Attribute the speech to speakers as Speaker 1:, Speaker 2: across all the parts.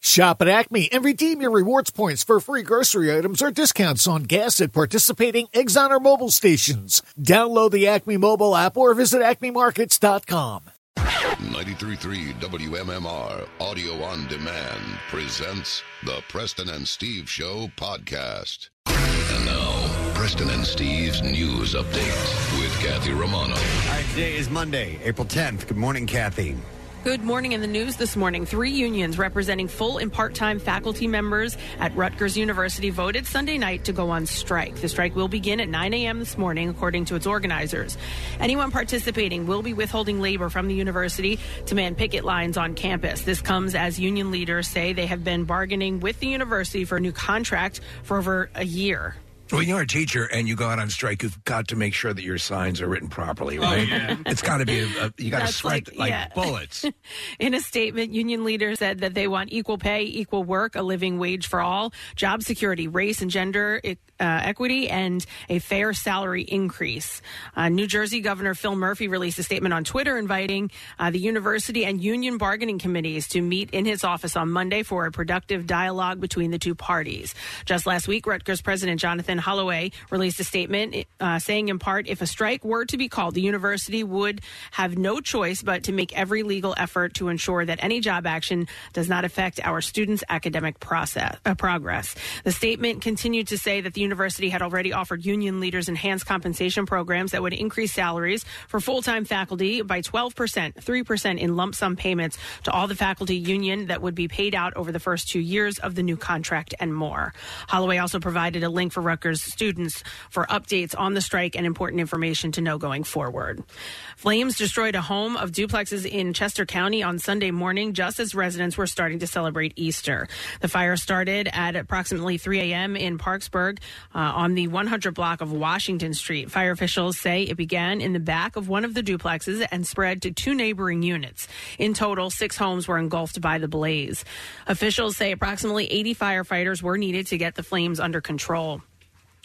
Speaker 1: Shop at Acme and redeem your rewards points for free grocery items or discounts on gas at participating Exxon or mobile stations. Download the Acme mobile app or visit acmemarkets.com.
Speaker 2: 933 WMMR Audio on Demand presents the Preston and Steve Show podcast. And now, Preston and Steve's news update with Kathy Romano.
Speaker 3: All right, today is Monday, April 10th. Good morning, Kathy.
Speaker 4: Good morning. In the news this morning, three unions representing full and part time faculty members at Rutgers University voted Sunday night to go on strike. The strike will begin at 9 a.m. this morning, according to its organizers. Anyone participating will be withholding labor from the university to man picket lines on campus. This comes as union leaders say they have been bargaining with the university for a new contract for over a year.
Speaker 5: When you're a teacher and you go out on strike, you've got to make sure that your signs are written
Speaker 6: Oh,
Speaker 5: properly, right? It's got to be a, a- you got to
Speaker 4: That's
Speaker 5: sweat
Speaker 4: like-
Speaker 5: like,
Speaker 4: yeah.
Speaker 5: bullets.
Speaker 4: In a statement, union leaders said that they want equal pay, equal work, a living wage for all, job security, race and gender e- uh, equity, and a fair salary increase. Uh, New Jersey Governor Phil Murphy released a statement on Twitter inviting uh, the university and union bargaining committees to meet in his office on Monday for a productive dialogue between the two parties. Just last week, Rutgers President Jonathan Holloway released a statement uh, saying, in part, if a strike were to be called, the university would have no choice but to make every legal effort to ensure that any job action does not affect our students' academic process uh, progress. The statement continued to say that the university had already offered union leaders enhanced compensation programs that would increase salaries for full-time faculty by 12%, 3% in lump sum payments to all the faculty union that would be paid out over the first 2 years of the new contract and more. Holloway also provided a link for Rutgers students for updates on the strike and important information to know going forward. Flames destroyed a home of duplexes in Chester County on Sunday morning just as residents were starting to celebrate Easter. The fire started at approximately 3 a.m. in Parksburg uh, on the 100 block of Washington Street. Fire officials say it began in the back of one of the duplexes and spread to two neighboring units. In total, six homes were engulfed by the blaze. Officials say approximately 80 firefighters were needed to get the flames under control.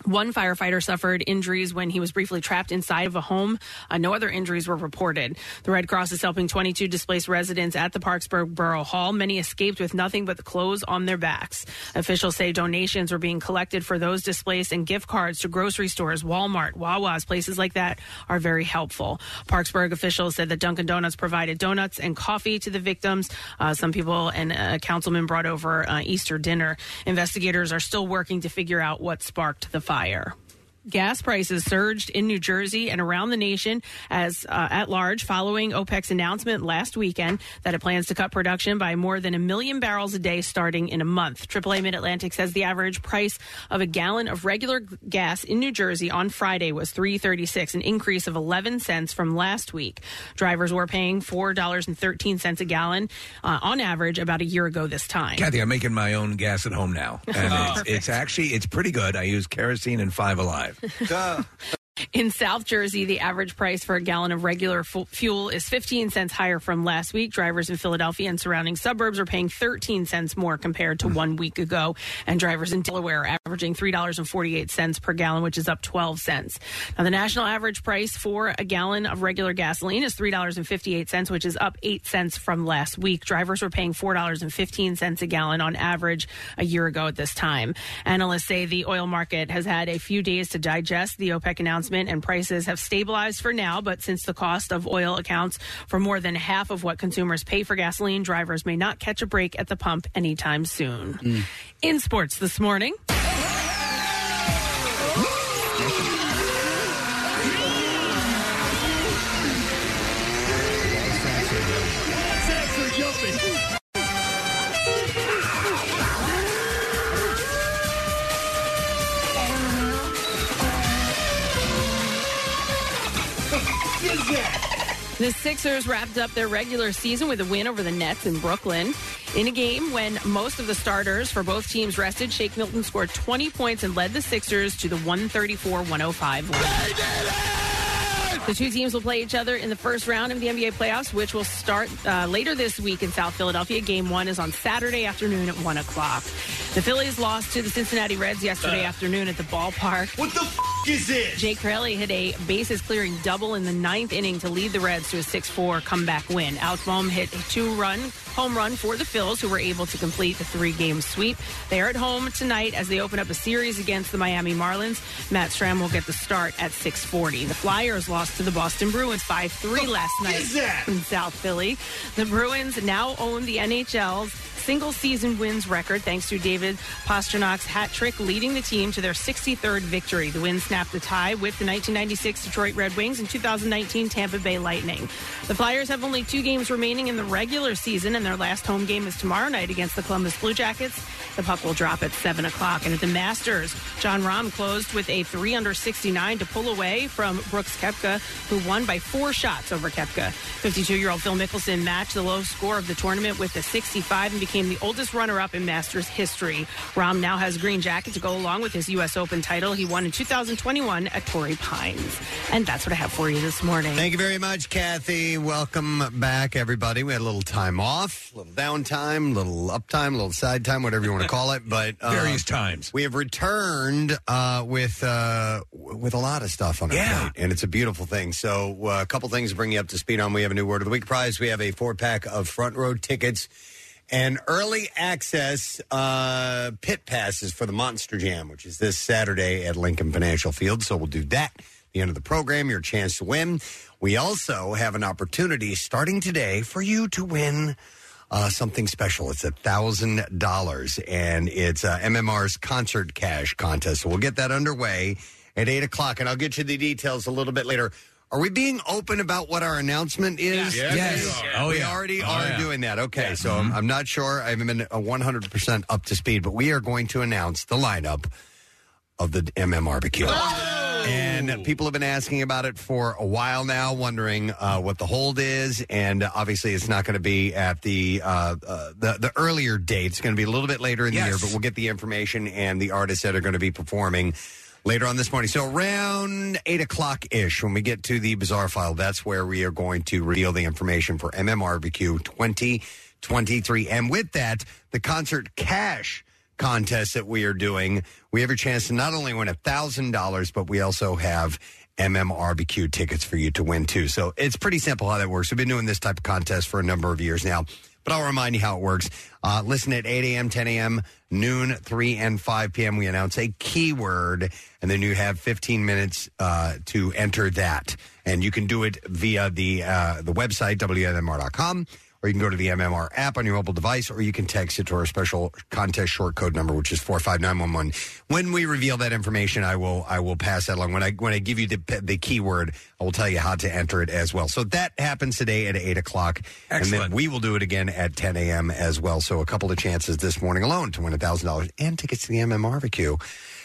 Speaker 4: One firefighter suffered injuries when he was briefly trapped inside of a home. Uh, no other injuries were reported. The Red Cross is helping 22 displaced residents at the Parksburg Borough Hall. Many escaped with nothing but the clothes on their backs. Officials say donations were being collected for those displaced, and gift cards to grocery stores, Walmart, Wawa's, places like that are very helpful. Parksburg officials said that Dunkin' Donuts provided donuts and coffee to the victims. Uh, some people and a councilman brought over uh, Easter dinner. Investigators are still working to figure out what sparked the fire. Gas prices surged in New Jersey and around the nation as uh, at large following OPEC's announcement last weekend that it plans to cut production by more than a million barrels a day starting in a month. AAA Mid Atlantic says the average price of a gallon of regular g- gas in New Jersey on Friday was 3.36, an increase of 11 cents from last week. Drivers were paying $4.13 a gallon uh, on average about a year ago this time.
Speaker 5: Kathy, I'm making my own gas at home now, and it's, it's actually it's pretty good. I use kerosene and Five Alive.
Speaker 4: In South Jersey, the average price for a gallon of regular fu- fuel is 15 cents higher from last week. Drivers in Philadelphia and surrounding suburbs are paying 13 cents more compared to one week ago. And drivers in Delaware are averaging $3.48 per gallon, which is up 12 cents. Now, the national average price for a gallon of regular gasoline is $3.58, which is up 8 cents from last week. Drivers were paying $4.15 a gallon on average a year ago at this time. Analysts say the oil market has had a few days to digest the OPEC announcement and prices have stabilized for now, but since the cost of oil accounts for more than half of what consumers pay for gasoline, drivers may not catch a break at the pump anytime soon. In sports this morning, The Sixers wrapped up their regular season with a win over the Nets in Brooklyn. In a game when most of the starters for both teams rested, Shake Milton scored 20 points and led the Sixers to the 134 105 win. The two teams will play each other in the first round of the NBA playoffs, which will start uh, later this week in South Philadelphia. Game one is on Saturday afternoon at 1 o'clock. The Phillies lost to the Cincinnati Reds yesterday afternoon at the ballpark.
Speaker 7: What the f- is this?
Speaker 4: Jake Craley hit a bases clearing double in the ninth inning to lead the Reds to a 6 4 comeback win. Alex Bohm hit a two run home run for the Phils, who were able to complete the three game sweep. They are at home tonight as they open up a series against the Miami Marlins. Matt Stram will get the start at 640. The Flyers lost to the Boston Bruins 5 3 last night
Speaker 7: is that?
Speaker 4: in South Philly. The Bruins now own the NHL's single season wins record thanks to David Pasternak's hat trick leading the team to their 63rd victory. The win snapped the tie with the 1996 Detroit Red Wings and 2019 Tampa Bay Lightning. The Flyers have only two games remaining in the regular season, and their last home game is tomorrow night against the Columbus Blue Jackets. The puck will drop at 7 o'clock. And at the Masters, John Rahm closed with a 3 under 69 to pull away from Brooks Kepka, who won by four shots over Kepka. 52 year old Phil Mickelson matched the low score of the tournament with a 65 and became the oldest runner up in Masters history. Rahm now has a green jacket to go along with his U.S. Open title he won in 2021 at Torrey Pines. And that's what I have for you this morning.
Speaker 3: Thank you very much, Kathy. Welcome back, everybody. We had a little time off, a little downtime, a little uptime, a little side time, whatever you want to call it. But uh,
Speaker 5: Various times.
Speaker 3: we have returned uh, with uh, w- with a lot of stuff on our
Speaker 5: Yeah.
Speaker 3: plate, and it's a beautiful thing. So, uh, a couple things to bring you up to speed on. We have a new word of the week prize. We have a four pack of front row tickets and early access uh, pit passes for the Monster Jam, which is this Saturday at Lincoln Financial Field. So we'll do that. at The end of the program, your chance to win. We also have an opportunity starting today for you to win uh, something special. It's a thousand dollars, and it's uh, MMR's concert cash contest. So we'll get that underway at eight o'clock, and I'll get you the details a little bit later. Are we being open about what our announcement is?
Speaker 5: Yes. Yes. Oh,
Speaker 3: we
Speaker 5: yeah.
Speaker 3: already
Speaker 5: Oh,
Speaker 3: are
Speaker 5: yeah. Mm-hmm.
Speaker 3: doing that. Okay, so I'm- I'm not sure. I haven't been uh, 100% up to speed, but we are going to announce the lineup of the MMRBQ.
Speaker 5: Oh!
Speaker 3: And people have been asking about it for a while now, wondering uh, what the hold is. And uh, obviously, it's not going to be at the, uh, uh, the the earlier date. It's going to be a little bit later in the year,
Speaker 5: Yes.
Speaker 3: but we'll get the information and the artists that are going to be performing later on this morning. So around eight o'clock ish, when we get to the bizarre file, that's where we are going to reveal the information for MMRBQ 2023. And with that, the concert cash contest that we are doing, we have a chance to not only win a thousand dollars, but we also have MMRBQ tickets for you to win too. So it's pretty simple how that works. We've been doing this type of contest for a number of years now. But I'll remind you how it works. Uh, listen at 8 a.m., 10 a.m., noon, 3 and 5 p.m. We announce a keyword, and then you have 15 minutes uh, to enter that. And you can do it via the uh, the website, WMMR.com, or you can go to the MMR app on your mobile device, or you can text it to our special contest short code number, which is four five nine one one. When we reveal that information, I will I will pass that along. When I when I give you the pe- the keyword, I will tell you how to enter it as well. So that happens today at eight o'clock, and then
Speaker 5: Excellent.
Speaker 3: we will do it again at ten a.m. as well. So a couple of chances this morning alone to win thousand dollars and tickets to the MMR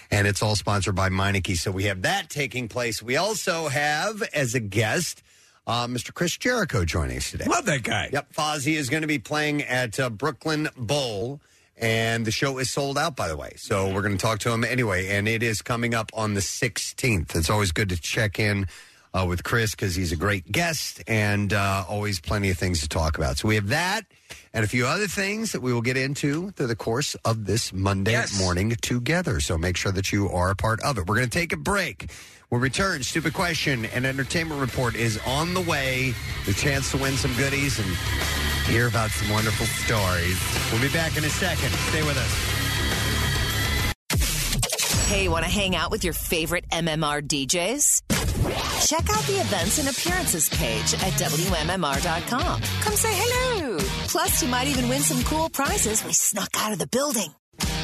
Speaker 3: and it's all sponsored by Meineke. So we have that taking place. We also have as a guest. Uh, Mr. Chris Jericho joining us today.
Speaker 5: Love that guy.
Speaker 3: Yep, Fozzie is going to be playing at uh, Brooklyn Bowl, and the show is sold out, by the way. So we're going to talk to him anyway, and it is coming up on the 16th. It's always good to check in uh, with Chris because he's a great guest and uh, always plenty of things to talk about. So we have that and a few other things that we will get into through the course of this Monday morning together. So make sure that you are a part of it. We're going to take a break. We'll return. Stupid question and entertainment report is on the way. The chance to win some goodies and hear about some wonderful stories. We'll be back in a second. Stay with us.
Speaker 8: Hey, want to hang out with your favorite MMR DJs? Check out the events and appearances page at WMMR.com. Come say hello. Plus, you might even win some cool prizes we snuck out of the building.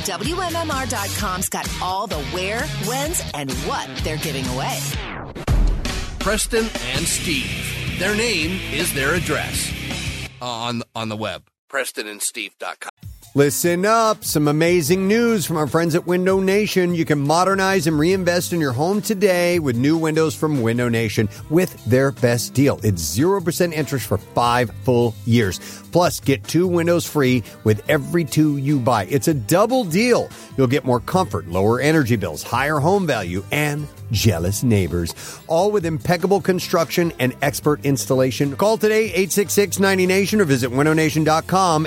Speaker 8: WMMR.com's got all the where, whens, and what they're giving away.
Speaker 9: Preston and Steve. Their name is their address uh, on on the web. PrestonandSteve.com.
Speaker 3: Listen up. Some amazing news from our friends at Window Nation. You can modernize and reinvest in your home today with new windows from Window Nation with their best deal. It's 0% interest for five full years. Plus, get two windows free with every two you buy. It's a double deal. You'll get more comfort, lower energy bills, higher home value, and jealous neighbors. All with impeccable construction and expert installation. Call today 866 90 Nation or visit windownation.com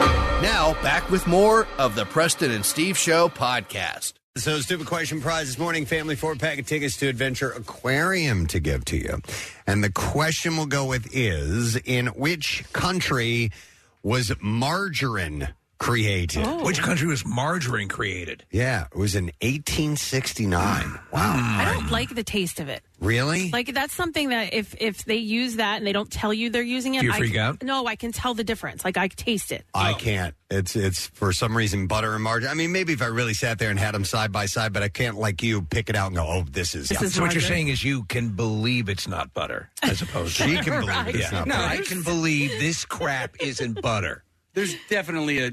Speaker 9: Now, back with more of the Preston and Steve Show podcast.
Speaker 3: So, stupid question prize this morning family four pack of tickets to Adventure Aquarium to give to you. And the question we'll go with is In which country was margarine created?
Speaker 5: Which country was margarine created?
Speaker 3: Yeah, it was in 1869.
Speaker 5: Hmm.
Speaker 3: Wow.
Speaker 4: I don't like the taste of it.
Speaker 3: Really?
Speaker 4: Like that's something that if if they use that and they don't tell you they're using it,
Speaker 3: Do you
Speaker 4: I
Speaker 3: freak
Speaker 4: can-
Speaker 3: out?
Speaker 4: No, I can tell the difference. Like I taste it.
Speaker 3: I can't. It's it's for some reason butter and margarine. I mean, maybe if I really sat there and had them side by side, but I can't like you pick it out and go, "Oh, this is."
Speaker 5: so what you're saying is you can believe it's not butter, as opposed to
Speaker 3: She can believe Right. it's not
Speaker 5: No,
Speaker 3: butter.
Speaker 5: I can believe this crap isn't butter.
Speaker 6: There's definitely a,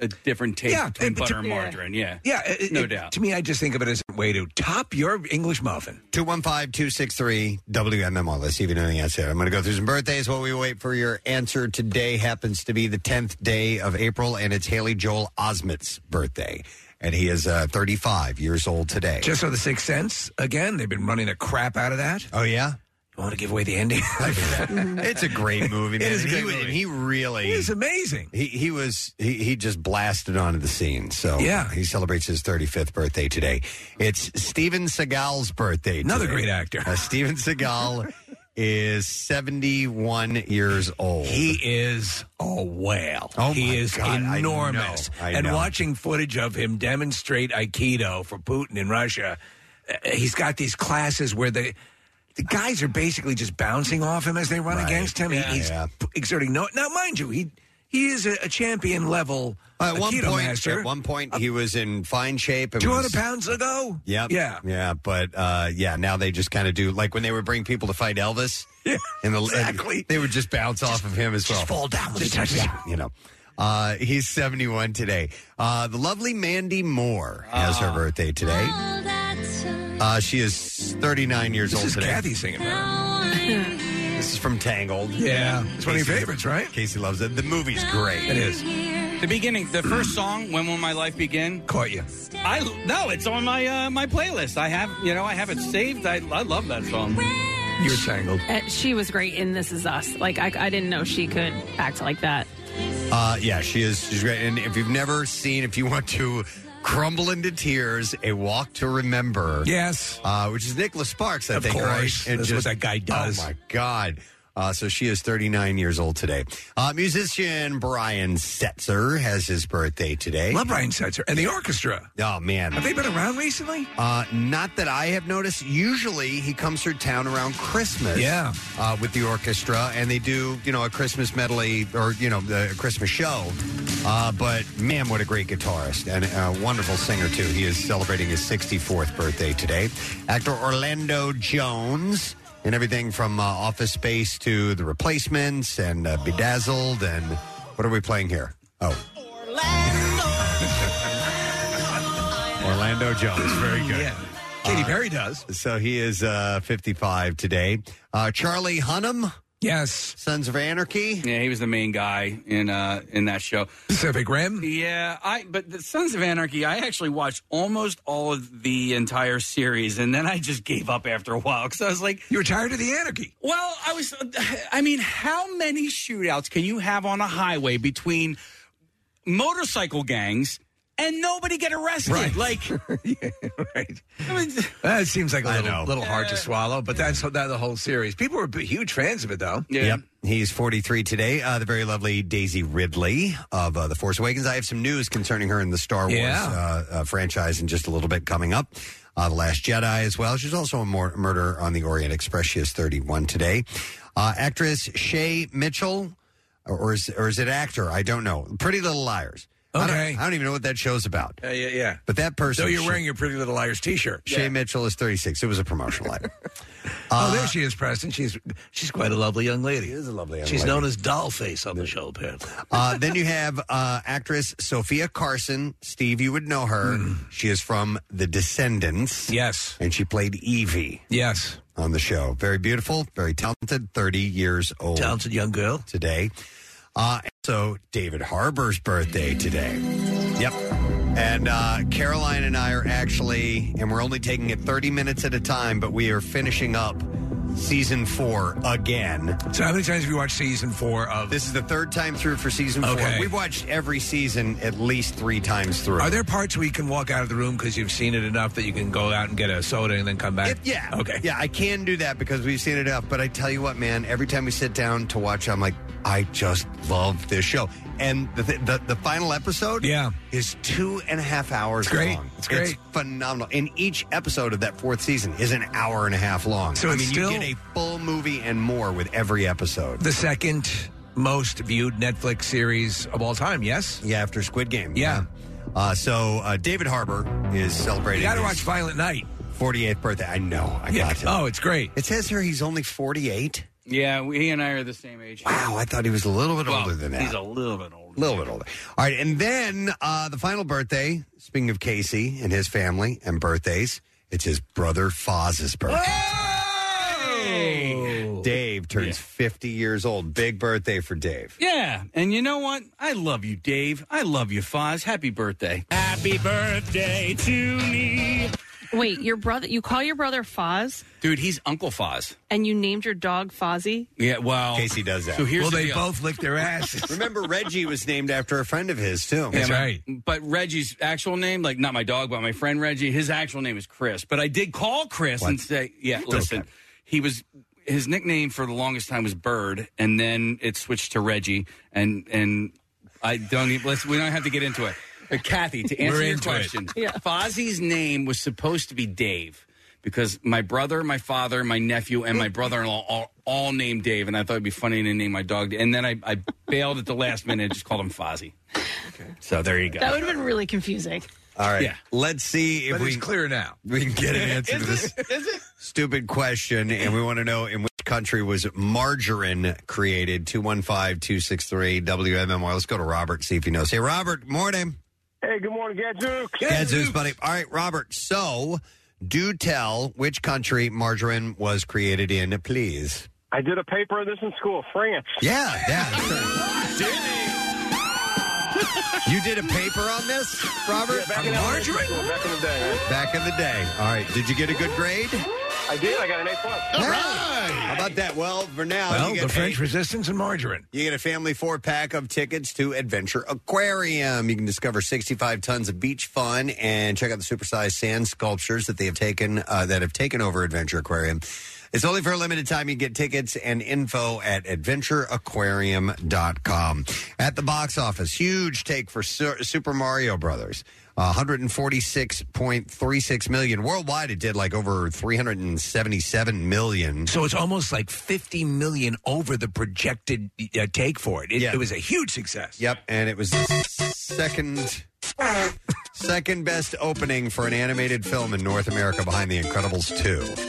Speaker 6: a different taste
Speaker 5: Yeah,
Speaker 6: between
Speaker 5: it-
Speaker 6: butter and
Speaker 5: yeah.
Speaker 6: margarine. Yeah,
Speaker 5: Yeah, it- it-
Speaker 6: no
Speaker 5: it-
Speaker 6: doubt.
Speaker 5: To me, I just think of it as a way to top your English muffin.
Speaker 3: 215 263 WMMR. Let's see if you know the answer. I'm going to go through some birthdays while we wait for your answer. Today happens to be the 10th day of April, and it's Haley Joel Osment's birthday. And he is uh, 35 years old today.
Speaker 5: Just so the Sixth Sense again, they've been running the crap out of that.
Speaker 3: Oh yeah,
Speaker 5: you want to give away the ending?
Speaker 3: it's a great movie,
Speaker 5: It
Speaker 3: man.
Speaker 5: is a
Speaker 3: And he,
Speaker 5: great
Speaker 3: was- and
Speaker 5: movie.
Speaker 3: he really
Speaker 5: It is amazing.
Speaker 3: He he was he, he just blasted onto the scene. So
Speaker 5: Yeah.
Speaker 3: he celebrates his 35th birthday today. It's Steven Seagal's birthday.
Speaker 5: Another
Speaker 3: today.
Speaker 5: great actor.
Speaker 3: Uh, Steven Seagal is 71 years old.
Speaker 5: He is a whale.
Speaker 3: Oh, my
Speaker 5: he is
Speaker 3: God, I
Speaker 5: enormous.
Speaker 3: know, I
Speaker 5: and
Speaker 3: know.
Speaker 5: watching footage of him demonstrate Aikido for Putin in Russia, uh, he's got these classes where the the guys are basically just bouncing off him as they run
Speaker 3: Right.
Speaker 5: against him. He-
Speaker 3: Yeah.
Speaker 5: He's
Speaker 3: Yeah.
Speaker 5: p- exerting no. Now, mind you, he he is a, a champion level
Speaker 3: At one,
Speaker 5: Aikido
Speaker 3: point,
Speaker 5: master.
Speaker 3: at one point, he was in fine shape. and
Speaker 5: Two hundred
Speaker 3: was-
Speaker 5: pounds ago.
Speaker 3: Yep.
Speaker 5: Yeah.
Speaker 3: Yeah. But uh, yeah, now they just kind of do like when they would bring people to fight Elvis. Yeah. And the, exactly. they would just bounce off of him as well.
Speaker 5: just fall down when he
Speaker 3: Just-
Speaker 5: touches
Speaker 3: yeah, you know. Uh, he's 71 today. Uh, the lovely Mandy Moore has
Speaker 5: Ah.
Speaker 3: her birthday today. Uh, she is 39 years
Speaker 5: This
Speaker 3: old
Speaker 5: is
Speaker 3: today.
Speaker 5: Kathy singing. That.
Speaker 3: This is from Tangled.
Speaker 5: Yeah. It's one of your
Speaker 3: Casey-
Speaker 5: favorites, right?
Speaker 3: Casey loves it. The movie's great.
Speaker 5: It is.
Speaker 6: The beginning, the first song, "When Will My Life Begin."
Speaker 5: Caught you.
Speaker 6: I no, it's on my uh, my playlist. I have you know I have it saved. I, I love that song.
Speaker 5: You were tangled.
Speaker 4: Uh, she was great in This Is Us. Like I, I didn't know she could act like that.
Speaker 3: Uh, yeah, she is. She's great. And if you've never seen, if you want to crumble into tears, a walk to remember.
Speaker 5: Yes.
Speaker 3: uh, which is Nicholas Sparks, I
Speaker 5: Of
Speaker 3: think.
Speaker 5: course.
Speaker 3: right?
Speaker 5: That's what that guy does.
Speaker 3: Oh my god. Uh, so she is 39 years old today. Uh, musician Brian Setzer has his birthday today.
Speaker 5: Love Brian Setzer and the orchestra.
Speaker 3: Oh man,
Speaker 5: Have they been around recently?
Speaker 3: Uh, not that I have noticed. Usually, he comes through town around Christmas.
Speaker 5: Yeah.
Speaker 3: uh, with the orchestra, and they do you know a Christmas medley or you know the Christmas show. Uh, but man, what a great guitarist and a wonderful singer too. He is celebrating his 64th birthday today. Actor Orlando Jones. And everything from uh, Office Space to The Replacements and uh, Bedazzled and what are we playing here? Oh, Orlando Jones, very good. Uh,
Speaker 5: Yeah. Katy Perry does.
Speaker 3: So he is uh, 55 today. Uh, Charlie Hunnam,
Speaker 5: Yes.
Speaker 3: Sons of Anarchy.
Speaker 6: Yeah, he was the main guy in uh in that show.
Speaker 5: Pacific Rim.
Speaker 6: Yeah, I but the Sons of Anarchy, I actually watched almost all of the entire series, and then I just gave up after a while because I was like,
Speaker 5: You were tired of the anarchy.
Speaker 6: well, I was, I mean, how many shootouts can you have on a highway between motorcycle gangs and nobody get arrested? Like,
Speaker 5: right.
Speaker 6: I mean,
Speaker 5: That seems like a
Speaker 3: I know.
Speaker 5: little, little hard to swallow, but that's that the whole series. People were b- huge fans of it, though.
Speaker 6: yeah.
Speaker 3: Yep. He's 43 today. Uh, the very lovely Daisy Ridley of uh, The Force Awakens. I have some news concerning her in the Star Wars
Speaker 5: Yeah.
Speaker 3: uh, uh, franchise in just a little bit coming up. Uh, the Last Jedi as well. She's also a mor- murder on the Orient Express. She is 31 today. Uh, actress Shay Mitchell, or or is, or is it actor? I don't know. Pretty Little Liars. I
Speaker 5: Okay.
Speaker 3: don't, I don't even know what that show's about.
Speaker 5: Yeah, yeah, yeah.
Speaker 3: But that person.
Speaker 5: So you're
Speaker 3: she-
Speaker 5: wearing your Pretty Little Liars T-shirt.
Speaker 3: Shay Mitchell is 36. It was a promotional item.
Speaker 5: oh, there she is, Preston. She's she's quite a lovely young lady. She is
Speaker 3: Uh, a lovely young
Speaker 5: She's
Speaker 3: lady.
Speaker 5: known as Dollface on the show, apparently.
Speaker 3: Uh, then you have uh, actress Sophia Carson. Steve, you would know her. She is from The Descendants.
Speaker 5: Hmm. Yes.
Speaker 3: And she played Evie.
Speaker 5: Yes.
Speaker 3: On the show. Very beautiful, very talented, 30 years old.
Speaker 5: Talented young girl.
Speaker 3: Today. Uh, so, David Harbour's birthday today. Yep. And uh, Caroline and I are actually, and we're only taking it 30 minutes at a time, but we are finishing up season four again.
Speaker 5: So how many times have you watched season four of?
Speaker 3: This is the third time through for season four.
Speaker 5: Okay.
Speaker 3: We've watched every season at least three times through.
Speaker 5: Are there parts where you can walk out of the room because you've seen it enough that you can go out and get a soda and then come back?
Speaker 3: yeah.
Speaker 5: Okay.
Speaker 3: Yeah, I can do that because we've seen it up. But I tell you what, man, every time we sit down to watch, I'm like, I just love this show. And the th- the, the final episode, yeah, is two and a half hours
Speaker 5: It's great.
Speaker 3: long.
Speaker 5: It's great.
Speaker 3: phenomenal. And each episode of that fourth season is an hour and a half long.
Speaker 5: So
Speaker 3: I
Speaker 5: it's
Speaker 3: mean,
Speaker 5: still-
Speaker 3: you get a full movie and more with every episode.
Speaker 5: The second most viewed Netflix series of all time. Yes.
Speaker 3: Yeah, after Squid Game.
Speaker 5: Yeah.
Speaker 3: Uh, so uh, David Harbour is celebrating.
Speaker 5: You gotta
Speaker 3: his
Speaker 5: watch Violent Night.
Speaker 3: 48th birthday. I know. I
Speaker 5: Yeah.
Speaker 3: got to.
Speaker 5: Oh, it's great.
Speaker 3: It says here he's only 48.
Speaker 6: Yeah, we, he and I are the same age.
Speaker 3: Wow, I thought he was a little bit
Speaker 6: Well,
Speaker 3: older than that.
Speaker 6: He's a little bit older.
Speaker 3: little bit older. All right, and then uh, the final birthday. Speaking of Casey and his family and birthdays, it's his brother Foz's birthday. Dave turns 50 years old. Big birthday for Dave.
Speaker 6: Yeah, and you know what? I love you, Dave. I love you, Foz. Happy birthday. Happy birthday to me.
Speaker 4: Wait, your brother? You call your brother Foz,
Speaker 6: Dude, he's Uncle Foz.
Speaker 4: and you named your dog Fozzie?
Speaker 6: Yeah, well.
Speaker 3: Casey does that.
Speaker 6: So here's
Speaker 5: well,
Speaker 6: the
Speaker 5: they
Speaker 6: deal.
Speaker 5: both licked their asses.
Speaker 3: Remember, Reggie was named after a friend of his, too.
Speaker 6: Yeah, my- But Reggie's actual name, like not my dog, but my friend Reggie, his actual name is Chris. But I did call Chris and say, yeah, listen, he was his nickname for the longest time was Bird, and then it switched to Reggie, and and I don't even let's we don't have to get into it. But Kathy, to answer
Speaker 5: We're
Speaker 6: your
Speaker 5: into it.
Speaker 6: question, Fozzie's name was supposed to be Dave. Because my brother, my father, my nephew, and my brother-in-law all, all named Dave, and I thought it'd be funny to name my dog. And then I, I bailed at the last minute, and just called him Fozzie. So there you go.
Speaker 4: That would have been really confusing.
Speaker 3: All right.
Speaker 6: Yeah.
Speaker 3: Let's see if
Speaker 5: but
Speaker 3: we
Speaker 5: it's clear now.
Speaker 3: we can get an answer to this stupid question, and we want to know in which country was margarine created? 215 263 WMMR. Let's go to Robert, see if he knows. Hey, Robert, morning.
Speaker 10: Hey, good morning, Gadzook.
Speaker 3: Gadzooks, buddy. All right, Robert. So, do tell which country margarine was created in, please.
Speaker 10: I did a paper on this in school, France.
Speaker 3: Yeah, yeah. that's right. you did a paper on this, Robert?
Speaker 10: Back in elementary school, back in the day.
Speaker 3: Back in the day. All right. Did you get a good grade?
Speaker 10: I did. I got an A plus.
Speaker 3: All right. How about that? Well, for now,
Speaker 5: Well,
Speaker 3: you get
Speaker 5: the French
Speaker 3: a-
Speaker 5: resistance and margarine.
Speaker 3: You get a family four pack of tickets to Adventure Aquarium. You can discover 65 tons of beach fun and check out the supersized sand sculptures that they have taken uh, that have taken over Adventure Aquarium. It's only for a limited time. You get tickets and info at adventureaquarium.com. At the box office, huge take for Su- Super Mario Brothers. 146.36 million worldwide. It did like over 377 million.
Speaker 5: So it's almost like 50 million over the projected uh, take for it. It,
Speaker 3: Yeah.
Speaker 5: it was a huge success.
Speaker 3: Yep, and it was the second second best opening for an animated film in North America behind The Incredibles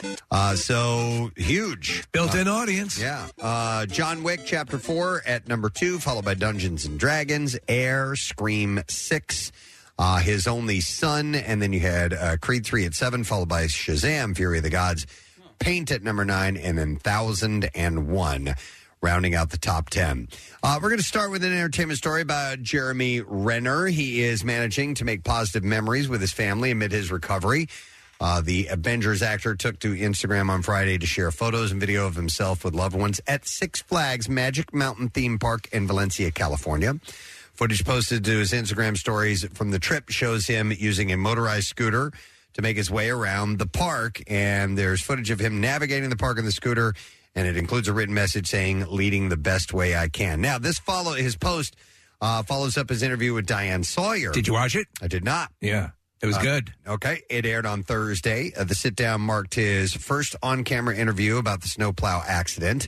Speaker 3: 2. Uh, so huge.
Speaker 5: Built-in audience.
Speaker 3: Yeah. Uh, John Wick Chapter 4 at number 2 followed by Dungeons and Dragons, Air, Scream 6. Uh, his only son, and then you had uh, Creed 3 at 7, followed by Shazam, Fury of the Gods, Paint at number 9, and then 1001, rounding out the top 10. Uh, we're going to start with an entertainment story about Jeremy Renner. He is managing to make positive memories with his family amid his recovery. Uh, the Avengers actor took to Instagram on Friday to share photos and video of himself with loved ones at Six Flags Magic Mountain Theme Park in Valencia, California. Footage posted to his Instagram stories from the trip shows him using a motorized scooter to make his way around the park. And there's footage of him navigating the park on the scooter, and it includes a written message saying, leading the best way I can. Now, this follow his post uh, follows up his interview with Diane Sawyer.
Speaker 5: Did you watch it?
Speaker 3: I did not.
Speaker 5: Yeah. It was good.
Speaker 3: Uh, Okay. It aired on Thursday. Uh, the sit down marked his first on camera interview about the snowplow accident.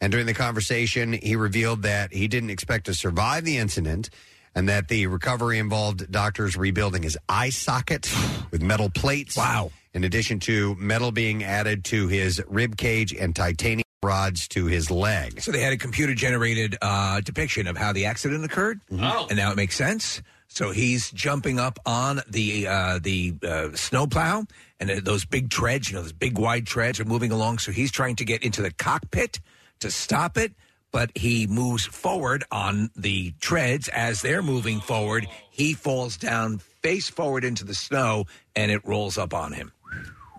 Speaker 3: And during the conversation, he revealed that he didn't expect to survive the incident and that the recovery involved doctors rebuilding his eye socket with metal plates.
Speaker 5: Wow.
Speaker 3: In addition to metal being added to his rib cage and titanium rods to his leg.
Speaker 5: So they had a computer generated uh, depiction of how the accident occurred, and now it makes sense. So he's jumping up on the uh, the uh, snowplow, and then those big treads, you know, those big wide treads are moving along. So he's trying to get into the cockpit to stop it, but he moves forward on the treads as they're moving forward. He falls down face forward into the snow, and it rolls up on him.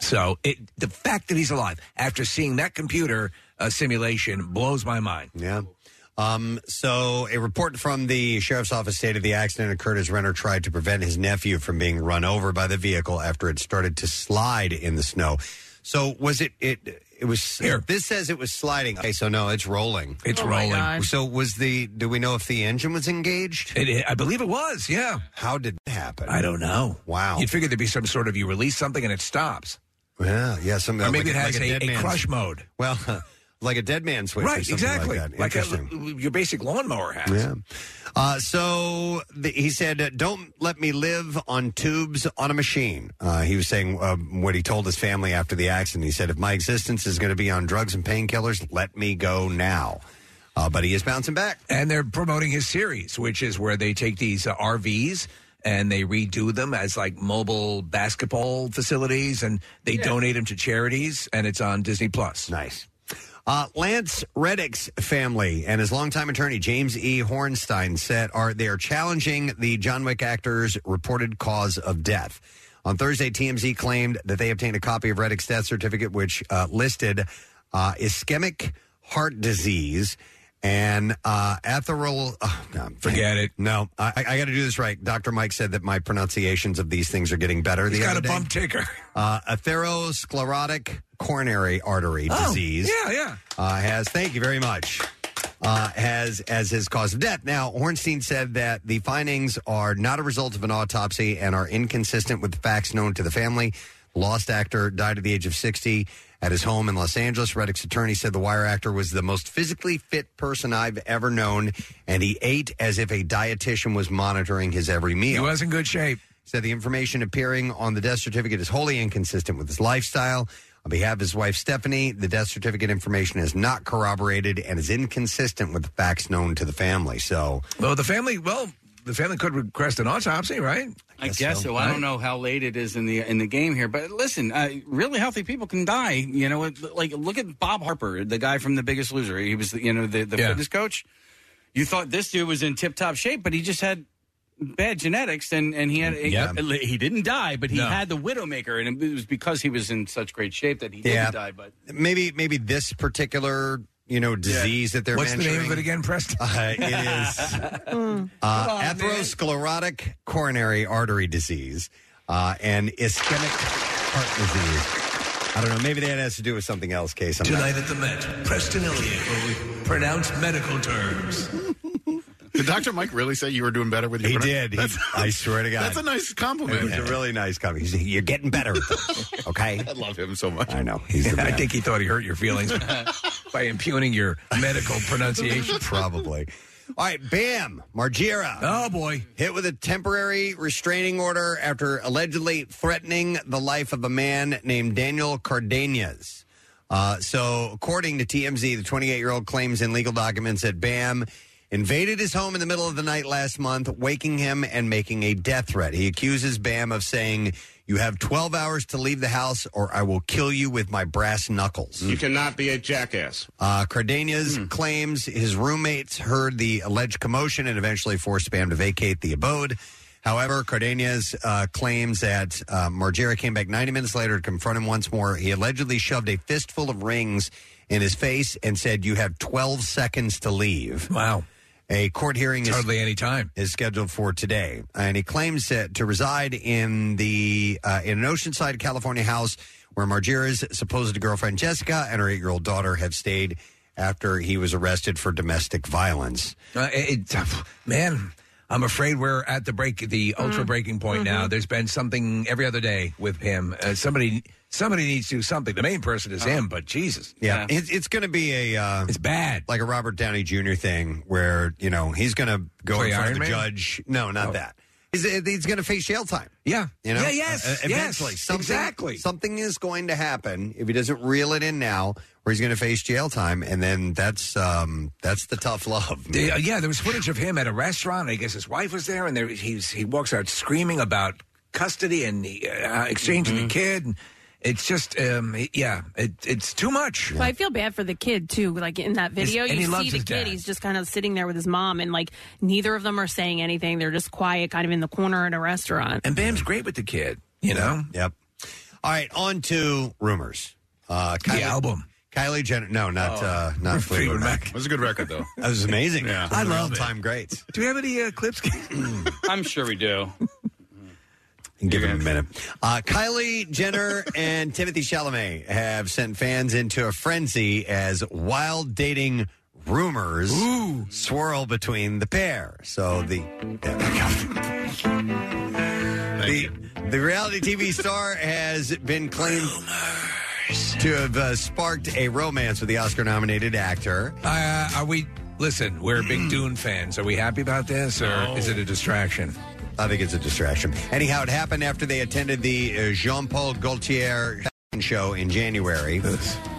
Speaker 5: So it, the fact that he's alive after seeing that computer uh, simulation blows my mind.
Speaker 3: Yeah. Um, so, a report from the sheriff's office stated the accident occurred as Renner tried to prevent his nephew from being run over by the vehicle after it started to slide in the snow. So, was it? It it was. Here. This says it was sliding. Okay, so no, it's rolling.
Speaker 5: It's Oh, my rolling. God.
Speaker 3: So, was the? Do we know if the engine was engaged?
Speaker 5: It, I believe it was. Yeah.
Speaker 3: How did that happen?
Speaker 5: I don't know.
Speaker 3: Wow.
Speaker 5: You'd figure there'd be some sort of you release something and it stops.
Speaker 3: Yeah, yeah. Some,
Speaker 5: Or maybe
Speaker 3: like
Speaker 5: it has
Speaker 3: like
Speaker 5: a,
Speaker 3: dead
Speaker 5: a
Speaker 3: man's-
Speaker 5: crush mode.
Speaker 3: Well, like a dead man switch. or
Speaker 5: right,
Speaker 3: something
Speaker 5: exactly.
Speaker 3: Like, that.
Speaker 5: a-
Speaker 3: Interesting.
Speaker 5: your basic lawnmower has.
Speaker 3: Yeah. Uh, so the, he said, uh, "Don't let me live on tubes on a machine." Uh, he was saying um, what he told his family after the accident. He said, "If my existence is going to be on drugs and painkillers, let me go now." Uh, but he is bouncing back.
Speaker 5: And they're promoting his series, which is where they take these uh, RVs and they redo them as like mobile basketball facilities and they donate them to charities and it's on Disney Plus.
Speaker 3: Nice. Uh, Lance Reddick's family and his longtime attorney James E. Hornstein said are they are challenging the John Wick actor's reported cause of death. On Thursday, TMZ claimed that they obtained a copy of Reddick's death certificate, which uh, listed uh, ischemic heart disease and uh, ethereal. oh, no,
Speaker 5: Forget it.
Speaker 3: No, I, I got to do this right. Dr. Mike said that my pronunciations of these things are getting better.
Speaker 5: He's
Speaker 3: the
Speaker 5: got
Speaker 3: other
Speaker 5: a
Speaker 3: day.
Speaker 5: bump ticker.
Speaker 3: Uh, atherosclerotic coronary artery disease
Speaker 5: Oh, Yeah, yeah.
Speaker 3: uh, has thank you very much uh, has as his cause of death. Now, Hornstein said that the findings are not a result of an autopsy and are inconsistent with the facts known to the family. The lost actor died at the age of 60 at his home in Los Angeles. Reddick's attorney said the wire actor was the most physically fit person I've ever known, and he ate as if a dietitian was monitoring his every meal.
Speaker 5: He was in good shape.
Speaker 3: Said the information appearing on the death certificate is wholly inconsistent with his lifestyle. On behalf of his wife Stephanie, the death certificate information is not corroborated and is inconsistent with the facts known to the family. So,
Speaker 5: Well, the family, well, the family could request an autopsy, right?
Speaker 6: I guess, so. I don't know how late it is in the in the game here, but listen, uh, really healthy people can die. You know, it- like look at Bob Harper, the guy from The Biggest Loser. He was, you know, the, the
Speaker 5: Yeah.
Speaker 6: fitness coach. You thought this dude was in tip top shape, but he just had bad genetics, and and he had
Speaker 5: Yeah.
Speaker 6: he, didn't die, but he
Speaker 5: No.
Speaker 6: had the widowmaker, and it was because he was in such great shape that he
Speaker 3: Yeah.
Speaker 6: didn't die. But
Speaker 3: maybe maybe this particular you know disease that they're
Speaker 5: What's the name
Speaker 3: mentioning-
Speaker 5: of it again, Preston?
Speaker 3: Uh, it is uh, atherosclerotic coronary artery disease uh, and ischemic heart disease. I don't know. Maybe that has to do with something else, Case. I'm not-
Speaker 5: Tonight at the Met, Preston Elliott will pronounce medical terms.
Speaker 11: Did Dr. Mike really say you were doing better with your
Speaker 3: He
Speaker 11: pronoun-
Speaker 3: did. He-
Speaker 11: That's-
Speaker 3: I swear to God.
Speaker 11: That's a nice
Speaker 3: It was
Speaker 11: compliment.
Speaker 3: a really nice comic. He's, You're getting better. at this, okay.
Speaker 11: I love him so much.
Speaker 3: I know. He's the
Speaker 5: I
Speaker 3: man.
Speaker 5: think he thought he hurt your feelings by impugning your medical pronunciation.
Speaker 3: probably. All right, Bam Margera
Speaker 5: Oh boy.
Speaker 3: hit with a temporary restraining order after allegedly threatening the life of a man named Daniel Cardenas. Uh, so, according to TMZ, the 28 year old claims in legal documents that Bam invaded his home in the middle of the night last month, waking him and making a death threat. He accuses Bam of saying, You have 12 hours to leave the house, or I will kill you with my brass knuckles.
Speaker 10: You cannot be a jackass.
Speaker 3: Uh, Cardenas
Speaker 5: Hmm.
Speaker 3: claims his roommates heard the alleged commotion and eventually forced Spam to vacate the abode. However, Cardenas uh, claims that uh, Margera came back 90 minutes later to confront him once more. He allegedly shoved a fistful of rings in his face and said, You have 12 seconds to leave.
Speaker 5: Wow.
Speaker 3: A court hearing is
Speaker 5: Hardly any time.
Speaker 3: is scheduled for today, and he claims that to reside in the uh, in an Oceanside, California house where Margera's supposed girlfriend Jessica and her eight year old daughter have stayed after he was arrested for domestic violence.
Speaker 5: Uh, it, it- man, I'm afraid we're at the break, the ultra breaking point now. There's been something every other day with him. Uh, somebody, somebody needs to do something. The main person is him, but Jesus,
Speaker 3: Yeah, It's, it's going to be a uh,
Speaker 5: it's bad.
Speaker 3: like a Robert Downey Jr. thing where you know he's going to go
Speaker 5: Play
Speaker 3: in front
Speaker 5: Iron
Speaker 3: of
Speaker 5: Man?
Speaker 3: the judge. No, not that. He's, uh, he's going to face jail time.
Speaker 5: Yeah.
Speaker 3: You know?
Speaker 5: Oh. Yeah, yes,
Speaker 3: Uh, eventually.
Speaker 5: yes,
Speaker 3: something,
Speaker 5: exactly.
Speaker 3: Something is going to happen if he doesn't reel it in now, where he's going to face jail time, and then that's um that's the tough love. man.
Speaker 5: Yeah, uh, yeah, there was footage of him at a restaurant. and I guess his wife was there, and there he's he walks out screaming about custody and the uh, exchanging the kid. And it's just, um, yeah, it, it's too much.
Speaker 4: Well, I feel bad for the kid too. Like in that video,
Speaker 5: and
Speaker 4: you
Speaker 5: he loves
Speaker 4: see the
Speaker 5: his
Speaker 4: kid;
Speaker 5: dad.
Speaker 4: he's just kind of sitting there with his mom, and like neither of them are saying anything. They're just quiet, kind of in the corner in a restaurant.
Speaker 5: And Bam's great with the kid, you know.
Speaker 3: Yep. All right, on to rumors. Uh, Kylie, the album. Kylie Jenner. No,
Speaker 11: Oh.
Speaker 5: Oh.
Speaker 3: not uh, not Fleetwood Mac. That
Speaker 11: was a good record, though.
Speaker 3: That was amazing.
Speaker 11: Yeah.
Speaker 3: Those
Speaker 11: I
Speaker 3: are
Speaker 11: love it.
Speaker 3: all-time greats.
Speaker 5: Do we have any uh, clips?
Speaker 6: I'm sure we do.
Speaker 3: Give it a minute. Uh, Kylie Jenner and Timothy Chalamet have sent fans into a frenzy as wild dating rumors swirl between the pair. So the the, the reality TV star has been claimed to have uh, sparked a romance with the Oscar-nominated actor.
Speaker 5: Uh, are we? Listen, we're big Dune fans. Are we happy about this, or is it a distraction?
Speaker 3: I think it's a distraction. Anyhow, it happened after they attended the uh, Jean Paul Gaultier show in January.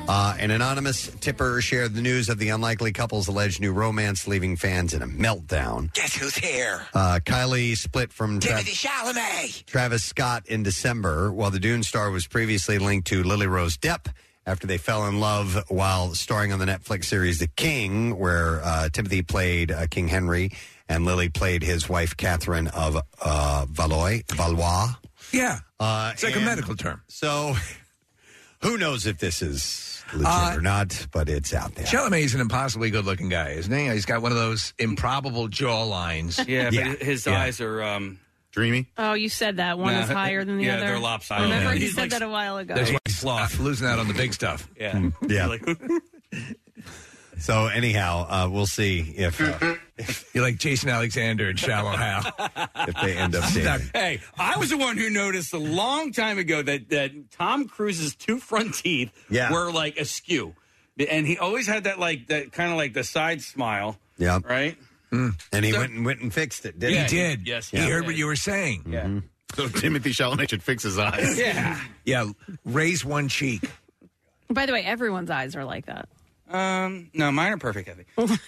Speaker 3: Uh, an anonymous tipper shared the news of the unlikely couple's alleged new romance, leaving fans in a meltdown.
Speaker 5: Guess who's here?
Speaker 3: Uh, Kylie split from Trav-
Speaker 5: Timothy Chalamet.
Speaker 3: Travis Scott in December, while the Dune star was previously linked to Lily Rose Depp after they fell in love while starring on the Netflix series The King, where uh, Timothy played uh, King Henry and Lily played his wife Catherine of uh, Valois. Valois.
Speaker 5: Yeah,
Speaker 3: Uh,
Speaker 5: it's like a
Speaker 3: and
Speaker 5: medical term.
Speaker 3: So, who knows if this is legit or not? But it's out there.
Speaker 5: Chalamet is an impossibly good-looking guy, isn't he? He's got one of those improbable jaw lines.
Speaker 6: Yeah, but his eyes are um,
Speaker 11: dreamy.
Speaker 4: Oh, you said that one
Speaker 6: Nah,
Speaker 4: is higher than the
Speaker 6: yeah,
Speaker 4: other.
Speaker 6: they're lopsided.
Speaker 4: Remember,
Speaker 6: Yeah.
Speaker 4: you
Speaker 6: He's
Speaker 4: said
Speaker 6: like-
Speaker 4: that a while ago.
Speaker 5: That's why he's uh, losing out on the big stuff.
Speaker 6: Yeah,
Speaker 3: Hmm. yeah. so anyhow, uh, we'll see if uh,
Speaker 5: You're like Jason Alexander and Shallow Hal.
Speaker 3: if they end up dating.
Speaker 6: Hey, I was the one who noticed a long time ago that that Tom Cruise's two front teeth
Speaker 3: Yeah.
Speaker 6: were like askew, and he always had that like that kind of like the side smile.
Speaker 3: Yeah.
Speaker 6: Right.
Speaker 3: And he
Speaker 6: So-
Speaker 3: went and went and fixed it. Didn't
Speaker 6: Yeah,
Speaker 3: he?
Speaker 6: he did. yes, he
Speaker 5: Hmm. he
Speaker 6: did.
Speaker 5: heard what you were saying.
Speaker 6: Yeah.
Speaker 11: So Timothy Chalamet should fix his eyes.
Speaker 6: Yeah.
Speaker 5: Yeah, raise one cheek.
Speaker 4: By the way, everyone's eyes are like that.
Speaker 6: Um. No, mine are perfect. I think.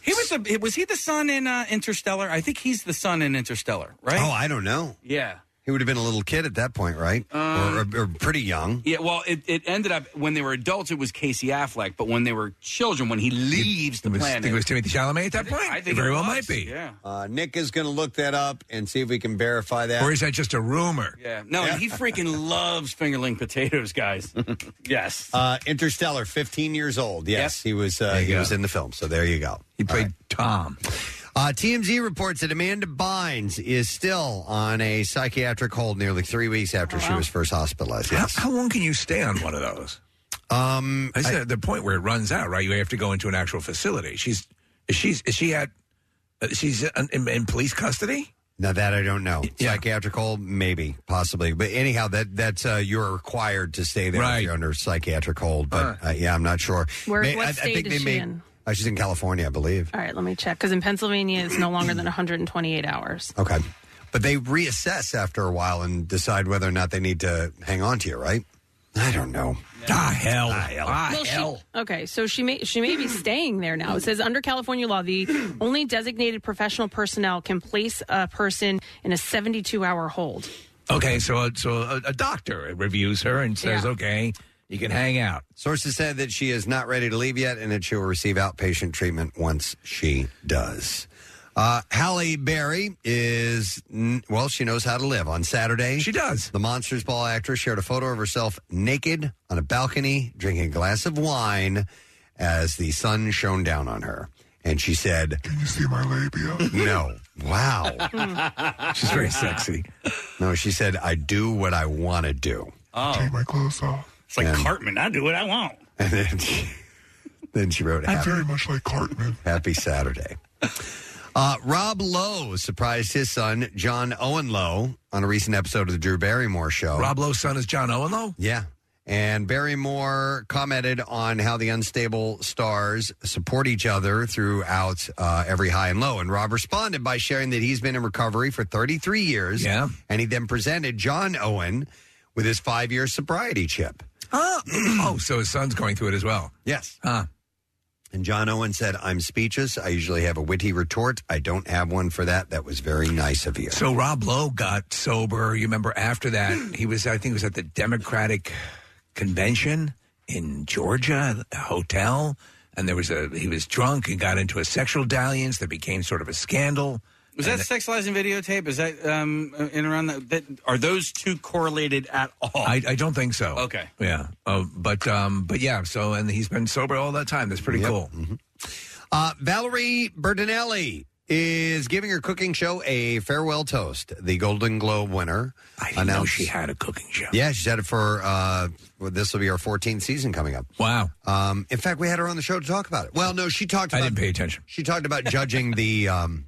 Speaker 6: he was the was he the son in uh, Interstellar? I think he's the son in Interstellar, right?
Speaker 3: Oh, I don't know.
Speaker 6: yeah.
Speaker 3: He would have been a little kid at that point, right? or, or, or pretty young.
Speaker 6: Yeah, well, it, it ended up when they were adults, it was Casey Affleck, but when they were children, when he leaves the
Speaker 5: It was, I
Speaker 6: planet,
Speaker 5: think it was Timothy Chalamet at that point.
Speaker 6: I think
Speaker 5: it very
Speaker 6: it
Speaker 5: well
Speaker 6: was,
Speaker 5: might be.
Speaker 6: Yeah.
Speaker 3: Uh, Nick is going to look that up and see if we can verify that.
Speaker 5: Or is that just a rumor?
Speaker 6: Yeah. No, and he freaking loves fingerling potatoes, guys. yes.
Speaker 3: uh, Interstellar, 15 years old. Yes, he was. Uh, he was in the film. So there you go.
Speaker 5: He played Tom.
Speaker 3: Uh, TMZ reports that Amanda Bynes is still on a psychiatric hold nearly three weeks after she was first hospitalized.
Speaker 5: How,
Speaker 3: Yes.
Speaker 5: how long can you stay on one of those?
Speaker 3: Um,
Speaker 5: I said the point where it runs out, right? You have to go into an actual facility. She's is she's is she at uh, she's in, in, in police custody?
Speaker 3: now that I don't know. Psychiatric hold, maybe, possibly. But anyhow, that that's uh, you're required to stay there if
Speaker 5: Right.
Speaker 3: you're under psychiatric hold. But uh, yeah, I'm not sure.
Speaker 4: Where-
Speaker 3: May-
Speaker 4: what state is she in?
Speaker 3: Uh, she's in California, I believe.
Speaker 4: All right, let me check because in Pennsylvania, it's no longer than 128 hours.
Speaker 3: Okay, but they reassess after a while and decide whether or not they need to hang on to you, right? I don't know.
Speaker 5: Ah hell! Ah
Speaker 4: Well, she-
Speaker 5: hell!
Speaker 4: okay, so she may she may be staying there now. It says under California law, the only designated professional personnel can place a person in a 72 hour hold.
Speaker 5: Okay, so a, so a, a doctor reviews her and says,
Speaker 4: Yeah.
Speaker 5: okay, you can hang out.
Speaker 3: Sources said that she is not ready to leave yet and that she will receive outpatient treatment once she does. Uh, Halle Berry is, n- well, she knows how to live. On Saturday,
Speaker 5: She does.
Speaker 3: the Monsters Ball actress shared a photo of herself naked on a balcony drinking a glass of wine as the sun shone down on her. And she said, Can you see my labia? No. Wow.
Speaker 5: She's very sexy.
Speaker 3: No, she said, I do what I want to do.
Speaker 6: Oh. Take my clothes off. It's like
Speaker 3: Yeah.
Speaker 6: Cartman. I do what I want.
Speaker 3: And then she, then she wrote, happy,
Speaker 11: much like Cartman.
Speaker 3: happy Saturday. Uh, Rob Lowe surprised his son,
Speaker 5: Oh.
Speaker 3: John Owen Lowe, on a recent episode of the Drew Barrymore show.
Speaker 5: Rob Lowe's son is John Owen Lowe.
Speaker 3: Yeah. And Barry Moore commented on how the unstable stars support each other throughout uh, every high and low. And Rob responded by sharing that he's been in recovery for 33 years. Yeah. And he then presented John Owen with his five year sobriety chip.
Speaker 5: Oh. oh, so his son's going through it as well.
Speaker 3: Yes. And John Owen said, I'm speechless. I usually have a witty retort. I don't have one for that. That was very nice of you.
Speaker 5: So Rob Lowe got sober. You remember after
Speaker 3: Hmm.
Speaker 5: that, he was, I think, he was at the Democratic convention in Georgia, a hotel, and there was a he was drunk and got into a sexual dalliance that became sort of a scandal.
Speaker 6: Was
Speaker 5: And
Speaker 6: that sex lies and videotape? Is that um in around that, that? Are those two correlated at all?
Speaker 5: I, I don't think so.
Speaker 6: Okay.
Speaker 5: Yeah. Oh, but um, but yeah. So and he's been sober all that time. That's pretty cool.
Speaker 3: Uh, Valerie Bertinelli is giving her cooking show a farewell toast. The Golden Globe winner. I didn't know she
Speaker 5: had a cooking show.
Speaker 3: Yeah, she's had it for, uh, well, this will be our 14th season coming up.
Speaker 5: Wow.
Speaker 3: Um, in fact, we had her on the show to talk about it. Well, no, she talked about. I didn't
Speaker 5: pay attention.
Speaker 3: She talked about judging the. Um,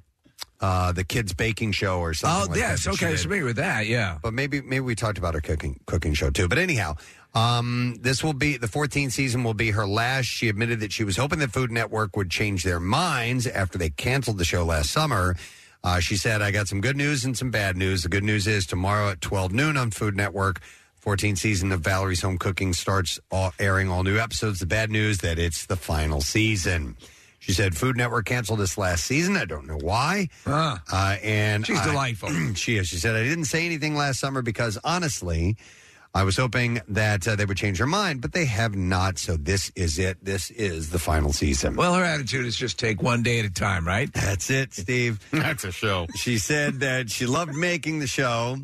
Speaker 3: uh, the kids baking show or something.
Speaker 5: Oh,
Speaker 3: like
Speaker 5: yes,
Speaker 3: that that she
Speaker 5: okay,
Speaker 3: did.
Speaker 5: so maybe with that, yeah.
Speaker 3: But maybe maybe we talked about her cooking cooking show too. But anyhow, um, this will be the 14th season will be her last. She admitted that she was hoping that Food Network would change their minds after they canceled the show last summer. Uh, she said, "I got some good news and some bad news. The good news is tomorrow at 12 noon on Food Network." 14th season of Valerie's Home Cooking starts all, airing all new episodes. The bad news that it's the final season. She said Food Network canceled this last season. I don't know why.
Speaker 6: Ah.
Speaker 3: Uh, and
Speaker 5: She's
Speaker 3: I-
Speaker 5: delightful.
Speaker 3: she is. She said I didn't say anything last summer because honestly, I was hoping that uh, they would change their mind, but they have not. So this is it. This is the final season.
Speaker 5: Well, her attitude is just take one day at a time, right?
Speaker 3: That's it, Steve.
Speaker 5: That's a show.
Speaker 3: She said that she loved making the show,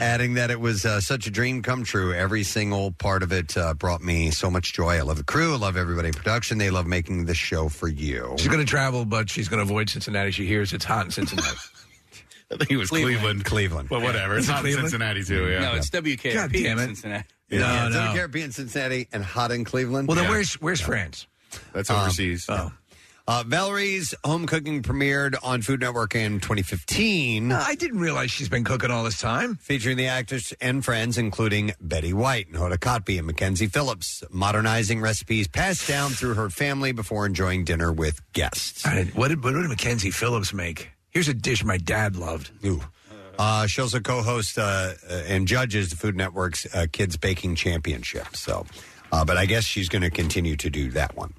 Speaker 3: adding that it was uh, such a dream come true. Every single part of it uh, brought me so much joy. I love the crew. I love everybody in production. They love making the show for you.
Speaker 5: She's going to travel, but she's going to avoid Cincinnati. She hears it's hot in Cincinnati.
Speaker 11: I think it was Cleveland.
Speaker 3: Cleveland.
Speaker 11: But whatever. It's
Speaker 5: Is it
Speaker 11: not in
Speaker 5: Cleveland?
Speaker 11: Cincinnati, too. Yeah.
Speaker 6: No, it's WKRP
Speaker 5: God
Speaker 6: in
Speaker 5: damn it.
Speaker 6: Cincinnati.
Speaker 5: No,
Speaker 3: yeah,
Speaker 5: no.
Speaker 3: WKRP in Cincinnati and hot in Cleveland.
Speaker 5: Well, then where's where's France?
Speaker 11: That's
Speaker 3: overseas.
Speaker 5: oh.
Speaker 3: Um, Uh, Valerie's home cooking premiered on Food Network in 2015.
Speaker 5: Uh, I didn't realize she's been cooking all this time.
Speaker 3: Featuring the actors and friends, including Betty White, Hoda Kotb, and Mackenzie Phillips, modernizing recipes passed down through her family before enjoying dinner with guests.
Speaker 5: I didn't- what did what did Mackenzie Phillips make? Here's a dish my dad loved.
Speaker 3: Ooh. Uh, she also co-hosts uh, uh, and judges the Food Network's uh, Kids Baking Championship. So, uh, but I guess she's going to continue to do that one.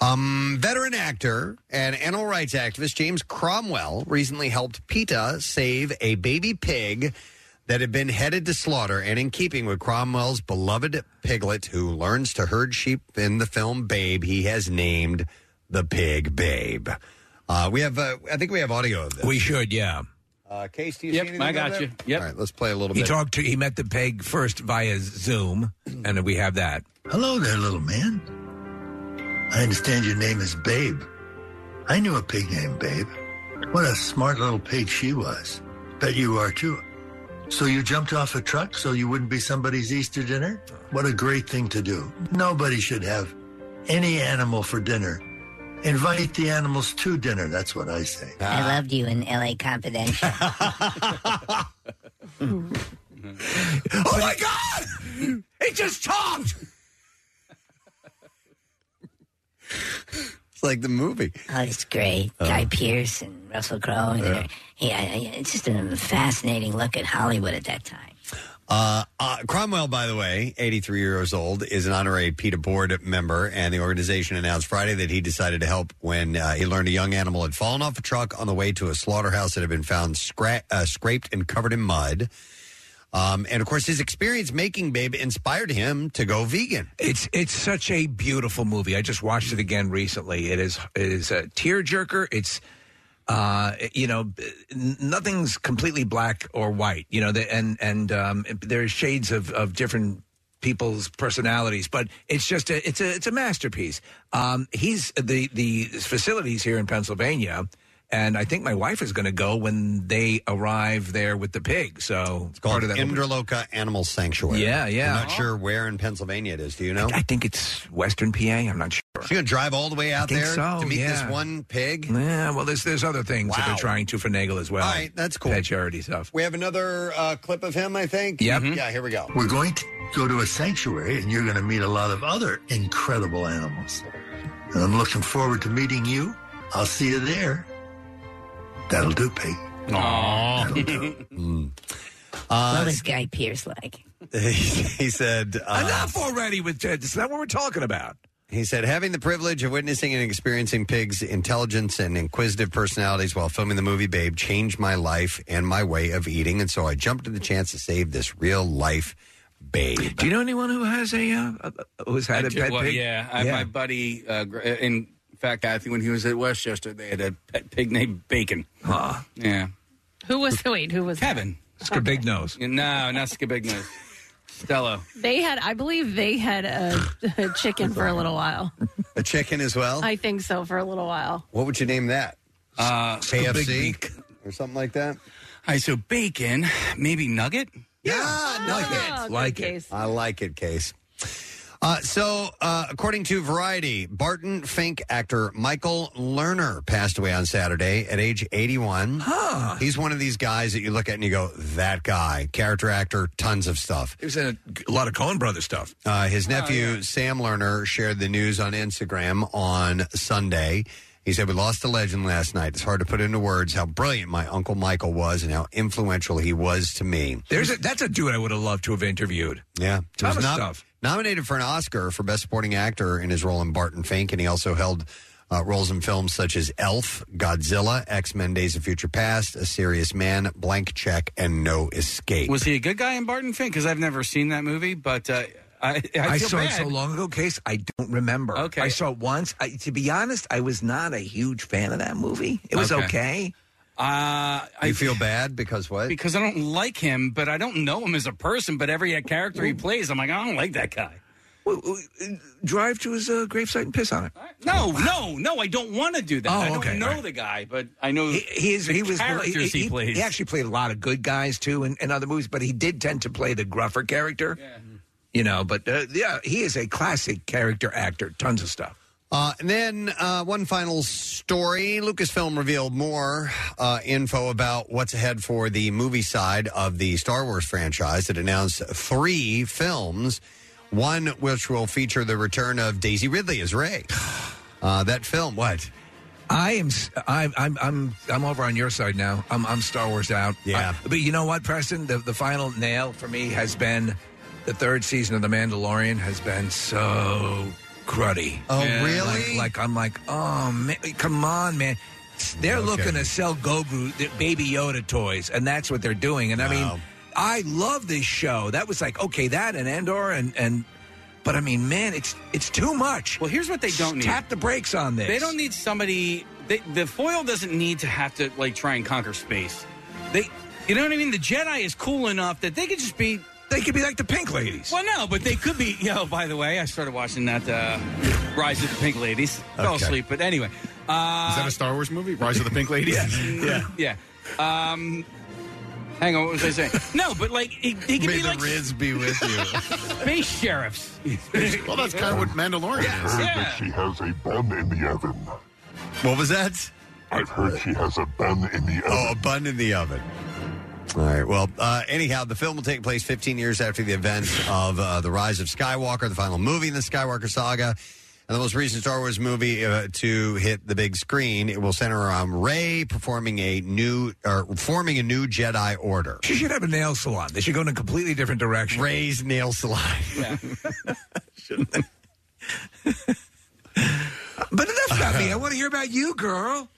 Speaker 3: Um, veteran actor and animal rights activist James Cromwell recently helped PETA save a baby pig that had been headed to slaughter, and in keeping with Cromwell's beloved piglet, who learns to herd sheep in the film Babe, he has named the pig Babe. Uh, we have, uh, I think we have audio of this.
Speaker 5: We should, yeah.
Speaker 3: Uh, Case, do you see
Speaker 5: Yep,
Speaker 3: anything
Speaker 5: I
Speaker 3: over
Speaker 5: got
Speaker 3: there?
Speaker 5: you. Yep.
Speaker 3: All right, let's play a little
Speaker 5: He
Speaker 3: bit.
Speaker 5: talked to he met the peg first via Zoom, and we have that.
Speaker 12: Hello there, little man. I understand your name is Babe. I knew a pig named Babe. What a smart little pig she was. Bet you are too. So you jumped off a truck so you wouldn't be somebody's Easter dinner? What a great thing to do. Nobody should have any animal for dinner. Invite the animals to dinner. That's what I say.
Speaker 13: I loved you in L.A. Confidential.
Speaker 5: Oh my God! He just talked.
Speaker 3: It's like the movie. Uh-huh.
Speaker 13: Oh, it's great. Guy Pearce and Russell Crowe. And
Speaker 3: Yeah.
Speaker 13: yeah, yeah, it's just a fascinating look at Hollywood at that time.
Speaker 3: Uh, uh, Cromwell, by the way, 83 years old, is an honorary PETA board member, and the organization announced Friday that he decided to help when uh, he learned a young animal had fallen off a truck on the way to a slaughterhouse that had been found scra- uh, scraped and covered in mud. Um, and of course, his experience making Babe inspired him to go vegan.
Speaker 5: It's it's such a beautiful movie. I just watched it again recently. It is it is a tearjerker. It's uh, you know, n- nothing's completely black or white. You know, the, and and um, there's shades of of different people's personalities, but it's just a it's a it's a masterpiece. Um, he's the the facilities here in Pennsylvania And I think my wife is going to go when they arrive there with the pig. So it's part
Speaker 3: called
Speaker 5: of that
Speaker 3: Imdaloka Animal Sanctuary.
Speaker 5: Yeah, yeah.
Speaker 3: I'm not sure where in Pennsylvania it is. Do you know?
Speaker 5: I, I think it's Western PA. I'm not sure. You're
Speaker 3: gonna drive all the way out there
Speaker 5: so,
Speaker 3: to meet
Speaker 5: yeah.
Speaker 3: this one pig.
Speaker 5: Yeah. Well, there's there's other things that they're trying to finagle as well. All right,
Speaker 3: that's cool.
Speaker 5: Pet charity stuff.
Speaker 3: We have another uh, clip of him, I think.
Speaker 5: Yep.
Speaker 3: Mm-hmm. Yeah, here we go.
Speaker 12: We're going to go to a sanctuary and you're going to meet a lot of other incredible animals. And I'm looking forward to meeting you. I'll see you there. That'll do, Pete. Mm.
Speaker 3: Uh,
Speaker 13: well, this guy Pierce like.
Speaker 3: he said, uh,
Speaker 5: Enough already with Ted. It's not what we're talking about.
Speaker 3: He said, having the privilege of witnessing and experiencing Pig's intelligence and inquisitive personalities while filming the movie Babe changed my life and my way of eating. And so I jumped at the chance to save this real life babe.
Speaker 5: Do you know anyone who has a uh, uh, who's had
Speaker 6: I
Speaker 5: a
Speaker 6: do-
Speaker 5: pet
Speaker 6: well,
Speaker 5: pig?
Speaker 6: Yeah, I, my buddy. Uh, gr- in fact, I think when he was at Westchester, they had a pet pig named Bacon.
Speaker 5: Huh.
Speaker 6: Yeah.
Speaker 4: Who was the wait? Who was
Speaker 6: Kevin?
Speaker 5: Big nose.
Speaker 6: No, not Skibignose. Stello.
Speaker 4: They had, I believe, they had a, a chicken for a little while.
Speaker 3: A chicken as well?
Speaker 4: I think so for a little while.
Speaker 3: what would you name that?
Speaker 6: Uh,
Speaker 3: KFC or something like
Speaker 6: All
Speaker 3: that?
Speaker 6: right, so bacon, maybe nugget?
Speaker 3: Yeah, nugget. like it. I like it, Case. Uh, so, uh, according to Variety, Barton Fink actor Michael Lerner passed away on Saturday at age 81. Huh. He's one of these guys that you look at and you go, that guy. Character actor, tons of stuff.
Speaker 5: He was in a, lot of Coen Brothers stuff.
Speaker 3: Uh, his nephew, Sam Lerner, shared the news on Instagram on Sunday. He said, We lost a legend last night. It's hard to put into words how brilliant my Uncle Michael was and how influential he was to me.
Speaker 5: There's a, that's a dude I would have loved to have interviewed.
Speaker 3: Yeah, he
Speaker 5: Ton
Speaker 3: was
Speaker 5: of
Speaker 3: nom-
Speaker 5: stuff.
Speaker 3: nominated for an Oscar for Best Supporting Actor in his role in Barton Fink, and he also held uh, roles in films such as Elf, Godzilla, X Men: Days of Future Past, A Serious Man, Blank Check, and No Escape.
Speaker 6: Was he a good guy in Barton Fink? Because I've never seen that movie, but uh, I, I, feel
Speaker 5: I, saw
Speaker 6: bad.
Speaker 5: it so long ago, Case. I don't remember. Okay. I saw it once. I, to be honest, I was not a huge fan of that movie. It was okay.
Speaker 6: Okay. Uh, I
Speaker 3: You feel bad because what?
Speaker 6: Because I don't like him, but I don't know him as a person. But every character he plays, I'm like, I don't like that guy.
Speaker 5: Drive to his uh, gravesite and piss on it.
Speaker 6: No, no, no! I don't want to do that.
Speaker 5: Oh,
Speaker 6: I don't
Speaker 5: okay,
Speaker 6: know
Speaker 5: right.
Speaker 6: the guy, but I know
Speaker 5: He, he is.
Speaker 6: the
Speaker 5: He was.
Speaker 6: characters he, plays.
Speaker 5: He actually played a lot of good guys too in, in other movies, but he did tend to play the gruffer character. You know, but uh, yeah, he is a classic character actor. Tons of stuff.
Speaker 3: Uh, and then uh, one final story. Lucasfilm revealed more uh, info about what's ahead for the movie side of the Star Wars franchise. It announced three films, one which will feature the return of Daisy Ridley as Rey. Uh, that film, what?
Speaker 5: I am. s- I'm. I'm. I'm. I'm over on your side now. I'm. I'm Star Wars out.
Speaker 3: Yeah.
Speaker 5: I- but you know what, Preston? The the final nail for me has been the third season of The Mandalorian has been so cruddy.
Speaker 3: Oh,
Speaker 5: Like,
Speaker 3: really?
Speaker 5: like, I'm like, oh man, come on, man. They're
Speaker 3: Okay.
Speaker 5: looking to sell Gobu the Baby Yoda toys, and that's what they're doing. And I
Speaker 3: Wow.
Speaker 5: mean, I love this show. That was like okay, that and Andor and and. But I mean, man, it's it's too much.
Speaker 6: Well, here's what they don't need.
Speaker 5: Tap the brakes on this.
Speaker 6: They don't need somebody. They, the foil doesn't need to have to like try and conquer space. They, you know what I mean? The Jedi is cool enough that they could just be.
Speaker 5: They could be like the Pink Ladies.
Speaker 6: Well, no, but they could be. Yo, by the way, I started watching that uh, Rise of the Pink Ladies. Fell
Speaker 11: Okay.
Speaker 6: asleep, but anyway. Uh,
Speaker 11: Is that a Star Wars movie? Rise of the Pink Ladies? yeah.
Speaker 6: yeah. Um, hang on, what was I saying? no, but like it, they could
Speaker 11: May
Speaker 6: be
Speaker 11: the
Speaker 6: like
Speaker 11: Riz be with you.
Speaker 6: space sheriffs.
Speaker 11: well, that's kind of what Mandalorian is.
Speaker 6: I heard
Speaker 11: she has a bun in the oven.
Speaker 3: What was that?
Speaker 11: I've heard she has a bun in the
Speaker 3: Oh, a bun in the oven. All right. Well, uh, anyhow, the film will take place 15 years after the events of uh, The Rise of Skywalker, the final movie in the Skywalker saga, and the most recent Star Wars movie uh, to hit the big screen. It will center around Rey performing a new or forming a new Jedi Order.
Speaker 5: She should have a nail salon. They should go in a completely different direction.
Speaker 3: Ray's nail salon.
Speaker 5: but enough about me. I want to hear about you, girl.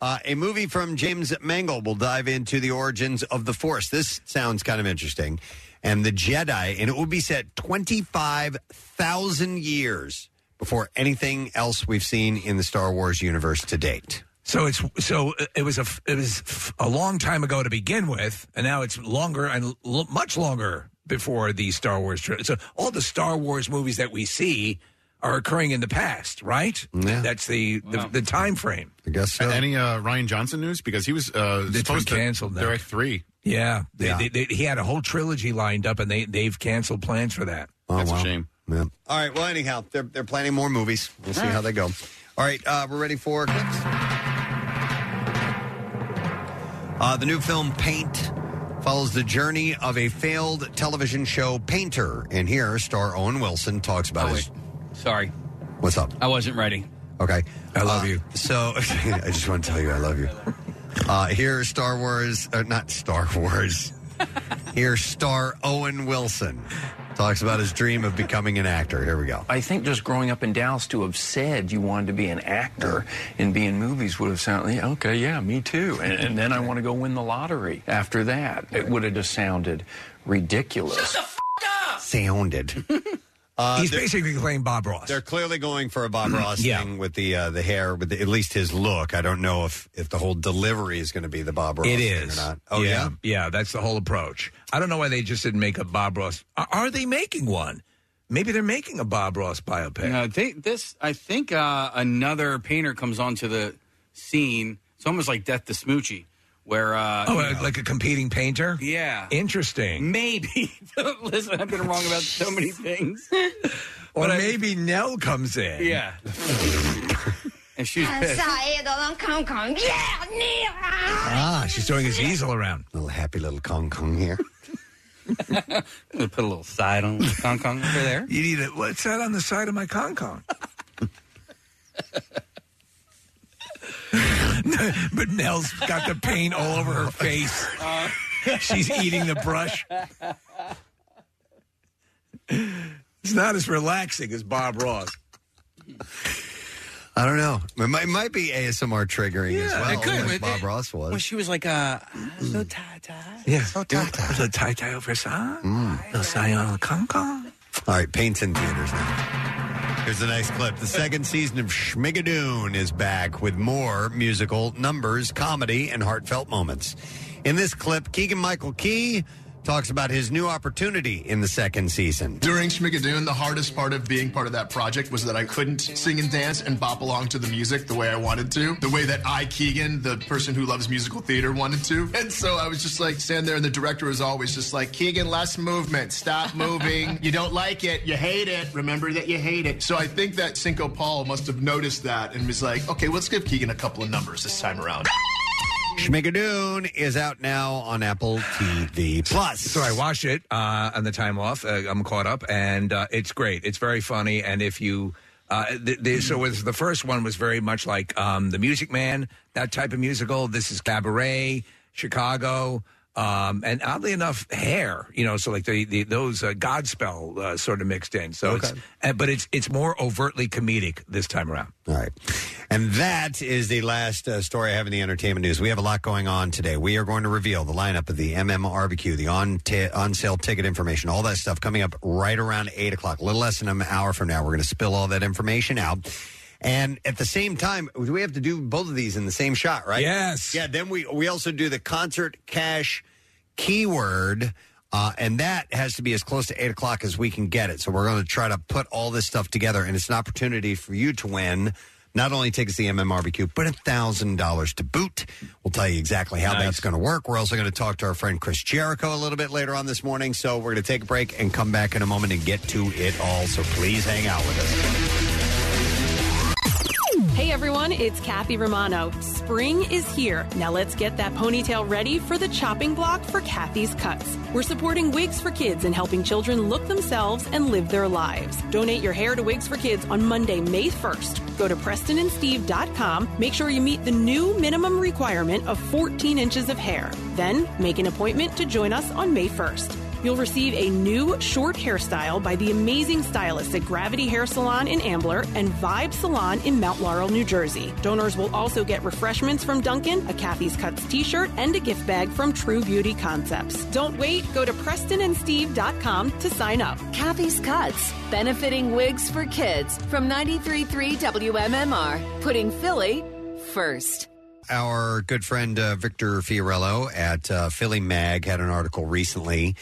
Speaker 3: Uh, a movie from James Mangold will dive into the origins of the Force. This sounds kind of interesting. And the Jedi, and it will be set 25,000 years before anything else we've seen in the Star Wars universe to date.
Speaker 5: So it's so it was a f- it was f- a long time ago to begin with, and now it's longer and l- much longer before the Star Wars. Tri- so all the Star Wars movies that we see are occurring in the past, right? That's the the, the time frame.
Speaker 3: I guess so.
Speaker 14: Any uh, Ryan Johnson news? Because he was uh,
Speaker 5: It's been
Speaker 14: supposed to
Speaker 5: canceled now.
Speaker 14: direct three.
Speaker 5: Yeah, they,
Speaker 14: Yeah.
Speaker 5: They, they, he had a whole trilogy lined up, and they they've canceled plans for that.
Speaker 3: Oh, That's a wow.
Speaker 14: shame.
Speaker 3: Yeah. All right. Well, anyhow, they're they're planning more movies. We'll see how they go. All right, uh, we're ready for clips. Uh, the new film Paint follows the journey of a failed television show painter, and here star Owen Wilson talks about his.
Speaker 6: Oh, Sorry.
Speaker 3: What's up?
Speaker 6: I wasn't ready.
Speaker 3: Okay. I love you. So I just want to tell you I love you. Uh, here, Star Wars, uh, not Star Wars. here, star Owen Wilson talks about his dream of becoming an actor. Here we go.
Speaker 15: I think just growing up in Dallas to have said you wanted to be an actor and be in movies would have sounded, yeah, okay, yeah, me too. And, and then I want to go win the lottery after that. It would have just sounded ridiculous.
Speaker 3: Sounded.
Speaker 5: He's basically playing Bob Ross.
Speaker 3: Uh, They're clearly going for a Bob Ross
Speaker 5: Yeah.
Speaker 3: thing with the uh, the hair, with the, at least his look. I don't know if if the whole delivery is going to be the Bob Ross.
Speaker 5: It
Speaker 3: thing
Speaker 5: is.
Speaker 3: or not. Oh yeah.
Speaker 5: yeah, Yeah, That's the whole approach. I don't know why they just didn't make a Bob Ross. Are, are they making one? Maybe they're making a Bob Ross biopic.
Speaker 6: No, they, this I think uh, another painter comes onto the scene. It's almost like Death to Smoochie, where uh,
Speaker 5: oh, uh, like a competing painter.
Speaker 6: yeah,
Speaker 5: Interesting.
Speaker 6: maybe. Listen, I've been wrong about so many things.
Speaker 5: Or maybe Nell comes in.
Speaker 6: Yeah. and she's pissed.
Speaker 5: Ah, she's throwing his easel around.
Speaker 3: Little happy little Kong Kong here.
Speaker 6: Put a little side on Kong Kong over there.
Speaker 5: You need it. What's that on the side of my Kong Kong? but Nell's got the paint all over her face. She's eating the brush. It's not as relaxing as Bob Ross.
Speaker 3: I don't know. It might, might be ASMR triggering as
Speaker 6: Yeah,
Speaker 3: well.
Speaker 6: it could.
Speaker 3: like
Speaker 6: It-
Speaker 3: Bob Ross was. Hmm.
Speaker 6: Well, she was like, uh, so
Speaker 5: Yeah. So tie tie over song. No sign on the Kong Kong.
Speaker 3: All right, paints in theaters now. Here's a nice clip. The second season of Schmigadoon is back with more musical numbers, comedy, and heartfelt moments. In this clip, Keegan Michael Key talks about his new opportunity in the second season.
Speaker 16: During Schmigadoon, the hardest part of being part of that project was that I couldn't sing and dance and bop along to the music the way I wanted to, the way that I, Keegan, the person who loves musical theater, wanted to. And so I was just like standing there, and the director was always just like, Keegan, less movement, stop moving. you don't like it, you hate it, remember that you hate it. So I think that Cinco Paul must have noticed that and was like, okay, let's give Keegan a couple of numbers this time around.
Speaker 3: Schmigadoon is out now on Apple TV Plus. So
Speaker 5: I watched it uh, on the time off. Uh, I'm caught up, and uh, it's great. It's very funny, and if you. Uh, th the, so was, the first one was very much like um, the Music Man, that type of musical. This is cabaret, Chicago, um, and oddly enough, Hair. You know, so like the, the those uh, Godspell uh, sort of mixed in. So it's uh, but it's it's more overtly comedic this time around.
Speaker 3: All right. And that is the last uh, story I have in the entertainment news. We have a lot going on today. We are going to reveal the lineup of the MMRBQ, the on ti on sale ticket information, all that stuff coming up right around 8 o'clock, a little less than an hour from now. We're going to spill all that information out. And at the same time, we have to do both of these in the same shot, right? Yes. Yeah, then we, we also do the concert cash keyword. Uh, and that has to be as close to 8 o'clock as we can get it. So we're going to try to put all this stuff together. And it's an opportunity for you to win not only tickets to the MMRBQ, but $1,000 to boot. We'll tell you exactly how that's going to work. We're also going to talk to our friend Chris Jericho a little bit later on this morning. So we're going to take a break and come back in a moment and get to it all. So please hang out with us.
Speaker 4: Hey everyone, it's Kathy Romano. Spring is here. Now let's get that ponytail ready for the chopping block for Kathy's Cuts. We're supporting Wigs for Kids and helping children look themselves and live their lives. Donate your hair to Wigs for Kids on Monday, May 1st. Go to PrestonandSteve.com. Make sure you meet the new minimum requirement of 14 inches of hair. Then make an appointment to join us on May 1st. You'll receive a new short hairstyle by the amazing stylists at Gravity Hair Salon in Ambler and Vibe Salon in Mount Laurel, New Jersey. Donors will also get refreshments from Duncan, a Kathy's Cuts t shirt, and a gift bag from True Beauty Concepts. Don't wait, go to PrestonandSteve.com to sign up.
Speaker 17: Kathy's Cuts, benefiting wigs for kids from 93.3 WMMR, putting Philly first.
Speaker 3: Our good friend uh, Victor Fiorello at uh, Philly Mag had an article recently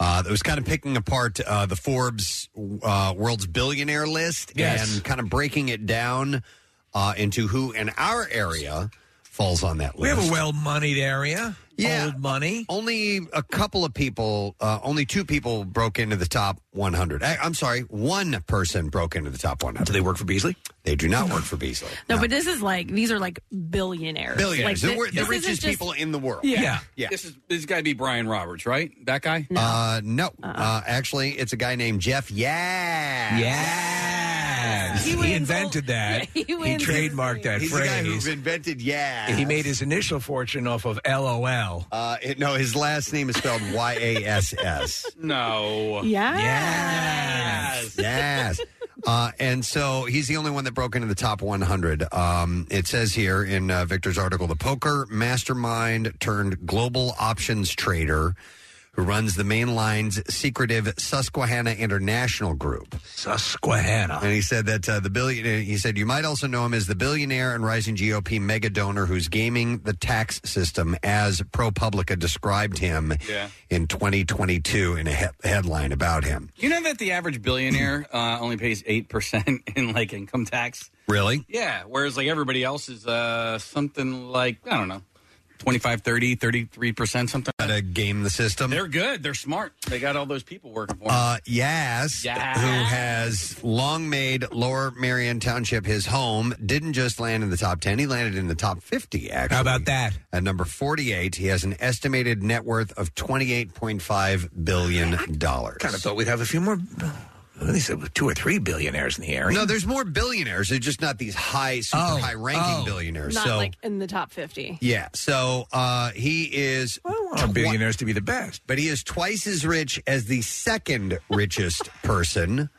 Speaker 3: Uh, that was kind of picking apart uh, the Forbes uh, World's Billionaire list
Speaker 5: Yes.
Speaker 3: and kind of breaking it down uh, into who in our area falls on that list.
Speaker 5: We have a well moneyed area.
Speaker 3: Yeah. Old
Speaker 5: money.
Speaker 3: Only a couple of people, uh, only two people broke into the top 100. I, I'm sorry, one person broke into the top 100. Do
Speaker 5: they work for Beasley?
Speaker 3: They do not work for Beasley.
Speaker 4: No, but this is like these are like billionaires.
Speaker 3: Billionaires.
Speaker 4: Like,
Speaker 3: The wor- the
Speaker 4: this
Speaker 3: richest
Speaker 4: isn't just-
Speaker 3: people in the world.
Speaker 4: Yeah.
Speaker 3: Yeah.
Speaker 6: This is this got to be Brian Roberts, right? That guy?
Speaker 3: No. Uh, no. Uh, actually, it's a guy named Jeff Yeah.
Speaker 5: Yeah. He, invented that.
Speaker 3: He wins
Speaker 5: trademarked that
Speaker 3: He's the guy
Speaker 5: phrase.
Speaker 3: who invented yeah.
Speaker 5: He made his initial fortune off of LOL.
Speaker 3: Uh, it- no, his last name is spelled Y A S S.
Speaker 6: No.
Speaker 3: Yes. Yes. Uh, and so he's the only one that broke into the top 100. Um, it says here in uh, Victor's article the poker mastermind turned global options trader who runs the mainline's secretive Susquehanna International Group.
Speaker 5: Susquehanna.
Speaker 3: And he said that uh, the billionaire, he said, you might also know him as the billionaire and rising GOP mega donor who's gaming the tax system as ProPublica described him
Speaker 6: Yeah.
Speaker 3: in 2022 in a he- headline about him.
Speaker 6: You know that the average billionaire uh, only pays 8% in like income tax?
Speaker 3: Really?
Speaker 6: Yeah, whereas like everybody else is uh, something like, I don't know, 25, 30, 33%, something. Got
Speaker 3: to game the system.
Speaker 6: They're good. They're smart. They got all those people working for them.
Speaker 3: Uh, Yas, who has long made Lower Marion Township his home, didn't just land in the top 10. He landed in the top 50, actually. How about
Speaker 5: that?
Speaker 3: At number 48, he has an estimated net worth of $28.5 billion. Kind
Speaker 5: of thought we'd have a few more. At least there were two or three billionaires in the area.
Speaker 3: No, there's more billionaires. They're just not these high, super
Speaker 5: Oh.
Speaker 3: high ranking
Speaker 5: Oh.
Speaker 3: billionaires.
Speaker 4: Not
Speaker 3: so,
Speaker 4: like in the top fifty.
Speaker 3: yeah. So uh, he is.
Speaker 5: billionaires to be the best.
Speaker 3: But he is twice as rich as the second richest person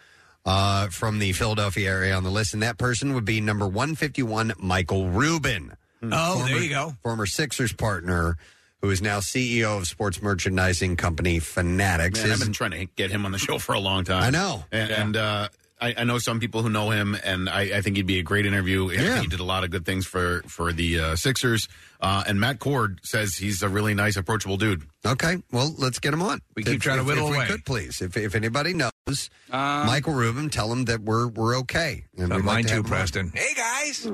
Speaker 3: uh, from the Philadelphia area on the list. And that person would be number 151, Michael Rubin.
Speaker 5: Oh, there you go.
Speaker 3: Former Sixers partner who is now CEO of sports merchandising company Fanatics.
Speaker 14: Man, I've
Speaker 3: His-
Speaker 14: been trying to get him on the show for a long time.
Speaker 3: I know.
Speaker 14: and, and, uh, I, I know some people who know him, and I, I think he'd be a great interview. I think he did a lot of good things for for the uh, Sixers. Uh, and Matt Cord says he's a really nice, approachable dude.
Speaker 3: Okay, well, let's get him on.
Speaker 14: We
Speaker 3: If- if- if we could, please. If, if anybody knows Michael Rubin, tell him that we're we're okay. And
Speaker 5: So
Speaker 3: we'd like
Speaker 5: Uh, mine
Speaker 3: to have
Speaker 5: too,
Speaker 3: him on.
Speaker 5: Preston. Hey, guys.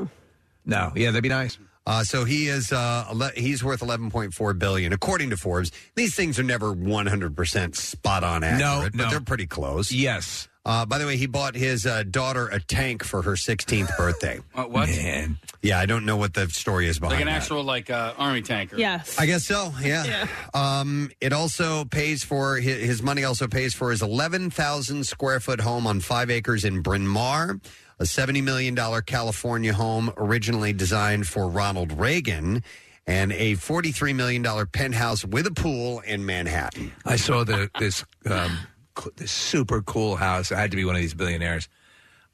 Speaker 5: No, yeah, that'd be nice.
Speaker 3: Uh, so he is uh, ele- he's worth 11.4 billion according to Forbes. These things are never 100% spot on accurate,
Speaker 5: No,
Speaker 3: but
Speaker 5: no.
Speaker 3: they're pretty close.
Speaker 5: Yes.
Speaker 3: Uh, by the way, he bought his uh, daughter a tank for her 16th birthday.
Speaker 6: Uh, what?
Speaker 5: Man.
Speaker 3: Yeah, I don't know what the story is behind
Speaker 6: like an
Speaker 3: that.
Speaker 6: actual like uh, army tanker.
Speaker 4: Yes.
Speaker 3: I guess so. Yeah. Um, it also pays for hi- his money. Also pays for his eleven thousand square foot home on five acres in Bryn Mawr, a seventy million dollar California home originally designed for Ronald Reagan, and a forty three million dollar penthouse with a pool in Manhattan.
Speaker 5: I saw Oh, the this um, cl- this super cool house. I had to be one of these billionaires.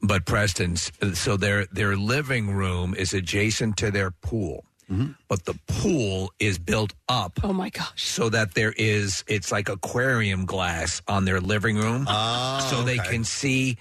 Speaker 5: But Preston's, so their their living room is adjacent to their pool,
Speaker 14: Mm-hmm.
Speaker 5: but the pool is built up.
Speaker 4: Oh my gosh!
Speaker 5: So that there is, it's like aquarium glass on their living room,
Speaker 14: Ah,
Speaker 3: Oh,
Speaker 5: so they
Speaker 3: okay.
Speaker 5: can see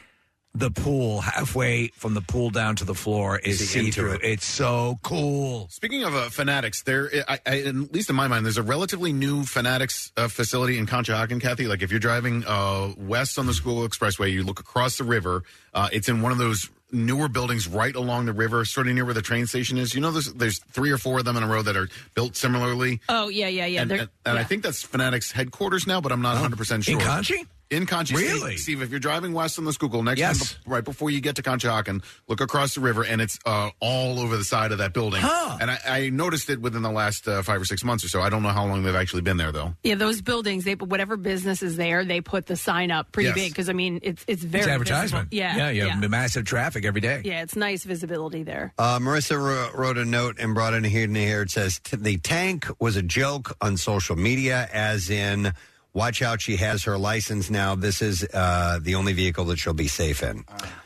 Speaker 5: the pool halfway from the pool down to the floor is
Speaker 14: See
Speaker 5: see
Speaker 14: into
Speaker 5: through.
Speaker 14: it.
Speaker 5: It's so cool.
Speaker 14: Speaking of uh, fanatics, there, I, I, at least in my mind, there's a relatively new fanatics uh, facility in Conshohocken, Kathy. Like if you're driving uh, west on the School Expressway, you look across the river. Uh, it's in one of those newer buildings right along the river, sort of near where the train station is. You know, there's, there's three or four of them in a row that are built similarly.
Speaker 4: Oh yeah, yeah, yeah.
Speaker 14: and
Speaker 4: They're-
Speaker 14: and, and I think that's Fanatics headquarters now, but I'm not 100 percent sure.
Speaker 5: in Conchi?
Speaker 14: In Conchi,
Speaker 5: Really?
Speaker 14: Steve, Steve, if you're driving west on the Schuylkill, next
Speaker 5: Yes.
Speaker 14: time, right before you get to Conshohocken, look across the river, and it's uh, all over the side of that building.
Speaker 4: Huh.
Speaker 14: And I, I noticed it within the last uh, five or six months or so. I don't know how long they've actually been there, though.
Speaker 4: yeah, those buildings. They whatever business is there, they put the sign up pretty
Speaker 14: Yes.
Speaker 4: big because I mean it's it's very
Speaker 5: it's
Speaker 4: visible.
Speaker 5: advertisement.
Speaker 4: Yeah,
Speaker 5: yeah, you have
Speaker 4: yeah.
Speaker 5: massive traffic every day.
Speaker 4: Yeah, it's nice visibility there.
Speaker 3: Uh, Marissa wro- wrote a note and brought in here and here. It says "T- the tank was a joke on social media, as in, watch out, she has her license now. This is uh, the only vehicle that she'll be safe in.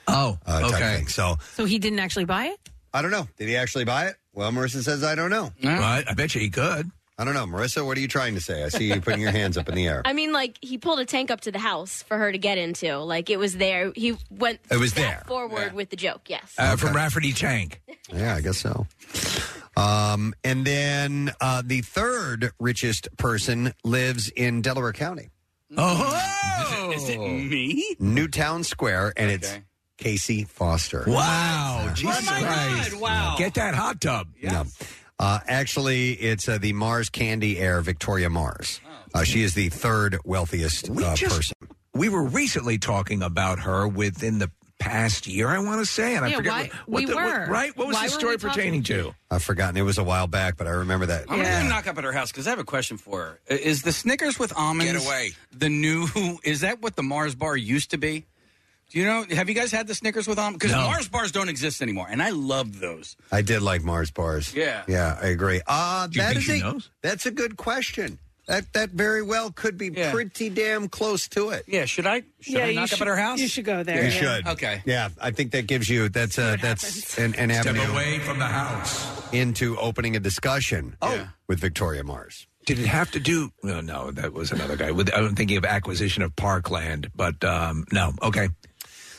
Speaker 5: Oh,
Speaker 3: uh, type
Speaker 5: okay.
Speaker 3: thing. So
Speaker 4: So he didn't actually buy it.
Speaker 3: I don't know. Did he actually buy it? Well, Marissa says I don't know.
Speaker 5: Well, I, I bet you he could.
Speaker 3: I don't know, Marissa. What are you trying to say? I see you putting your hands up in the air.
Speaker 18: I mean, like he pulled a tank up to the house for her to get into. Like it was there. He went.
Speaker 3: It was
Speaker 18: that
Speaker 3: there.
Speaker 18: Forward with the joke. Yes.
Speaker 5: Uh, From Rafferty Tank.
Speaker 3: Yeah, I guess so. Um, and then uh, the third richest person lives in Delaware County.
Speaker 6: Oh, is it me?
Speaker 3: Newtown Square, and it's Casey Foster.
Speaker 5: Wow,
Speaker 3: Yeah.
Speaker 5: Jesus
Speaker 6: Oh
Speaker 5: Christ! Wow, get that hot tub.
Speaker 3: Yeah. Uh, actually, it's uh, the Mars Candy heir, Victoria Mars. Uh, she is the third wealthiest uh,
Speaker 5: just-
Speaker 3: person.
Speaker 5: We were recently talking about her within the past year, I want to say, and I
Speaker 3: Yeah,
Speaker 5: forget
Speaker 3: why-
Speaker 5: what, what
Speaker 3: we
Speaker 5: the, what-
Speaker 3: were.
Speaker 5: right. What was
Speaker 3: Why
Speaker 5: the
Speaker 3: were
Speaker 5: story
Speaker 3: we talking-
Speaker 5: pertaining to? Oh,
Speaker 3: I've forgotten. It was a while back, but I remember that.
Speaker 6: I'm gonna knock up at her house because I have a question for her. Is the Snickers with almonds
Speaker 3: Get away.
Speaker 6: the new? Is that what the Mars bar used to be? Do you know? Have you guys had the Snickers with almonds? Because
Speaker 3: No.
Speaker 6: Mars bars don't exist anymore, and I loved those.
Speaker 3: I did like Mars bars.
Speaker 6: Yeah.
Speaker 3: Yeah, I agree. Uh,
Speaker 6: Do you
Speaker 3: that
Speaker 6: think
Speaker 3: is
Speaker 6: she
Speaker 3: a,
Speaker 6: knows?
Speaker 3: That's a good question. That that very well could be pretty damn close to it.
Speaker 6: Yeah, should I should I
Speaker 4: Yeah, you
Speaker 6: knock
Speaker 4: should-
Speaker 6: up at her house?
Speaker 4: you should go there,
Speaker 3: You
Speaker 4: yeah.
Speaker 3: should.
Speaker 6: Okay.
Speaker 3: Yeah, I think that gives you that's uh that's an, an
Speaker 5: Step
Speaker 3: avenue
Speaker 5: away from the house.
Speaker 3: into opening a discussion.
Speaker 5: Oh.
Speaker 3: with Victoria Mars.
Speaker 5: Did it have to do? No, no, that was another guy. With I'm thinking of acquisition of parkland, but um, no. Okay,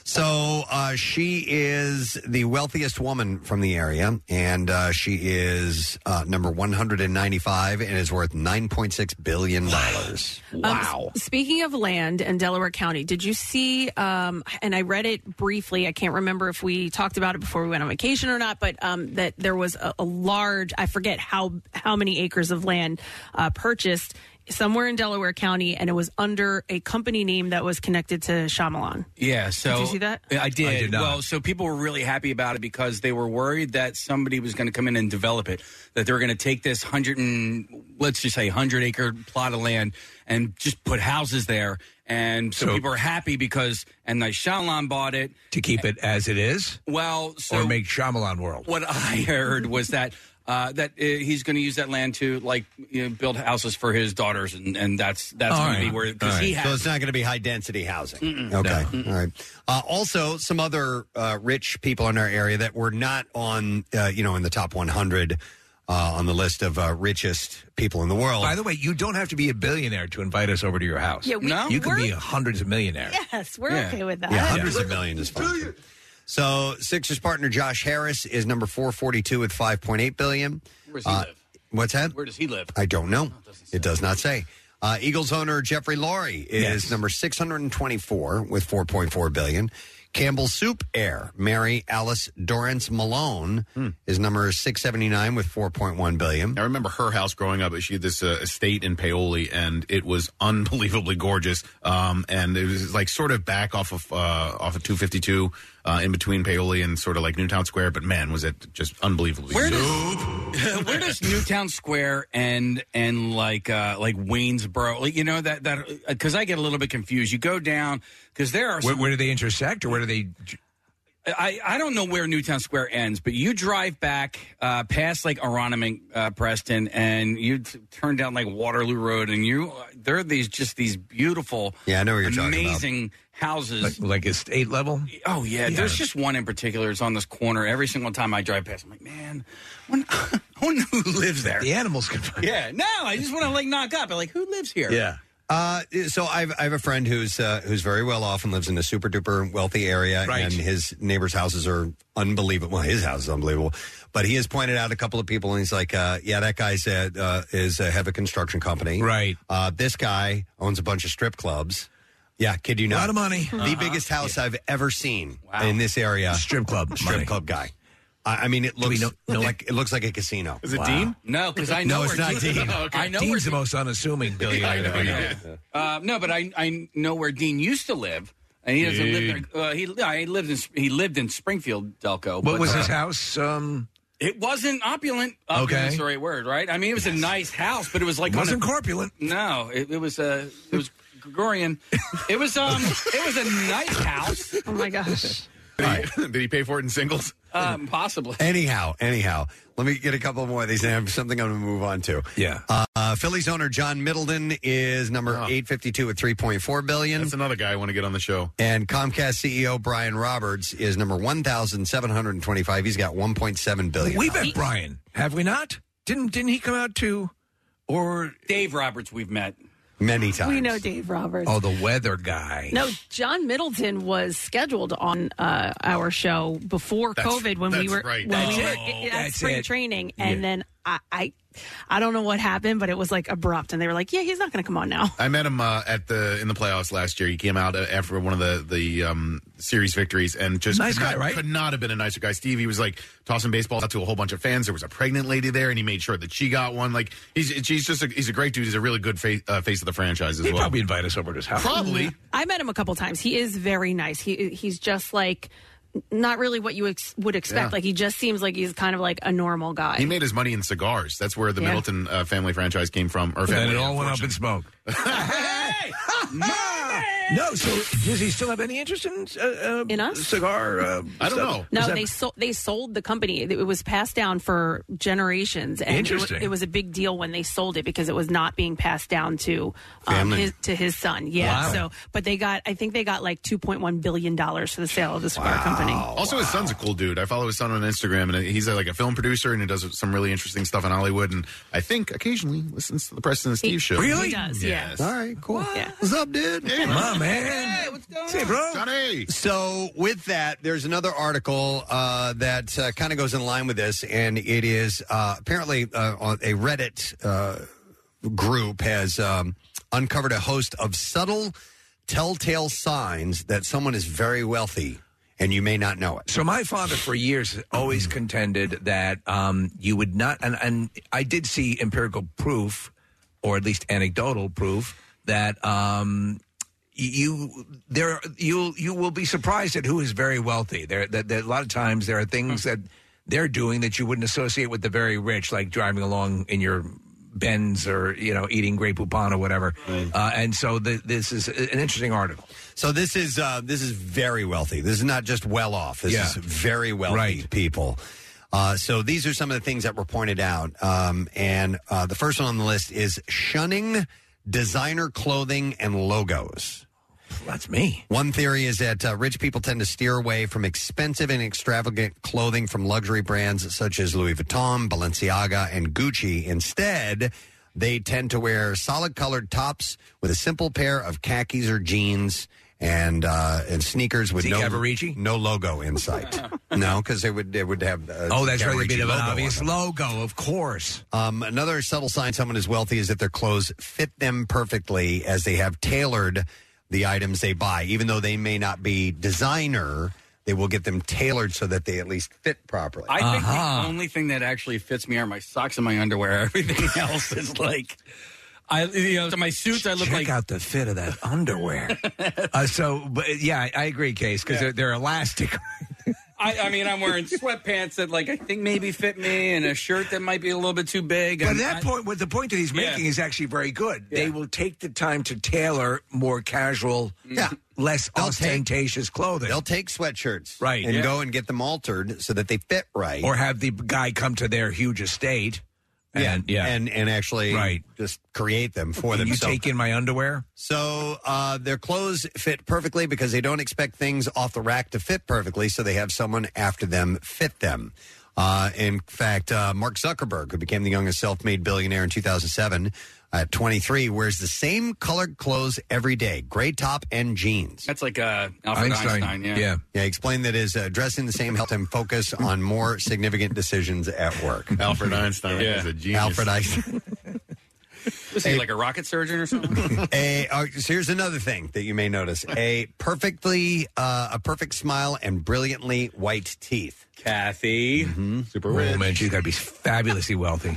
Speaker 3: So uh, she is the wealthiest woman from the area, and uh, she is uh, number 195 and is worth 9.6 billion dollars.
Speaker 4: Um, s- speaking of land in Delaware County, did you see? Um, and I read it briefly. I can't remember if we talked about it before we went on vacation or not. But um, that there was a, a large. I forget how how many acres of land uh, purchased somewhere in Delaware County, and it was under a company name that was connected to Shyamalan.
Speaker 6: Yeah, so
Speaker 4: Did you see that?
Speaker 6: I did.
Speaker 5: I did not.
Speaker 6: Well, so people were really happy about it because they were worried that somebody was going to come in and develop it, that they were going to take this hundred and let's just say hundred acre plot of land and just put houses there, and so,
Speaker 5: So-
Speaker 6: people are happy because and the Shyamalan bought it
Speaker 5: to keep it as it is.
Speaker 6: Well, so
Speaker 5: or make Shyamalan world.
Speaker 6: what I heard was that uh, that uh, he's going to use that land to like you know, build houses for his daughters, and, and that's that's
Speaker 3: All
Speaker 6: going to
Speaker 3: right.
Speaker 6: be where because
Speaker 3: All
Speaker 6: he
Speaker 3: right.
Speaker 6: has
Speaker 3: so it's not going to be high density housing.
Speaker 6: Mm-mm.
Speaker 3: Okay, all right. Uh, also, some other uh, rich people in our area that were not on, uh, you know, in the top 100 uh, on the list of uh, richest people in the world.
Speaker 5: By the way, you don't have to be a billionaire to invite us over to your house.
Speaker 4: Yeah, we- No?
Speaker 5: you could be
Speaker 4: we're-
Speaker 5: a hundreds of millionaires.
Speaker 4: Yes, we're
Speaker 3: Yeah.
Speaker 4: okay with that.
Speaker 3: Yeah, hundreds of millions is fine. So Sixers partner Josh Harris is number 442 with 5.8 billion. Uh,
Speaker 6: Where's he live?
Speaker 3: What's that?
Speaker 6: Where does he live? Oh,
Speaker 3: I don't know. it does not say. Uh, Eagles owner Jeffrey Lurie is number 624 with 4.4 billion. Campbell Soup heir Mary Alice Dorrance Malone is number 679 with 4.1 billion.
Speaker 14: I remember her house growing up. She had this uh, estate in Paoli, and it was unbelievably gorgeous. Um, and it was like sort of back off of uh, off of 252, uh, in between Paoli and sort of like Newtown Square. But man, was it just unbelievably
Speaker 6: Where
Speaker 14: beautiful.
Speaker 6: does, where does Newtown Square and and like uh, like Waynesboro, like, you know that that because I get a little bit confused. You go down because there are
Speaker 5: Where,
Speaker 6: some,
Speaker 5: where do they intersect, or where do they?
Speaker 6: I I don't know where Newtown Square ends, but you drive back uh, past like Aronimink, uh Preston, and you t- turn down like Waterloo Road, and you there are these just these beautiful
Speaker 3: Yeah, I know what you're talking about.
Speaker 6: amazing houses
Speaker 5: Like, like estate level?
Speaker 6: Oh yeah,
Speaker 5: Yeah.
Speaker 6: there's just one in particular. It's on this corner. Every single time I drive past, I'm like, man, when, I wonder who lives there.
Speaker 5: The animals can.
Speaker 6: Yeah, no, I just want to like knock up. I'm like, who lives here?
Speaker 3: Uh, so I've I have a friend who's uh, who's very well off and lives in a super duper wealthy area,
Speaker 5: Right.
Speaker 3: and his neighbors' houses are unbelievable. Well, his house is unbelievable, but he has pointed out a couple of people, and he's like, uh, "Yeah, that guy's uh, uh, is uh, have a construction company, right? Uh, this guy owns a bunch of strip clubs. Yeah, kid, you know,
Speaker 5: Lot of money.
Speaker 3: The
Speaker 5: Uh-huh.
Speaker 3: biggest house I've ever seen in this area, strip club, strip club guy. I, I mean, it
Speaker 5: Do we
Speaker 3: looks
Speaker 5: know- know-
Speaker 3: like it looks like a casino.
Speaker 5: Wow.
Speaker 6: No, 'cause I know
Speaker 5: no,
Speaker 6: where
Speaker 5: it's not
Speaker 6: Dean-
Speaker 5: Dean.
Speaker 6: Okay. I know where
Speaker 5: Dean's the most unassuming billionaire.
Speaker 6: I know,
Speaker 5: that I know.
Speaker 6: yeah. Uh, no, but I I know where Dean used to live, and he doesn't live there. Uh, he uh, he lived in he lived in Springfield, Delco. uh,
Speaker 5: What was his
Speaker 6: house?
Speaker 5: house? Um,
Speaker 6: It wasn't opulent. uh, Opulent's
Speaker 5: Okay.
Speaker 6: the right word, right? I mean, it was a nice house, but it was like
Speaker 5: It wasn't
Speaker 6: on a-
Speaker 5: corpulent.
Speaker 6: No, it, it was uh, it was Gregorian. It was um, it was a nice house.
Speaker 4: Oh my gosh!
Speaker 14: Did he pay for it in singles?
Speaker 6: Um, possibly.
Speaker 3: Anyhow, anyhow, let me get a couple more of these, and I have something I'm going to move on to.
Speaker 5: Yeah.
Speaker 3: Uh, Phillies owner John Middleton is number 852 at 3.4 billion. That's
Speaker 14: another guy I want to get on the show.
Speaker 3: And Comcast CEO Brian Roberts is number 1,725. He's got 1.7 billion.
Speaker 5: We've met Brian, have we not? Didn't didn't he come out to or
Speaker 6: Dave Roberts? We've met
Speaker 3: many
Speaker 4: We know Dave Roberts.
Speaker 5: Oh, the weather guy.
Speaker 4: No, John Middleton was scheduled on uh, our show before
Speaker 5: That's-
Speaker 4: COVID when we
Speaker 5: that's
Speaker 4: were
Speaker 5: right.
Speaker 4: when
Speaker 5: That's
Speaker 4: we were
Speaker 5: it.
Speaker 4: at
Speaker 5: That's
Speaker 4: spring
Speaker 5: it.
Speaker 4: training, and then I, I, I don't know what happened, but it was like abrupt, and they were like, "Yeah, he's not going to come on now."
Speaker 14: I met him uh, at the in the playoffs last year. He came out uh, after one of the the um, series victories and just
Speaker 5: Nice
Speaker 14: could
Speaker 5: guy,
Speaker 14: not,
Speaker 5: right?
Speaker 14: could not have been a nicer guy. Steve, he was like tossing baseballs out to a whole bunch of fans. There was a pregnant lady there, and he made sure that she got one. Like he's he's just a, he's a great dude. He's a really good face, uh, face of the franchise as
Speaker 5: He'd
Speaker 14: well.
Speaker 5: probably invite us over to his house.
Speaker 14: Probably.
Speaker 4: I met him a couple times. He is very nice. He he's just like not really what you ex- would expect.
Speaker 14: Yeah.
Speaker 4: Like he just seems like he's kind of like a normal guy.
Speaker 14: He made his money in cigars. That's where the
Speaker 4: Yeah.
Speaker 14: Middleton uh, family franchise came from. Or
Speaker 5: And then
Speaker 14: family
Speaker 5: it all went up
Speaker 14: fortune.
Speaker 5: in smoke. Ah, No, so does he still have any interest in uh, in us cigar? Uh, stuff?
Speaker 4: No,
Speaker 5: Is that-
Speaker 4: they sold. They sold the company. It was passed down for generations, and it wa-
Speaker 5: Interesting.
Speaker 4: It, was a big deal when they sold it because it was not being passed down to um,
Speaker 5: Family.
Speaker 4: his to his son. Yeah.
Speaker 14: Wow.
Speaker 4: So, but they got. I think they got like two point one billion dollars for the sale of the cigar company.
Speaker 14: Oh, Also, his son's a cool dude. I follow his son on Instagram, and he's uh, like a film producer, and he does some really interesting stuff in Hollywood. And I think occasionally listens to the Preston and Steve
Speaker 4: He-
Speaker 14: show.
Speaker 4: Really? he does, yeah.
Speaker 14: Yes. All right.
Speaker 3: Cool.
Speaker 4: Yeah.
Speaker 3: What's up, dude?
Speaker 14: Hey,
Speaker 3: My
Speaker 5: man.
Speaker 3: what's going on? bro.
Speaker 14: Johnny.
Speaker 3: So, with that, there's another article uh, that uh, kind of goes in line with this, and it is uh, apparently uh, on a Reddit uh, group has um, uncovered a host of subtle telltale signs that someone is very wealthy, and you may not know it.
Speaker 5: So my father, for years, always
Speaker 3: Mm-hmm.
Speaker 5: contended that um, you would not, and, and I did see empirical proof, or at least anecdotal proof, that um, you there you you will be surprised at who is very wealthy. There, that, that a lot of times there are
Speaker 3: Hmm.
Speaker 5: things that they're doing that you wouldn't associate with the very rich, like driving along in your Benz or you know eating Grey Poupon or whatever. Uh, and so the, this is an interesting article.
Speaker 3: So this is uh, this is very wealthy. This is not just well off. This
Speaker 5: Yeah.
Speaker 3: is very wealthy
Speaker 5: Right.
Speaker 3: people. Uh, so these are some of the things that were pointed out. Um, and uh, the first one on the list is shunning designer clothing and logos.
Speaker 5: That's me.
Speaker 3: One theory is that uh, rich people tend to steer away from expensive and extravagant clothing from luxury brands such as Louis Vuitton, Balenciaga, and Gucci. Instead, they tend to wear solid colored tops with a simple pair of khakis or jeans and uh, and sneakers with
Speaker 5: Is he
Speaker 3: no
Speaker 5: Gavarici?
Speaker 3: no logo in sight. no, because they would they would have uh,
Speaker 5: oh, that's right. A
Speaker 3: Gavarici
Speaker 5: bit of an
Speaker 3: logo on
Speaker 5: obvious
Speaker 3: them.
Speaker 5: logo, of course.
Speaker 3: Um, another subtle sign someone is wealthy is that their clothes fit them perfectly as they have tailored the items they buy. Even though they may not be designer, they will get them tailored so that they at least fit properly.
Speaker 6: I think
Speaker 14: Uh-huh.
Speaker 6: the only thing that actually fits me are my socks and my underwear. Everything else is like, I you know, to my suits. I look
Speaker 5: Check
Speaker 6: like
Speaker 5: out the fit of that underwear. uh, so, but yeah, I, I agree, Case, because they're, they're elastic.
Speaker 6: I, I mean, I'm wearing sweatpants that like I think maybe fit me, and a shirt that might be a little bit too big.
Speaker 5: But
Speaker 6: and
Speaker 5: that
Speaker 6: I-
Speaker 5: point, what the point that he's
Speaker 6: Yeah.
Speaker 5: making is actually very good. They will take the time to tailor more casual,
Speaker 6: Mm.
Speaker 3: Yeah.
Speaker 5: less
Speaker 3: They'll take-
Speaker 5: ostentatious clothing.
Speaker 3: They'll take sweatshirts
Speaker 5: Right,
Speaker 3: and
Speaker 5: yeah.
Speaker 3: go and get them altered so that they fit right.
Speaker 5: or have the guy come to their huge estate. And, yeah,
Speaker 3: and and actually
Speaker 5: Right.
Speaker 3: just create them for
Speaker 5: Can
Speaker 3: them.
Speaker 5: you
Speaker 3: So-
Speaker 5: take in my underwear?
Speaker 3: So uh, their clothes fit perfectly because they don't expect things off the rack to fit perfectly, so they have someone after them fit them. Uh, in fact, uh, Mark Zuckerberg, who became the youngest self made billionaire in 2007 at 23, wears the same colored clothes every day gray top and jeans.
Speaker 6: that's like uh, Alfred Einstein. yeah.
Speaker 3: Yeah, he explained that his uh, dressing the same helped him focus on more significant decisions at work.
Speaker 14: Alfred Einstein
Speaker 6: Yeah.
Speaker 14: is a genius.
Speaker 3: Alfred Einstein.
Speaker 6: Was he like a rocket surgeon or something?
Speaker 3: a uh, so here's another thing that you may notice: a perfectly uh, a perfect smile and brilliantly white teeth. Mm-hmm.
Speaker 6: Kathy,
Speaker 14: super
Speaker 5: Oh, man, she's got to be fabulously wealthy.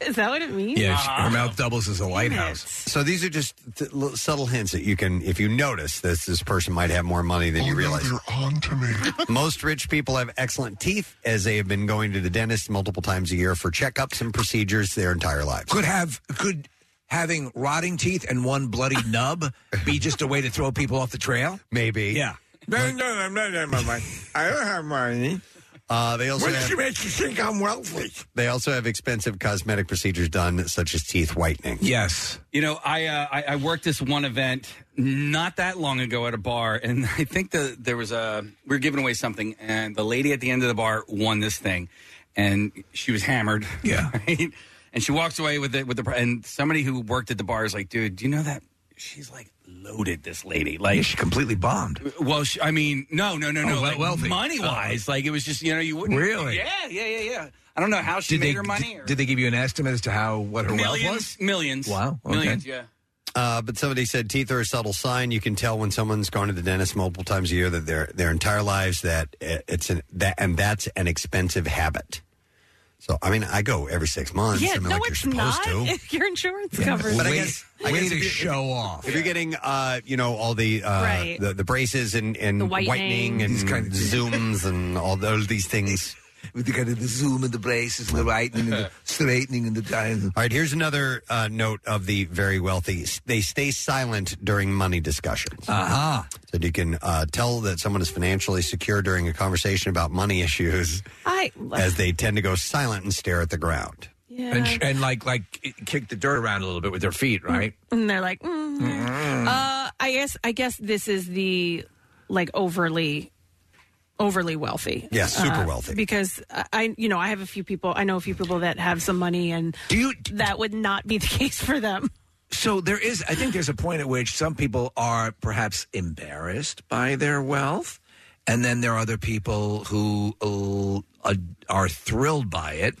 Speaker 4: Is that what it means?
Speaker 5: yeah, she- her mouth doubles as a lighthouse.
Speaker 3: So these are just th- little subtle hints that you can, if you notice, this this person might have more money than you realize.
Speaker 11: They're on to me.
Speaker 3: Most rich people have excellent teeth, as they have been going to the dentist multiple times a year for checkups and procedures their entire lives.
Speaker 5: Could have could having rotting teeth and one bloody nub be just a way to throw people off the trail?
Speaker 3: Maybe.
Speaker 5: Yeah. No, no, I'm not having money. I don't have money.
Speaker 3: Uh, they also have-
Speaker 5: make you think I'm wealthy?
Speaker 3: They also have expensive cosmetic procedures done, such as teeth whitening.
Speaker 5: Yes.
Speaker 6: You know, I, uh, I I worked this one event not that long ago at a bar, and I think the there was a we were giving away something, and the lady at the end of the bar won this thing, and she was hammered. Yeah, right? and she walks away with it with the pri- and somebody who worked at the bar is like, dude, do you know that she's like loaded. This lady, like
Speaker 5: she completely bombed.
Speaker 6: Well, she, I mean, no, no, no,
Speaker 5: Oh,
Speaker 6: no.
Speaker 5: we-
Speaker 6: like
Speaker 5: wealthy. Oh.
Speaker 6: money wise, like it was just you know you wouldn't
Speaker 5: Really?
Speaker 6: Yeah, yeah, yeah, yeah. I don't know how she
Speaker 5: did
Speaker 6: made
Speaker 5: they,
Speaker 6: her money. Or,
Speaker 5: Did, did they give you an estimate as to how what her wealth was?
Speaker 6: millions, millions.
Speaker 3: Wow, okay.
Speaker 6: millions. Yeah.
Speaker 3: Uh, but somebody said teeth are a subtle sign. You can tell when someone's gone to the dentist multiple times a year that their their entire lives that it- it's an that and that's an expensive habit. So I mean, I go every six months. I
Speaker 4: yeah,
Speaker 3: mean,
Speaker 4: no,
Speaker 3: like you're
Speaker 4: it's
Speaker 3: supposed
Speaker 4: not.
Speaker 3: to.
Speaker 4: Your insurance covers
Speaker 3: But I
Speaker 4: it.
Speaker 3: guess, I guess if you- if,
Speaker 5: off.
Speaker 3: If you're getting, uh, you know, all the uh,
Speaker 4: Right.
Speaker 3: the, the braces and and
Speaker 4: The
Speaker 3: whitening,
Speaker 4: whitening.
Speaker 3: and
Speaker 5: These kind of-
Speaker 3: zooms and all those these things.
Speaker 5: With the kind of the zoom and the braces and the whitening and the straightening and the time.
Speaker 3: All right, here's another uh, note of the very wealthy. S- They stay silent during money discussions.
Speaker 5: Uh-huh.
Speaker 3: So you can uh, tell that someone is financially secure during a conversation about money issues
Speaker 4: I
Speaker 3: as they tend to go silent and stare at the ground.
Speaker 4: yeah.
Speaker 5: And, and like like kick the dirt around a little bit with their feet, right?
Speaker 4: and they're like, mm. uh, I guess, I guess this is the like overly, overly wealthy.
Speaker 3: Yeah, super
Speaker 4: Uh,
Speaker 3: wealthy.
Speaker 4: Because I- I, you know, I have a few people. I know a few people that have some money, and
Speaker 5: do you,
Speaker 4: that would not be the case for them.
Speaker 5: So there is, I think there's a point at which some people are perhaps embarrassed by their wealth. And then there are other people who uh, are thrilled by it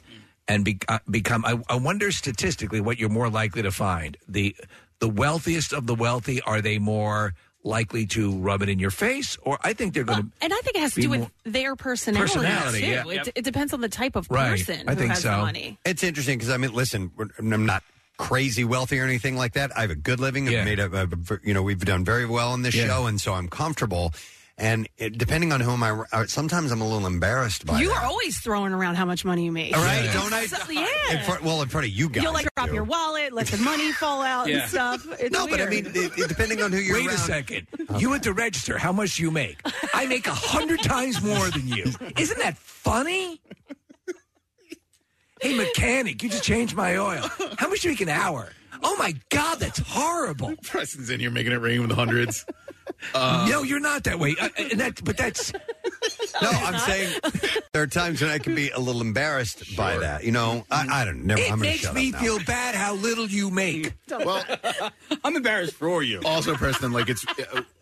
Speaker 5: and be, uh, become, I, I wonder statistically what you're more likely to find. The, the wealthiest of the wealthy, are they more likely to rub it in your face? Or I think they're going to.
Speaker 4: And I think it has to
Speaker 5: Be
Speaker 4: do with
Speaker 5: more-
Speaker 4: their personality.
Speaker 5: Personality,
Speaker 4: too.
Speaker 5: yeah.
Speaker 4: It,
Speaker 5: Yep.
Speaker 4: it depends on the type of person
Speaker 3: I
Speaker 4: who
Speaker 3: think
Speaker 4: has
Speaker 3: so.
Speaker 4: the money.
Speaker 3: It's interesting because I mean, listen, we're- I'm not crazy wealthy or anything like that. I have a good living. I've made a, a- you know, we've done very well on this
Speaker 5: Yeah.
Speaker 3: show, and so I'm comfortable. And it, depending on whom I, I- sometimes I'm a little embarrassed by.
Speaker 4: You
Speaker 3: that.
Speaker 4: are always throwing around how much money you make.
Speaker 3: All right, don't I?
Speaker 4: So- yeah.
Speaker 3: In front, well, in front of you guys.
Speaker 4: You'll like drop
Speaker 3: do.
Speaker 4: your wallet, let the money fall out
Speaker 3: Yeah.
Speaker 4: and stuff. It's
Speaker 3: No, but I
Speaker 4: weird.
Speaker 3: mean, it- it- depending on who you're
Speaker 5: Wait a
Speaker 3: around.
Speaker 5: second. You at the register, how much do you make? I make a hundred times more than you. Isn't that funny? Hey, mechanic, you just changed my oil. How much do you make an hour? Oh my God, that's horrible.
Speaker 14: Preston's in here making it rain with hundreds. Uh,
Speaker 5: no, you're not that way. Uh, and that, but that's
Speaker 3: No, I'm saying there are times when I can be a little embarrassed by that. You know, I, I don't. Never.
Speaker 5: it
Speaker 3: I'm gonna
Speaker 5: makes
Speaker 3: shut
Speaker 5: me
Speaker 3: up now.
Speaker 5: feel bad how little you make.
Speaker 14: Well,
Speaker 6: I'm embarrassed for you.
Speaker 14: Also, Preston, like it's. uh,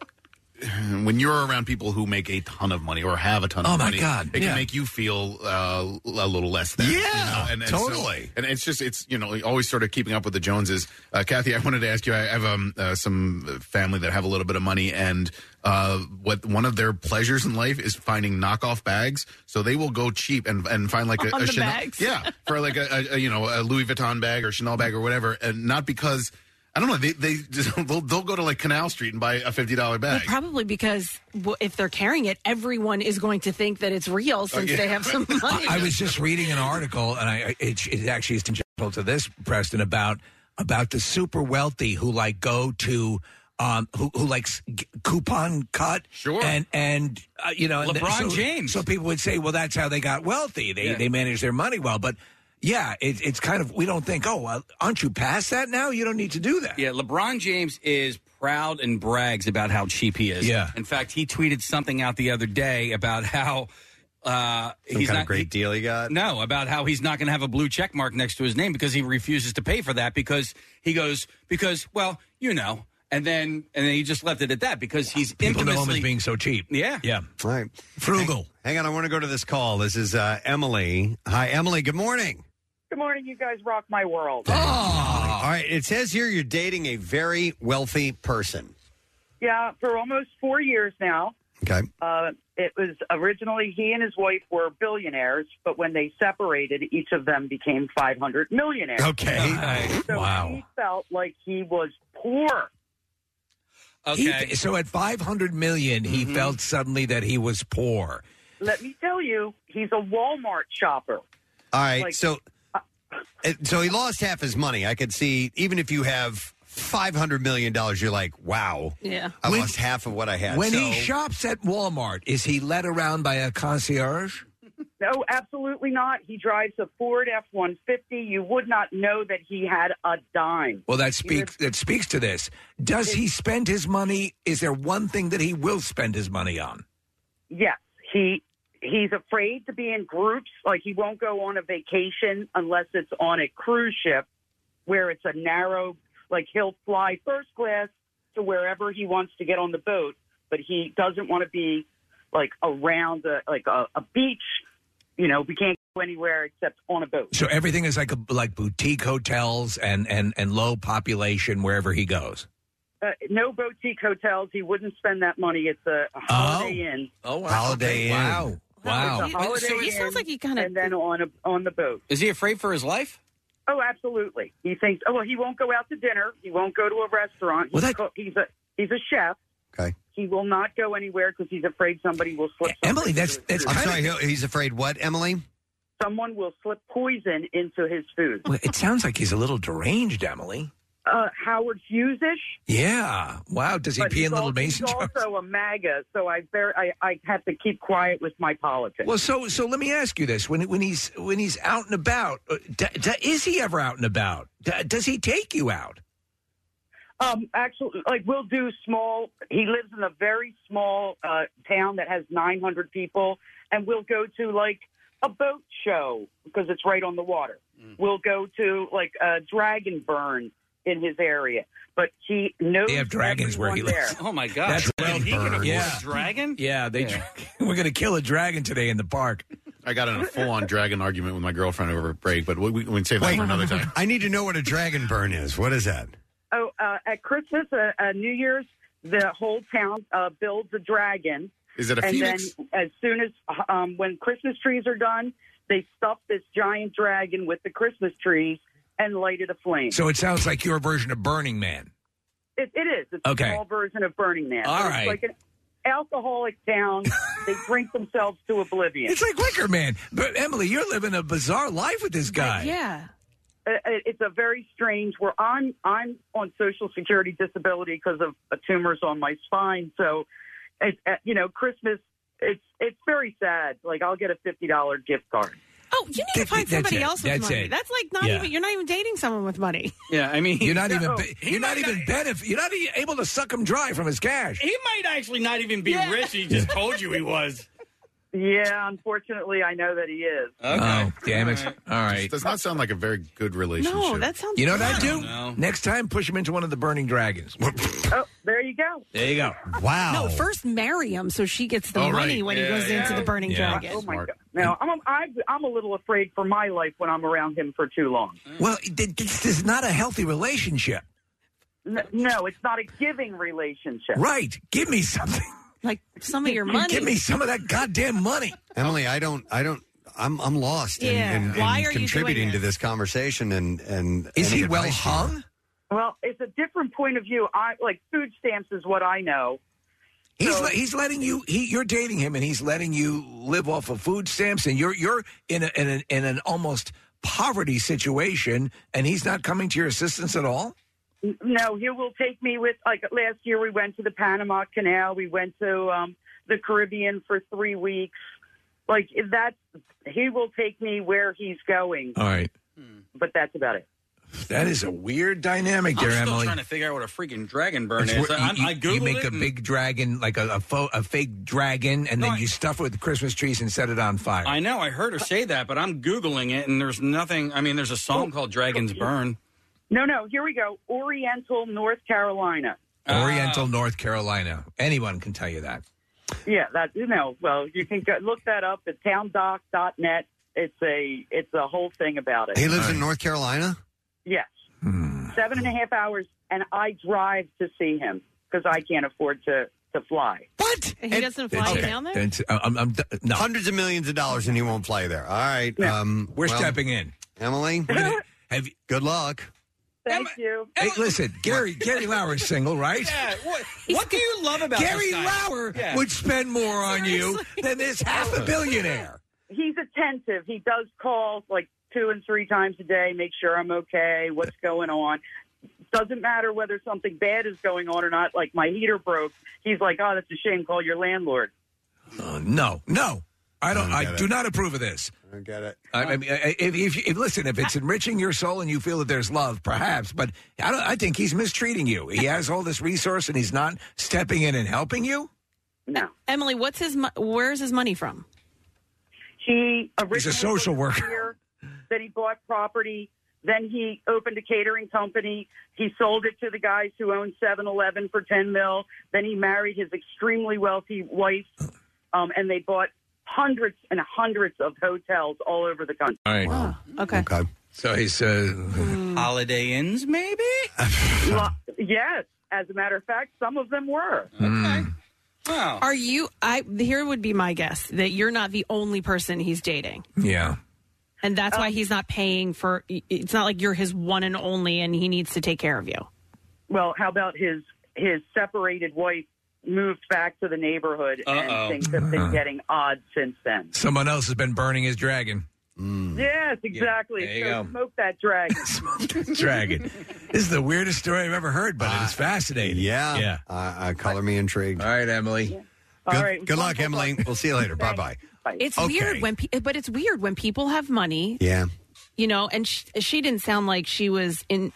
Speaker 14: When you're around people who make a ton of money or have a ton of
Speaker 5: Oh, my
Speaker 14: money,
Speaker 5: God,
Speaker 14: it
Speaker 5: yeah.
Speaker 14: can make you feel uh, a little less than.
Speaker 5: Yeah,
Speaker 14: so-
Speaker 5: totally.
Speaker 14: and it's just it's you know always sort of keeping up with the Joneses. Uh, Kathy, I wanted to ask you. I have um, uh, some family that have a little bit of money, and uh, what one of their pleasures in life is finding knockoff bags. So they will go cheap and and find like a,
Speaker 11: On
Speaker 14: a
Speaker 11: the
Speaker 14: Chanel,
Speaker 11: bags.
Speaker 14: yeah, for like a, a, a you know a Louis Vuitton bag or Chanel bag or whatever, and not because. I don't know. They they just, they'll, they'll go to like Canal Street and buy a fifty dollar
Speaker 4: Well,
Speaker 14: bag.
Speaker 4: probably because w- if they're carrying it, everyone is going to think that it's real since
Speaker 5: Oh, yeah.
Speaker 4: they have some money.
Speaker 5: I, I was just reading an article, and I I- it, it actually is tangential to this, Preston, about about the super wealthy who like go to. Um, who who likes g- coupon cut? Sure, and and uh, you know and th-
Speaker 6: LeBron
Speaker 5: so,
Speaker 6: James.
Speaker 5: So people would say, well, that's how they got wealthy. They
Speaker 6: Yeah.
Speaker 5: they manage their money well. But yeah, it, it's kind of we don't think, oh, well, aren't you past that now? You don't need to do that.
Speaker 6: Yeah, LeBron James is proud and brags about how cheap he is.
Speaker 5: Yeah.
Speaker 6: In fact, he tweeted something out the other day about how uh,
Speaker 3: Some
Speaker 6: he's
Speaker 3: kind
Speaker 6: not
Speaker 3: of great deal he got.
Speaker 6: No, about how he's not going to have a blue check mark next to his name because he refuses to pay for that because he goes because well you know and then and then he just left it at that because he's
Speaker 5: People know him as
Speaker 6: infamously
Speaker 5: being so cheap.
Speaker 6: yeah
Speaker 5: yeah.
Speaker 3: All right,
Speaker 5: frugal.
Speaker 3: Hang, hang on, I want to go to this call. This is uh, Emily. Hi, Emily. Good morning.
Speaker 19: Good morning. You guys rock my world.
Speaker 5: Ah.
Speaker 3: All right. It says here you're dating a very wealthy person.
Speaker 19: Yeah, for almost four years now.
Speaker 3: Okay.
Speaker 19: Uh, it was originally he and his wife were billionaires, but when they separated, each of them became 500 millionaires.
Speaker 3: Okay.
Speaker 19: So he felt like he was poor.
Speaker 5: He, so at five hundred million, he
Speaker 6: Mm-hmm.
Speaker 5: felt suddenly that he was poor.
Speaker 19: Let me tell you, he's a Walmart shopper.
Speaker 3: All right.
Speaker 19: Like-
Speaker 3: so,
Speaker 4: uh,
Speaker 3: it- so he lost half his money. I could see even if you have five hundred million dollars, you're like, wow,
Speaker 4: yeah.
Speaker 3: I lost half of what I had.
Speaker 5: When
Speaker 3: So-
Speaker 5: he shops at Walmart, is he led around by a concierge?
Speaker 19: No, absolutely not. He drives a Ford F 150. You would not know that he had a dime.
Speaker 5: Well, that speaks that speaks to this. Does he spend his money? Is there one thing that he will spend his money on?
Speaker 19: Yes, he he's afraid to be in groups. Like he won't go on a vacation unless it's on a cruise ship, where it's a narrow. Like he'll fly first class to wherever he wants to get on the boat, but he doesn't want to be like around a, like a, a beach. You know, we can't go anywhere except on a boat.
Speaker 5: So everything is like a, like boutique hotels and, and, and low population wherever he goes.
Speaker 19: Uh, no boutique hotels. He wouldn't spend that money. It's a, a Holiday Inn.
Speaker 5: Oh,
Speaker 3: wow. Holiday Inn.
Speaker 5: Wow.
Speaker 19: It's a Holiday
Speaker 4: So he sounds
Speaker 19: Inn,
Speaker 4: like he kind of.
Speaker 19: and then on a, on the boat.
Speaker 6: Is he afraid for his life?
Speaker 19: Oh, absolutely. He thinks, oh, well, he won't go out to dinner. He won't go to a restaurant.
Speaker 5: Well,
Speaker 19: he's,
Speaker 5: that-
Speaker 19: co- he's a he's a chef.
Speaker 3: Okay.
Speaker 19: He will not go anywhere because he's afraid somebody will slip.
Speaker 3: Emily, that's
Speaker 19: that's
Speaker 3: I'm
Speaker 19: kinda-
Speaker 3: sorry. he- He's afraid. What, Emily?
Speaker 19: Someone will slip poison into his food.
Speaker 5: Well, it sounds like he's a little deranged, Emily.
Speaker 19: Uh, Howard Hughes ish.
Speaker 5: Yeah. Wow. Does he
Speaker 19: but
Speaker 5: pee
Speaker 19: he's
Speaker 5: in little
Speaker 19: also,
Speaker 5: mason
Speaker 19: He's
Speaker 5: jars?
Speaker 19: also a MAGA, so I, ver- I I have to keep quiet with my politics.
Speaker 5: Well, so so let me ask you this: when when he's when he's out and about, uh, d- d- is he ever out and about? D- does he take you out?
Speaker 19: Um, actually, like we'll do small. He lives in a very small uh, town that has 900 people, and we'll go to like a boat show because it's right on the water.
Speaker 5: Mm.
Speaker 19: We'll go to like a dragon burn in his area, but he knows
Speaker 5: They have dragons where he
Speaker 19: everyone
Speaker 5: lives.
Speaker 19: there.
Speaker 6: Oh my God!
Speaker 5: That's
Speaker 6: Well, he can
Speaker 5: Redbird.
Speaker 6: afford
Speaker 5: Yeah.
Speaker 6: a dragon.
Speaker 5: Yeah, they we're gonna kill a dragon today in the park.
Speaker 14: I got in a full-on dragon argument with my girlfriend over break, but we, we we can save that
Speaker 3: Wait.
Speaker 14: for another time.
Speaker 3: I need to know what a dragon burn is. What is that?
Speaker 19: Oh, uh, at Christmas, uh, uh, New Year's, the whole town uh, builds a dragon.
Speaker 14: Is it a
Speaker 19: and
Speaker 14: phoenix?
Speaker 19: then, as soon as um, when Christmas trees are done, they stuff this giant dragon with the Christmas trees and light it aflame.
Speaker 5: So it sounds like your version of Burning Man.
Speaker 19: It, it is. It's
Speaker 5: Okay.
Speaker 19: a small version of Burning Man.
Speaker 5: All
Speaker 19: it's
Speaker 5: right.
Speaker 19: like an alcoholic town. they drink themselves to oblivion.
Speaker 5: It's like Wicker Man. But Emily, you're living a bizarre life with this guy.
Speaker 19: yeah. Uh, It's a very strange. Where I'm, I'm on social security disability because of uh, tumors on my spine. So, it, uh, you know, Christmas. It's it's very sad. Like I'll get a fifty dollar gift card.
Speaker 4: Oh, you need to find
Speaker 5: that's
Speaker 4: somebody
Speaker 5: it.
Speaker 4: else with
Speaker 5: That's
Speaker 4: money.
Speaker 5: it.
Speaker 4: That's like not
Speaker 5: Yeah.
Speaker 4: even. You're not even dating someone with money.
Speaker 6: Yeah, I mean,
Speaker 5: You're not even
Speaker 4: No.
Speaker 5: even you're not even benefit. You're not e- able to suck him dry from his cash.
Speaker 6: He might actually not even be rich. He just told you he was.
Speaker 19: Yeah, unfortunately, I know that he is.
Speaker 5: Oh, damn it! All right,
Speaker 14: does not sound like a very good relationship.
Speaker 19: No, that sounds
Speaker 5: You know what I
Speaker 19: fun.
Speaker 5: do? Next time, push him into one of the burning dragons.
Speaker 19: Oh, there you go.
Speaker 5: there you go.
Speaker 4: No, first marry him so she gets the
Speaker 5: Oh, right.
Speaker 4: money when
Speaker 5: Yeah,
Speaker 4: he goes
Speaker 5: yeah.
Speaker 4: into the burning
Speaker 5: Yeah.
Speaker 4: dragon.
Speaker 19: Oh my god! Now I'm I'm I'm a little afraid for my life when I'm around him for too long.
Speaker 5: Well, it- it- this is not a healthy relationship,
Speaker 19: N- No, it's not a giving relationship.
Speaker 5: right? Give me something.
Speaker 4: Like some of your
Speaker 19: money.
Speaker 5: Give me some of that goddamn money.
Speaker 3: Emily, I don't, I don't, I'm, I'm lost in,
Speaker 19: Yeah.
Speaker 3: in, in
Speaker 19: Why are you doing
Speaker 3: contributing to
Speaker 19: this?
Speaker 3: this conversation. And and
Speaker 5: Is
Speaker 3: any
Speaker 5: he well
Speaker 3: advice you have.
Speaker 5: hung?
Speaker 19: Well, it's a different point of view. I like food stamps is what I know.
Speaker 5: He's
Speaker 19: So-
Speaker 5: le- he's letting you. He, you're dating him, and he's letting you live off of food stamps, and you're you're in a, in, a, in an almost poverty situation, and he's not coming to your assistance at all.
Speaker 19: N- No, he will take me with like last year we went to the Panama Canal, we went to um the Caribbean for 3 weeks. Like that's he will take me where he's going,
Speaker 5: All right,
Speaker 19: but that's about it.
Speaker 5: that is a weird dynamic there,
Speaker 6: I'm still
Speaker 5: Emily.
Speaker 6: trying to figure out what a freaking dragon burn
Speaker 5: It's
Speaker 6: is.
Speaker 5: where
Speaker 6: I,
Speaker 5: you,
Speaker 6: I
Speaker 5: you- you
Speaker 6: googled
Speaker 5: make
Speaker 6: it
Speaker 5: a
Speaker 6: and
Speaker 5: big dragon, like a a, fo- a fake dragon, and then you stuff it with Christmas trees and set it on fire.
Speaker 6: I know I heard her say that, but I'm googling it and there's nothing. I mean, there's a
Speaker 3: Oh.
Speaker 6: song called "Dragons Burn."
Speaker 19: No, no, here we go. Oriental, North Carolina.
Speaker 6: Ah.
Speaker 5: Oriental, North Carolina. Anyone can tell you that.
Speaker 19: Yeah, that you know. Well, you can go, look that up at towndoc.net. It's a it's a whole thing about it.
Speaker 3: He lives in North Carolina.
Speaker 19: Yes.
Speaker 5: Hmm.
Speaker 19: Seven and a half hours, and I drive to see him because I can't afford to, to fly.
Speaker 5: What?
Speaker 4: He doesn't fly
Speaker 3: okay.
Speaker 4: down there.
Speaker 5: That's- I- I'm- I'm d- no.
Speaker 3: Hundreds of millions of dollars, and he won't play there. All right, um,
Speaker 5: We're
Speaker 3: well,
Speaker 5: stepping in.
Speaker 3: Emily,
Speaker 5: have you,
Speaker 3: good luck.
Speaker 19: Thank you.
Speaker 5: Hey, listen, Gary Gary Lauer's single, right?
Speaker 6: what, what do you love about
Speaker 5: Gary
Speaker 6: this guy?
Speaker 5: Lauer
Speaker 6: Yeah.
Speaker 5: would spend more on you than this half a billionaire.
Speaker 19: He's attentive. He does call like two and three times a day, make sure I'm okay, what's going on. Doesn't matter whether something bad is going on or not. Like my heater broke. He's like, oh, that's a shame. Call your landlord.
Speaker 5: Uh, no, no, I don't. I, do not approve of this.
Speaker 3: I don't get it.
Speaker 5: I, I mean, I- I- if, if, if listen, if it's enriching your soul and you feel that there's love, perhaps, but I, don't, I think he's mistreating you. He has all this resource and he's not stepping in and helping you.
Speaker 19: No.
Speaker 4: Emily, what's his? mo- Where's his money from?
Speaker 19: He originally
Speaker 5: He's a social
Speaker 19: was
Speaker 5: worker.
Speaker 19: here, Then he bought property. Then he opened a catering company. He sold it to the guys who owned 7-Eleven for 10 mil. Then he married his extremely wealthy wife, um, and they bought hundreds and hundreds of hotels all over the country.
Speaker 5: All right.
Speaker 4: Okay.
Speaker 3: Okay. Hmm.
Speaker 5: So he's uh,
Speaker 6: Holiday Inns, maybe.
Speaker 19: Lo- yes, as a matter of fact, some of them were.
Speaker 5: Hmm.
Speaker 4: Are you? I here would be my guess that you're not the only person he's dating,
Speaker 5: Yeah.
Speaker 4: and that's why he's not paying for. It's not like you're his one and only, and he needs to take care of you.
Speaker 19: Well, how about his his separated wife moved back to the neighborhood,
Speaker 5: Uh-oh.
Speaker 19: and things have
Speaker 5: Uh-huh.
Speaker 19: been getting odd since then.
Speaker 5: Someone else has been burning his dragon.
Speaker 19: Yes, exactly.
Speaker 5: There you
Speaker 19: so
Speaker 5: go.
Speaker 19: smoke that dragon.
Speaker 5: Dragon. this is the weirdest story I've ever heard, but it's fascinating.
Speaker 3: Yeah. Yeah. Uh, uh, color me intrigued. All
Speaker 5: right, Emily.
Speaker 3: Good,
Speaker 4: All right.
Speaker 3: Good luck, Emily. We'll see you later. Bye bye.
Speaker 4: It's
Speaker 3: Okay.
Speaker 4: weird when, pe- but it's weird when people have money,
Speaker 3: Yeah.
Speaker 4: you know. And she, she didn't sound like she was in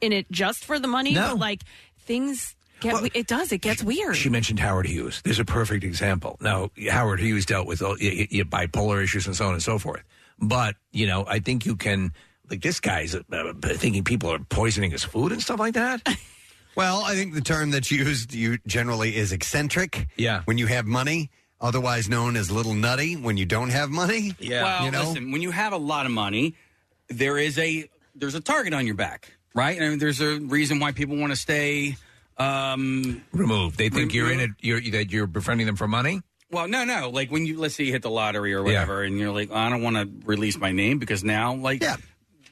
Speaker 4: in it just for the money,
Speaker 5: No.
Speaker 4: but like things get. we- it does. It gets weird.
Speaker 5: She mentioned Howard Hughes. There's a perfect example. Now, Howard Hughes dealt with all, y- y- bipolar issues and so on and so forth. But, you know, I think you can, like, this guy's uh, uh, thinking people are poisoning his food and stuff like that.
Speaker 3: Well, I think the term that's used you generally is eccentric.
Speaker 5: Yeah.
Speaker 3: When you have money, otherwise known as little nutty. When you don't have money.
Speaker 6: Well,
Speaker 3: You know.
Speaker 6: listen, when you have a lot of money, there is a there's a target on your back, right? And there's a reason why people want to stay um
Speaker 5: removed. They
Speaker 6: Rem-
Speaker 5: think you're in it, you're, that you're befriending them for money.
Speaker 6: Well, no, no. Like when you let's say you hit the lottery or whatever, and you're like, I don't want to release my name because now, like,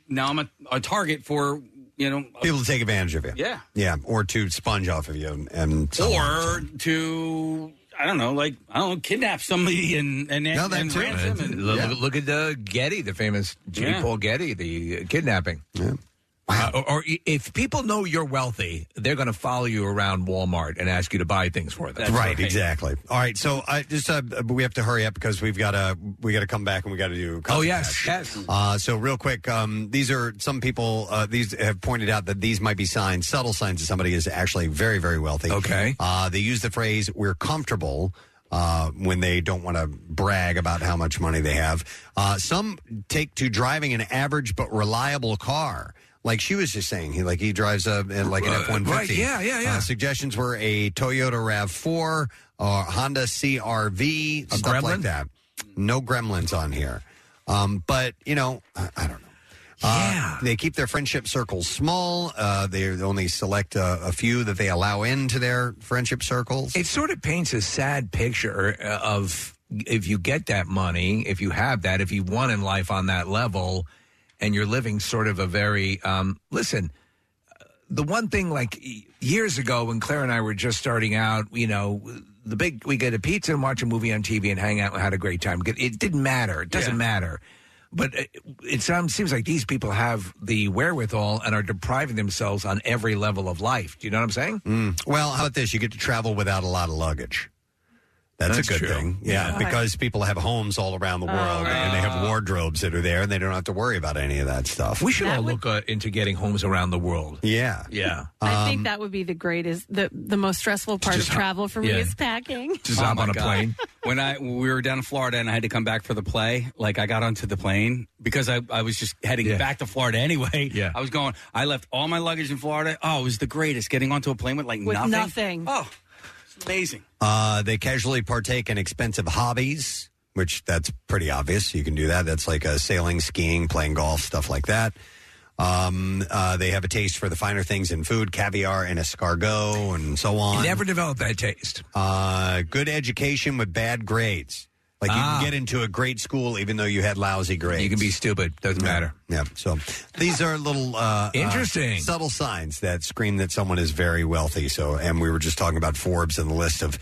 Speaker 6: now I'm a, a target for you know
Speaker 3: People to take advantage of you.
Speaker 6: Yeah.
Speaker 3: Yeah. Or to sponge off of you and, and so on.
Speaker 6: or to I don't know, like I don't know, kidnap somebody and and,
Speaker 5: No,
Speaker 6: and,
Speaker 5: that too.
Speaker 6: ransom.
Speaker 5: Uh,
Speaker 6: And,
Speaker 5: look, look at uh, Getty, the famous J.
Speaker 6: Yeah.
Speaker 5: Paul Getty, the uh, kidnapping. Uh, or, or i- if people know you're wealthy, they're going to follow you around Walmart and ask you to buy things for them.
Speaker 3: right, exactly. All right, so I just uh, we have to hurry up because we've got to we got to come back and we got to do.
Speaker 5: Oh, yes, yes.
Speaker 3: Uh, so real quick, um, these are some people. Uh, these have pointed out that these might be signs, subtle signs that somebody is actually very, very wealthy. Okay. Uh, they use the phrase "we're comfortable." Uh, when they don't want to brag about how much money they have, uh, some take to driving an average but reliable car. Like she was just saying, he like he drives a like an
Speaker 5: Uh,
Speaker 3: F one
Speaker 5: right,
Speaker 3: fifty.
Speaker 5: yeah, yeah, yeah.
Speaker 3: Uh, Suggestions were a Toyota RAV4 or Honda CRV, stuff like that. No gremlins on here. Um, but, you know, I, I don't know. Yeah. they keep their friendship circles small. Uh, they only select a, a few that they allow into their friendship circles.
Speaker 5: It sort of paints a sad picture uh, of if you get that money, if you have that, if you won in life on that level, and you're living sort of a very um, listen. uh, The one thing, like y- years ago when Claire and I were just starting out, you know, the big we get a pizza and watch a movie on TV and hang out and had a great time. It- It didn't matter. It doesn't matter. But it, it sounds, seems like these people have the wherewithal and are depriving themselves on every level of life. Do you know what I'm saying?
Speaker 3: Mm. Well, how about this? You get to travel without a lot of luggage. That's,
Speaker 5: That's
Speaker 3: a good
Speaker 5: true.
Speaker 3: thing. Yeah,
Speaker 5: Yeah.
Speaker 3: because people have homes all around the world
Speaker 4: Oh,
Speaker 3: and they have wardrobes that are there and they don't have to worry about any of that stuff.
Speaker 5: We should all look uh, into getting homes around the world.
Speaker 3: Yeah.
Speaker 5: Yeah.
Speaker 4: I
Speaker 3: Um,
Speaker 4: think that would be the greatest, the the most stressful part of
Speaker 6: just-
Speaker 4: travel for
Speaker 6: yeah.
Speaker 4: me is packing.
Speaker 6: Oh, my God. when I we were down in Florida and I had to come back for the play, like I got onto the plane because I, I was just heading back to Florida anyway. Yeah. I was going I left all my luggage in Florida. Oh, it was the greatest getting onto a plane with like
Speaker 4: with
Speaker 6: nothing.
Speaker 4: nothing.
Speaker 6: Oh, It's amazing.
Speaker 3: Uh, they casually partake in expensive hobbies, which that's pretty obvious. You can do that. That's like uh, sailing, skiing, playing golf, stuff like that. Um, uh, they have a taste for the finer things in food, caviar and escargot, and so on.
Speaker 5: Never develop that taste.
Speaker 3: Uh, good education with bad grades. Like you can get into a great school even though you had lousy grades. You can be
Speaker 5: stupid. Doesn't matter.
Speaker 3: Yeah. So these are little uh, uh,
Speaker 5: Interesting.
Speaker 3: subtle signs that scream that someone is very wealthy. So, and we were just talking about Forbes and the list of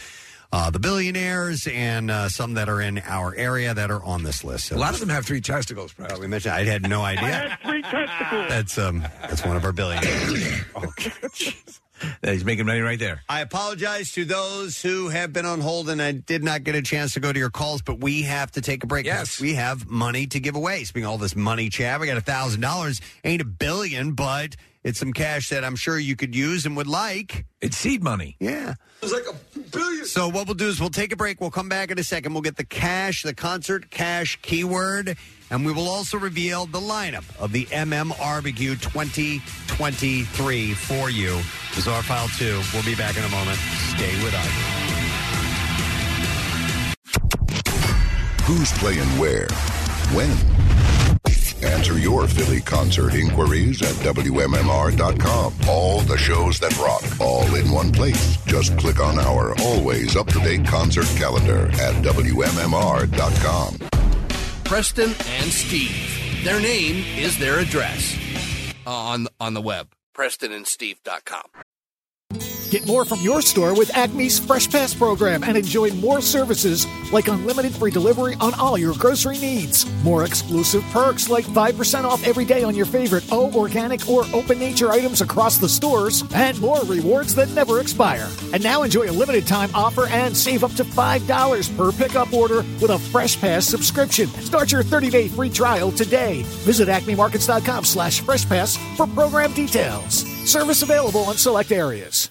Speaker 3: uh, the billionaires and uh, some that are in our area that are on this list. So
Speaker 5: A lot of them have three testicles. Probably.
Speaker 3: we mentioned. I had no
Speaker 5: I
Speaker 3: idea.
Speaker 5: had three testicles.
Speaker 3: That's um. That's one of our billionaires.
Speaker 5: He's making money right there.
Speaker 3: I apologize to those who have been on hold and I did not get a chance to go to your calls, but we have to take a break. Yes. We have money to give away. Speaking of all this money, Chad, we got a thousand dollars. Ain't a billion, but it's some cash that I'm sure you could use and would like.
Speaker 5: It's seed money.
Speaker 3: Yeah.
Speaker 11: It's like a
Speaker 3: So what we'll do is we'll take a break. We'll come back in a second. We'll get the cash, the concert cash keyword, and we will also reveal the lineup of the MMRBQ 2023 for you. Bizarre File 2. We'll be back in a moment. Stay with us.
Speaker 2: Who's playing where? When? Answer your Philly concert inquiries at WMMR.com. All the shows that rock, all in one place. Just click on our always up to date concert calendar at WMMR.com.
Speaker 9: Preston and Steve. Their name is their address uh, on on the web. PrestonandSteve.com.
Speaker 1: Get more from your store with Acme's Fresh Pass program and enjoy more services like unlimited free delivery on all your grocery needs. More exclusive perks like 5% off every day on your favorite O organic or open nature items across the stores and more rewards that never expire. And now enjoy a limited time offer and save up to $5 per pickup order with a Fresh Pass subscription. Start your 30-day free trial today. Visit acmemarkets.com slash fresh pass for program details. Service available in select areas.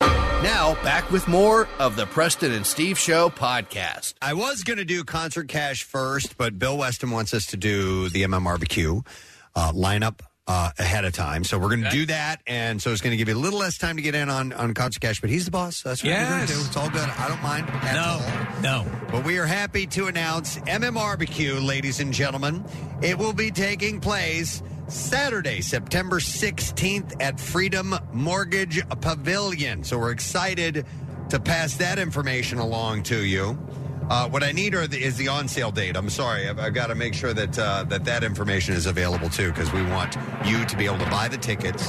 Speaker 9: Now back with more of the Preston and Steve Show podcast.
Speaker 3: I was going to do concert cash first, but Bill Weston wants us to do the MMRBQ uh, lineup uh, ahead of time. So we're going to do that. And so it's going to give you a little less time to get in on, on concert cash, but he's the boss. That's what we're going
Speaker 5: Yes.
Speaker 3: to do. It's all good. I don't mind. At
Speaker 5: no, no.
Speaker 3: But we are happy to announce MMRBQ, ladies and gentlemen. It will be taking place Saturday, September 16th at Freedom Mortgage Pavilion. So we're excited to pass that information along to you. Uh, what I need are the, is the on sale date. I'm sorry, I've, I've got to make sure that uh, that that information is available too, because we want you to be able to buy the tickets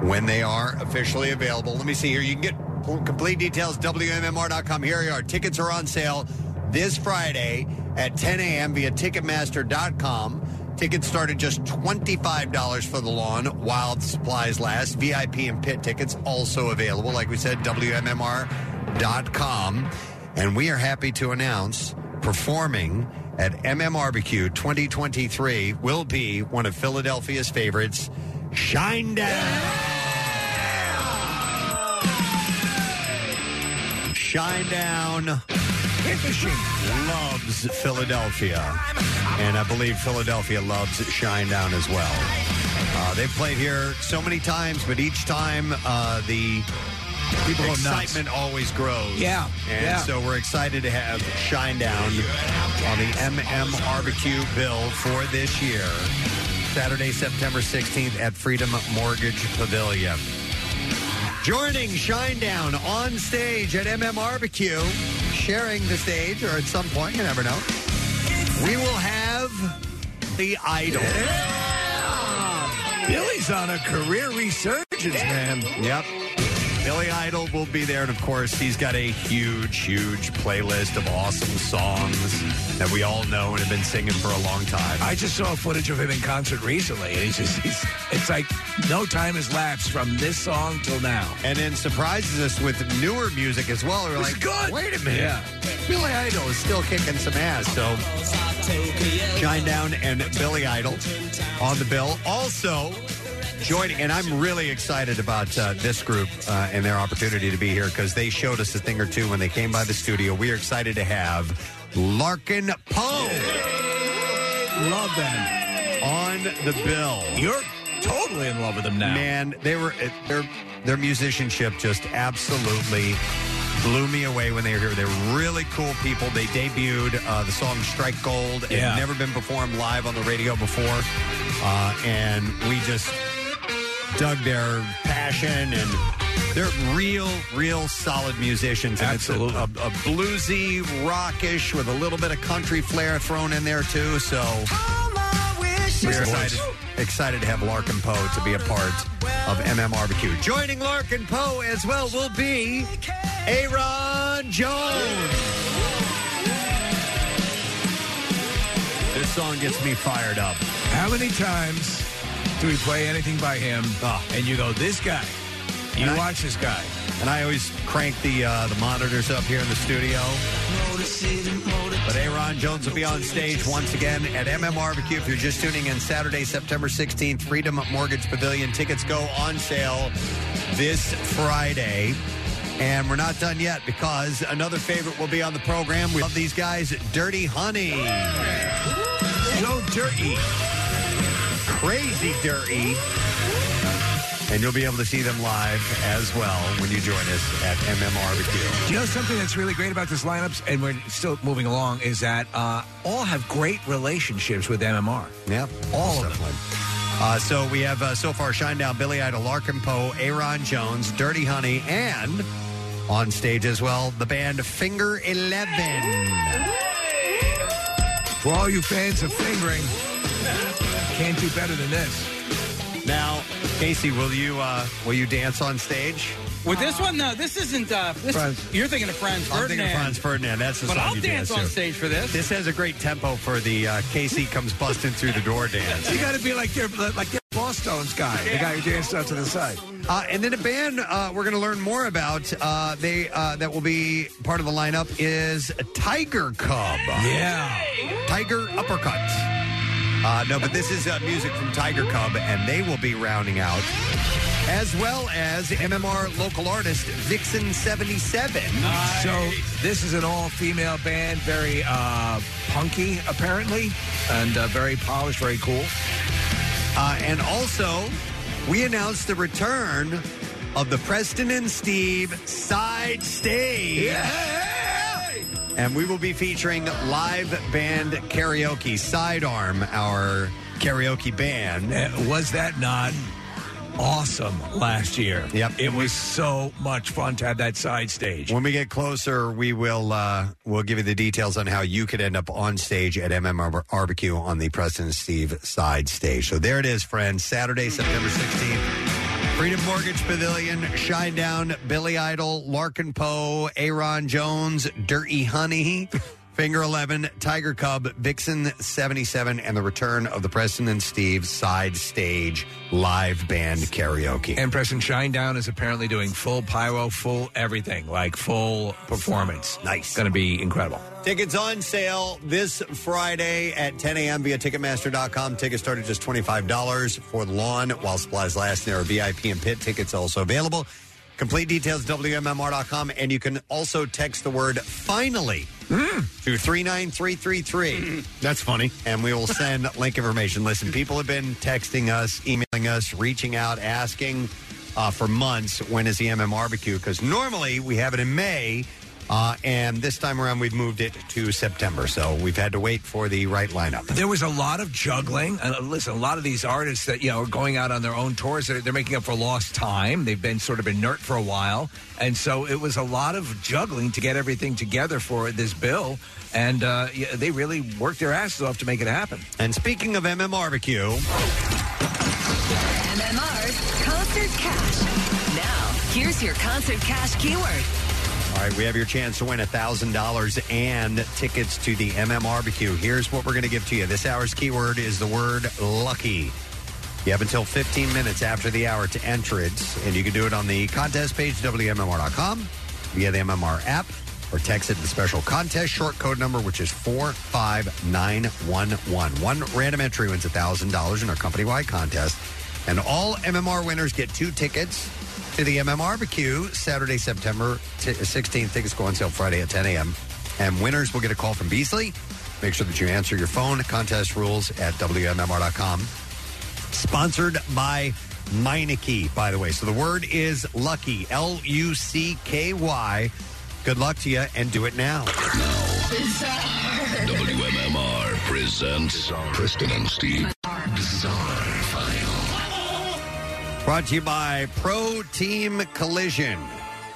Speaker 3: when they are officially available. Let me see here. You can get complete details WMMR.com. Here you are. Tickets are on sale this Friday at 10 a.m. via Ticketmaster.com. Tickets start at just $25 for the lawn while the supplies last. VIP and pit tickets also available. Like we said, WMMR.com. And we are happy to announce performing at MMRBQ 2023 will be one of Philadelphia's favorites, Shine Down. Shine Down. Loves Philadelphia. And I believe Philadelphia loves Shine Down as well. Uh, they've played here so many times, but each time uh, the
Speaker 5: People go nuts.
Speaker 3: excitement always grows.
Speaker 5: Yeah,
Speaker 3: And
Speaker 5: yeah.
Speaker 3: so we're excited to have Shine Down on the MMRBQ bill for this year. Saturday, September 16th at Freedom Mortgage Pavilion. Joining Shinedown on stage at MMRBQ, sharing the stage, or at some point, you never know. We will have the idol.
Speaker 5: Billy's on a career resurgence, man.
Speaker 3: Yep. Billy Idol will be there, and of course, he's got a huge, huge playlist of awesome songs that we all know and have been singing for a long time.
Speaker 5: I just saw footage of him in concert recently, and he's just, he's, it's like no time has lapsed from this song till now.
Speaker 3: And then surprises us with newer music as well. We're like, good. wait a minute.
Speaker 5: Yeah.
Speaker 3: Billy Idol is still kicking some ass. So, Shine Down and Billy Idol on the bill. Also, joining, and I'm really excited about uh, this group uh, and their opportunity to be here because they showed us a thing or two when they came by the studio. We are excited to have Larkin Poe. Love them. On the bill.
Speaker 5: You're totally in love with him now.
Speaker 3: Man, they were their their musicianship just absolutely blew me away when they were here. They're really cool people. They debuted uh, the song "Strike Gold." It
Speaker 5: Yeah.
Speaker 3: had never been performed live on the radio before, uh, and we just dug their passion and. They're real, real solid musicians. And Absolutely. It's a, a, a bluesy, rockish, with a little bit of country flair thrown in there, too. So, We're excited, excited to have Larkin Poe to be a part of MMRBQ. Joining Larkin Poe as well will be Aaron Jones. This song gets me fired up.
Speaker 5: How many times do we play anything by him
Speaker 3: Ah.
Speaker 5: and you go, this guy? You watch this guy.
Speaker 3: And I always crank the uh, the monitors up here in the studio. But Aaron Jones will be on stage once again at MMRBQ. If you're just tuning in, Saturday, September 16th, Freedom Mortgage Pavilion. Tickets go on sale this Friday. And we're not done yet because another favorite will be on the program. We love these guys, Dirty Honey. So dirty. Crazy dirty. And you'll be able to see them live as well when you join us at MMRBQ.
Speaker 5: Do you know something that's really great about this lineups, and we're still moving along, is that uh, all have great relationships with MMR.
Speaker 3: Yeah,
Speaker 5: all of them.
Speaker 3: Uh, so we have uh, so far Shinedown, Billy Idol, Larkin Poe, Aaron Jones, Dirty Honey, and on stage as well, the band Finger 11.
Speaker 5: For all you fans of fingering, can't do better than this.
Speaker 3: Now, Casey, will you uh, will you dance on stage?
Speaker 6: With this one, no, this isn't. Uh, this,
Speaker 3: Franz.
Speaker 6: You're thinking of Franz Ferdinand.
Speaker 3: I'm thinking of Franz Ferdinand. That's the
Speaker 6: But
Speaker 3: song
Speaker 6: I'll
Speaker 3: you
Speaker 6: dance on
Speaker 3: to.
Speaker 6: stage for this.
Speaker 3: This has a great tempo for the uh, Casey comes busting through the door dance.
Speaker 5: You got to be like their like their Boston's guy, the guy who danced out to the side.
Speaker 3: Uh, and then a band uh, we're going to learn more about uh, they uh, that will be part of the lineup is Tiger Cub.
Speaker 5: Yeah,
Speaker 3: Tiger Uppercut. Uh, no, but this is uh, music from Tiger Cub, and they will be rounding out, as well as MMR local artist Vixen Seventy Seven.
Speaker 5: So this is an all-female band, very uh, punky apparently, and uh, very polished, very cool.
Speaker 3: Uh, and also, we announced the return of the Preston and Steve side stage. And we will be featuring live band karaoke, Sidearm, our karaoke band.
Speaker 5: Uh, was that not awesome last year? Yep. It was so much fun to have that side stage.
Speaker 3: When we get closer, we will uh, we'll give you the details on how you could end up on stage at MMR Barbecue on the Preston and Steve side stage. So there it is, friends. Saturday, September 16th. Freedom Mortgage Pavilion, Shinedown, Billy Idol, Larkin Poe, Aaron Jones, Dirty Honey, Finger 11, Tiger Cub, Vixen 77, and the return of the Preston and Steve side stage live band karaoke.
Speaker 5: And Preston Shinedown is apparently doing full pyro, full everything, like full performance. Nice. Going to be incredible.
Speaker 3: Tickets on sale this Friday at 10 a.m. via Ticketmaster.com. Tickets start at just $25 for the lawn while supplies last. There are VIP and pit tickets also available. Complete details, WMMR.com. And you can also text the word finally to 39333. Hmm. That's funny. And we will send link information. Listen, people have been texting us, emailing us, reaching out, asking uh, for months when is the MM barbecue? Because normally we have it in May. Uh, and this time around, we've moved it to September. So we've had to wait for the right lineup.
Speaker 5: There was a lot of juggling. And uh, listen, a lot of these artists that you know are going out on their own tours, they're, they're making up for lost time. They've been sort of inert for a while, and so it was a lot of juggling to get everything together for this bill. And uh, yeah, they really worked their asses off to make it happen.
Speaker 3: And speaking of MM barbecue,
Speaker 8: MMR's Concert Cash. Now, here's your Concert Cash keyword.
Speaker 3: All right, we have your chance to win $1,000 and tickets to the MMRBQ. Here's what we're going to give to you. This hour's keyword is the word lucky. You have until 15 minutes after the hour to enter it, and you can do it on the contest page, WMMR.com, via the MMR app, or text it to the special contest short code number, which is 45911. One random entry wins $1,000 in our company wide contest, and all MMR winners get two tickets to the MMRBQ Saturday, September t- 16th. Tickets go on sale Friday at 10 a.m. And winners will get a call from Beasley. Make sure that you answer your phone. Contest rules at WMMR.com. Sponsored by Meineke, by the way. So the word is lucky. L U C K Y. Good luck to you and do it now.
Speaker 2: WMMR presents Preston and Steve Bizarre File.
Speaker 3: Brought to you by Pro Team Collision,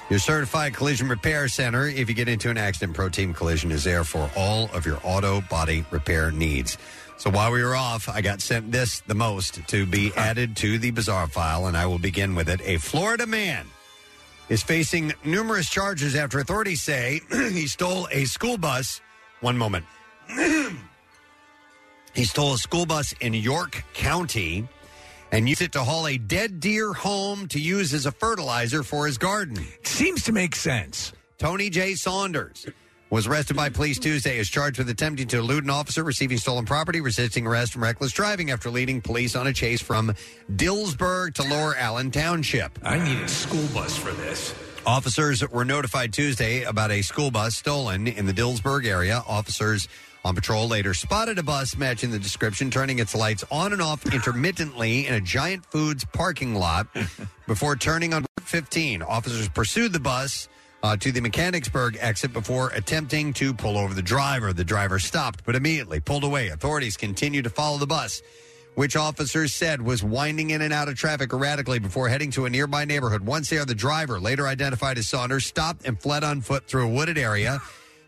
Speaker 3: your certified collision repair center. If you get into an accident, Pro Team Collision is there for all of your auto body repair needs. So while we were off, I got sent this the most to be added to the bizarre file, and I will begin with it. A Florida man is facing numerous charges after authorities say he stole a school bus. One moment. he stole a school bus in York County and used it to haul a dead deer home to use as a fertilizer for his garden.
Speaker 5: Seems to make sense.
Speaker 3: Tony J. Saunders was arrested by police Tuesday as charged with attempting to elude an officer, receiving stolen property, resisting arrest, and reckless driving after leading police on a chase from Dillsburg to Lower Allen Township.
Speaker 5: I need a school bus for this.
Speaker 3: Officers were notified Tuesday about a school bus stolen in the Dillsburg area. Officers on patrol later spotted a bus matching the description, turning its lights on and off intermittently in a Giant Foods parking lot before turning on Route 15. Officers pursued the bus uh, to the Mechanicsburg exit before attempting to pull over the driver. The driver stopped, but immediately pulled away. Authorities continued to follow the bus which officers said was winding in and out of traffic erratically before heading to a nearby neighborhood. Once there, the driver, later identified as Saunders, stopped and fled on foot through a wooded area.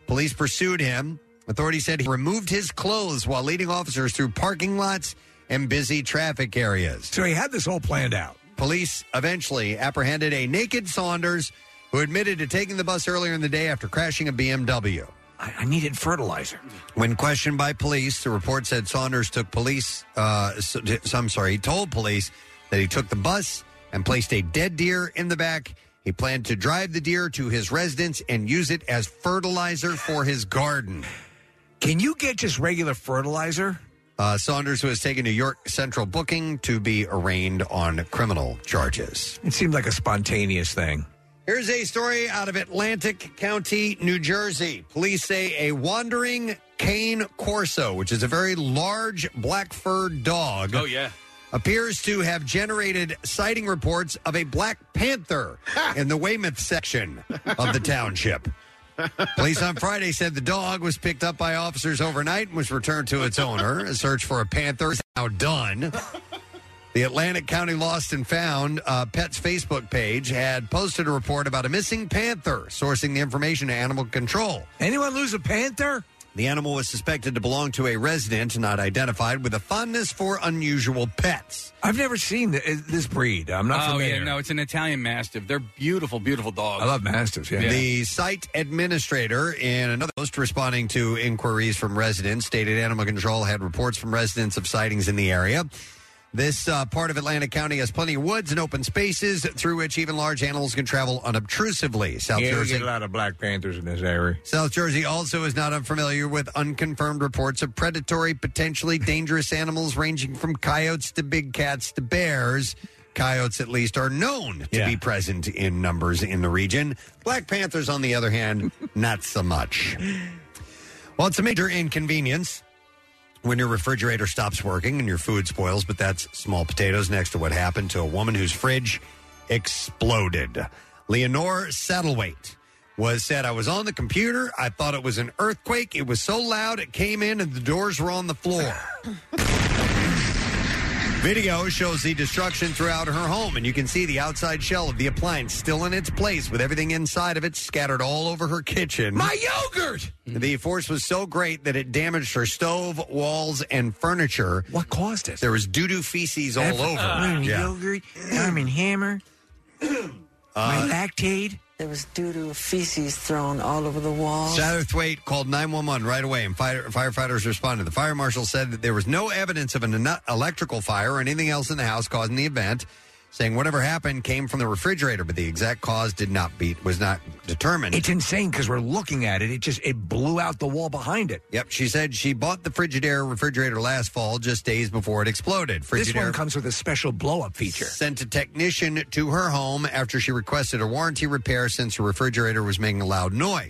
Speaker 3: Police pursued him. Authorities said he removed his clothes while leading officers through parking lots and busy traffic areas.
Speaker 5: So he had this all planned out.
Speaker 3: Police eventually apprehended a naked Saunders who admitted to taking the bus earlier in the day after crashing a BMW.
Speaker 5: I, I needed fertilizer.
Speaker 3: When questioned by police, the report said Saunders took police. Uh, s- s- I'm sorry, he told police that he took the bus and placed a dead deer in the back. He planned to drive the deer to his residence and use it as fertilizer for his garden.
Speaker 5: Can you get just regular fertilizer?
Speaker 3: Uh, Saunders was taken to York Central Booking to be arraigned on criminal charges.
Speaker 5: It seemed like a spontaneous thing.
Speaker 3: Here's a story out of Atlantic County, New Jersey. Police say a wandering cane corso, which is a very large black furred dog.
Speaker 6: Oh, yeah.
Speaker 3: Appears to have generated sighting reports of a black panther in the Weymouth section of the township. Police on Friday said the dog was picked up by officers overnight and was returned to its owner. A search for a panther is now done. The Atlantic County Lost and Found uh, Pets Facebook page had posted a report about a missing panther, sourcing the information to animal control.
Speaker 5: Anyone lose a panther?
Speaker 3: The animal was suspected to belong to a resident not identified with a fondness for unusual pets.
Speaker 5: I've never seen th- uh, this breed. I'm not
Speaker 6: oh,
Speaker 5: familiar.
Speaker 6: yeah, no, it's an Italian Mastiff. They're beautiful, beautiful dogs.
Speaker 5: I love mastiffs. Yeah.
Speaker 3: The site administrator in another post responding to inquiries from residents stated animal control had reports from residents of sightings in the area. This uh, part of Atlanta County has plenty of woods and open spaces through which even large animals can travel unobtrusively. South
Speaker 5: yeah, we
Speaker 3: Jersey
Speaker 5: get a lot of black panthers in this area.
Speaker 3: South Jersey also is not unfamiliar with unconfirmed reports of predatory, potentially dangerous animals ranging from coyotes to big cats to bears. Coyotes, at least, are known to be present in numbers in the region. Black Panthers, on the other hand, not so much. Well, it's a major inconvenience when your refrigerator stops working and your food spoils, but that's small potatoes next to what happened to a woman whose fridge exploded. Leonore Sattelwaite was said, I was on the computer. I thought it was an earthquake. It was so loud it came in and the doors were on the floor. Video shows the destruction throughout her home, and you can see the outside shell of the appliance still in its place with everything inside of it scattered all over her kitchen.
Speaker 5: My yogurt!
Speaker 3: Mm-hmm. The force was so great that it damaged her stove, walls, and furniture.
Speaker 5: What caused it?
Speaker 3: There was doo doo feces all
Speaker 5: That's-
Speaker 3: over.
Speaker 5: I'm in yogurt. I'm in hammer.
Speaker 3: Uh,
Speaker 5: lactate.
Speaker 20: There was doo doo feces thrown all over the walls.
Speaker 3: Satterthwaite called 911 right away, and fire, firefighters responded. The fire marshal said that there was no evidence of an eno- electrical fire or anything else in the house causing the event, saying whatever happened came from the refrigerator, but the exact cause did not be was not determined.
Speaker 5: It's insane because we're looking at it. It just it blew out the wall behind it.
Speaker 3: Yep, she said she bought the Frigidaire refrigerator last fall, just days before it exploded. Frigidaire
Speaker 5: This one comes with a special blow up feature.
Speaker 3: Sent a technician to her home after she requested a warranty repair since her refrigerator was making a loud noise.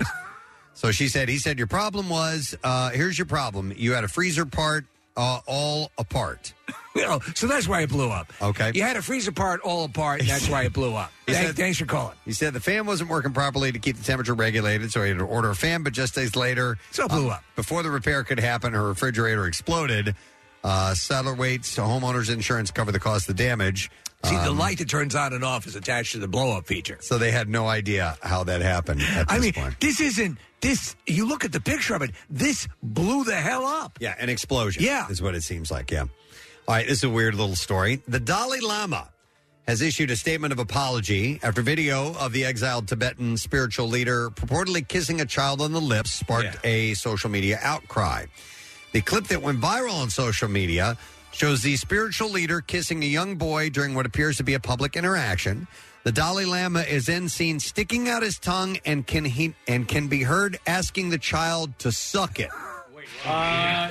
Speaker 3: so she said, he said, your problem was, uh, here's your problem. You had a freezer part uh, all apart.
Speaker 5: well, so that's why it blew up.
Speaker 3: Okay.
Speaker 5: You had to freeze apart all apart, and that's why it blew up.
Speaker 3: He
Speaker 5: Thank-
Speaker 3: said-
Speaker 5: thanks for calling.
Speaker 3: He said the fan wasn't working properly to keep the temperature regulated, so he had to order a fan. But just days later, uh,
Speaker 5: So it blew up.
Speaker 3: Before the repair could happen, her refrigerator exploded. Uh, Saddlewaite's homeowners insurance covered the cost of the damage.
Speaker 5: See, the light that turns on and off is attached to the blow up feature.
Speaker 3: So they had no idea how that happened. At
Speaker 5: I
Speaker 3: this
Speaker 5: mean,
Speaker 3: point.
Speaker 5: this isn't this. You look at the picture of it. This blew the hell up.
Speaker 3: Yeah, an explosion.
Speaker 5: Yeah.
Speaker 3: Is what it seems like, yeah. All right, this is a weird little story. The Dalai Lama has issued a statement of apology after video of the exiled Tibetan spiritual leader purportedly kissing a child on the lips sparked a social media outcry. The clip that went viral on social media shows the spiritual leader kissing a young boy during what appears to be a public interaction. The Dalai Lama is then seen sticking out his tongue and can he, and can be heard asking the child to suck it.
Speaker 11: Uh,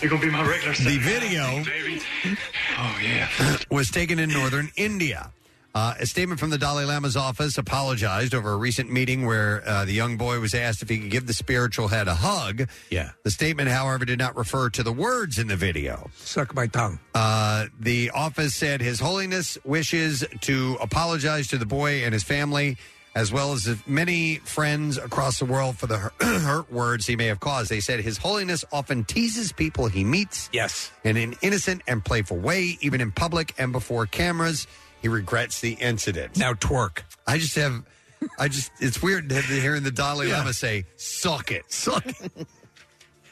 Speaker 11: You're gonna be my regular.
Speaker 3: The video
Speaker 11: Oh yeah.
Speaker 3: was taken in northern India. Uh, a statement from the Dalai Lama's office apologized over a recent meeting where uh, the young boy was asked if he could give the spiritual head a hug.
Speaker 5: Yeah.
Speaker 3: The statement, however, did not refer to the words in the video.
Speaker 5: Suck my tongue.
Speaker 3: Uh, the office said His Holiness wishes to apologize to the boy and his family, as well as his many friends across the world for the hurt- hurt words he may have caused. They said His Holiness often teases people he meets.
Speaker 5: Yes.
Speaker 3: In an innocent and playful way, even in public and before cameras. He regrets the incident.
Speaker 5: Now twerk.
Speaker 3: I just have. I just, it's weird to- hearing the Dalai Lama say, suck it, suck it.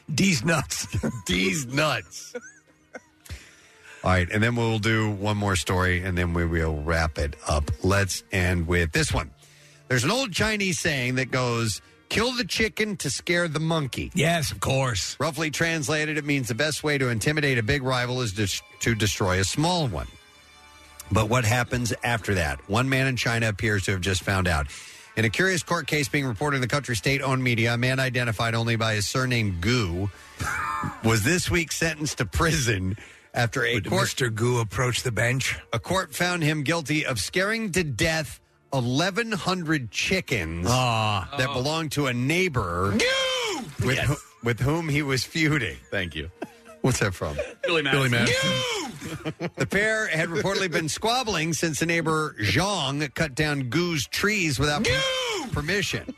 Speaker 5: These nuts.
Speaker 3: These nuts. All right, and then we'll do one more story, and then we will wrap it up. Let's end with this one. There's an old Chinese saying that goes, "Kill the chicken to scare the monkey."
Speaker 5: Yes, of course.
Speaker 3: Roughly translated, it means the best way to intimidate a big rival is to, to destroy a small one. But what happens after that? One man in China appears to have just found out. In a curious court case being reported in the country's state owned media, a man identified only by his surname Gu was this week sentenced to prison after a court.
Speaker 5: Mr. Gu approached the bench.
Speaker 3: A court found him guilty of scaring to death 1,100 chickens
Speaker 5: Ah.
Speaker 3: that belonged to a neighbor with, who- with whom he was feuding.
Speaker 14: Thank you.
Speaker 3: What's that from?
Speaker 14: Billy Madison. Billy Madison.
Speaker 3: The pair had reportedly been squabbling since the neighbor Zhang cut down Gu's trees without permission.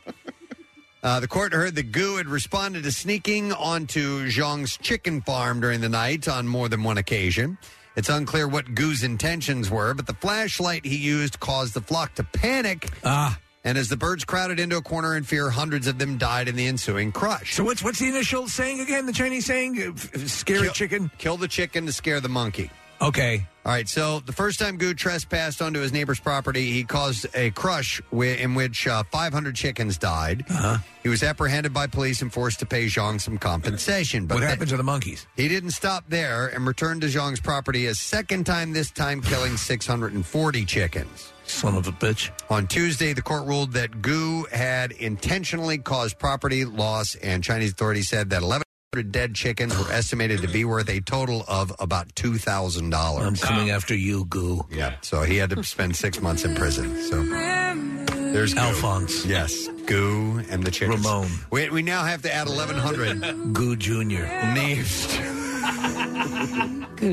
Speaker 3: Uh, the court heard that Gu had responded to sneaking onto Zhang's chicken farm during the night on more than one occasion. It's unclear what Gu's intentions were, but the flashlight he used caused the flock to panic. Ah. And as the birds crowded into a corner in fear, hundreds of them died in the ensuing crush.
Speaker 5: So what's what's the initial saying again? The Chinese saying, Uh, f- f- "Scare a chicken,
Speaker 3: kill the chicken to scare the monkey."
Speaker 5: Okay.
Speaker 3: All right. So the first time Goo trespassed onto his neighbor's property, he caused a crush wi- in which uh, 500 chickens died. Uh-huh. He was apprehended by police and forced to pay Zhang some compensation. But
Speaker 5: what
Speaker 3: that-
Speaker 5: happened to the monkeys?
Speaker 3: he didn't stop there and returned to Zhang's property a second time, this time killing 640 chickens.
Speaker 5: Son of a bitch.
Speaker 3: On Tuesday, the court ruled that Gu had intentionally caused property loss, and Chinese authorities said that 1,100 dead chickens were estimated to be worth a total of about $2,000.
Speaker 5: I'm coming after you, Goo.
Speaker 3: Yeah. So he had to spend six months in prison. So there's Goo.
Speaker 5: Alphonse.
Speaker 3: Yes. Goo and the chickens. Ramon. We, we now have to add 1,100
Speaker 5: Goo Jr.
Speaker 3: names.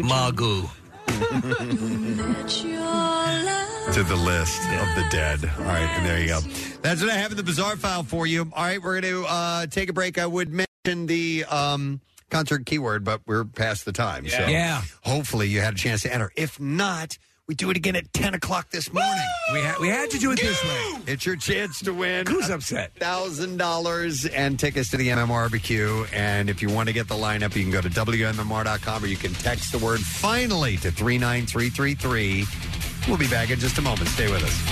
Speaker 5: Magoo.
Speaker 3: to the list of the dead. All right, and there you go. That's what I have in the bizarre file for you. All right, we're going to uh, take a break. I would mention the um, concert keyword, but we're past the time. So
Speaker 5: Yeah. Yeah.
Speaker 3: hopefully you had a chance to enter. If not, we do it again at 10 o'clock this morning.
Speaker 5: We, ha- we had to do it this way.
Speaker 3: It's your chance to win.
Speaker 5: Who's upset?
Speaker 3: Thousand dollars and tickets to the MMRBQ. And if you want to get the lineup, you can go to WMMR.com or you can text the word finally to 39333. We'll be back in just a moment. Stay with us.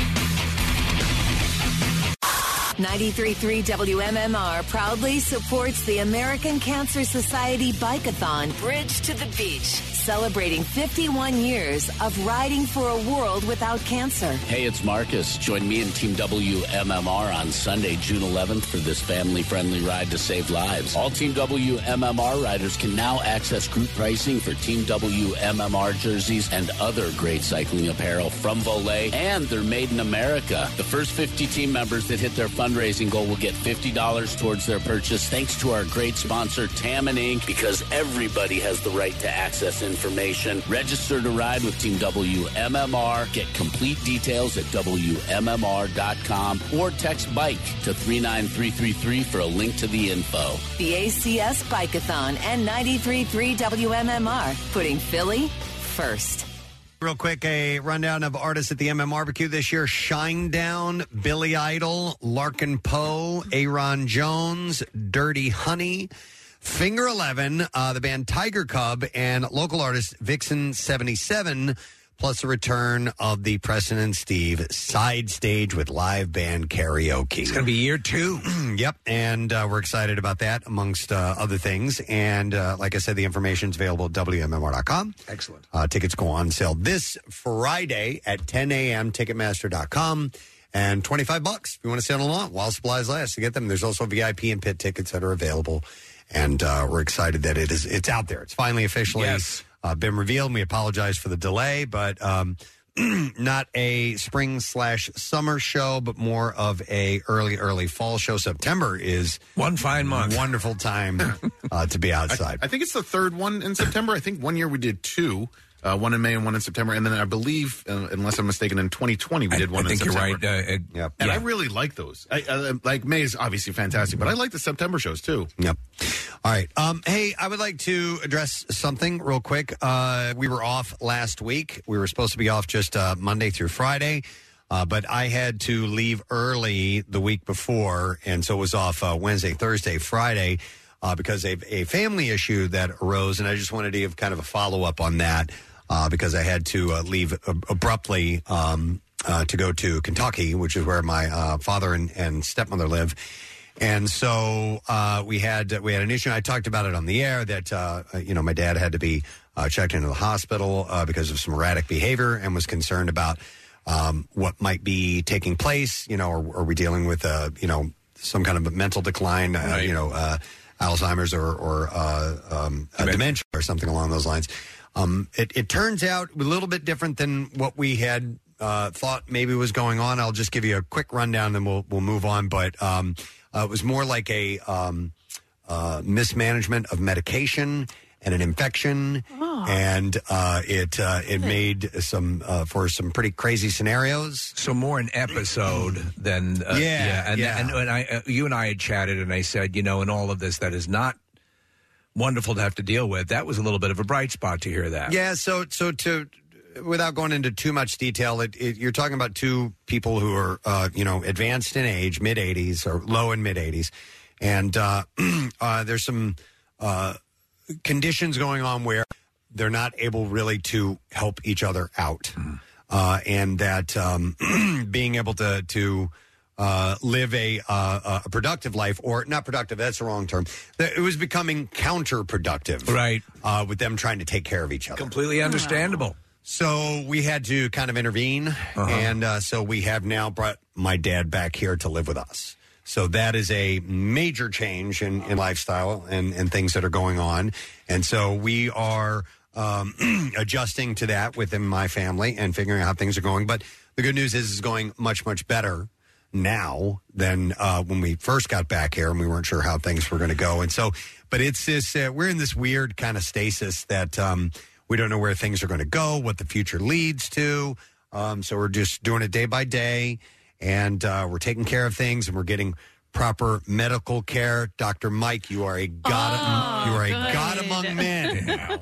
Speaker 8: 933 WMMR proudly supports the American Cancer Society Bikeathon Bridge to the Beach, celebrating 51 years of riding for a world without cancer.
Speaker 21: Hey, it's Marcus. Join me and Team WMMR on Sunday, June 11th for this family friendly ride to save lives. All Team WMMR riders can now access group pricing for Team WMMR jerseys and other great cycling apparel from Volet, and they're made in America. The first 50 team members that hit their fundraising goal will get $50 towards their purchase thanks to our great sponsor, Tammin Inc., because everybody has the right to access information. Register to ride with Team WMMR. Get complete details at WMMR.com or text BIKE to 39333 for a link to the info.
Speaker 8: The ACS Bikeathon and 933 WMMR, putting Philly first.
Speaker 3: Real quick, a rundown of artists at the MM Barbecue this year Shine Down, Billy Idol, Larkin Poe, Aaron Jones, Dirty Honey, Finger 11, uh, the band Tiger Cub, and local artist Vixen 77, plus the return of the Preston and Steve side stage with live band karaoke. It's going to be year two. yep. And uh, we're excited about that, amongst uh, other things. And uh, like I said, the information is available at WMMR.com.
Speaker 5: Excellent.
Speaker 3: Uh, tickets go on sale this Friday at 10 a.m. Ticketmaster.com. And 25 bucks if you want to sit on a lot while supplies last to get them. There's also VIP and pit tickets that are available. And uh, we're excited that it is it's out there. It's finally officially uh, been revealed. And we apologize for the delay, but um, not a spring slash summer show, but more of a early early fall show. September is
Speaker 5: one fine month,
Speaker 3: wonderful time uh, to be outside.
Speaker 14: I think it's the third one in September. I think one year we did two. Uh, one in May and one in September, and then I believe, uh, unless I'm mistaken, in 2020 we did one.
Speaker 5: I think
Speaker 14: in
Speaker 5: you're
Speaker 14: September.
Speaker 5: right. Uh, it-
Speaker 14: And I really like those. I, I, like May is obviously fantastic, but I like the September shows too.
Speaker 3: Yep. All right. Um, hey, I would like to address something real quick. Uh, we were off last week. We were supposed to be off just uh, Monday through Friday, uh, but I had to leave early the week before, and so it was off uh, Wednesday, Thursday, Friday uh, because a, a family issue that arose, and I just wanted to give kind of a follow up on that uh, because I had to uh, leave ab- abruptly um, uh, to go to Kentucky, which is where my uh, father and, and stepmother live. And so uh, we had we had an issue. I talked about it on the air that uh, you know my dad had to be uh, checked into the hospital uh, because of some erratic behavior and was concerned about um, what might be taking place. You know, are, are we dealing with uh, you know some kind of mental decline? Uh, You know, uh, Alzheimer's or or uh, um, uh, dementia or something along those lines. Um, it, it turns out a little bit different than what we had uh, thought maybe was going on. I'll just give you a quick rundown, then we'll we'll move on. But um, uh, it was more like a um, uh, mismanagement of medication and an infection, and uh, it uh, it made some uh, for some pretty crazy scenarios.
Speaker 5: So more an episode than uh,
Speaker 3: Yeah,
Speaker 5: and,
Speaker 3: yeah.
Speaker 5: and and I uh, you and I had chatted and I said you know in all of this that is not wonderful to have to deal with that was a little bit of a bright spot to hear that
Speaker 3: Yeah, so so to without going into too much detail, it, it, you're talking about two people who are uh, you know advanced in age, mid 80s or low and mid 80s, and uh, uh, there's some uh, conditions going on where they're not able really to help each other out,
Speaker 5: Hmm.
Speaker 3: uh, and that um, being able to to uh, live a, uh, a productive life, or not productive, that's the wrong term. That It was becoming counterproductive.
Speaker 5: Right.
Speaker 3: Uh, with them trying to take care of each other.
Speaker 5: completely understandable
Speaker 3: So we had to kind of intervene, and uh, so we have now brought my dad back here to live with us. So that is a major change in, in lifestyle and, and things that are going on, and so we are um, adjusting to that within my family and figuring out how things are going. But the good news is, it's going much much better now than uh, when we first got back here and we weren't sure how things were going to go. And so, but it's this, uh, we're in this weird kind of stasis that um, we don't know where things are going to go, what the future leads to. Um, so we're just doing it day by day and uh, we're taking care of things and we're getting proper medical care. Dr. Mike, you are a god, you are a god among men.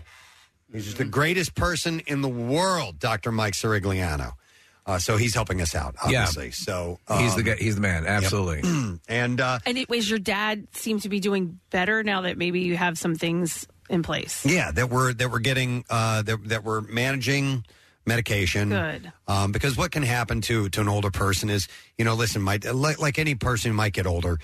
Speaker 3: He's just the greatest person in the world, Dr. Mike Sirigliano. Uh, so he's helping us out,
Speaker 5: Yeah.
Speaker 3: obviously. So um,
Speaker 5: He's the guy- he's the man,
Speaker 3: yep.
Speaker 5: absolutely.
Speaker 3: and uh,
Speaker 4: And it was your dad seemed to be doing better now that maybe you have some things in place.
Speaker 3: yeah, that we're that we're getting uh, that that we're managing medication.
Speaker 4: Good.
Speaker 3: Um, because what can happen to to an older person is, you know, listen, my, like, like any person who might get older,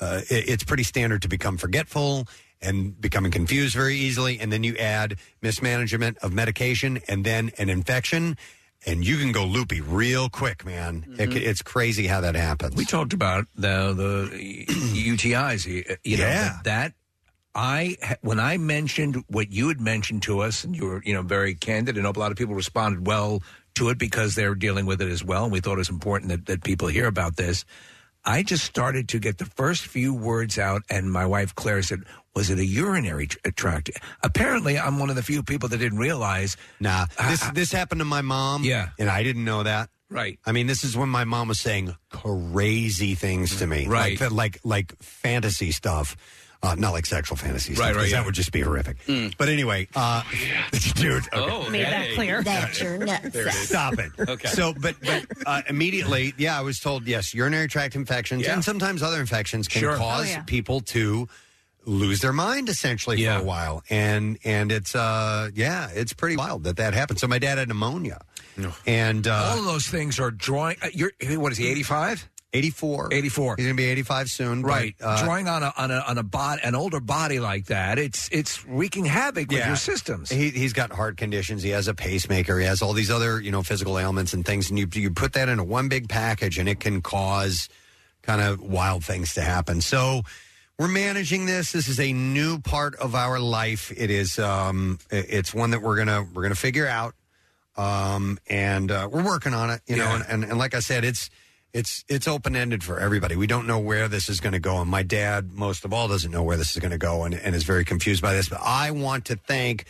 Speaker 3: uh, it- it's pretty standard to become forgetful and becoming confused very easily, and then you add mismanagement of medication and then an infection, and you can go loopy real quick, man. It ca- it's crazy how that happens.
Speaker 5: We talked about the the UTIs. You, you know
Speaker 3: Yeah.
Speaker 5: that, that I when I mentioned what you had mentioned to us, and you were you know very candid, and a lot of people responded well to it because they're dealing with it as well. And we thought it was important that, that people hear about this. I just started to get the first few words out, and my wife Claire said, "Was it a urinary tr- tract?" Apparently, I'm one of the few people that didn't realize.
Speaker 3: Nah, this this happened to my mom.
Speaker 5: Uh, Yeah,
Speaker 3: and I didn't know that.
Speaker 5: Right.
Speaker 3: I mean, this is when my mom was saying crazy things to me,
Speaker 5: Right.
Speaker 3: Like, like like fantasy stuff. Uh, not like sexual fantasies.
Speaker 5: Right, Hmm. right,
Speaker 3: That would just be horrific. But anyway, uh, dude. okay.
Speaker 5: Made that Oh, hey. clear.
Speaker 3: That's
Speaker 5: your nuts. There it is.
Speaker 3: Stop it.
Speaker 5: Okay.
Speaker 3: So, but, but uh, immediately, yeah, I was told yes, urinary tract infections
Speaker 5: Yeah.
Speaker 3: and sometimes other infections can
Speaker 5: Sure.
Speaker 3: cause
Speaker 5: Oh, yeah.
Speaker 3: people to lose their mind essentially for a while and and it's uh yeah it's pretty wild that that happened so my dad had pneumonia and uh
Speaker 5: All of those things are drawing. Uh, you're what is he? Eighty five.
Speaker 3: 84.
Speaker 5: 84.
Speaker 3: He's going to be 85 soon. but,
Speaker 5: Right.
Speaker 3: uh,
Speaker 5: Drawing on a on a on a bod, an older body like that, it's it's wreaking havoc with your systems.
Speaker 3: He, he's got heart conditions. He has a pacemaker. He has all these other, you know, physical ailments and things. And you you put that into one big package, and it can cause kind of wild things to happen. So we're managing this. This is a new part of our life. It is. Um, it- it's one that we're gonna we're gonna figure out. Um, and uh, we're working on it. You know, and, and and like I said, it's. It's it's open ended for everybody. We don't know where this is going to go, and my dad, most of all, doesn't know where this is going to go, and, and is very confused by this. But I want to thank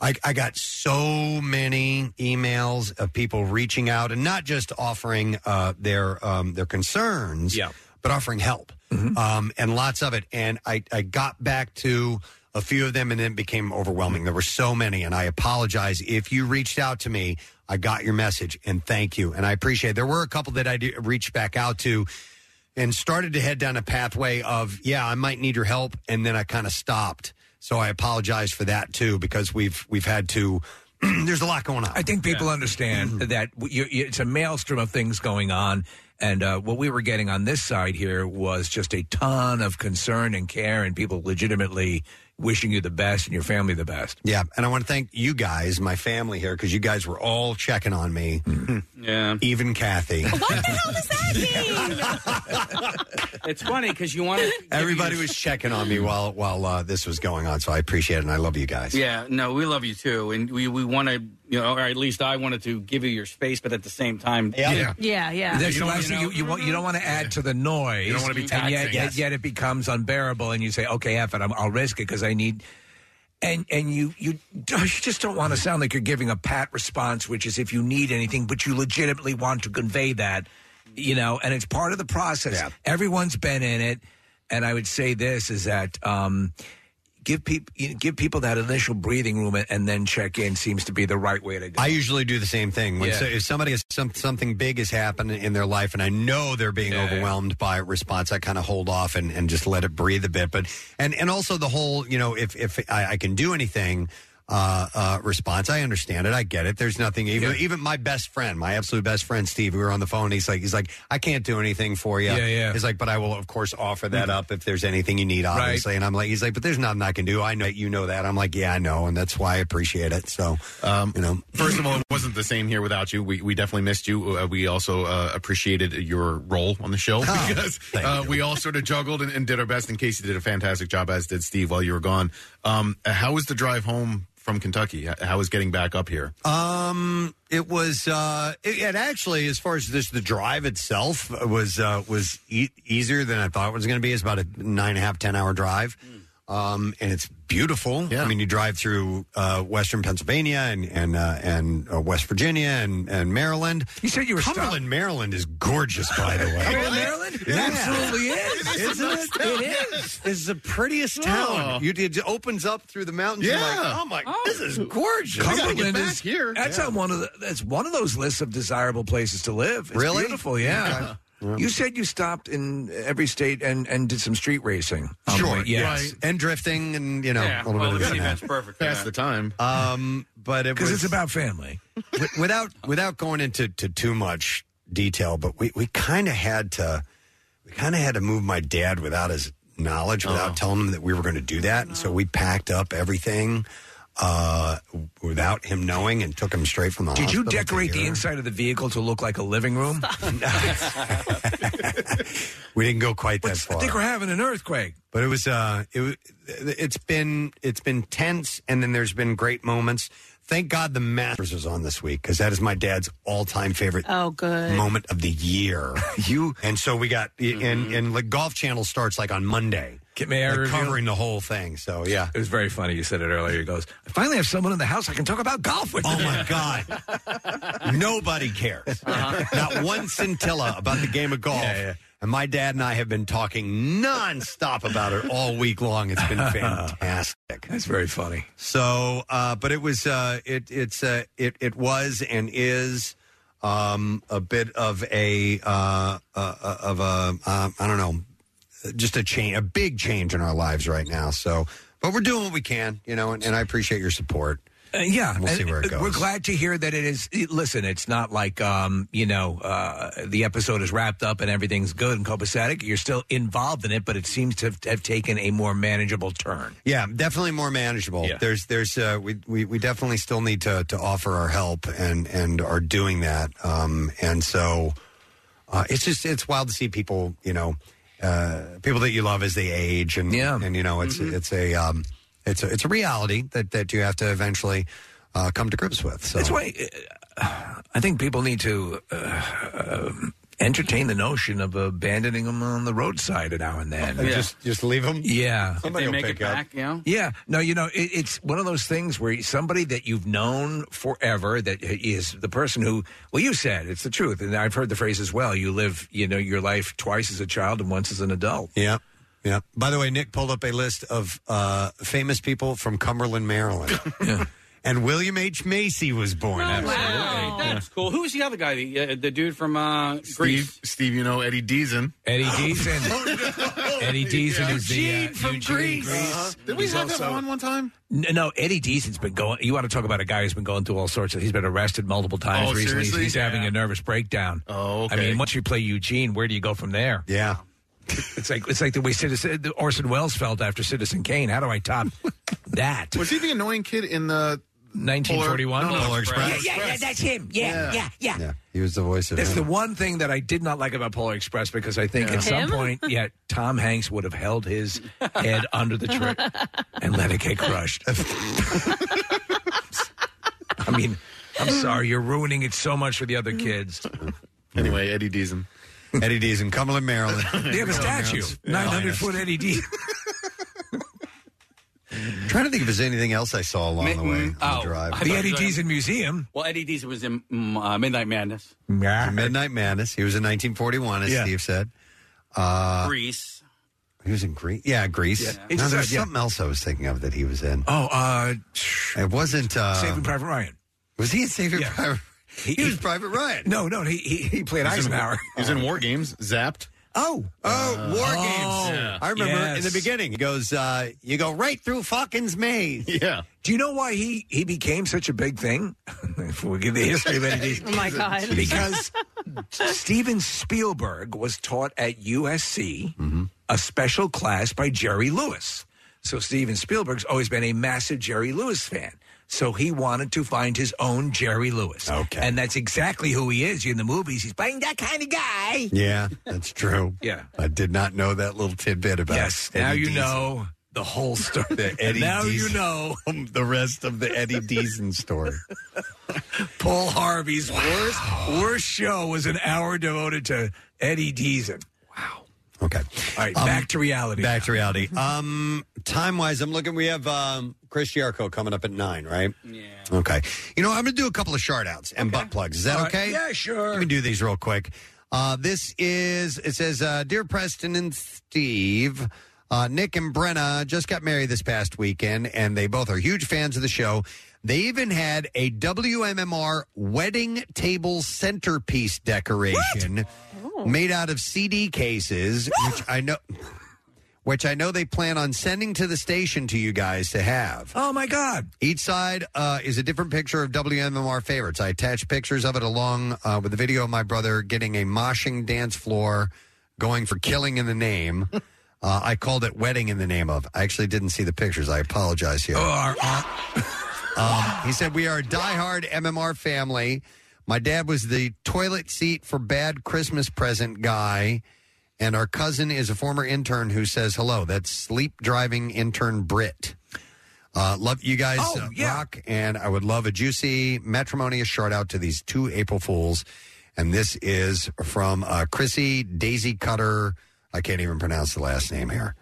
Speaker 3: I, I got so many emails of people reaching out and not just offering uh, their um, their concerns, but offering help, um, and lots of it. And I, I got back to a few of them, and it became overwhelming. There were so many, and I apologize if you reached out to me. I got your message, and thank you, and I appreciate. It. There were a couple that I did- reached back out to and started to head down a pathway of yeah i might need your help and then i kind of stopped so i apologize for that too because we've we've had to there's a lot going on Mm-hmm.
Speaker 5: I think people understand that w- you, you, it's a maelstrom of things going on. And uh, what we were getting on this side here was just a ton of concern and care, and people legitimately wishing you the best and your family the best.
Speaker 3: yeah and i want to thank you guys my family here because you guys were all checking on me
Speaker 6: yeah
Speaker 3: even kathy
Speaker 6: it's funny because you want to.
Speaker 3: everybody was checking on me while while uh, this was going on so i appreciate it and i love you guys
Speaker 6: Yeah, no, we love you too, and we we want to, you know, or at least I wanted to give you your space, but at the same time,
Speaker 5: Yeah.
Speaker 4: Yeah, yeah.
Speaker 5: There's no- you, you, want- you don't want to add to the noise.
Speaker 6: You don't wanna be
Speaker 5: and yet,
Speaker 6: taxing.
Speaker 5: yet, yet it becomes unbearable, and you say, "Okay, F it, I'm, I'll risk it because I need." And and you you d- you just don't want to sound like you're giving a pat response, which is if you need anything, but you legitimately want to convey that, you know. And it's part of the process. Everyone's been in it, and I would say this is that. Um, Give people give people that initial breathing room and- and then check in seems to be the right way to go.
Speaker 3: I usually do the same thing. When
Speaker 5: Yeah.
Speaker 3: so, if somebody has some, something big has happened in their life, and I know they're being overwhelmed by response, I kind of hold off and, and just let it breathe a bit. But and and also the whole, you know, if if I, I can do anything. Uh, uh, response. I understand it. I get it. There's nothing. Even even my best friend, my absolute best friend, Steve. We were on the phone. He's like, he's like, I can't do anything for you.
Speaker 5: Yeah, yeah.
Speaker 3: He's like, but I will of course offer that up if there's anything you need,
Speaker 5: Mm-hmm. Right.
Speaker 3: obviously. And I'm like, he's like, but there's nothing I can do. I know you know that. I'm like, yeah, I know, and that's why I appreciate it. So, um, you know,
Speaker 14: First of all, it wasn't the same here without you. We, we definitely missed you. Uh, we also uh, appreciated your role on the show because uh, we all sort of juggled and, and did our best. And Casey did a fantastic job, as did Steve, while you were gone. Um, how was the drive home from Kentucky? H- How was getting back up here?
Speaker 3: Um, it was. Uh, it, it actually, as far as this, the drive itself was uh, was e- easier than I thought it was going to be. It's about a nine and a half, ten hour drive.
Speaker 5: Hmm.
Speaker 3: Um, and it's beautiful. I mean, you drive through uh, Western Pennsylvania and and uh, and uh, West Virginia and, and Maryland.
Speaker 5: You said you were
Speaker 3: Cumberland, Maryland is gorgeous, by the way.
Speaker 5: Cumberland, Maryland? It absolutely is. It is the
Speaker 3: Isn't it?
Speaker 5: best town.
Speaker 3: It is. It's the prettiest town. You, it opens up through the mountains. You're like,
Speaker 5: Yeah.
Speaker 3: oh my, this is gorgeous.
Speaker 5: Cumberland is here. That's on one of the, that's one of those lists of desirable places to live. It's
Speaker 3: Really?
Speaker 5: beautiful. Yeah. You said you stopped in every state and, and did some street racing. on the
Speaker 3: Sure,
Speaker 5: way. Yes.
Speaker 3: right. and drifting, and you know,
Speaker 5: Yeah,
Speaker 3: a little
Speaker 5: well,
Speaker 3: bit of
Speaker 5: the
Speaker 3: this and
Speaker 5: minivan's
Speaker 3: that.
Speaker 5: perfect for Pass that. the
Speaker 14: time,
Speaker 3: um, but it
Speaker 5: 'Cause
Speaker 3: was
Speaker 5: it's about family.
Speaker 3: wi- without without going into to too much detail, but we we kind of had to we kind of had to move my dad without his knowledge, without
Speaker 5: Oh.
Speaker 3: telling him that we were going to do that, and so we packed up everything uh, w- without him knowing, and took him straight from the
Speaker 5: Did you
Speaker 3: hospital to
Speaker 5: decorate the
Speaker 3: here.
Speaker 5: inside of the vehicle to look like a living room?
Speaker 3: We didn't go quite that far.
Speaker 5: I think we're having an earthquake.
Speaker 3: but it was uh it wa- it's been it's been tense and then there's been great moments thank god the masters was on this week because that is my dad's all-time favorite
Speaker 4: Oh, good.
Speaker 3: moment of the year you and so we got and and like golf channel starts like on monday
Speaker 5: Mm-hmm. Get me air
Speaker 3: They're
Speaker 5: review?
Speaker 3: covering the whole thing so yeah
Speaker 5: It was very funny. You said it earlier. He goes, I finally have someone in the house I can talk about golf with.
Speaker 3: Oh, my God.
Speaker 5: Uh-huh.
Speaker 3: Nobody cares. Not one scintilla about the game of golf. And my dad and I have been talking nonstop about it all week long. It's been fantastic.
Speaker 5: That's very funny.
Speaker 3: So, uh, but it was uh, it it's uh, it it was and is um, a bit of a uh, uh, of a uh, I don't know, just a change, a big change in our lives right now. So, but we're doing what we can, you know, and, and I appreciate your support.
Speaker 5: Uh, yeah,
Speaker 3: we'll see
Speaker 5: and
Speaker 3: where it goes.
Speaker 5: We're glad to hear that it is. it- Listen, it's not like um, you know uh, the episode is wrapped up and everything's good and copacetic. You're still involved in it, but it seems to have, have taken a more manageable turn.
Speaker 3: Yeah, definitely more manageable.
Speaker 5: Yeah.
Speaker 3: There's there's uh, we, we we definitely still need to to offer our help and and are doing that. Um, and so uh, it's just it's wild to see people you know uh, people that you love as they age and yeah. and you know it's
Speaker 5: Mm-hmm.
Speaker 3: it's a um, it's a, it's a reality that that you have to eventually uh, come to grips with. So
Speaker 5: That's why uh, I think people need to uh, uh, entertain the notion of abandoning them on the roadside now and then.
Speaker 3: And just just leave them.
Speaker 5: Yeah.
Speaker 3: somebody
Speaker 6: they
Speaker 3: will
Speaker 6: make
Speaker 3: pick
Speaker 6: it
Speaker 3: up.
Speaker 6: back, you know?
Speaker 5: Yeah, no, you know, it, it's one of those things where somebody that you've known forever, that is the person who, well, you said it's the truth, and I've heard the phrase as well. You live, you know, your life twice as a child and once as an adult.
Speaker 3: Yeah. Yeah. By the way, Nick pulled up a list of uh, famous people from Cumberland, Maryland. And William H. Macy was born.
Speaker 6: Wow. That's cool. Who was the other guy? The, uh, the dude from uh, Greece.
Speaker 14: Steve, you know Eddie Deason.
Speaker 5: Eddie Oh, Deason. Eddie Deason is the
Speaker 14: Eugene
Speaker 5: uh,
Speaker 14: from
Speaker 5: Eugene
Speaker 14: Greece. Uh-huh. Did we
Speaker 5: He's
Speaker 14: have that
Speaker 5: also-
Speaker 14: on one time?
Speaker 5: N- No, Eddie Deason's been going. You want to talk about a guy who's been going through all sorts of. He's been arrested multiple times
Speaker 14: Oh,
Speaker 5: recently. He's-
Speaker 14: seriously?
Speaker 5: He's having a nervous breakdown. Oh, I
Speaker 14: okay.
Speaker 5: mean, once you play Eugene, where do you go from there?
Speaker 3: Yeah.
Speaker 5: It's like it's like the way Citizen the Orson Welles felt after Citizen Kane. How do I top that?
Speaker 14: Was he the annoying kid in the
Speaker 5: 1941
Speaker 14: Polar, no, no,
Speaker 5: Yeah, yeah, yeah, that's him. Yeah, yeah, yeah.
Speaker 3: He was the voice of
Speaker 5: That's
Speaker 3: him.
Speaker 5: the one thing that I did not like about Polar Express because I think
Speaker 3: Yeah.
Speaker 5: at some
Speaker 3: Him?
Speaker 5: point, yeah, Tom Hanks would have held his head under the tree and let it get crushed. I mean, I'm sorry, you're ruining it so much for the other kids.
Speaker 14: Anyway, Eddie Deason.
Speaker 3: Eddie Deason, Cumberland, Maryland.
Speaker 5: They have a statue,
Speaker 3: Oh,
Speaker 5: 900 foot Eddie D.
Speaker 3: trying to think if there's anything else I saw along the way on
Speaker 6: Oh,
Speaker 3: the drive.
Speaker 6: I thought you were talking-
Speaker 5: Museum.
Speaker 6: Well, Eddie Deason was in mm, uh, Midnight Madness.
Speaker 3: Midnight Madness. He was in 1941, as
Speaker 6: Yeah.
Speaker 3: Steve said. Uh,
Speaker 6: Greece.
Speaker 3: He was in Greece. Yeah, Greece.
Speaker 5: Yeah.
Speaker 3: No,
Speaker 5: It's-
Speaker 3: there was
Speaker 5: yeah.
Speaker 3: something else I was thinking of that he was in.
Speaker 5: Oh, uh,
Speaker 3: it wasn't. Uh,
Speaker 5: Saving Private Ryan.
Speaker 3: Was he in Saving Private?
Speaker 5: He,
Speaker 3: was Private Ryan.
Speaker 5: No, no, he he, he played
Speaker 14: He's in-
Speaker 5: Eisenhower.
Speaker 14: He's in War Games. Zapped.
Speaker 3: Oh, oh, War
Speaker 5: Oh,
Speaker 3: Games.
Speaker 5: yeah.
Speaker 3: I remember in
Speaker 5: yes.
Speaker 3: the beginning. He goes, uh, "You go right through Falcon's maze."
Speaker 14: Yeah.
Speaker 5: Do you know why he he became such a big thing? if we give the history of Eddie Deason.
Speaker 4: Oh, my God.
Speaker 5: Because Steven Spielberg was taught at USC
Speaker 3: Mm-hmm.
Speaker 5: a special class by Jerry Lewis. So Steven Spielberg's always been a massive Jerry Lewis fan. So he wanted to find his own Jerry Lewis. Okay. And that's exactly who he is in the movies. He's playing that kind of guy.
Speaker 3: Yeah, that's true.
Speaker 5: Yeah.
Speaker 3: I did not know that little tidbit about.
Speaker 5: Yes, now
Speaker 3: Eddie
Speaker 5: you
Speaker 3: Deason.
Speaker 5: know the whole story.
Speaker 3: the Eddie.
Speaker 5: now you
Speaker 3: Deason-
Speaker 5: know
Speaker 3: the rest of the Eddie Deason story.
Speaker 5: Paul Harvey's worst worst show was an hour devoted to Eddie Deason.
Speaker 3: Okay.
Speaker 5: All right,
Speaker 3: Um,
Speaker 5: back to reality.
Speaker 3: Back to reality. Um, time wise, I'm looking. We have um, Chris Jericho coming up at nine, right? Yeah. Okay. You know, I'm going to do a couple of shard outs and butt plugs. Is that
Speaker 5: All right.
Speaker 3: okay?
Speaker 5: Yeah, sure.
Speaker 3: Let me do these real quick. Uh, this is, it says, uh, Dear Preston and Steve, uh, Nick and Brenna just got married this past weekend, and they both are huge fans of the show. They even had a WMMR wedding table centerpiece decoration made out of CD cases, which I know. Which I know they plan on sending to the station to you guys to have.
Speaker 5: Oh my God!
Speaker 3: Each side uh, is a different picture of WMMR favorites. I attached pictures of it along uh, with the video of my brother getting a moshing dance floor, going for killing in the name. Uh, I called it wedding in the name of. I actually didn't see the pictures. I apologize here.
Speaker 5: Oh, our- our-
Speaker 3: Um, he said, We are a diehard MMR family. My dad was the toilet seat for bad Christmas present guy. And our cousin is a former intern who says hello. That's sleep driving intern Brit. Uh, love you guys uh, rock. And I would love a juicy matrimonious shout out to these two April Fools. And this is from uh, Chrissy Daisy Cutter. I can't even pronounce the last name here.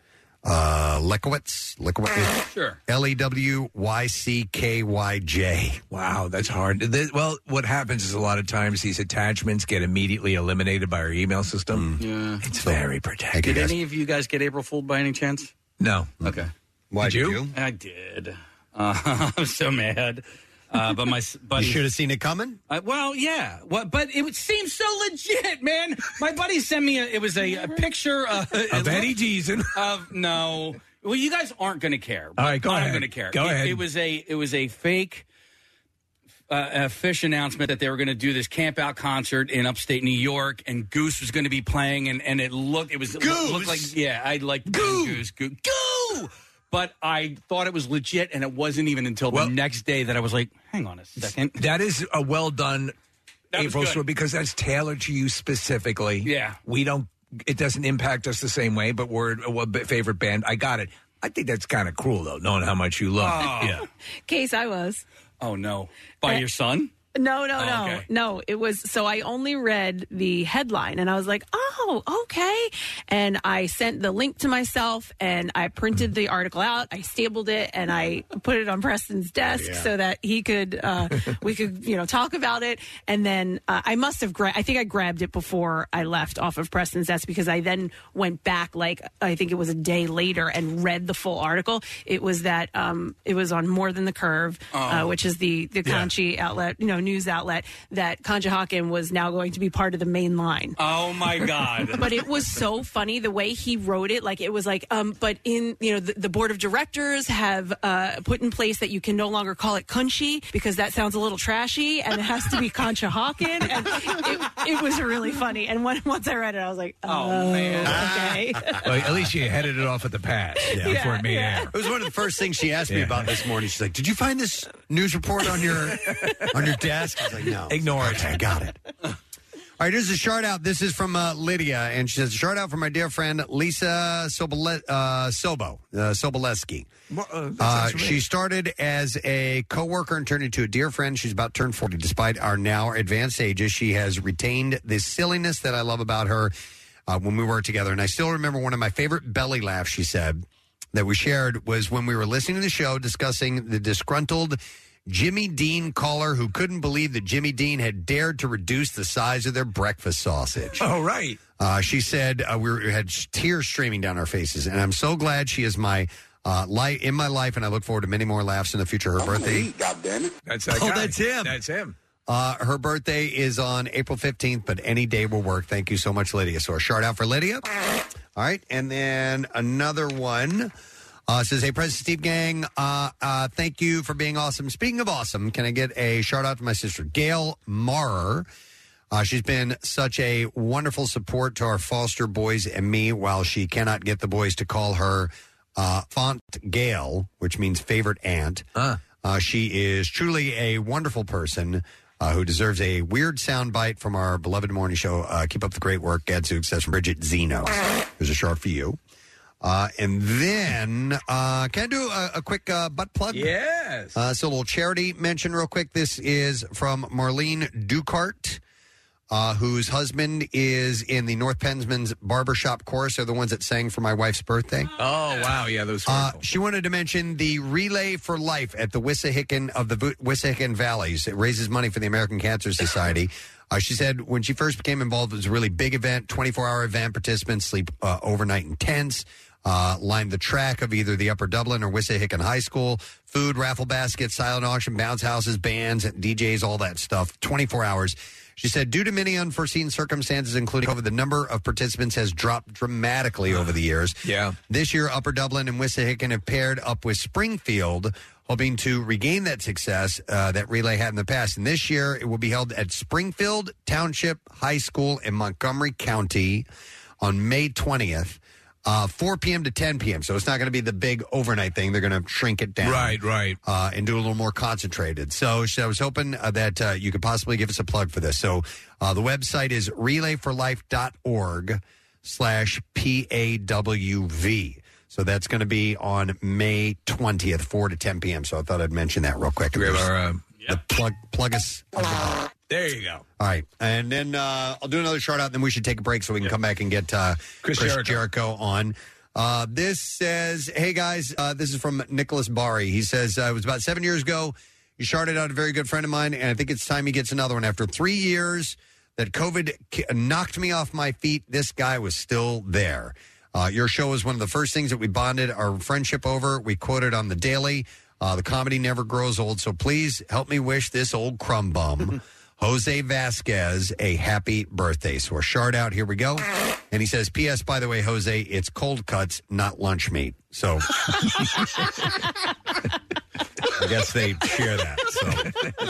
Speaker 3: uh, Lekowitz. Lekowitz.
Speaker 6: Sure.
Speaker 3: L E W Y C K Y J.
Speaker 5: Wow, that's hard. Th- well, what happens is a lot of times these attachments get immediately eliminated by our email system.
Speaker 6: Yeah.
Speaker 5: It's very protected.
Speaker 6: Did any of you guys get April Fooled by any chance?
Speaker 5: No.
Speaker 6: Okay.
Speaker 3: Why
Speaker 6: did you? I did. Uh, I'm so mad. Uh, but my s- buddy
Speaker 3: should have seen it coming.
Speaker 6: Uh, well, yeah. What? But it seems so legit, man. My buddy sent me. A, it was a, a picture uh, it
Speaker 5: Of Eddie
Speaker 6: looked-
Speaker 5: Deason.
Speaker 6: Of no. Well, you guys aren't going to care.
Speaker 5: All right, go
Speaker 6: I'm
Speaker 5: ahead.
Speaker 6: going to care.
Speaker 5: Go
Speaker 6: it,
Speaker 5: ahead.
Speaker 6: It was a. It was a fake. Uh, a fish announcement that they were going to do this camp out concert in upstate New York, and Goose was going to be playing, and, and it looked it was it
Speaker 10: Goose?
Speaker 6: looked like yeah, I like Goo Goose Goo Goo, but I thought it was legit, and it wasn't even until the next day that I was like, hang on a second,
Speaker 5: That is a well done
Speaker 6: was
Speaker 5: April
Speaker 6: good.
Speaker 5: Fool because that's tailored to you specifically.
Speaker 6: Yeah.
Speaker 5: We don't, it doesn't impact us the same way, but we're a a b- favorite band. I got it. I think that's kind of cruel, though, knowing how much you love it. Yeah.
Speaker 4: Case I was.
Speaker 6: Oh no! By
Speaker 3: Eh.
Speaker 4: Uh,
Speaker 6: your son?
Speaker 4: No, no,
Speaker 6: Oh,
Speaker 4: no,
Speaker 6: okay.
Speaker 4: no. It was so I only read the headline and I was like, oh, okay. And I sent the link to myself and I printed the article out. I stapled it and I put it on Preston's desk
Speaker 22: Yeah.
Speaker 4: so that he could, uh, we could, you know, talk about it. And then uh, I must have, gra- I think I grabbed it before I left off of Preston's desk because I then went back, like I think it was a day later, and read the full article. It was that um, it was on More Than the Curve, uh,
Speaker 23: Oh.
Speaker 4: which is the the
Speaker 23: Yeah.
Speaker 4: Conchi outlet, you know, news outlet that Conshohocken was now going to be part of the main line.
Speaker 6: Oh my God!
Speaker 4: but it was so funny the way he wrote it. Like it was like, um, but in you know the, the board of directors have uh, put in place that you can no longer call it Kunchi because that sounds a little trashy and it has to be Conshohocken. And it, it was really funny. And when, once I read it, I was like, oh, okay.
Speaker 5: Well, at least you headed it off at the pass
Speaker 3: Yeah.
Speaker 5: before it made air.
Speaker 3: It was one of the first things she asked me
Speaker 5: Yeah.
Speaker 3: about this morning. She's like, "Did you find this news report on your on your desk?" I was like, "No,
Speaker 5: ignore
Speaker 3: it." I got it. All right, here's a shout out. This is from uh, Lydia, and she says, "Shout out from my dear friend Lisa Sobole- uh, Sobo uh, Soboleski. Uh, she started as a coworker and turned into a dear friend. She's about turned 40. Despite our now advanced ages, she has retained the silliness that I love about her uh, when we were together. And I still remember one of my favorite belly laughs, she said, that we shared was when we were listening to the show discussing the disgruntled Jimmy Dean caller who couldn't believe that Jimmy Dean had dared to reduce the size of their breakfast sausage.
Speaker 5: Oh, right.
Speaker 3: Uh, she said uh, we, were, we had tears streaming down our faces, and I'm so glad she is my uh, light in my life, and I look forward to many more laughs in the future. Her birthday,
Speaker 5: That's that
Speaker 3: Oh,
Speaker 5: guy.
Speaker 3: that's him.
Speaker 5: That's him.
Speaker 3: uh, her birthday is on April 15th, but any day will work. Thank you so much, Lydia. So a shout out for Lydia. All right, and then another one. Uh, says, hey, President Steve Gang, uh, uh, thank you for being awesome. Speaking of awesome, can I get a shout out to my sister, Gail Marer? Uh, she's been such a wonderful support to our foster boys and me while she cannot get the boys to call her uh, Font Gail, which means favorite aunt. Uh, she is truly a wonderful person uh, who deserves a weird soundbite from our beloved morning show. Uh, keep up the great work, Gadzooks. That's from Bridget Zeno. Here's a sharp for you. Uh, and then, uh, can I do a, a quick uh, butt plug?
Speaker 5: Yes.
Speaker 3: Uh, so, a little charity mention, real quick. This is from Marlene Ducart, uh, whose husband is in the North Pennsman's barbershop chorus. They're the ones that sang for my wife's birthday.
Speaker 5: Oh, wow. Yeah, those were.
Speaker 3: Uh, she wanted to mention the Relay for Life at the Wissahickon of the Bu- Wissahickon Valleys. It raises money for the American Cancer Society. Uh, she said when she first became involved, it was a really big event, 24 hour event. Participants sleep uh, overnight in tents, uh, line the track of either the Upper Dublin or Wissahickon High School, food, raffle baskets, silent auction, bounce houses, bands, DJs, all that stuff. 24 hours. She said, due to many unforeseen circumstances, including COVID, the number of participants has dropped dramatically over the years.
Speaker 5: Yeah.
Speaker 3: This year, Upper Dublin and Wissahickon have paired up with Springfield, hoping to regain that success uh, that Relay had in the past. And this year, it will be held at Springfield Township High School in Montgomery County on May 20th. Uh, 4 p.m. to 10 p.m. So it's not going to be the big overnight thing. They're going to shrink it down.
Speaker 5: Right, right.
Speaker 3: Uh, and do a little more concentrated. So, she- I was hoping uh, that uh, you could possibly give us a plug for this. So uh, the website is relayforlife.org slash PAWV. So that's going to be on May 20th, 4 to 10 p.m. So I thought I'd mention that real quick.
Speaker 5: We have our, uh,
Speaker 3: the plug, plug us.
Speaker 5: There you go.
Speaker 3: All right. And then uh, I'll do another shout out, and then we should take a break so we can come back and get uh, Chris,
Speaker 5: Chris
Speaker 3: Jericho. on. Uh, this says, hey guys, uh, this is from Nicholas Bari. He says, uh, it was about seven years ago. You sharded out a very good friend of mine, and I think it's time he gets another one. After three years that COVID ki- knocked me off my feet, this guy was still there. Uh, your show was one of the first things that we bonded our friendship over. We quoted on the daily. Uh, the comedy never grows old, so please help me wish this old crumb bum, Jose Vasquez, a happy birthday. So a shard out. Here we go. And he says, P.S. By the way, Jose, it's cold cuts, not lunch meat. So I guess they share that. So,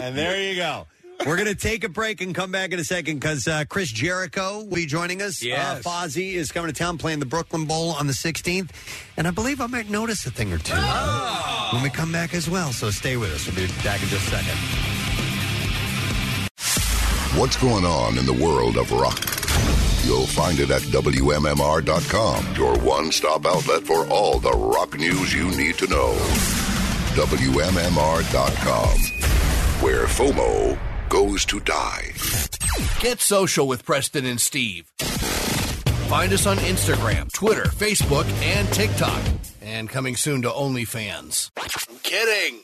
Speaker 3: and there you go. We're going to take a break and come back in a second because uh, Chris Jericho will be joining us.
Speaker 10: Yes.
Speaker 3: Uh, Fozzy is coming to town playing the Brooklyn Bowl on the 16th. And I believe I might notice a thing or two when we come back as well. So stay with us. We'll be back in just a second.
Speaker 2: What's going on in the world of rock? You'll find it at WMMR.com, your one stop outlet for all the rock news you need to know. WMMR.com, where FOMO goes to die.
Speaker 9: Get social with Preston and Steve. Find us on Instagram, Twitter, Facebook, and TikTok. And coming soon to OnlyFans. I'm kidding.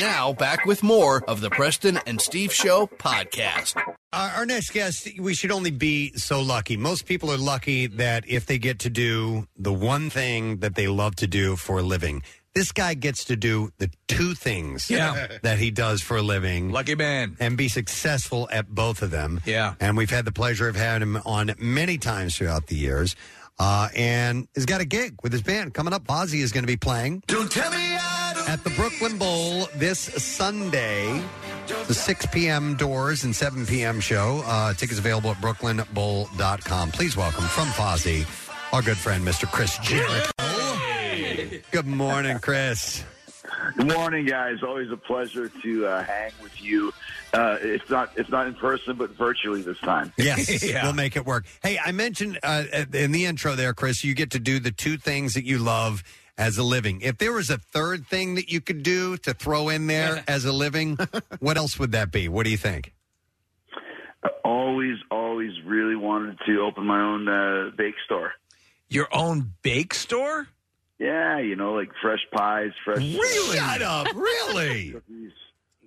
Speaker 9: Now, back with more of the Preston and Steve Show podcast.
Speaker 3: Our, our next guest, we should only be so lucky. Most people are lucky that if they get to do the one thing that they love to do for a living, this guy gets to do the two things
Speaker 5: Yeah.
Speaker 3: that he does for a living.
Speaker 5: Lucky man.
Speaker 3: And be successful at both of them.
Speaker 5: Yeah.
Speaker 3: And we've had the pleasure of having him on many times throughout the years. Uh, and he's got a gig with his band coming up. Ozzy is going to be playing.
Speaker 10: Don't tell me I don't
Speaker 3: at the Brooklyn Bowl this Sunday. The 6 p.m. doors and 7 p.m. show. Uh, tickets available at brooklynbowl.com. Please welcome from Fozzy, our good friend, Mr. Chris Jericho. Good morning, Chris.
Speaker 22: Good morning, guys. Always a pleasure to uh, hang with you. Uh, it's not it's not in person, but virtually this time.
Speaker 3: Yes, we'll make it work. Hey, I mentioned uh, at- in the intro there, Chris, you get to do the two things that you love as a living. If there was a third thing that you could do to throw in there as a living, what else would that be? What do you think?
Speaker 22: Always, always really wanted to open my own uh, bake store.
Speaker 5: Your own bake store?
Speaker 22: Yeah, you know, like fresh pies, fresh. uh,
Speaker 5: Really? Shut up,
Speaker 3: really?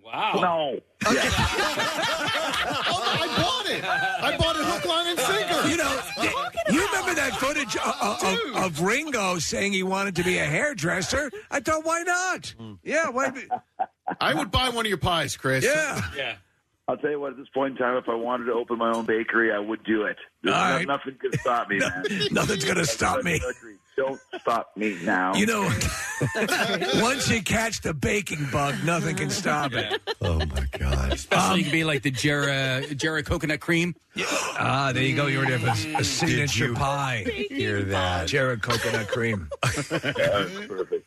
Speaker 22: Wow. No.
Speaker 10: Oh, I bought it. I bought it hook, line, and sinker.
Speaker 5: You know, You remember that footage of, of, of Ringo saying he wanted to be a hairdresser? I thought, why not? Yeah, why?
Speaker 14: I would buy one of your pies, Chris.
Speaker 5: Yeah.
Speaker 22: Yeah. I'll tell you what. At this point in time, if I wanted to open my own bakery, I would do it. There's
Speaker 5: All
Speaker 22: no-
Speaker 5: right.
Speaker 22: Nothing could stop me, man.
Speaker 5: Nothing's gonna
Speaker 22: That's
Speaker 5: stop
Speaker 22: what
Speaker 5: me.
Speaker 22: bakery- Don't stop me now.
Speaker 5: You know, once you catch the baking bug, nothing can stop it.
Speaker 3: Oh my god!
Speaker 6: Especially you can be like the Jera Jera coconut cream.
Speaker 5: Ah, there you go. You already have a, a signature
Speaker 6: you
Speaker 5: pie. Hear that? Jared coconut cream.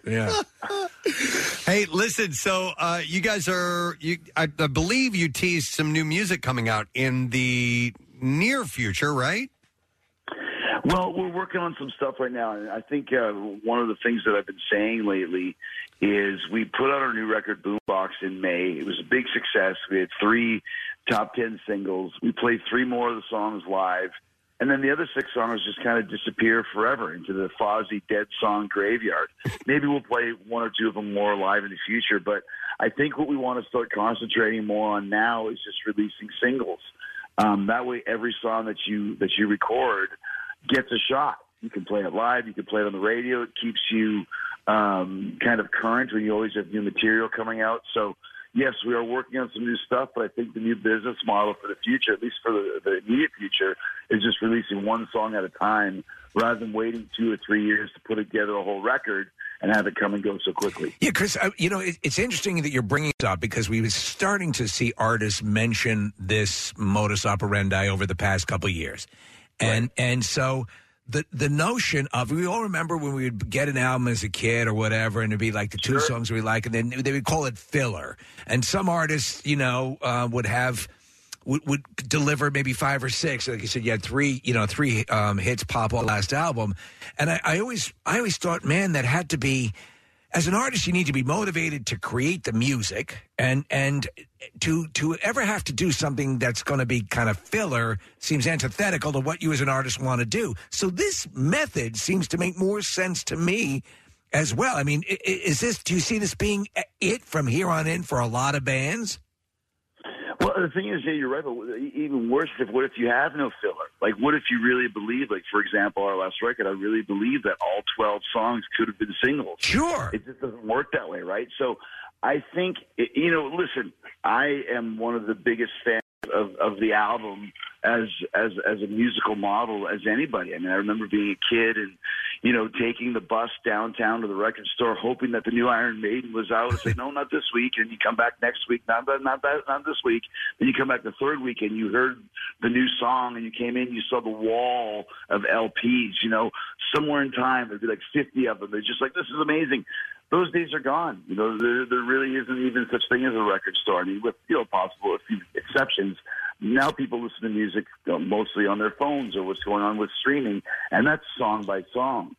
Speaker 5: Yeah.
Speaker 3: Hey, listen. So uh, you guys are you? I, I believe you teased some new music coming out in the near future, right?
Speaker 22: Well, we're working on some stuff right now, and I think uh, one of the things that I've been saying lately is we put out our new record Boombox in May. It was a big success. We had three top ten singles. We played three more of the songs live, and then the other six songs just kind of disappear forever into the Fozzy dead song graveyard. Maybe we'll play one or two of them more live in the future, but I think what we want to start concentrating more on now is just releasing singles. Um, that way, every song that you that you record gets a shot. You can play it live. You can play it on the radio. It keeps you um, kind of current when you always have new material coming out. So, yes, we are working on some new stuff, but I think the new business model for the future, at least for the, the immediate future, is just releasing one song at a time rather than waiting two or three years to put together a whole record and have it come and go so quickly.
Speaker 5: Yeah, Chris, I, you know, it, it's interesting that you're bringing it up because we were starting to see artists mention this modus operandi over the past couple of years. And and so the the notion of we all remember when we would get an album as a kid or whatever, and it'd be like the two songs we like, and then they would call it filler. And some artists, you know, uh, would have would, would deliver maybe five or six. Like you said, you had three, you know, three um, hits pop on last album, and I, I always I always thought, man, that had to be as an artist, you need to be motivated to create the music and and to to ever have to do something that's going to be kind of filler seems antithetical to what you as an artist want to do. So this method seems to make more sense to me as well. I mean, i- i- is this do you see this being uh, it from here on in for a lot of bands?
Speaker 22: Well, the thing is, yeah, you're right. But even worse, if what if you have no filler? Like, what if you really believe? Like, for example, our last record, I really believe that all 12 songs could have been singles.
Speaker 5: Sure,
Speaker 22: it just doesn't work that way, right? So, I think you know. Listen, I am one of the biggest fans of, of the album as as as a musical model as anybody. I mean, I remember being a kid and you know taking the bus downtown to the record store, hoping that the new Iron Maiden was out. It's like, no, not this week. And you come back next week, not that, not that, not this week. Then you come back the third week and you heard the new song, and you came in, you saw the wall of LPs. You know, somewhere in time there'd be like fifty of them. They're just like, this is amazing those days are gone. You know, there, there really isn't even such thing as a record store. I mean, with you know possible a few exceptions. Now people listen to music you know, mostly on their phones or what's going on with streaming, and that's song by song.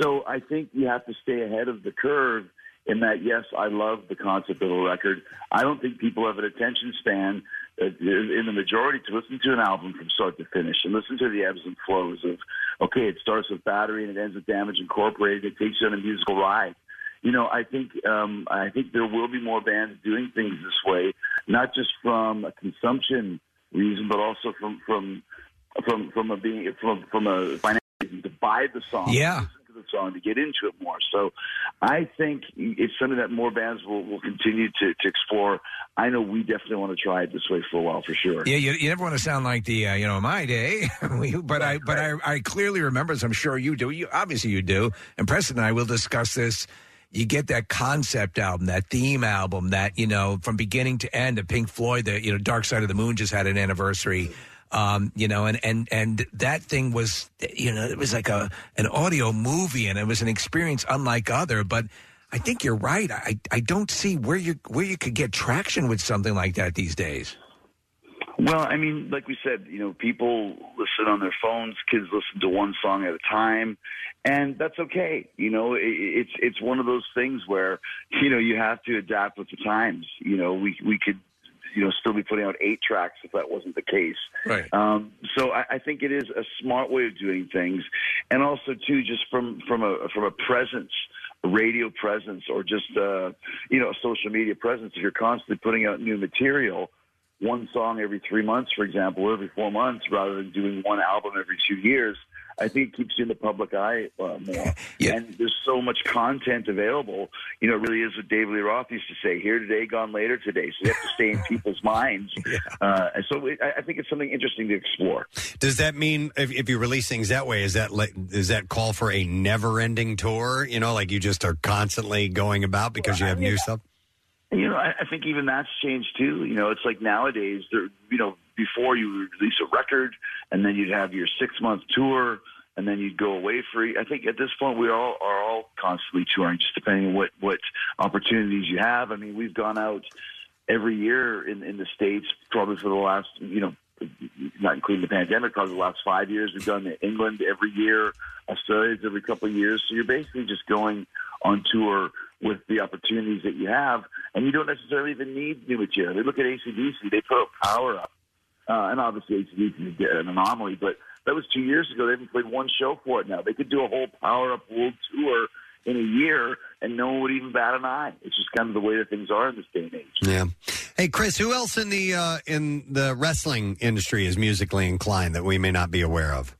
Speaker 22: So I think you have to stay ahead of the curve. In that, yes, I love the concept of a record. I don't think people have an attention span uh, in the majority to listen to an album from start to finish and listen to the ebbs and flows of, okay, it starts with Battery and it ends with Damage Incorporated. It takes you on a musical ride you know, I think um, I think there will be more bands doing things this way, not just from a consumption reason, but also from from from from a being from from a financial reason to buy the song,
Speaker 5: Yeah.
Speaker 22: to listen to the song, to get into it more. So, I think it's something that more bands will, will continue to, to explore. I know we definitely want to try it this way for a while, for sure.
Speaker 5: Yeah, you, you never want to sound like the uh, you know my day, We- but I but I, I clearly remember, as I'm sure you do. You obviously you do, and Preston and I will discuss this. You get that concept album, that theme album, that you know from beginning to end. Of Pink Floyd, the you know Dark Side of the Moon just had an anniversary. Um, you know, and, and and that thing was, you know, it was like a an audio movie, and it was an experience unlike other. But I think you're right. I I don't see where you where you could get traction with something like that these days.
Speaker 22: Well, I mean, like we said, you know, people listen on their phones. Kids listen to one song at a time, and that's okay. You know, i i- it's it's one of those things where you know you have to adapt with the times. You know, we we could you know still be putting out eight tracks if that wasn't the case.
Speaker 5: Right.
Speaker 22: Um, so I, I think it is a smart way of doing things, and also too, just from from a from a presence, a radio presence, or just uh, you know a social media presence. If you're constantly putting out new material, one song every three months, for example, or every four months, rather than doing one album every two years. I think it keeps you in the public eye uh, more. And there's so much content available. You know, it really is what David Lee Roth used to say here today, gone later today. So you have to stay in people's minds. Uh, and so it, I I think it's something interesting to explore.
Speaker 3: Does that mean if, if you release things that way, is that like, is that call for a never-ending tour? You know, like you just are constantly going about because you have new stuff.
Speaker 22: You know, I, I think even that's changed too. You know, it's like nowadays, there, you know, before you would release a record and then you'd have your six month tour and then you'd go away for. I think at this point we all are all constantly touring, just depending on what what opportunities you have. I mean, we've gone out every year in in the states probably for the last you know not including the pandemic, probably the last five years. We've done England every year, Australia's every couple of years. So you're basically just going on tour with the opportunities that you have, and you don't necessarily even need new material. They look at ACDC, they put out Power Up, uh, and obviously ACDC is an anomaly, but that was two years ago. They haven't played one show for it now. They could do a whole Power Up World Tour in a year, and no one would even bat an eye. It's just kind of the way that things are in this day and age.
Speaker 3: Yeah. Hey, Chris, who else in the uh, in the wrestling industry is musically inclined that we may not be aware of?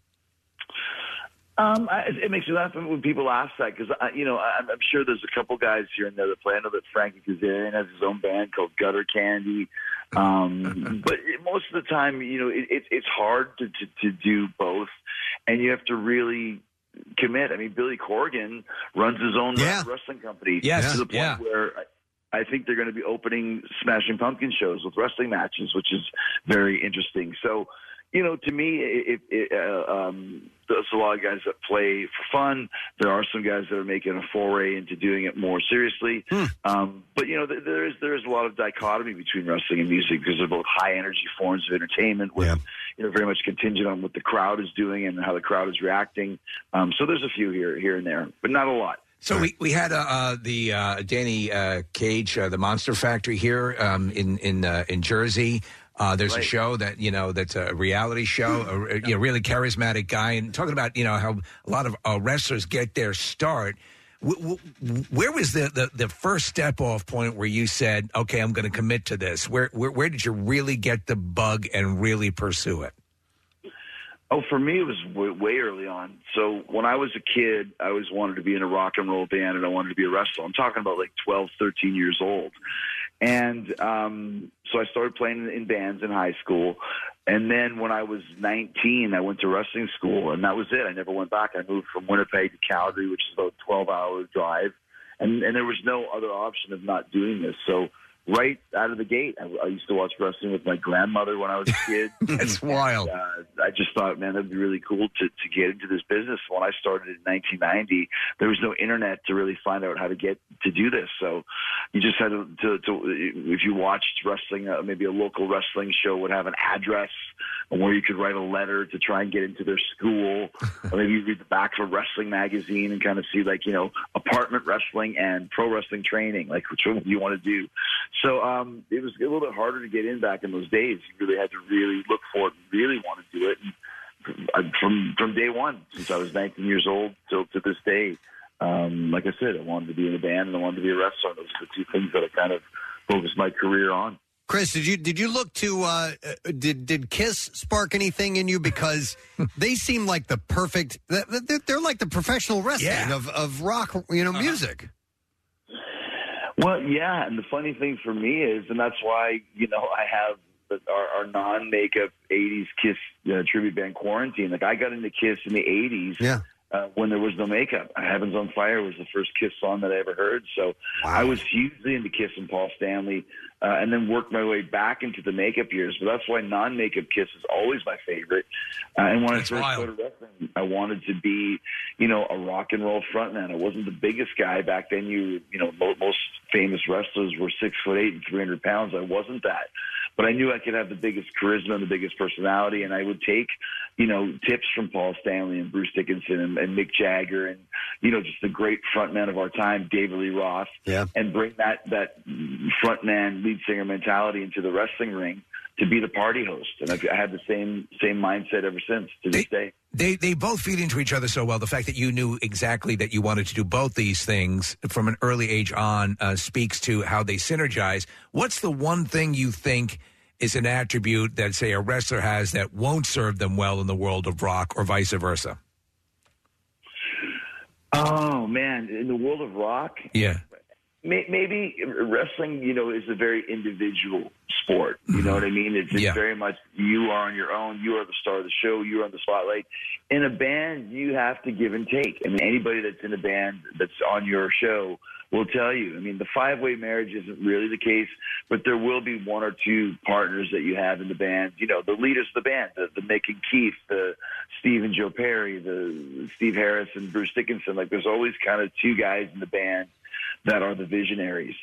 Speaker 22: Um, I, it makes me laugh when people ask that because you know I, I'm sure there's a couple guys here and there that play. I know that Frankie Kazarian has his own band called Gutter Candy, um, but it, most of the time, you know, it, it, it's hard to, to to do both, and you have to really commit. I mean, Billy Corgan runs his own wrestling company
Speaker 5: Yes,
Speaker 22: to the point
Speaker 5: yeah.
Speaker 22: where. I, I think they're going to be opening Smashing Pumpkin shows with wrestling matches, which is very interesting. So, you know, to me, it, it, uh, um, there's a lot of guys that play for fun. There are some guys that are making a foray into doing it more seriously.
Speaker 5: Hmm.
Speaker 22: Um, but you know, th- there is there is a lot of dichotomy between wrestling and music because they're both high energy forms of entertainment with you know very much contingent on what the crowd is doing and how the crowd is reacting. Um, so there's a few here here and there, but not a lot.
Speaker 5: So we, we had uh, uh, the uh, Danny uh, Cage, uh, the Monster Factory here um, in in uh, in Jersey. Uh, there's a
Speaker 21: Right.
Speaker 5: show that you know that's a reality show. A, a- you know, really charismatic guy, and talking about you know how a lot of uh, wrestlers get their start. W- w- where was the, the, the first step off point where you said, "Okay, I'm going to commit to this"? Where, where where did you really get the bug and really pursue it?
Speaker 22: Oh, for me, it was w- way early on. So when I was a kid, I always wanted to be in a rock and roll band and I wanted to be a wrestler. I'm talking about like 12, 13 years old. And um, so I started playing in bands in high school. And then when I was 19, I went to wrestling school and that was it. I never went back. I moved from Winnipeg to Calgary, which is about a 12 hour drive. And, and there was no other option of not doing this. So right out of the gate, I, I used to watch wrestling with my grandmother when I was a kid.
Speaker 5: That's wild.
Speaker 22: uh, I just thought, man, that'd be really cool to, to get into this business. When I started in 1990, there was no internet to really find out how to get to do this. So you just had to, to, to if you watched wrestling, uh, maybe a local wrestling show would have an address where you could write a letter to try and get into their school. or maybe you read the back of a wrestling magazine and kind of see like, you know, apartment wrestling and pro wrestling training, like which one do you want to do? So um, it was a little bit harder to get in back in those days. You really had to really look for it and really want to do it. And I- from from day one, since I was 19 years old till to this day, um, like I said, I wanted to be in a band and I wanted to be a wrestler. Those are the two things that I kind of focused my career on.
Speaker 3: Chris, did you did you look to uh, uh, did did Kiss spark anything in you because they seem like the perfect they're, they're- they're like the professional wrestling
Speaker 22: Yeah.
Speaker 3: of, of rock you know music.
Speaker 22: Well, yeah, and the funny thing for me is, and that's why you know I have the, our, our non-makeup '80s Kiss uh, tribute band Quarantine. Like I got into Kiss in the '80s,
Speaker 3: Yeah.
Speaker 22: uh, when there was no makeup. Heavens on Fire was the first Kiss song that I ever heard. So I was hugely into Kiss and Paul Stanley, uh, and then worked my way back into the makeup years. But that's why non-makeup Kiss is always my favorite. Uh, and when
Speaker 5: That's
Speaker 22: I first
Speaker 5: wild.
Speaker 22: started wrestling, I wanted to be, you know, a rock and roll frontman. I wasn't the biggest guy back then. You, you know, mo- most famous wrestlers were six foot eight and three hundred pounds. I wasn't that, but I knew I could have the biggest charisma and the biggest personality, and I would take, you know, tips from Paul Stanley and Bruce Dickinson and, and Mick Jagger and, you know, just the great frontmen of our time, David Lee Roth,
Speaker 3: Yeah.
Speaker 22: and bring that that frontman lead singer mentality into the wrestling ring. To be the party host, and I've, I had the same same mindset ever since to this day.
Speaker 5: They they both feed into each other so well. The fact that you knew exactly that you wanted to do both these things from an early age on uh, speaks to how they synergize. What's the one thing you think is an attribute that say a wrestler has that won't serve them well in the world of rock, or vice versa?
Speaker 22: Oh man, in the world of rock,
Speaker 5: Yeah.
Speaker 22: may, maybe wrestling, you know, is a very individual sport. You know what I mean? It's, it's
Speaker 5: Yeah.
Speaker 22: very much you are on your own. You are the star of the show. You are on the spotlight. In a band, you have to give and take. I mean, anybody that's in a band that's on your show will tell you. I mean, the five way marriage isn't really the case, but there will be one or two partners that you have in the band. You know, the leaders of the band, the, the Nick and Keith, the Steve and Joe Perry, the Steve Harris and Bruce Dickinson. Like, there's always kind of two guys in the band that are the visionaries.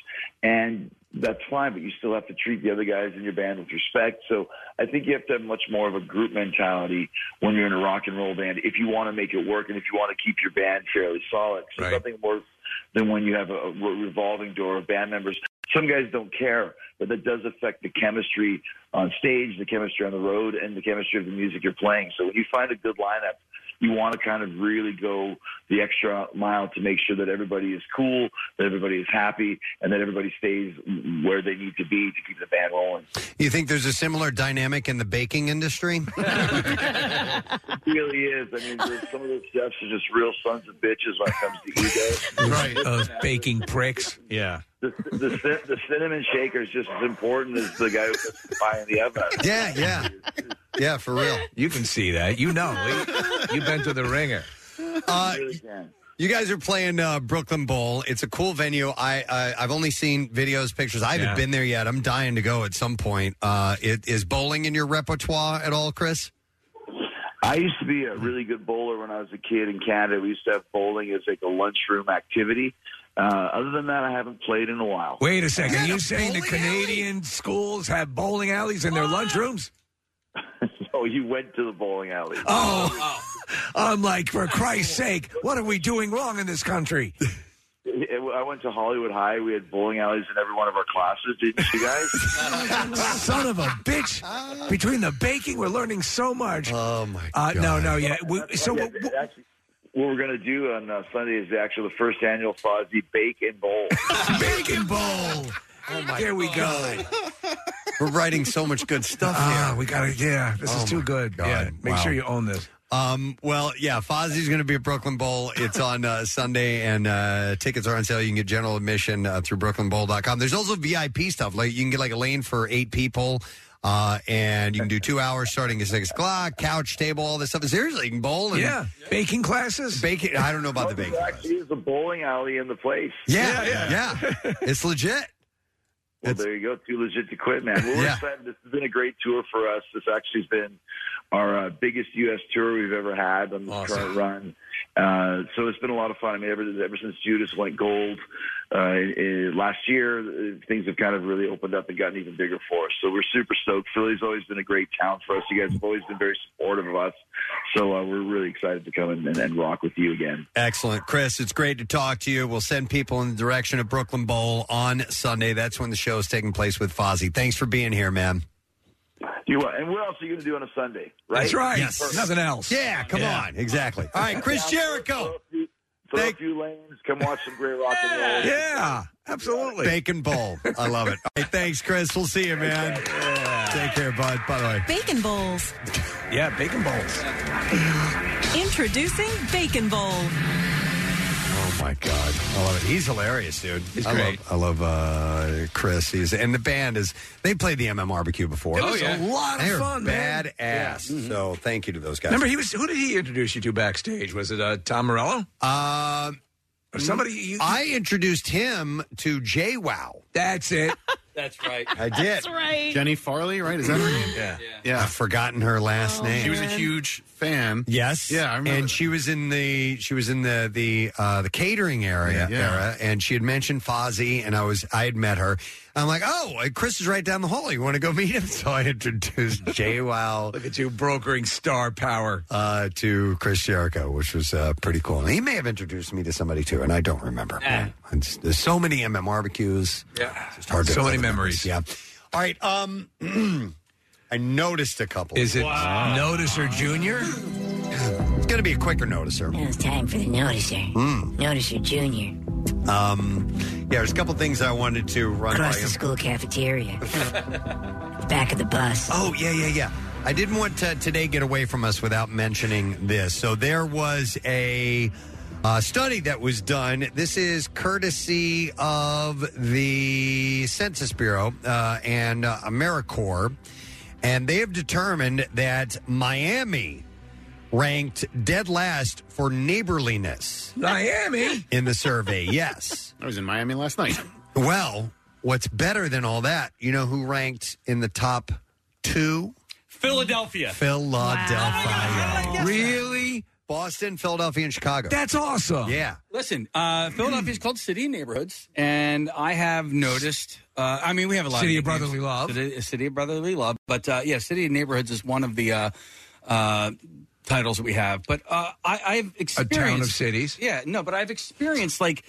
Speaker 22: And that's fine, but you still have to treat the other guys in your band with respect. So I think you have to have much more of a group mentality when you're in a rock and roll band if you want to make it work and if you want to keep your band fairly solid. 'Cause There's nothing worse than when you have a a re- revolving door of band members. Some guys don't care, but that does affect the chemistry on stage, the chemistry on the road, and the chemistry of the music you're playing. So when you find a good lineup, you want to kind of really go the extra mile to make sure that everybody is cool, that everybody is happy, and that everybody stays where they need to be to keep the band rolling.
Speaker 3: You think there's a similar dynamic in the baking industry?
Speaker 22: It really is. I mean, there's- some of those chefs are just real sons of bitches when it comes to ego.
Speaker 5: Right. Those baking pricks.
Speaker 22: Yeah. The, the, cin- the cinnamon shaker is just as important as the guy who puts the pie in the oven.
Speaker 3: Yeah, yeah, yeah, for real.
Speaker 5: You can see that. You know, We- you've been to the ringer.
Speaker 3: Uh, you guys are playing uh, Brooklyn Bowl. It's a cool venue. I uh, I've only seen videos, pictures. I haven't
Speaker 5: Yeah.
Speaker 3: been there yet. I'm dying to go at some point. Uh, it, is bowling in your repertoire at all, Chris?
Speaker 22: I used to be a really good bowler when I was a kid in Canada. We used to have bowling as like a lunchroom activity. Uh, other than that, I haven't played in a while.
Speaker 5: Wait a second. Are you saying the Canadian schools have bowling alleys in their lunchrooms?
Speaker 22: Oh, you went to the bowling alley.
Speaker 5: Oh, I'm like, for Christ's sake, what are we doing wrong in this country?
Speaker 22: it, I went to Hollywood High. We had bowling alleys in every one of our classes. Didn't you guys?
Speaker 5: Son of a bitch! Between the baking, we're learning so much. Oh my uh, No, no, yeah. We, so
Speaker 22: Yeah, actually, what we're going to do on uh, Sunday is actually the first annual Fozzie Bake and Bowl.
Speaker 5: Bake and Bowl.
Speaker 3: Oh
Speaker 5: my Here we go.
Speaker 3: We're writing so much good stuff
Speaker 5: Ah,
Speaker 3: here.
Speaker 5: we gotta- yeah, this is
Speaker 3: Oh,
Speaker 5: too
Speaker 3: my
Speaker 5: good. Yeah, make sure you own this.
Speaker 3: Um, well, yeah, Fozzie's going to be at Brooklyn Bowl. It's on uh, Sunday, and uh, tickets are on sale. You can get general admission uh, through brooklynbowl.com. There's also VIP stuff. Like you can get like a lane for eight people, uh, and you can do two hours starting at six o'clock. Couch, table, all this stuff. Seriously, you can bowl. And
Speaker 5: Yeah. baking classes.
Speaker 3: Baking. I don't know about the baking.
Speaker 22: There actually is a bowling alley in the place.
Speaker 3: Yeah, yeah, it's legit.
Speaker 22: Well, there you go. Too legit to quit, man. Well, we're
Speaker 3: Yeah.
Speaker 22: excited. This has been a great tour for us. This actually has been our uh, biggest U.S. tour we've ever had on this current run. Uh, so it's been a lot of fun. I mean, ever, ever since Judas went gold uh, in- last year, uh, things have kind of really opened up and gotten even bigger for us. So we're super stoked. Philly's always been a great town for us. You guys have always been very supportive of us. So uh, we're really excited to come in and, and rock with you again.
Speaker 3: Excellent. Chris, it's great to talk to you. We'll send people in the direction of Brooklyn Bowl on Sunday. That's when the show is taking place with Fozzie. Thanks for being here, man.
Speaker 22: You are, and what else are you going to do on a Sunday? Right?
Speaker 3: That's right.
Speaker 22: Yes.
Speaker 3: Yes. Nothing else. Yeah, come on. Exactly. All right, Chris Jericho.
Speaker 22: Throw a few lanes. Come watch some great rock and roll.
Speaker 3: Yeah, absolutely. Bacon Bowl. I love it. All right, thanks, Chris. We'll see you, man. Take care, bud. By the way.
Speaker 12: Bacon Bowls.
Speaker 5: Yeah, bacon bowls.
Speaker 12: Introducing Bacon Bowl.
Speaker 3: Oh my God, I love it. He's hilarious, dude.
Speaker 5: He's
Speaker 3: I
Speaker 5: great.
Speaker 3: Love, I love uh, Chris. He's and the band is. They played the MM barbecue before.
Speaker 5: It was Oh, yeah. a lot of
Speaker 3: They're
Speaker 5: fun, man.
Speaker 3: Badass.
Speaker 5: Yeah. Mhm.
Speaker 3: So thank you to those guys.
Speaker 5: Remember, he was. Who did he introduce you to backstage? Was it uh, Tom Morello?
Speaker 3: Uh,
Speaker 5: or somebody? You,
Speaker 3: I introduced him to Jay Wow.
Speaker 5: That's it.
Speaker 6: That's right.
Speaker 3: I did.
Speaker 14: Jenny Farley, right? Is that her name?
Speaker 5: Yeah.
Speaker 14: Yeah.
Speaker 3: I've forgotten her last name.
Speaker 14: She was a huge fan.
Speaker 3: Yes.
Speaker 14: Yeah, I remember.
Speaker 3: And she was in the she was in the the uh, the catering area
Speaker 14: Yeah.
Speaker 3: era, and she had mentioned Fozzie, and I was I had met her. I'm like, oh, uh, Chris is right down the hall. You want to go meet him? So I introduced Jay Wow.
Speaker 5: Look at you brokering star power.
Speaker 3: Uh, to Chris Jericho, which was uh, pretty cool. And he may have introduced me to somebody too, and I don't remember. It's- There's so many MM barbecues.
Speaker 5: Yeah.
Speaker 3: It's hard to
Speaker 5: so many
Speaker 3: remember.
Speaker 5: memories.
Speaker 3: Yeah. All right. Um, I noticed a couple.
Speaker 5: Is it Wow.
Speaker 3: Noticer Junior? It's going to be a quicker noticer.
Speaker 13: Now it's time for the noticer.
Speaker 3: Mm.
Speaker 13: Noticer Junior.
Speaker 3: Um, yeah, there's a couple things I wanted to run by
Speaker 13: Across
Speaker 3: you.
Speaker 13: the school cafeteria. Back of the bus.
Speaker 3: Oh, yeah, yeah, yeah. I didn't want to today get away from us without mentioning this. So there was a uh, study that was done. This is courtesy of the Census Bureau uh, and uh, AmeriCorps, and they have determined that Miami ranked dead last for neighborliness.
Speaker 5: Miami
Speaker 3: in the survey, yes.
Speaker 14: I was in Miami last night.
Speaker 3: Well, what's better than all that? You know who ranked in the top two?
Speaker 6: Philadelphia.
Speaker 3: Philadelphia.
Speaker 5: Really?
Speaker 3: Boston, Philadelphia, and Chicago.
Speaker 5: That's awesome.
Speaker 3: Yeah.
Speaker 6: Listen, uh, Philadelphia is called City and Neighborhoods, and I have noticed. Uh, I mean, we have a lot
Speaker 5: City
Speaker 6: of
Speaker 5: of Brotherly Love.
Speaker 6: City, City of Brotherly Love, but uh, yeah, City and Neighborhoods is one of the uh, uh, titles that we have. But uh, I, I've experienced
Speaker 5: cities.
Speaker 6: Yeah, no, but I've experienced like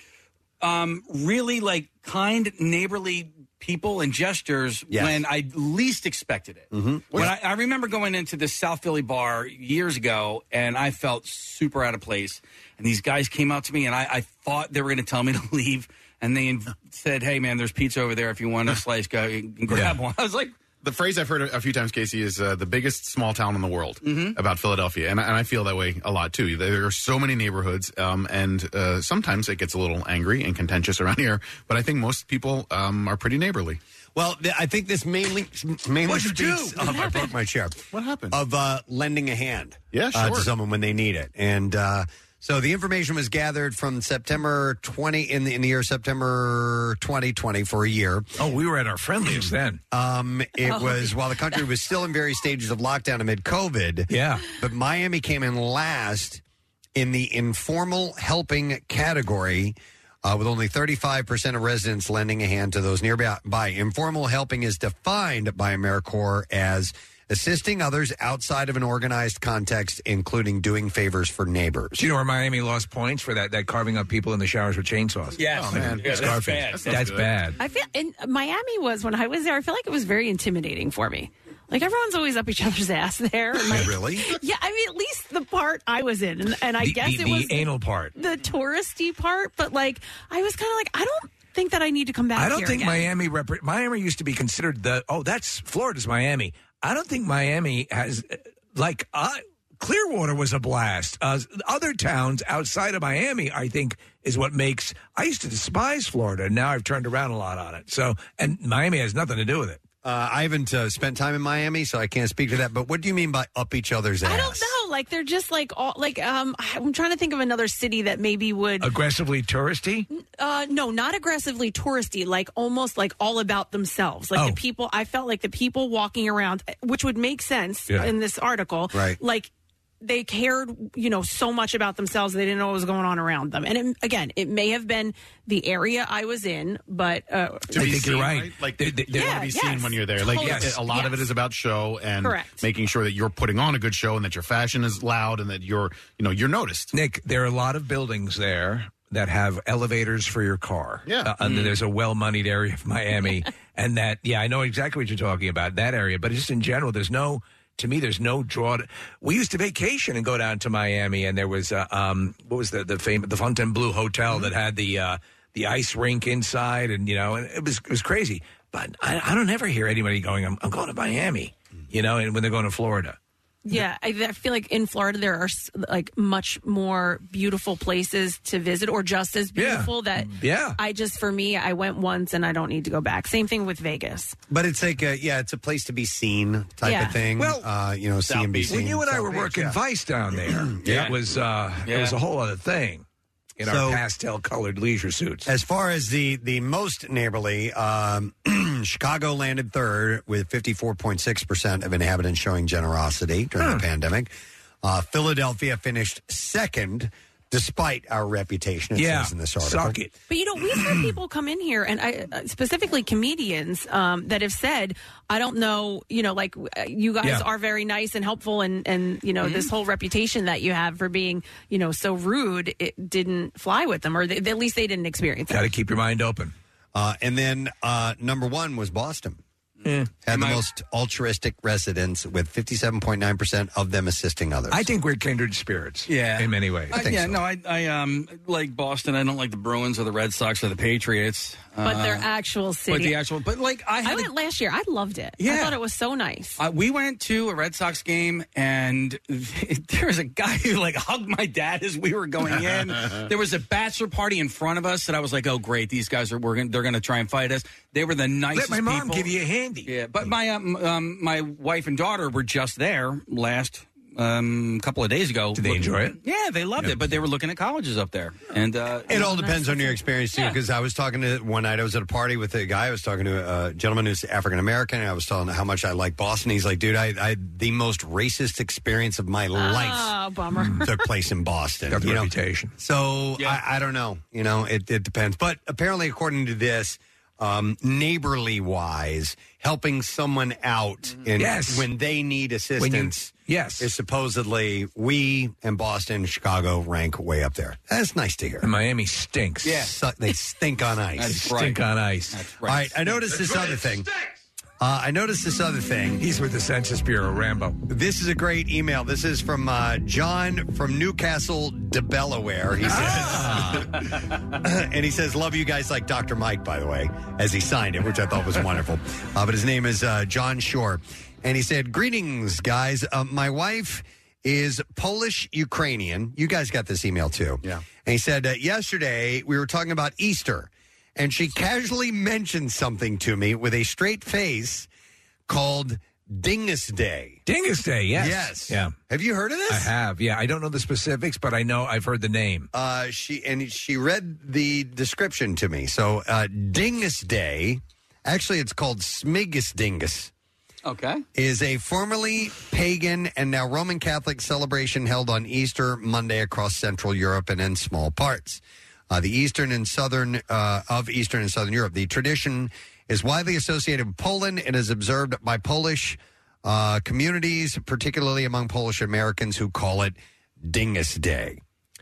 Speaker 6: um, really like kind, neighborly people and gestures
Speaker 5: Yes.
Speaker 6: when I least expected it. Mm-hmm. When I, I remember going into this South Philly bar years ago, and I felt super out of place. And these guys came out to me, and I, I thought they were going to tell me to leave. And they inv- said, "Hey, man, there's pizza over there. If you want a slice, go and grab one." I was like,
Speaker 14: the phrase I've heard a few times, Casey, is uh, the biggest small town in the world about Philadelphia, and, I- and I feel that way a lot too. There are so many neighborhoods, um, and uh, sometimes it gets a little angry and contentious around here. But I think most people um, are pretty neighborly.
Speaker 3: Well, th- I think this mainly mainly speaks of- I broke my chair.
Speaker 14: What happened?
Speaker 3: Of uh, lending a hand,
Speaker 14: Yeah,
Speaker 3: uh, to
Speaker 14: sure.
Speaker 3: someone when they need it, and uh, so the information was gathered from September twenty in the in the year September twenty twenty for a year.
Speaker 5: Oh, we were at our friendliest then.
Speaker 3: Um, it
Speaker 5: Oh.
Speaker 3: was while the country was still in various stages of lockdown amid COVID.
Speaker 5: Yeah.
Speaker 3: But Miami came in last in the informal helping category. Uh, with only 35% of residents lending a hand to those nearby. Informal helping is defined by AmeriCorps as assisting others outside of an organized context, including doing favors for neighbors.
Speaker 5: Do you know where Miami lost points for that? That carving up people in the showers with chainsaws.
Speaker 3: Yes. Oh, man. Yeah, that's
Speaker 5: Scarface.
Speaker 3: bad.
Speaker 5: That's,
Speaker 3: That's good.
Speaker 5: bad.
Speaker 4: I feel in Miami was when I was there. I feel like it was very intimidating for me. Like everyone's always up each other's ass there. And like,
Speaker 3: really?
Speaker 4: Yeah, I mean, at least the part I was in, and, and I
Speaker 5: the,
Speaker 4: guess
Speaker 5: the,
Speaker 4: it
Speaker 5: the
Speaker 4: was
Speaker 5: anal part.
Speaker 4: the touristy part. But like, I was kind of like, I don't think that I need to come back.
Speaker 5: I don't
Speaker 4: here
Speaker 5: think
Speaker 4: again.
Speaker 5: Miami. Rep- Miami used to be considered the oh, that's Florida's Miami. I don't think Miami has uh, like uh, Clearwater was a blast. Uh, other towns outside of Miami, I think, is what makes. I used to despise Florida. and Now I've turned around a lot on it. So and Miami has nothing to do with it.
Speaker 3: Uh, I haven't uh, spent time in Miami, so I can't speak to that. But what do you mean by up each other's ass?
Speaker 4: I don't know. Like they're just like all like um. I'm trying to think of another city that maybe would
Speaker 5: Aggressively touristy.
Speaker 4: Uh, no, not aggressively touristy, like almost like all about themselves. Like
Speaker 5: Oh.
Speaker 4: the people, I felt like the people walking around, which would make sense
Speaker 5: Yeah.
Speaker 4: in this article.
Speaker 5: Right.
Speaker 4: Like they cared, you know, so much about themselves, they didn't know what was going on around them. And it, again, it may have been the area I was in, but uh,
Speaker 14: To be seen, Like they, they,
Speaker 4: Yeah,
Speaker 14: want to be seen
Speaker 4: yes.
Speaker 14: when you're there. Like
Speaker 4: Totally.
Speaker 14: it- a lot of it is about show and
Speaker 4: Correct.
Speaker 14: making sure that you're putting on a good show and that your fashion is loud and that you're you know you're noticed.
Speaker 5: Nick, there are a lot of buildings there that have elevators for your car.
Speaker 14: Yeah.
Speaker 5: Uh, and
Speaker 14: Mm.
Speaker 5: there's a well moneyed area of Miami. and that, yeah, I know exactly what you're talking about, that area. But just in general, there's no, to me, there's no draw. To, we used to vacation and go down to Miami, and there was, uh, um, what was the, the famous, the Fontainebleau Hotel that had the, uh, the ice rink inside, and you know, and it was it was crazy. But I, I don't ever hear anybody going, "I'm, I'm going to Miami," you know, and when they're going to Florida.
Speaker 4: Yeah, I, I feel like in Florida there are s- like much more beautiful places to visit, or just as beautiful. That
Speaker 3: Yeah.
Speaker 4: I just for me, I went once and I don't need to go back. Same thing with Vegas.
Speaker 3: But it's like, a, yeah, it's a place to be seen type
Speaker 4: Yeah.
Speaker 3: of thing.
Speaker 4: Well,
Speaker 3: uh, you know, see
Speaker 5: South
Speaker 3: and be
Speaker 5: Beach.
Speaker 3: seen.
Speaker 5: When you and I
Speaker 3: South
Speaker 5: were
Speaker 3: Beach,
Speaker 5: working
Speaker 3: yeah.
Speaker 5: Vice down there,
Speaker 3: Yeah.
Speaker 5: it was uh, it was
Speaker 3: Yeah.
Speaker 5: a whole other thing in
Speaker 3: So-
Speaker 5: our pastel colored leisure suits.
Speaker 3: As far as the the most neighborly, um, Chicago landed third with fifty four point six percent of inhabitants showing generosity during the pandemic. Uh, Philadelphia finished second, despite our reputation. It
Speaker 5: Yeah,
Speaker 3: says in this article.
Speaker 5: suck it.
Speaker 4: But you know, we've had people come in here, and I uh, specifically comedians um, that have said, "I don't know, you know, like uh, you guys
Speaker 12: Yeah.
Speaker 4: are very nice and helpful, and and you know, this
Speaker 6: Mm-hmm.
Speaker 4: whole reputation that you have for being, you know, so rude, it didn't fly with them, or they, at least they didn't experience it."
Speaker 5: Got to keep your mind open.
Speaker 3: Uh, and then uh, number one was Boston. Had the most altruistic residents, with fifty-seven point nine percent of them assisting others.
Speaker 5: I think we're kindred spirits.
Speaker 6: Yeah.
Speaker 5: in many ways.
Speaker 6: I- yeah, no, I, I um like Boston. I don't like the Bruins or the Red Sox or the Patriots.
Speaker 4: But
Speaker 6: Uh,
Speaker 4: their actual city,
Speaker 6: But the actual, but like I
Speaker 4: I
Speaker 6: had a-
Speaker 4: went last year. I loved it. I
Speaker 6: Yeah.
Speaker 4: thought it was so nice.
Speaker 6: Uh, we went to a Red Sox game, and there was a guy who like hugged my dad as we were going in. there was a bachelor party in front of us, and I was like, "Oh, great! These guys are we're gonna, they're going to try and fight us." They were the nicest.
Speaker 5: my mom
Speaker 6: people.
Speaker 5: give you a handy.
Speaker 6: Yeah, but my um, um, my wife and daughter were just there last um couple of days ago. Did
Speaker 5: they enjoy it?
Speaker 6: Yeah, they loved it, but they were looking at colleges up there, and uh,
Speaker 3: It all depends on your experience too.
Speaker 6: Yeah.
Speaker 3: Because I was talking to one night, I was at a party with a guy. I was talking to a gentleman who's African American, and I was telling him how much I like Boston. He's like, "Dude, I, I had the most racist experience of my
Speaker 6: Ah.
Speaker 3: life
Speaker 4: Oh, bummer.
Speaker 6: Mm-hmm.
Speaker 3: took place in Boston."
Speaker 5: Got the
Speaker 3: you know?
Speaker 5: reputation.
Speaker 3: So I, I don't know. You know, it, it depends. But apparently, according to this, um, neighborly wise, helping someone out
Speaker 5: Mm-hmm.
Speaker 3: in,
Speaker 5: Yes.
Speaker 3: when they
Speaker 5: When
Speaker 3: need
Speaker 5: you-
Speaker 3: assistance.
Speaker 5: yes,
Speaker 3: Is supposedly we and Boston, and Chicago rank way up there. That's nice to hear.
Speaker 5: And Miami stinks.
Speaker 3: Yeah. Su- they stink on ice.
Speaker 5: That's Stink right. on ice. That's right.
Speaker 3: All right, I noticed
Speaker 5: That's
Speaker 3: this
Speaker 5: right,
Speaker 3: other
Speaker 5: it
Speaker 3: thing. Uh, I noticed this other thing.
Speaker 5: He's with the Census Bureau, Rambo.
Speaker 3: This is a great email. This is from uh, John from Newcastle to Delaware. He says,
Speaker 5: Ah.
Speaker 3: and he says, "Love you guys like Dr. Mike." By the way, as he signed it, which I thought was wonderful. Uh, but his name is uh, John Shore, and he said, "Greetings, guys. Uh, my wife." Is Polish Ukrainian. You guys got this email too. Yeah. And he said, uh, Yesterday we were talking about Easter, and she casually mentioned something to me with a straight face called Dingus Day.
Speaker 5: Dingus Day, yes.
Speaker 3: Yes.
Speaker 5: Yeah.
Speaker 3: Have you heard of this?
Speaker 5: I have. Yeah, I don't know the specifics, but I know I've heard the name.
Speaker 3: Uh, she and she read the description to me. So uh, Dingus Day, actually, it's called Smigus Dingus.
Speaker 6: Okay.
Speaker 3: Is a formerly pagan and now Roman Catholic celebration held on Easter Monday across Central Europe and in small parts. Uh, the Eastern and Southern uh, of Eastern and Southern Europe. The tradition is widely associated with Poland and is observed by Polish uh, communities, particularly among Polish Americans who call it Dingus Day,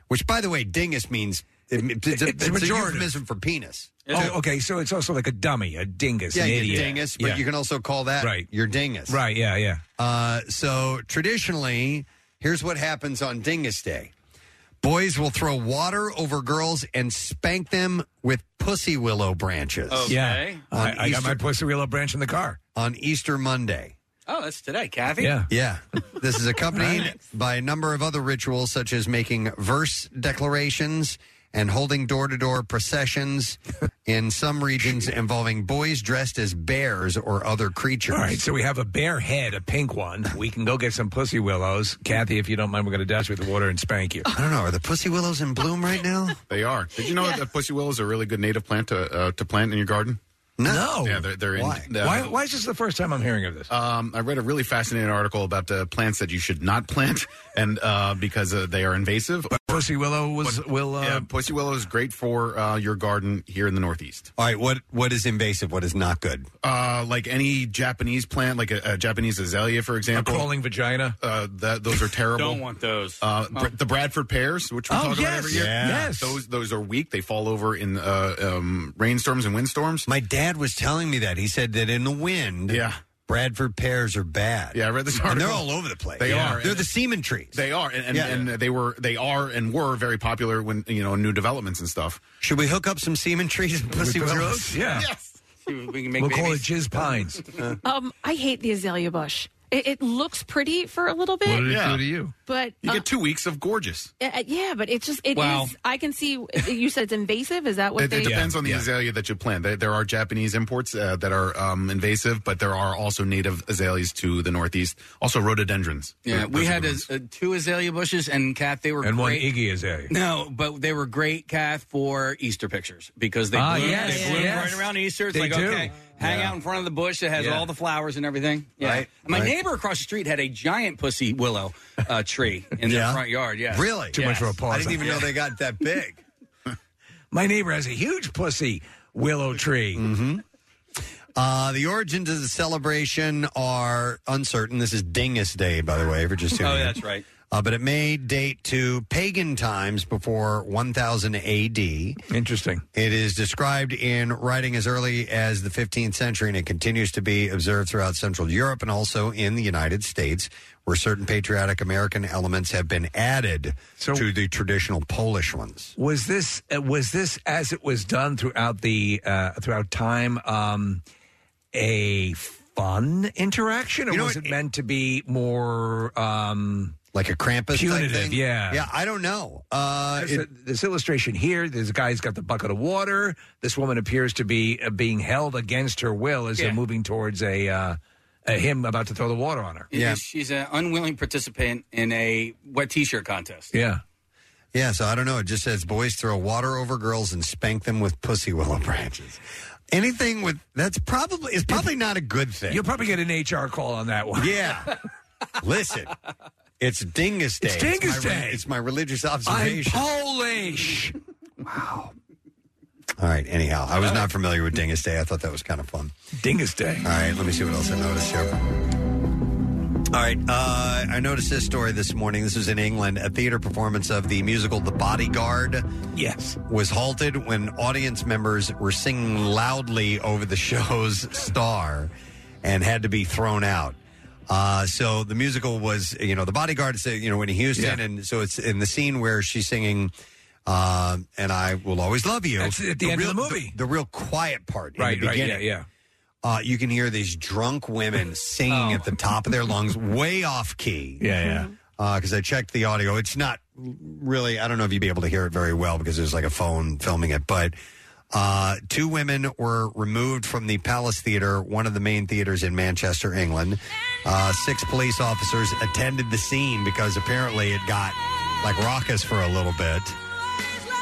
Speaker 3: which, by the way, dingus means it, it's, a-
Speaker 5: It's a
Speaker 3: it's a
Speaker 5: pejorative.
Speaker 3: euphemism for penis.
Speaker 5: Oh, okay. So it's also like a dummy, a dingus,
Speaker 3: yeah,
Speaker 5: an
Speaker 3: you
Speaker 5: idiot.
Speaker 3: dingus, but
Speaker 5: Yeah.
Speaker 3: you can also call that
Speaker 5: Right.
Speaker 3: your dingus.
Speaker 5: Right, yeah, yeah.
Speaker 3: Uh, so traditionally, here's what happens on Dingus Day. Boys will throw water over girls and spank them with pussy willow branches.
Speaker 5: Yeah. I, I got my pussy willow branch in the car.
Speaker 3: On Easter Monday.
Speaker 6: Oh, that's today, Kathy.
Speaker 3: Yeah. This is accompanied by a number of other rituals, such as making verse declarations and holding door to door processions in some regions involving boys dressed as bears or other creatures.
Speaker 5: All right, so we have a bare head, a pink one. We can go get some pussy willows. Kathy, if you don't mind, we're going to douse you with the water and spank you.
Speaker 3: I don't know. Are the pussy willows in bloom right now?
Speaker 14: They are. Did you know that pussy willow is a really good native plant to uh, to plant in your garden?
Speaker 5: No.
Speaker 14: Yeah, they're, they're
Speaker 5: Why?
Speaker 14: in. they're-
Speaker 5: why? Why is this the first time I'm hearing of this?
Speaker 14: Um, I read a really fascinating article about the plants that you should not plant, and uh, because uh, they are invasive. But
Speaker 5: pussy willow was will. Uh,
Speaker 14: yeah, pussy willow is great for uh, your garden here in the Northeast.
Speaker 3: All right, what what is invasive? What is not good?
Speaker 14: Uh, like any Japanese plant, like a, a Japanese azalea, for example.
Speaker 5: crawling vagina.
Speaker 14: Uh, that, those are terrible.
Speaker 6: Don't want those.
Speaker 14: Uh,
Speaker 6: Oh.
Speaker 14: Br- the Bradford pears, which we
Speaker 6: Oh,
Speaker 14: talk about
Speaker 6: yes.
Speaker 14: every year,
Speaker 6: Yeah. Yes.
Speaker 14: those those are weak. They fall over in uh, um, rainstorms and windstorms.
Speaker 3: My dad was telling me that he said that in the wind,
Speaker 14: yeah,
Speaker 3: Bradford pears are bad.
Speaker 14: Yeah, I read this
Speaker 3: And they're
Speaker 14: article.
Speaker 3: all over the place.
Speaker 14: They
Speaker 3: Yeah.
Speaker 14: are.
Speaker 3: They're the semen trees.
Speaker 14: They are, and and,
Speaker 3: Yeah.
Speaker 14: and they were they are and were very popular when you know new developments and stuff.
Speaker 3: Should we hook up some semen trees and pussy
Speaker 14: With pussy
Speaker 3: willows?
Speaker 14: willows? Yeah.
Speaker 6: we can
Speaker 5: we'll call it jizz pines.
Speaker 4: Um, I hate the azalea bush. It, it looks pretty for a little bit.
Speaker 14: you?
Speaker 4: But
Speaker 14: You
Speaker 4: uh,
Speaker 14: get two weeks of gorgeous.
Speaker 4: uh, yeah, but it's just it is.
Speaker 14: Wow.
Speaker 4: I can see you said it's invasive. Is that what
Speaker 14: It,
Speaker 4: they?
Speaker 14: it depends on the azalea that you plant. There, there are Japanese imports uh, that are um, invasive, but there are also native azaleas to the Northeast. Also rhododendrons.
Speaker 6: Yeah,
Speaker 14: Those
Speaker 6: we
Speaker 14: are
Speaker 6: had
Speaker 14: the
Speaker 6: a, a, two azalea bushes, and Kath, they were
Speaker 5: And one
Speaker 6: great.
Speaker 5: Iggy azalea.
Speaker 6: No, but they were great, Kath, for Easter pictures because they
Speaker 5: Ah,
Speaker 6: bloom,
Speaker 5: yes,
Speaker 6: they bloom
Speaker 5: yes.
Speaker 6: right around Easter. It's
Speaker 5: They
Speaker 6: like
Speaker 5: do.
Speaker 6: okay, hang out in front of the bush that has
Speaker 5: Yeah.
Speaker 6: all the flowers and everything. Yeah.
Speaker 5: Right,
Speaker 6: My
Speaker 5: right.
Speaker 6: neighbor across the street had a giant pussy willow uh, tree in their front yard. Yeah,
Speaker 5: Really? Too much for a pause. I didn't even know they
Speaker 3: got that big.
Speaker 5: My neighbor has a huge pussy willow tree. Mm-hmm.
Speaker 3: Uh, the origins of the celebration are uncertain. This is Dingus Day, by the way, for just tuning
Speaker 6: Oh,
Speaker 3: in.
Speaker 6: that's right.
Speaker 3: Uh, but it may date to pagan times before 1000 AD.
Speaker 5: Interesting.
Speaker 3: It is described in writing as early as the 15th century, and it continues to be observed throughout Central Europe and also in the United States, where certain patriotic American elements have been added to the traditional Polish ones.
Speaker 5: Was this uh, was this as it was done throughout the uh, throughout time um, a fun interaction, or was it meant to be more um,
Speaker 3: like a Krampus type
Speaker 5: punitive?
Speaker 3: thing?
Speaker 5: Yeah,
Speaker 3: Yeah, I don't know. Uh,
Speaker 5: There's a- this illustration here: this guy's got the bucket of water. This woman appears to be uh, being held against her will as they're moving towards a, uh, a him about to throw the water on her.
Speaker 6: Yeah, she's an unwilling participant in a wet T-shirt contest.
Speaker 5: Yeah.
Speaker 3: Yeah, so I don't know. It just says boys throw water over girls and spank them with pussy willow branches. Anything with that's probably is probably not a good thing.
Speaker 5: You'll probably get an HR call on that one.
Speaker 3: Yeah. Listen, it's Dingus Day.
Speaker 5: It's Dingus
Speaker 3: my re-
Speaker 5: Day.
Speaker 3: it's my religious
Speaker 5: I'm
Speaker 3: observation.
Speaker 5: Polish.
Speaker 3: All right. Anyhow, I
Speaker 5: Uh,
Speaker 3: was not familiar with Dingus Day. I thought that was kind of fun.
Speaker 5: Dingus Day.
Speaker 3: All right. Let me see what else I noticed here. All right. Uh, I noticed this story this morning. This was in England. A theater performance of the musical The Bodyguard.
Speaker 5: Yes.
Speaker 3: Was halted when audience members were singing loudly over the show's star and had to be thrown out. Uh, so the musical was, you know, The Bodyguard, is, uh, you know, in Houston. And so it's in the scene where she's singing. Uh, and I will always love you.
Speaker 5: That's at the end of the movie.
Speaker 3: The, real quiet part in
Speaker 5: Right,
Speaker 3: the
Speaker 5: right, yeah,
Speaker 3: beginning.
Speaker 5: yeah.
Speaker 3: Uh, you can hear these drunk women singing at the top of their lungs, way off key.
Speaker 5: Oh. Yeah, yeah.
Speaker 3: Because I checked the audio. It's not really, I don't know if you'd be able to hear it very well because there's like a phone filming it. But uh, two women were removed from the Palace Theater, one of the main theaters in Manchester, England. Uh, six police officers attended the scene because apparently it got like raucous for a little bit.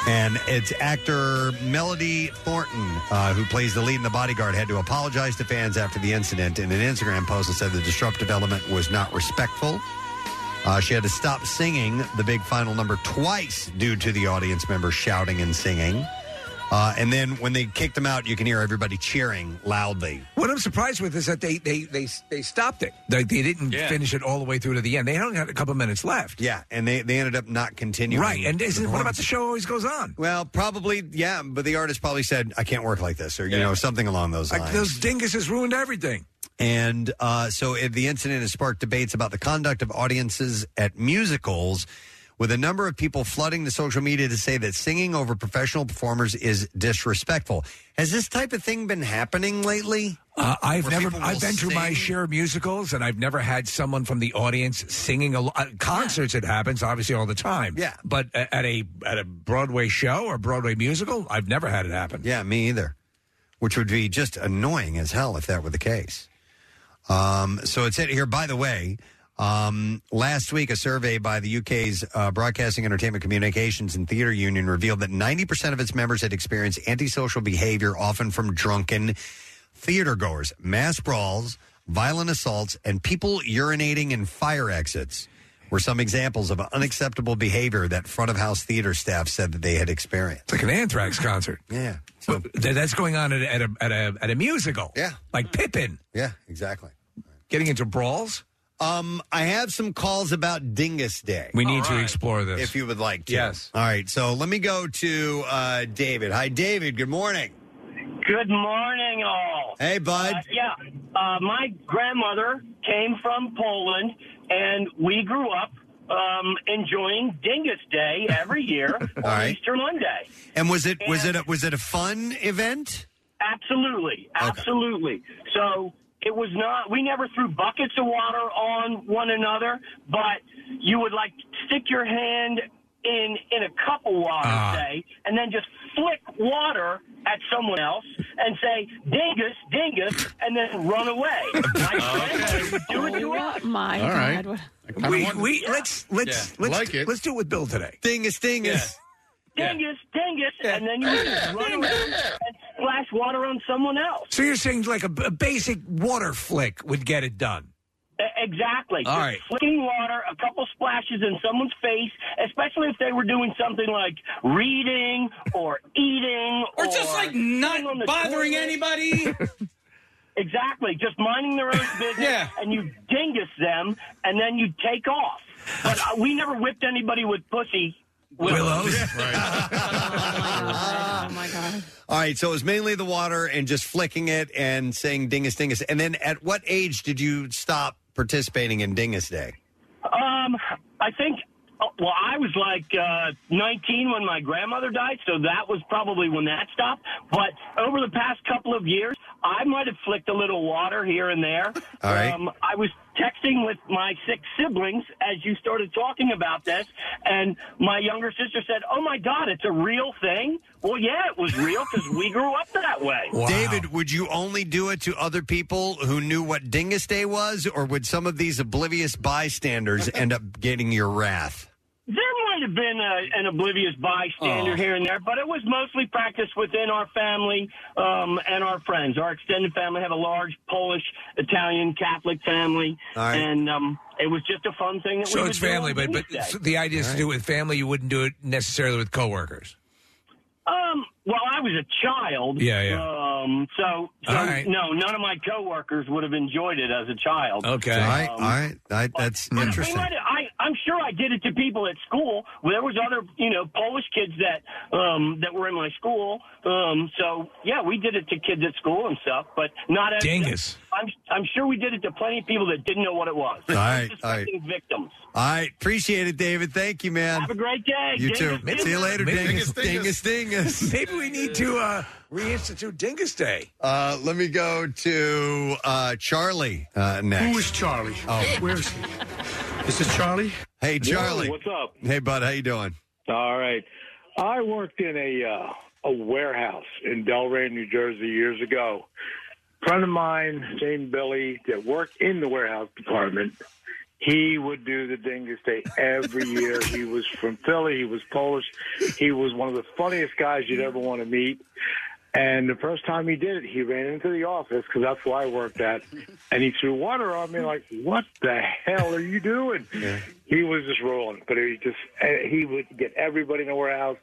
Speaker 3: And it's actor Melody Thornton, uh, who plays the lead in The Bodyguard, had to apologize to fans after the incident in an Instagram post and said the disruptive element was not respectful. Uh, she had to stop singing the big final number twice due to the audience members shouting and singing. Uh, and then when they kicked them out, you can hear everybody cheering loudly.
Speaker 5: What I'm surprised with is that they they they they stopped it. Like they didn't finish it all the way through to the end. They only had a couple minutes left.
Speaker 3: Yeah, and they, they ended up not continuing.
Speaker 5: Right, and isn't, what about the show always goes on?
Speaker 3: Well, probably yeah, but the artist probably said, "I can't work like this," or you know, something along those lines.
Speaker 5: Like those dinguses ruined everything.
Speaker 3: And uh, so it, the incident has sparked debates about the conduct of audiences at musicals, with a number of people flooding to social media to say that singing over professional performers is disrespectful. Has this type of thing been happening lately?
Speaker 5: Uh, I've
Speaker 3: Where
Speaker 5: never.
Speaker 3: people will
Speaker 5: I've been to my
Speaker 3: sing?
Speaker 5: share of musicals, and I've never had someone from the audience singing. A, uh, concerts, it happens obviously all the time. Yeah, but a- at a at a Broadway show or Broadway musical, I've never had it happen.
Speaker 3: Yeah, me either. Which would be just annoying as hell if that were the case. Um, so it's it here. By the way, um, last week a survey by the UK's uh, Broadcasting, Entertainment, Communications, and Theatre Union revealed that 90% of its members had experienced antisocial behavior, often from drunken theater goers, mass brawls, violent assaults, and people urinating in fire exits. Were some examples of unacceptable behavior that front of house theater staff said that they had experienced.
Speaker 5: It's like an Anthrax concert.
Speaker 3: Yeah.
Speaker 5: But th- that's going on at, a- at a at a at a musical.
Speaker 3: Yeah,
Speaker 5: like Pippin.
Speaker 3: Yeah, exactly.
Speaker 5: Getting into brawls.
Speaker 3: Um, I have some calls about Dingus Day.
Speaker 5: We need to explore this
Speaker 3: if you would like to.
Speaker 5: Yes.
Speaker 3: All right. So let me go to uh, David. Hi, David. Good morning.
Speaker 12: Good morning, all.
Speaker 3: Hey, bud.
Speaker 12: Uh, yeah, uh, my grandmother came from Poland, and we grew up um, enjoying Dingus Day every year on
Speaker 3: right.
Speaker 12: Easter Monday.
Speaker 3: And was it was it a, was it a fun event?
Speaker 12: Absolutely, absolutely. So it was not. We never threw buckets of water on one another, but you would like stick your hand in in a cup of water, say, and then just flick water at someone else and say "dingus, dingus," and then run away.
Speaker 4: Oh, my
Speaker 5: All right.
Speaker 4: God. What-
Speaker 5: We, we let's let's let's let's do it with Bill today.
Speaker 3: Dingus, dingus.
Speaker 12: dingus, dingus, and then you would just run around and splash water on someone else.
Speaker 5: So you're saying like a, a basic water flick would get it done?
Speaker 12: E- Exactly.
Speaker 5: All
Speaker 12: Just
Speaker 5: right.
Speaker 12: Flicking water, a couple splashes in someone's face, especially if they were doing something like reading or eating or, just like not
Speaker 6: bothering anybody.
Speaker 12: exactly. Just minding their own business, and you dingus them, and then you take off. But uh, we never whipped anybody with pussy.
Speaker 5: Willows.
Speaker 12: oh my god.
Speaker 3: All right. So it was mainly the water and just flicking it and saying dingus, dingus. And then at what age did you stop participating in Dingus Day?
Speaker 12: Um, I think. oh, Well, I was like uh, 19 when my grandmother died, so that was probably when that stopped. But over the past couple of years, I might have flicked a little water here and there.
Speaker 3: All right.
Speaker 12: Um, I was texting with my six siblings as you started talking about this, and my younger sister said, "Oh my God, it's a real thing." Well, yeah, it was real because we grew up that way.
Speaker 3: David, would you only do it to other people who knew what Dingus Day was, or would some of these oblivious bystanders end up getting your wrath?
Speaker 12: There might have been a, an oblivious bystander
Speaker 3: Oh.
Speaker 12: here and there, but it was mostly practiced within our family um, and our friends. Our extended family have a large Polish, Italian, Catholic family, and um, it was just a fun thing. That
Speaker 5: So
Speaker 12: we
Speaker 5: it's
Speaker 12: would do on
Speaker 5: family, but but
Speaker 12: Tuesday.
Speaker 5: so the idea is to do it with family. You wouldn't do it necessarily with coworkers.
Speaker 12: Um, well, I was a child.
Speaker 5: Yeah, yeah.
Speaker 12: Um, so, so
Speaker 5: All right.
Speaker 12: no, none of my coworkers would have enjoyed it as a child.
Speaker 3: All right.
Speaker 12: Um,
Speaker 3: all right. I, that's
Speaker 12: But
Speaker 3: interesting.
Speaker 12: we might have- I, I'm sure I did it to people at school. Well, there was other, you know, Polish kids that um, that were in my school. Um, so yeah, we did it to kids at school and stuff, but not as
Speaker 5: Dingus.
Speaker 12: I'm, I'm sure we did it to plenty of people that didn't know what it was.
Speaker 3: All right,
Speaker 12: Just
Speaker 3: all right.
Speaker 12: Victims.
Speaker 3: All right. Appreciate it, David. Thank you, man.
Speaker 12: Have a great day.
Speaker 3: You too.
Speaker 12: Dingus,
Speaker 3: See you later,
Speaker 12: dingus.
Speaker 3: Dingus.
Speaker 12: Dingus,
Speaker 3: Dingus, dingus.
Speaker 5: Maybe we need to uh, reinstitute Dingus Day.
Speaker 3: Uh, let me go to uh, Charlie uh, next.
Speaker 15: Who is Charlie?
Speaker 3: Oh.
Speaker 15: Where is he? Is this Charlie?
Speaker 3: Hey, Charlie.
Speaker 15: Yo, what's up?
Speaker 3: Hey, bud. How you doing?
Speaker 15: All right. I worked in a uh, a warehouse in Delray, New Jersey years ago. friend of mine named Billy that worked in the warehouse department. He would do the Dingus Day every year. he was from Philly. He was Polish. He was one of the funniest guys you'd ever want to meet. And the first time he did it, he ran into the office because that's where I worked at, and he threw water on me like, "What the hell are you eh, doing?" He was just rolling, but he just and he would get everybody in the warehouse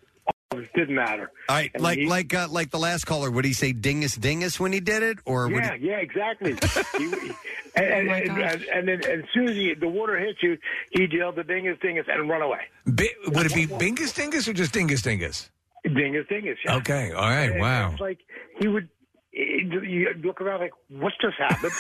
Speaker 15: It didn't matter.
Speaker 3: All right,
Speaker 15: And
Speaker 3: like
Speaker 15: he-
Speaker 3: like uh, like the last caller, would he say dingus dingus when he did it, or would
Speaker 15: yeah,
Speaker 3: he,
Speaker 15: yeah, exactly. He- he- and,
Speaker 3: Oh my
Speaker 15: and, and,
Speaker 3: gosh.
Speaker 15: and then as soon as he, the water hits you, he yelled the dingus dingus and run away.
Speaker 5: Bi- would it be Bingus Dingus or just Dingus Dingus?
Speaker 15: Dingus Dingus. yeah.
Speaker 5: Okay, all right,
Speaker 15: And
Speaker 5: wow.
Speaker 15: It's like he would. it- You look around like, what's just happened?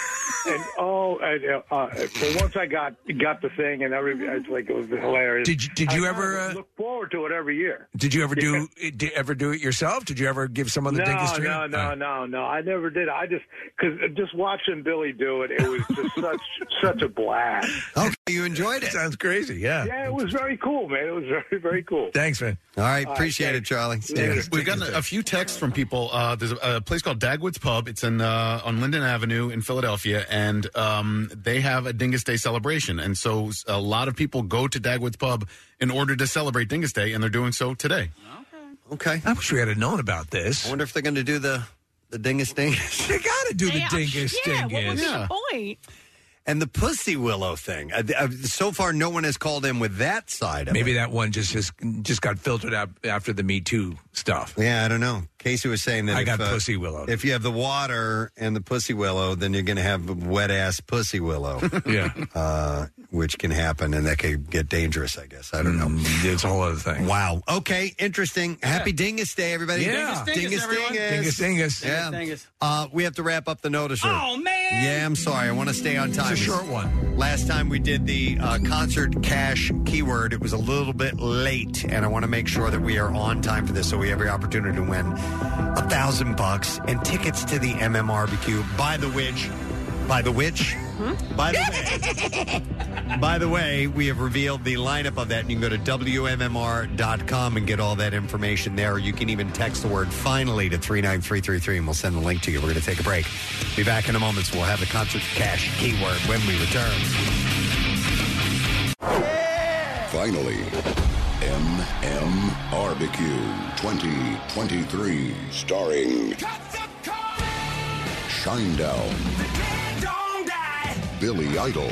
Speaker 15: and oh, and, uh, uh, so once I got got the thing, and every, it's like it was hilarious.
Speaker 5: Did you- did you
Speaker 15: I
Speaker 5: ever,
Speaker 15: kinda
Speaker 5: uh,
Speaker 15: look forward to it every year?
Speaker 5: Did you ever do did, ever do it yourself? Did you ever give someone the
Speaker 15: no,
Speaker 5: Dingus treat?
Speaker 15: No, no, no, no. I never did. I just because just watching Billy do it, it was just such such a blast.
Speaker 3: Okay, you enjoyed it.
Speaker 5: Sounds crazy. Yeah.
Speaker 15: Yeah, it was very cool, man. It was very very cool.
Speaker 5: Thanks, man.
Speaker 3: All right,
Speaker 15: All right,
Speaker 3: appreciate it, Charlie.
Speaker 15: Later.
Speaker 3: Stay-
Speaker 14: We've gotten a, a few texts from people. Uh, there's a, a place called Dagwood's Pub. It's in uh, on Linden Avenue in Philadelphia, and um, they have a Dingus Day celebration. And so s- a lot of people go to Dagwood's Pub in order to celebrate Dingus Day, and they're doing so today.
Speaker 3: Okay.
Speaker 5: I wish we had known about this.
Speaker 3: I wonder if they're going to do the the dingus dingus.
Speaker 5: they got to do
Speaker 4: Yeah, yeah, What was the point?
Speaker 3: And the pussy willow thing. Uh, th- uh, so far, no one has called in with that side of it.
Speaker 5: Maybe that one just just just got filtered out after the Me Too stuff.
Speaker 3: Yeah, I don't know. Casey was saying that
Speaker 5: I
Speaker 3: if,
Speaker 5: got
Speaker 3: uh,
Speaker 5: pussy willow.
Speaker 3: If you have the water and the pussy willow, then you're going to have wet ass pussy willow.
Speaker 5: yeah,
Speaker 3: uh, which can happen, and that could get dangerous. I guess I don't know.
Speaker 5: Mm, It's a whole other thing.
Speaker 3: Wow. Okay. Interesting. Happy Dingus Day, everybody.
Speaker 5: Yeah. Dingus,
Speaker 3: Dingus Dingus.
Speaker 5: dingus, Dingus, dingus.
Speaker 3: Yeah.
Speaker 5: Dingus,
Speaker 3: Uh, we have to wrap up the notice.
Speaker 5: Oh, man.
Speaker 3: Yeah, I'm sorry. I want to stay on time.
Speaker 5: It's a short one.
Speaker 3: Last time we did the uh, concert cash keyword, it was a little bit late, and I want to make sure that we are on time for this so we have the opportunity to win a thousand bucks and tickets to the MMRBQ by the which, by the which, by the by the way, we have revealed the lineup of that, and you can go to WMMR.com and get all that information there. You can even text the word finally to 39333, and we'll send the link to you. We're going to take a break. Be back in a moment, so we'll have the concert cash keyword when we return.
Speaker 2: Finally, MM Barbecue 2023, starring Shinedown, Billy Idol.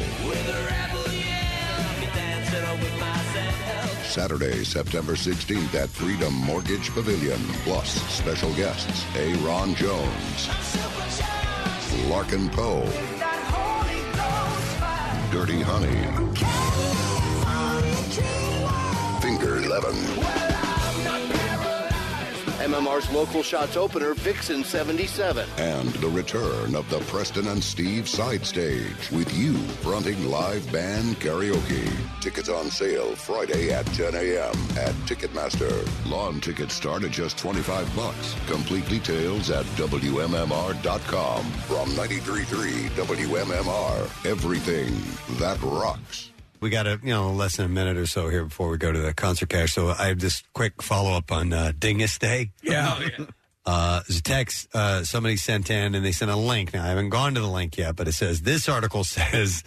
Speaker 2: Saturday, September 16th at Freedom Mortgage Pavilion. Plus, special guests A. Ron Jones, Larkin Poe, Dirty Honey, Finger Eleven.
Speaker 9: MMR's local shots opener, Vixen 77.
Speaker 2: And the return of the Preston and Steve side stage with you fronting live band karaoke. Tickets on sale Friday at 10 a.m. at Ticketmaster. Lawn tickets start at just 25 bucks. Complete details at WMMR.com. From 93.3 WMMR, everything that rocks.
Speaker 3: We got a you know less than a minute or so here before we go to the concert cash. So I have this quick follow up on uh, Dingus Day.
Speaker 5: Yeah.
Speaker 3: Uh, there's a text uh, somebody sent in, and they sent a link. Now I haven't gone to the link yet, but it says this article says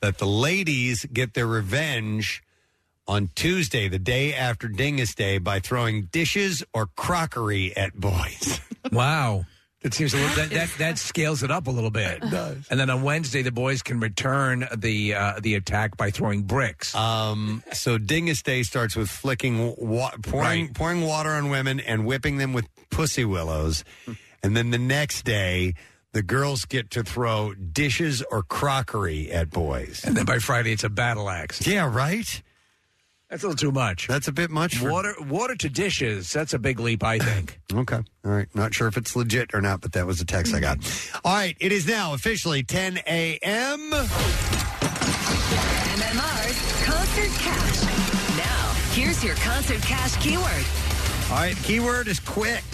Speaker 3: that the ladies get their revenge on Tuesday, the day after Dingus Day, by throwing dishes or crockery at boys.
Speaker 5: Wow. That seems a little that, that that scales it up a little bit. does. And then on Wednesday, the boys can return the uh, the attack by throwing bricks.
Speaker 3: Um, so Dingus Day starts with flicking, wa- pouring, pouring water on women and whipping them with pussy willows, and then the next day the girls get to throw dishes or crockery at boys.
Speaker 5: And then by Friday, it's a battle axe.
Speaker 3: Yeah, right.
Speaker 5: That's a little too much.
Speaker 3: That's a bit much. for-
Speaker 5: Water water to dishes. That's a big leap, I think.
Speaker 3: Okay. All right. Not sure if it's legit or not, but that was a text I got. All right. It is now officially 10 a.m.
Speaker 8: MMR's Concert Cash. Now, here's your Concert Cash keyword.
Speaker 3: All right, keyword is quick.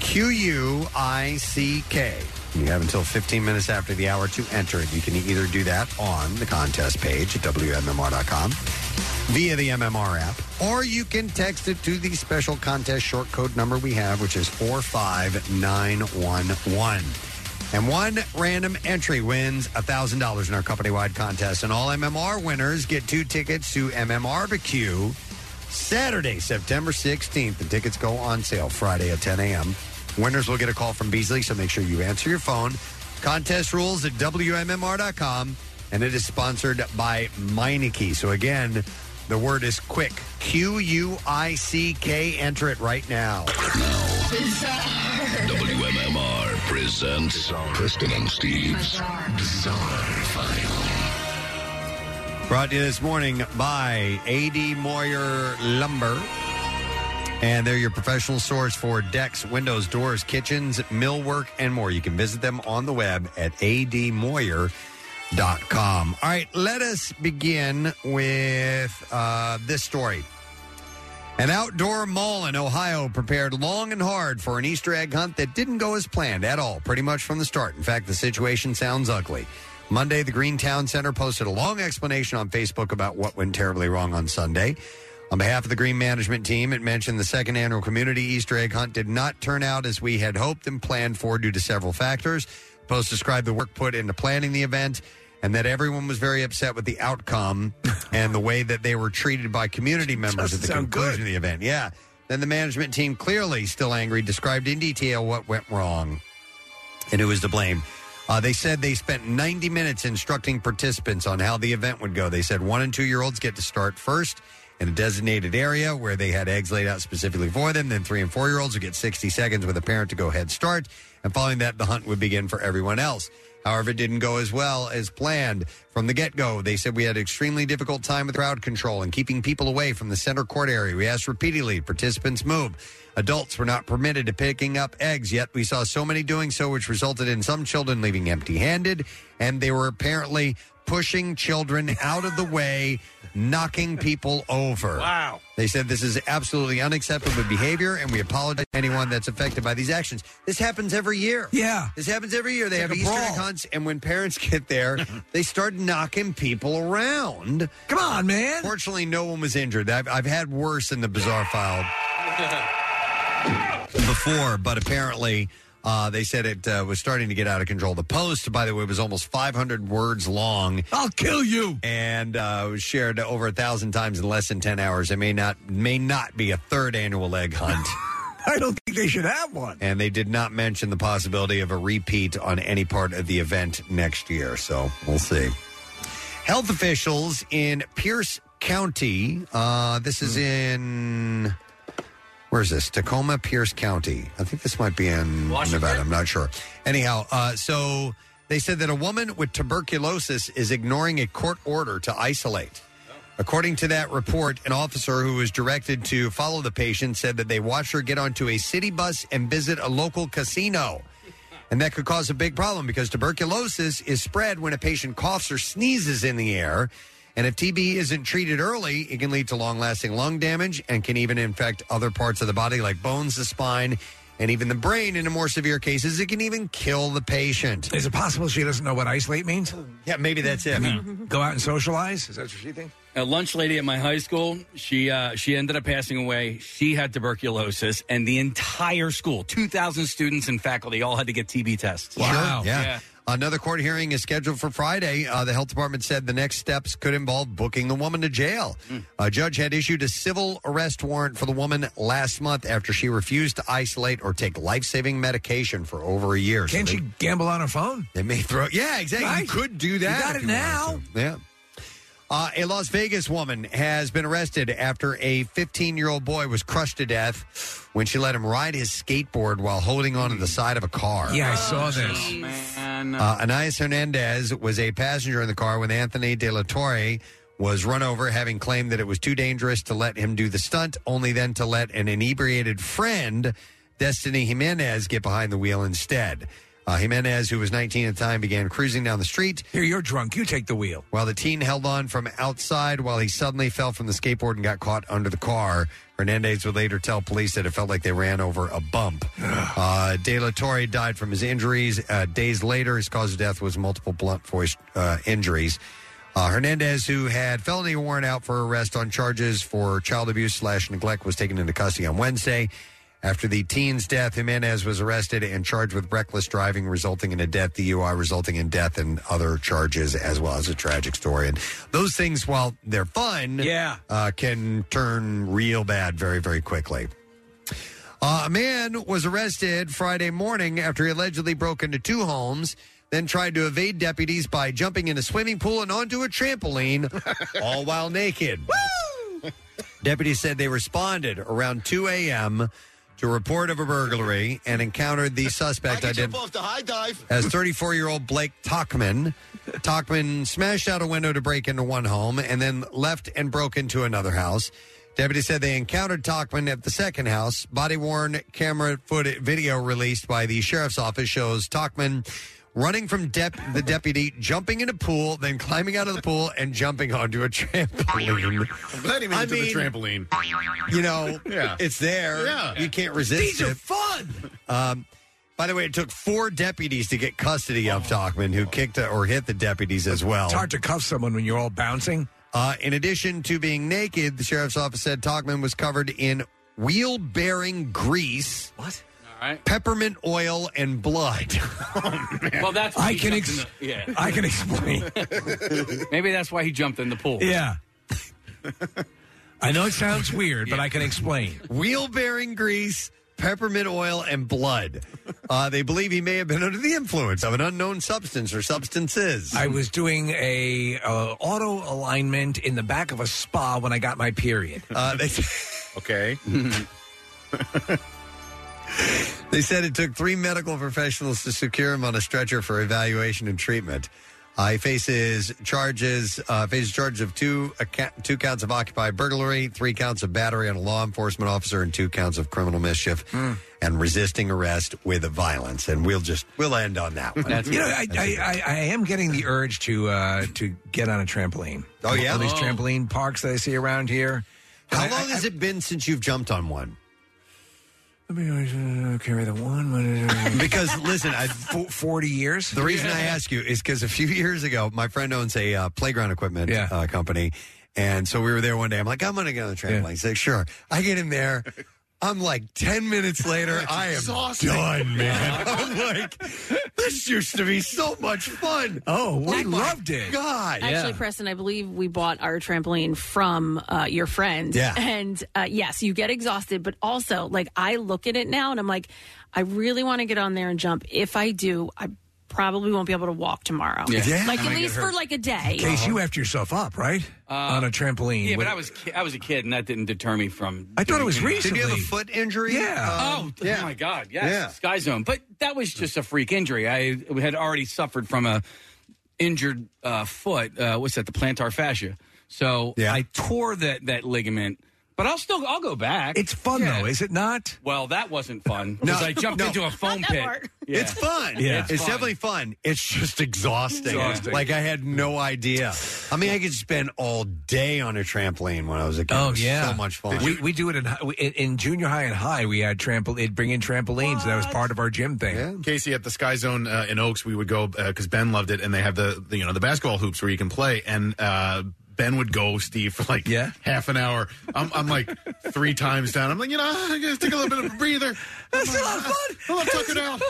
Speaker 3: Q U I C K. You have until 15 minutes after the hour to enter it. You can either do that on the contest page at WMMR.com via the MMR app, or you can text it to the special contest short code number we have, which is 45911. And one random entry wins $1,000 in our company wide contest. And all MMR winners get two tickets to MMRBQ Saturday, September 16th. The tickets go on sale Friday at 10 a.m. Winners will get a call from Beasley, so make sure you answer your phone. Contest rules at WMMR.com, and it is sponsored by Meineke. So, again, The word is quick. Q U I C K. Enter it right now.
Speaker 2: WMMR presents Kristen and Steve's Bizarre File.
Speaker 3: Brought to you this morning by A.D. Moyer Lumber. And they're your professional source for decks, windows, doors, kitchens, millwork, and more. You can visit them on the web at admoyer.com. All right, let us begin with uh, this story. An outdoor mall in Ohio prepared long and hard for an Easter egg hunt that didn't go as planned at all, pretty much from the start. In fact, the situation sounds ugly. Monday, the Greentown Center posted a long explanation on Facebook about what went terribly wrong on Sunday. On behalf of the Green Management Team, it mentioned the second annual community Easter egg hunt did not turn out as we had hoped and planned for due to several factors. The post described the work put into planning the event and that everyone was very upset with the outcome and the way that they were treated by community members at the
Speaker 5: sound
Speaker 3: conclusion of the event. Yeah. Then the management team, clearly still angry, described in detail what went wrong and who was to blame. Uh, they said they spent 90 minutes instructing participants on how the event would go. They said one and two year olds get to start first in a designated area where they had eggs laid out specifically for them. Then three and four year olds would get 60 seconds with a parent to go head start. And following that, the hunt would begin for everyone else. However, it didn't go as well as planned from the get go. They said we had an extremely difficult time with crowd control and keeping people away from the center court area. We asked repeatedly, participants move. Adults were not permitted to picking up eggs, yet we saw so many doing so, which resulted in some children leaving empty handed, and they were apparently pushing children out of the way, knocking people over. Wow. They said this is absolutely unacceptable behavior, and we apologize to anyone that's affected by these actions. This happens every year. Yeah. This happens every year. They
Speaker 5: It's
Speaker 3: have
Speaker 5: like a
Speaker 3: Easter
Speaker 5: brawl.
Speaker 3: egg hunts, and when parents get there, they start knocking people around. Come on, man. Fortunately, no one was injured. I've, I've had worse in the bizarre file before, but apparently uh, they said it uh, was starting to get out of control. The post, by the way, was almost 500 words long. I'll kill you. And uh, was shared over a thousand times in less than 10 hours. It may not may not be a third annual egg hunt. I don't think they should have one. And they did not mention the possibility of a repeat on any part of the event next year. So we'll see. Health officials in Pierce County, uh, this is in where is this? Tacoma, Pierce County. I think this might be in Nevada. I'm not sure. Anyhow, uh, so they said that a woman with tuberculosis is ignoring a court order to isolate. According to that report, an officer who was directed to follow the patient said that they watched her get onto a city bus and visit a local casino. And that could cause a big problem because tuberculosis is spread when a patient coughs or sneezes in the air. And if TB isn't treated early, it can lead to long lasting lung damage and can even infect other parts of the body like bones, the spine, and even the brain. In more severe cases, it can even kill the patient.
Speaker 5: Is it possible she doesn't know what isolate means? Hmm.
Speaker 3: Yeah, maybe that's it.
Speaker 5: Go out and socialize? Is that what she thinks?
Speaker 6: A lunch lady at my high school, she uh, she ended up passing away. She had tuberculosis, and the entire school, two thousand students and faculty, all had to get TB tests.
Speaker 3: Sure, yeah. Another court hearing is scheduled for Friday. Uh, the health department said the next steps could involve booking the woman to jail.
Speaker 5: Hmm.
Speaker 3: A judge had issued a civil arrest warrant for the woman last month after she refused to isolate or take life saving medication for over a year.
Speaker 5: Can't
Speaker 3: they-
Speaker 5: she gamble on her phone?
Speaker 3: They may throw. Yeah, exactly. You
Speaker 5: Right?
Speaker 3: could do
Speaker 5: You
Speaker 3: that.
Speaker 5: got
Speaker 3: if
Speaker 5: it
Speaker 3: wanted
Speaker 5: now.
Speaker 3: to. Yeah. Uh, a Las Vegas woman has been arrested after a 15 year old boy was crushed to death when she let him ride his skateboard while holding onto the side of a car.
Speaker 5: Hmm. Yeah, I saw this.
Speaker 6: Oh,
Speaker 3: Uh, Anais Hernandez was a passenger in the car when Anthony De La Torre was run over, having claimed that it was too dangerous to let him do the stunt, only then to let an inebriated friend, Destiny Jimenez, get behind the wheel instead. Uh, Jimenez, who was 19 at the time, began cruising down the street.
Speaker 5: Here, you're drunk. You take the wheel.
Speaker 3: While the teen held on from outside, while he suddenly fell from the skateboard and got caught under the car, Hernandez would later tell police that it felt like they ran over a bump. uh, De La Torre died from his injuries. Uh, days later, his cause of death was multiple blunt force uh, injuries. Uh, Hernandez, who had felony warrant out for arrest on charges for child abuse slash neglect, was taken into custody on Wednesday. After the teen's death, Jimenez was arrested and charged with reckless driving, resulting in a death DUI, resulting in death and other charges, as well as a tragic story. And those things, while they're fun, yeah, uh, can turn real bad very, very quickly. Uh, a man was arrested Friday morning after he allegedly broke into two homes, then tried to evade deputies by jumping in a swimming pool and onto a trampoline, all while naked. Deputies said they responded around 2 a.m. to a report of a burglary and encountered the suspect
Speaker 10: I
Speaker 3: identified
Speaker 10: jump off the high dive.
Speaker 3: as 34 year old Blake Talkman. Talkman smashed out a window to break into one home and then left and broke into another house. Deputies said they encountered Talkman at the second house. Body worn camera footage video released by the sheriff's office shows Talkman running from dep- the deputy, jumping in a pool, then climbing out of the pool and jumping onto a trampoline.
Speaker 14: I'm glad he made
Speaker 3: I
Speaker 14: it to
Speaker 3: mean,
Speaker 14: the trampoline.
Speaker 3: You know,
Speaker 14: Yeah.
Speaker 3: it's there.
Speaker 14: Yeah.
Speaker 3: You can't resist
Speaker 14: These
Speaker 3: it.
Speaker 14: are
Speaker 5: fun.
Speaker 3: Um, by the way, it took four deputies to get custody of Talkman, who kicked or hit the deputies as well.
Speaker 5: It's hard to cuff someone when you're all bouncing.
Speaker 3: Uh, in addition to being naked, the sheriff's office said Talkman was covered in wheel bearing grease.
Speaker 5: What?
Speaker 3: Peppermint oil and blood.
Speaker 6: Well, that's why
Speaker 3: I
Speaker 6: he
Speaker 3: can
Speaker 6: jumped in
Speaker 3: ex-
Speaker 6: the- yeah.
Speaker 3: I can explain.
Speaker 6: Maybe that's why he jumped in the pool.
Speaker 5: Yeah. I know it sounds weird, but I can explain.
Speaker 3: Wheel bearing grease, peppermint oil, and blood. Uh, they believe he may have been under the influence of an unknown substance or substances.
Speaker 5: I was doing a uh, auto alignment in the back of a spa when I got my period.
Speaker 3: Uh, they
Speaker 14: okay.
Speaker 3: They said it took three medical professionals to secure him on a stretcher for evaluation and treatment. Uh, he faces charges uh, faces charges of two account, two counts of occupied burglary, three counts of battery on a law enforcement officer, and two counts of criminal mischief and resisting arrest with violence. And we'll just we'll end on that one.
Speaker 5: you know, I,
Speaker 3: That's
Speaker 5: I,
Speaker 3: it.
Speaker 5: I, I am getting the urge to uh, to get on a trampoline.
Speaker 3: Oh, yeah?
Speaker 5: all these
Speaker 3: Oh.
Speaker 5: trampoline parks that I see around here.
Speaker 3: How long has it been since you've jumped on one?
Speaker 5: Let me uh, carry the one.
Speaker 3: because listen, I
Speaker 5: forty years.
Speaker 3: The reason I ask you is because a few years ago, my friend owns a uh, playground equipment uh, company, and so we were there one day. I'm like, I'm going to get on the trampoline. He's like, sure. I get in there. I'm like ten minutes later, I am
Speaker 10: exhausting.
Speaker 3: done, man. I'm like, this used to be so much fun.
Speaker 5: Oh,
Speaker 3: we loved it. God,
Speaker 4: Actually, Preston, I believe we bought our trampoline from uh, your friend.
Speaker 3: Yeah.
Speaker 4: And uh, yes, you get exhausted, but also, like, I look at it now and I'm like, I really want to get on there and jump. If I do, I probably won't be able to walk tomorrow.
Speaker 5: Yeah. Yeah.
Speaker 4: Like,
Speaker 5: I
Speaker 4: at
Speaker 5: might
Speaker 4: least
Speaker 5: get
Speaker 4: for
Speaker 5: hurt.
Speaker 4: like a day.
Speaker 5: In case you effed yourself up, right?
Speaker 3: Uh,
Speaker 5: on a trampoline.
Speaker 6: Yeah, but
Speaker 5: What-
Speaker 6: I was ki- I was a kid, and that didn't deter me from.
Speaker 5: I thought it was
Speaker 6: doing
Speaker 5: recently. Did you have a
Speaker 3: foot injury? Um,
Speaker 5: Yeah.
Speaker 6: oh, th- oh my God. Yes.
Speaker 5: Yeah.
Speaker 6: Sky Zone. But that was just a freak injury. I had already suffered from a injured uh, foot. Uh, what's that? The plantar fascia. So I tore that that ligament. But I'll still I'll go back.
Speaker 5: It's fun though, is it not?
Speaker 6: Well, that wasn't fun because I jumped into a foam pit. Yeah.
Speaker 3: It's fun.
Speaker 6: Yeah.
Speaker 3: It's,
Speaker 6: It's fun.
Speaker 3: definitely fun. It's just exhausting.
Speaker 5: Exhausting.
Speaker 3: Like I had no idea. I mean, I could spend all day on a trampoline when I was a
Speaker 5: Oh,
Speaker 3: kid. It was so much fun.
Speaker 5: We, we do it in, hi- in in junior high and high. We had trampoline, bring in trampolines. That was part of our gym thing.
Speaker 14: Casey at the Sky Zone uh, in Oaks, we would go because Ben loved it, and they have the, the you know the basketball hoops where you can play, and uh, Ben would go Steve for like half an hour. I'm, I'm like three times down. I'm like you know I gotta take a little bit of a breather. That's a lot of fun. I love tucking out.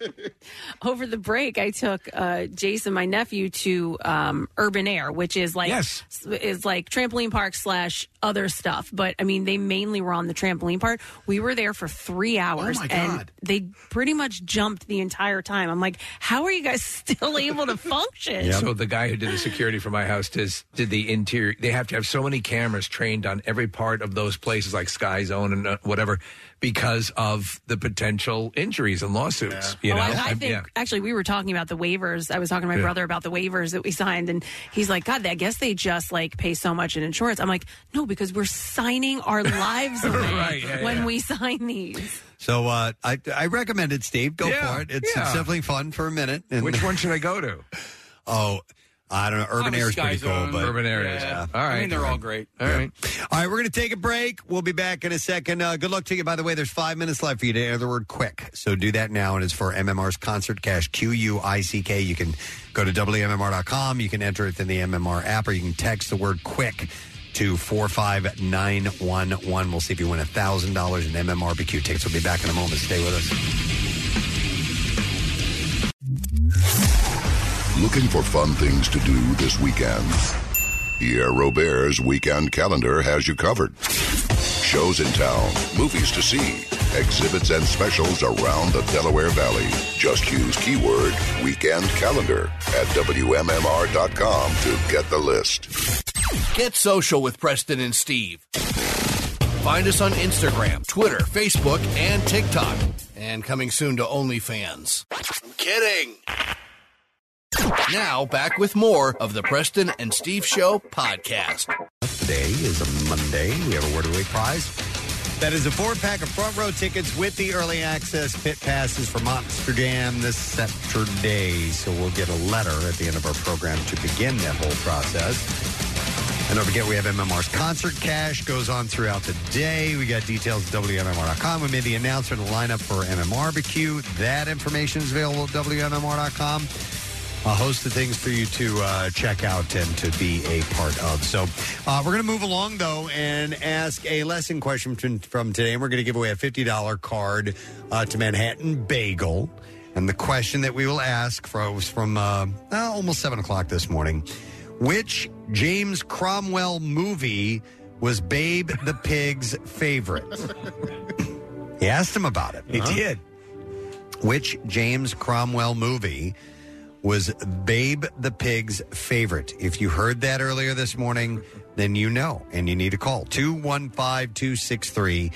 Speaker 4: over the break, I took uh, Jason, my nephew, to um, Urban Air, which is like
Speaker 5: Yes.
Speaker 4: s- is like trampoline park slash other stuff. But I mean, they mainly were on the trampoline part. We were there for three hours,
Speaker 10: my God.
Speaker 4: and they pretty much jumped the entire time. I'm like, how are you guys still able to function?
Speaker 5: So the guy who did the security for my house does did the interior. They have to have so many cameras trained on every part of those places, like Sky Zone and uh, whatever, because of the potential injuries and lawsuits. You
Speaker 4: Oh,
Speaker 5: know,
Speaker 4: I, I
Speaker 5: I'm-
Speaker 4: think
Speaker 5: yeah.
Speaker 4: actually we were talking about the waivers. I was talking to my
Speaker 5: Yeah.
Speaker 4: brother about the waivers that we signed, and he's like, "God, I guess they just like pay so much in insurance." I'm like, "No, because we're signing our lives away
Speaker 3: Right, yeah,
Speaker 4: when
Speaker 3: yeah.
Speaker 4: we sign these."
Speaker 3: So uh, I I recommend it, Steve. Go
Speaker 4: Yeah,
Speaker 3: for it. It's,
Speaker 4: yeah.
Speaker 3: it's definitely fun for a minute.
Speaker 5: Which one should I go to?
Speaker 3: Oh, I don't know. Urban
Speaker 5: I was
Speaker 3: Air is
Speaker 5: Sky
Speaker 3: pretty cool,
Speaker 5: Zone.
Speaker 3: but
Speaker 5: Urban Air is. Yeah. All right. I mean, they're all great. All
Speaker 3: Yeah.
Speaker 5: right.
Speaker 3: All right, we're going to take a break. We'll be back in a second. Uh, good luck to you. By the way, there's five minutes left for you to air the word quick. So do that now. And it's for MMR's concert cash, Q U I C K. You can go to WMMR.com. You can enter it in the MMR app or you can text the word quick to 45911. We'll see if you win $1,000 in MMRBQ tickets. We'll be back in a moment. Stay with us.
Speaker 2: Looking for fun things to do this weekend? Pierre Robert's weekend calendar has you covered. Shows in town, movies to see, exhibits and specials around the Delaware Valley. Just use keyword weekend calendar at WMMR.com to get the list.
Speaker 9: Get social with Preston and Steve. Find us on Instagram, Twitter, Facebook, and TikTok. And coming soon to OnlyFans. I'm kidding. Now, back with more of the Preston and Steve Show podcast.
Speaker 3: Today is a Monday. We have a Word of the Week prize. That is a four pack of front row tickets with the early access pit passes for Monster Jam this Saturday. So we'll get a letter at the end of our program to begin that whole process. And don't forget, we have MMR's concert cash goes on throughout the day. We got details at WMMR.com. We made the announcement of the lineup for MMRBQ. That information is available at WMMR.com. A host of things for you to uh, check out and to be a part of. So uh, we're going to move along, though, and ask a lesson question from, from today. And we're going to give away a $50 card uh, to Manhattan Bagel. And the question that we will ask for, was from uh, uh, almost 7 o'clock this morning. Which James Cromwell movie was Babe the Pig's favorite? he asked him about it.
Speaker 5: He did.
Speaker 3: Which James Cromwell movie was Babe the Pig's favorite? If you heard that earlier this morning, then you know and you need to call 215 263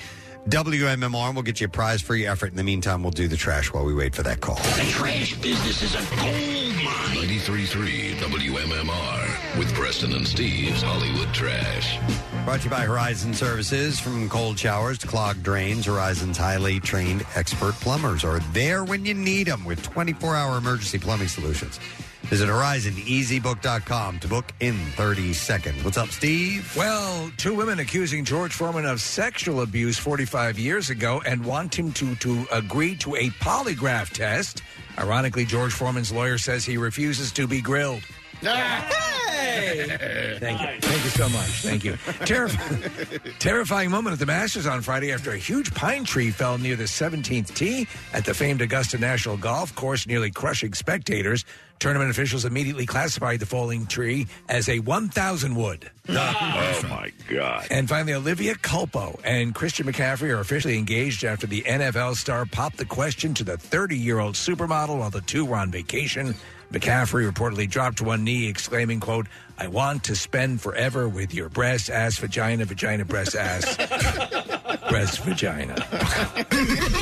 Speaker 3: WMMR. We'll get you a prize for your effort. In the meantime, we'll do the trash while we wait for that call.
Speaker 2: The trash business is a gold mine. 93.3 WMMR with Preston and Steve's Hollywood Trash.
Speaker 3: Brought to you by Horizon Services. From cold showers to clogged drains, Horizon's highly trained expert plumbers are there when you need them with 24 hour emergency plumbing solutions. Visit horizoneasybook.com to book in 30 seconds. What's up, Steve?
Speaker 5: Well, two women accusing George Foreman of sexual abuse 45 years ago and want him to, to agree to a polygraph test. Ironically, George Foreman's lawyer says he refuses to be grilled. Thank you. Thank you so much. Thank you. Terrif- terrifying moment at the Masters on Friday after a huge pine tree fell near the 17th tee at the famed Augusta National Golf Course, nearly crushing spectators. Tournament officials immediately classified the falling tree as a 1,000 wood.
Speaker 11: Oh my God.
Speaker 5: And finally, Olivia Culpo and Christian McCaffrey are officially engaged after the NFL star popped the question to the 30 year old supermodel while the two were on vacation. McCaffrey reportedly dropped to one knee, exclaiming, quote, I want to spend forever with your breast, ass, vagina, vagina, breast, ass, breast, vagina. and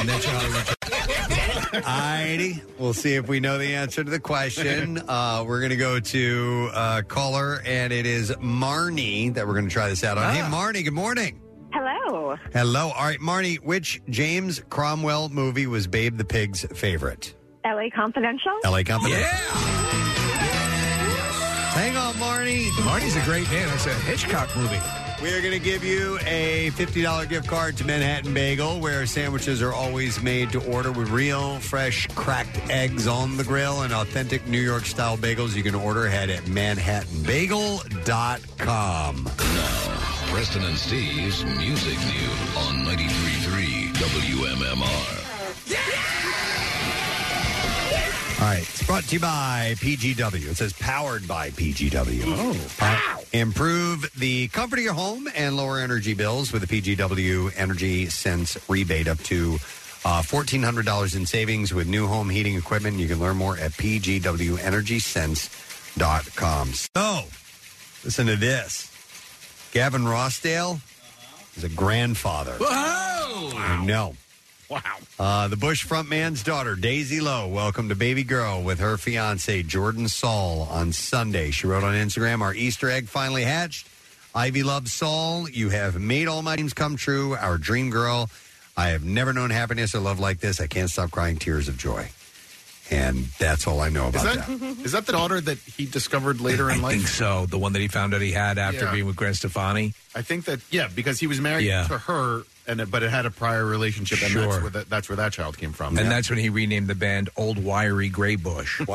Speaker 5: that's your Hollywood
Speaker 3: Alrighty. We'll see if we know the answer to the question. Uh, we're going to go to uh, caller, and it is Marnie that we're going to try this out on. Hey, Marnie, good morning.
Speaker 16: Hello.
Speaker 3: Hello. All right, Marnie, which James Cromwell movie was Babe the Pig's favorite?
Speaker 16: LA Confidential.
Speaker 3: LA Confidential. Hang on, Marnie.
Speaker 5: Marnie's a great man. It's a Hitchcock movie.
Speaker 3: We are going to give you a $50 gift card to Manhattan Bagel, where sandwiches are always made to order with real, fresh, cracked eggs on the grill and authentic New York style bagels. You can order ahead at manhattanbagel.com.
Speaker 2: Now, Preston and Steve's Music News on 93.3 WMMR.
Speaker 3: All right. It's brought to you by PGW. It says powered by PGW. Oh. improve the comfort of your home and lower energy bills with the PGW Energy Sense rebate up to uh, $1,400 in savings with new home heating equipment. You can learn more at pgwenergysense.com. So, listen to this Gavin Rossdale is a grandfather.
Speaker 11: Whoa!
Speaker 3: I know.
Speaker 11: Wow.
Speaker 3: Uh, the Bush frontman's daughter, Daisy Lowe, welcomed a baby girl with her fiance, Jordan Saul, on Sunday. She wrote on Instagram, Our Easter egg finally hatched. Ivy loves Saul. You have made all my dreams come true. Our dream girl. I have never known happiness or love like this. I can't stop crying tears of joy. And that's all I know about
Speaker 14: Is
Speaker 3: that.
Speaker 14: that is that the daughter that he discovered later in
Speaker 5: I
Speaker 14: life?
Speaker 5: think so. The one that he found out he had after
Speaker 14: Yeah.
Speaker 5: being with Gwen Stefani.
Speaker 14: I think that yeah, because he was married
Speaker 5: Yeah.
Speaker 14: to her, and it- but it had a prior relationship, and
Speaker 5: Sure.
Speaker 14: that's where that, that's where that child came from.
Speaker 5: And that's when he renamed the band Old Wiry Gray Bush.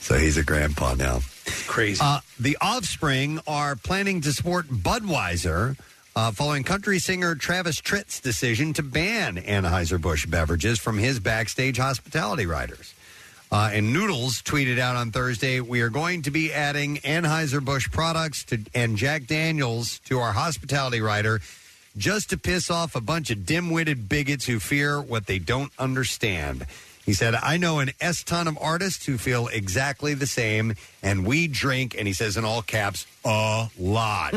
Speaker 3: So he's a grandpa now.
Speaker 5: Crazy.
Speaker 3: Uh, the Offspring are planning to support Budweiser uh, following country singer Travis Tritt's decision to ban Anheuser-Busch beverages from his backstage hospitality riders. Uh, and Noodles tweeted out on Thursday, "We are going to be adding Anheuser-Busch products to and Jack Daniels to our hospitality rider." Just to piss off a bunch of dim witted bigots who fear what they don't understand. He said, I know an S ton of artists who feel exactly the same, and we drink, and he says in all caps, a lot.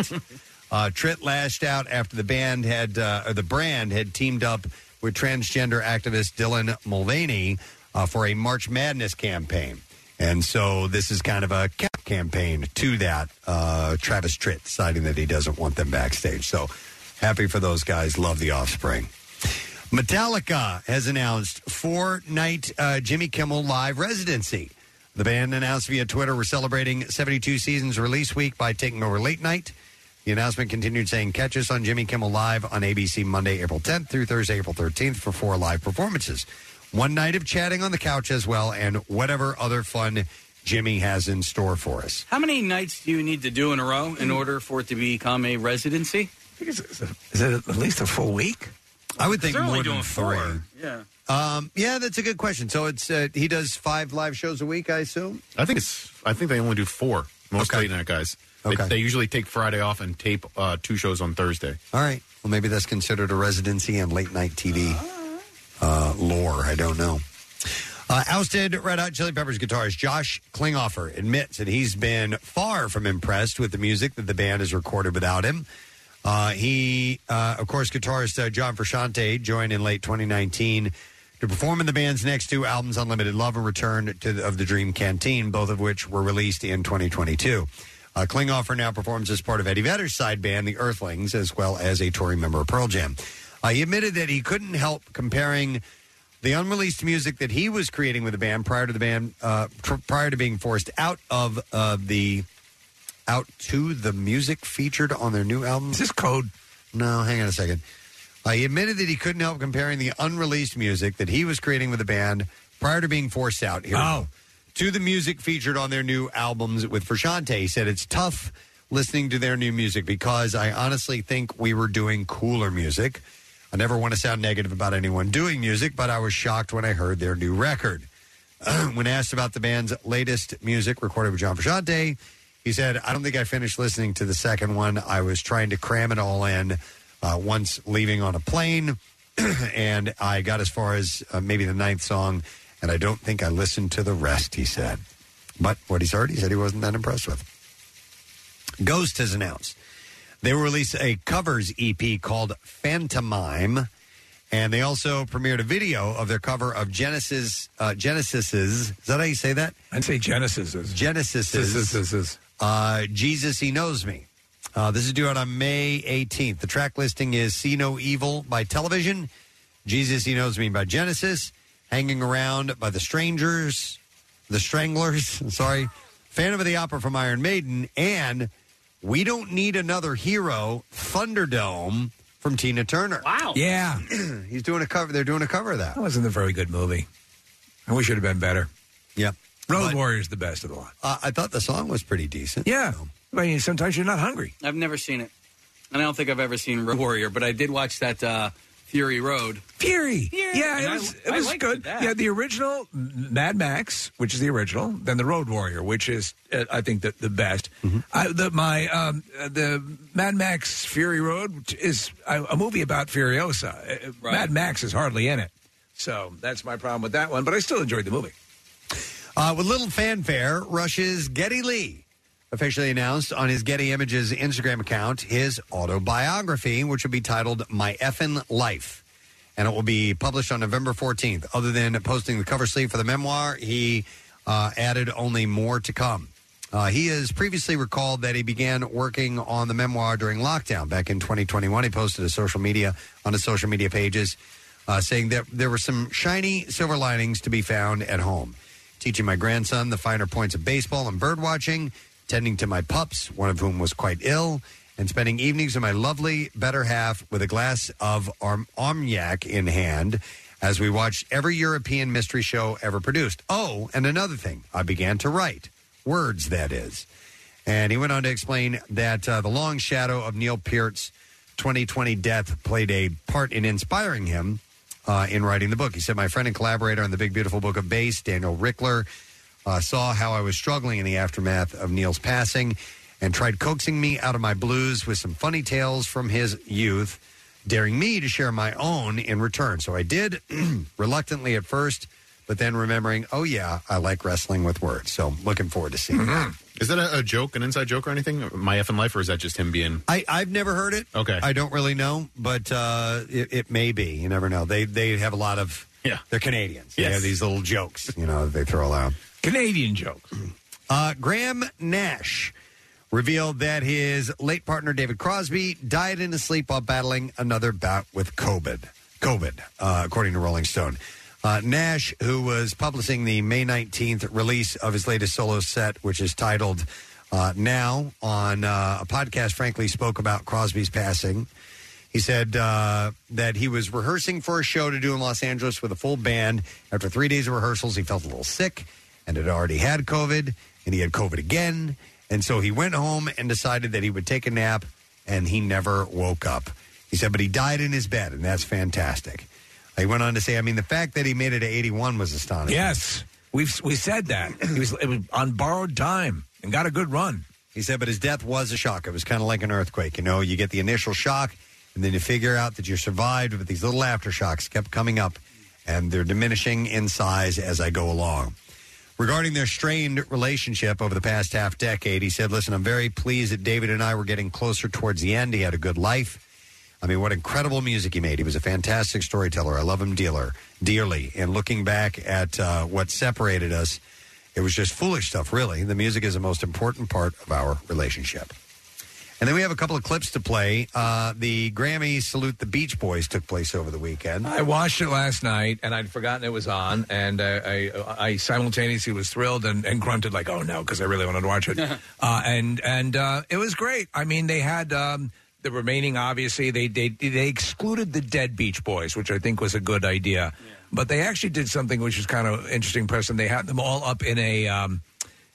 Speaker 3: uh, Tritt lashed out after the band had, uh, or the brand had teamed up with transgender activist Dylan Mulvaney uh, for a March Madness campaign. And so this is kind of a cap campaign to that. Uh, Travis Tritt deciding that he doesn't want them backstage. So happy for those guys. Love the offspring. Metallica has announced four night uh, Jimmy Kimmel live residency. The band announced via Twitter we're celebrating 72 seasons release week by taking over late night. The announcement continued saying, Catch us on Jimmy Kimmel Live on ABC Monday, April 10th through Thursday, April 13th for four live performances. One night of chatting on the couch as well, and whatever other fun Jimmy has in store for us.
Speaker 6: How many nights do you need to do in a row in order for it to become a residency?
Speaker 5: Is it at least a full week?
Speaker 3: I would think
Speaker 6: They're only
Speaker 3: more than
Speaker 6: doing
Speaker 3: three.
Speaker 6: four. Yeah.
Speaker 3: Um, yeah, that's a good question. So it's uh, he does five live shows a week, I assume.
Speaker 14: I think it's. I think they only do four. Most late night guys. They,
Speaker 3: Okay.
Speaker 14: they usually take Friday off and tape uh, two shows on Thursday.
Speaker 3: All right. Well, maybe that's considered a residency in late night TV uh, lore. I don't know. Uh, ousted Red Hot Chili Peppers guitarist Josh Klinghoffer admits that he's been far from impressed with the music that the band has recorded without him. Uh, he, uh, of course, guitarist uh, John Frusciante joined in late 2019 to perform in the band's next two albums, Unlimited Love and Return to the, of the Dream Canteen, both of which were released in 2022. Uh, Klinghoffer now performs as part of Eddie Vedder's side band, the Earthlings, as well as a touring member of Pearl Jam. Uh, he admitted that he couldn't help comparing the unreleased music that he was creating with the band prior to the band uh, tr- prior to being forced out of uh, the out to the music featured on their new album. Is this code? No, hang on a second. Uh, he admitted that he couldn't help comparing the unreleased music that he was creating with the band prior to being forced out. Here we go. To the music featured on their new albums with Frashante. He said, It's tough listening to their new music because I honestly think we were doing cooler music. I never want to sound negative about anyone doing music, but I was shocked when I heard their new record. when asked about the band's latest music recorded with John Frusciante, he said, I don't think I finished listening to the second one. I was trying to cram it all in uh, once leaving on a plane, and I got as far as uh, maybe the ninth song, and I don't think I listened to the rest, he said. But what he's heard, he said he wasn't that impressed with. Ghost has announced they will release a covers EP called Phantomime, and they also premiered a video of their cover of Genesis. Uh, Genesis's is that how you say that?
Speaker 5: I'd say Genesis's.
Speaker 3: Genesis's. Uh, Jesus, he knows me. Uh, this is due out on May 18th. The track listing is See No Evil by Television, Jesus, He Knows Me by Genesis, Hanging Around by The Strangers, The Stranglers, sorry, Phantom of the Opera from Iron Maiden, and We Don't Need Another Hero, Thunderdome from Tina Turner. Wow.
Speaker 5: Yeah.
Speaker 3: He's doing a cover. They're doing a cover of that.
Speaker 5: That wasn't a very good movie. I wish it had been better.
Speaker 3: Yeah.
Speaker 5: Road Warrior's the best of the lot.
Speaker 3: Uh, I thought the song was pretty decent.
Speaker 5: Yeah. I mean, sometimes you're not hungry.
Speaker 6: I've never seen it. And I don't think I've ever seen Road Warrior, but I did watch that uh, Fury Road.
Speaker 5: Fury. Yeah,
Speaker 6: And
Speaker 5: it
Speaker 6: I-
Speaker 5: was it
Speaker 6: I
Speaker 5: was
Speaker 6: liked
Speaker 5: good.
Speaker 6: that.
Speaker 5: Yeah, the original Mad Max, which is the original, then the Road Warrior, which is uh, I think the the best.
Speaker 3: Mm-hmm.
Speaker 5: I, the my um, uh, the Mad Max Fury Road which is a, a movie about Furiosa. Uh, uh, Mad Max is hardly in it, so that's my problem with that one. But I still enjoyed the movie.
Speaker 3: Uh, with little fanfare, Rush's Getty Lee officially announced on his Getty Images Instagram account his autobiography, which will be titled My Effin' Life. And it will be published on November 14th. Other than posting the cover sleeve for the memoir, he uh, added only more to come. Uh, he has previously recalled that he began working on the memoir during lockdown back in 2021. He posted a social media on his social media pages uh, saying that there were some shiny silver linings to be found at home. Teaching my grandson the finer points of baseball and bird watching, tending to my pups, one of whom was quite ill, and spending evenings with my lovely better half with a glass of Arm- Armagnac in hand as we watched every European mystery show ever produced. Oh, and another thing, I began to write. Words, that is. And he went on to explain that uh, the long shadow of Neil Peart's 2020 death played a part in inspiring him uh, in writing the book. He said, My friend and collaborator on the Big Beautiful Book of Bass, Daniel Rickler, uh, saw how I was struggling in the aftermath of Neil's passing and tried coaxing me out of my blues with some funny tales from his youth, daring me to share my own in return. So I did, reluctantly at first, but then remembering, oh yeah, I like wrestling with words. So looking forward to seeing that.
Speaker 14: Is that a, a joke, an inside joke, or anything? My effing life, or is that just him being?
Speaker 3: I, I've never heard it.
Speaker 14: Okay.
Speaker 3: I don't really know, but uh, it, it may be. You never know. They they have a lot of
Speaker 14: yeah.
Speaker 3: They're Canadians. They
Speaker 5: Yes.
Speaker 3: have these little jokes, you know, uh, that they throw out.
Speaker 5: Canadian joke.
Speaker 3: Uh, Graham Nash revealed that his late partner David Crosby died in his sleep while battling another bout with COVID. COVID, uh, according to Rolling Stone. Uh, Nash, who was publishing the May 19th release of his latest solo set, which is titled uh, Now, on uh, a podcast, frankly, spoke about Crosby's passing. He said uh, that he was rehearsing for a show to do in Los Angeles with a full band. After three days of rehearsals, he felt a little sick and had already had COVID, and he had COVID again. And so he went home and decided that he would take a nap, and he never woke up. He said, but he died in his bed, and that's fantastic. He went on to say, I mean, the fact that he made it to 81 was astonishing.
Speaker 5: Yes, we've we said that he was, it was on borrowed time and got a good run.
Speaker 3: He said, but his death was a shock. It was kind of like an earthquake. You know, you get the initial shock, and then you figure out that you survived, but these little aftershocks kept coming up, and they're diminishing in size as I go along. Regarding their strained relationship over the past half decade, he said, Listen, I'm very pleased that David and I were getting closer towards the end. He had a good life. I mean, what incredible music he made. He was a fantastic storyteller. I love him dealer, dearly. And looking back at uh, what separated us, it was just foolish stuff, really. The music is the most important part of our relationship. And then we have a couple of clips to play. Uh, the Grammy Salute the Beach Boys took place over the weekend.
Speaker 5: I watched it last night, and I'd forgotten it was on, and uh, I, I simultaneously was thrilled and, and grunted like, "Oh no," because I really wanted to watch it. uh, and and uh, it was great. I mean, they had um, the remaining. Obviously, they they they excluded the dead Beach Boys, which I think was a good idea. But they actually did something which was kind of interesting. Person, they had them all up in a um,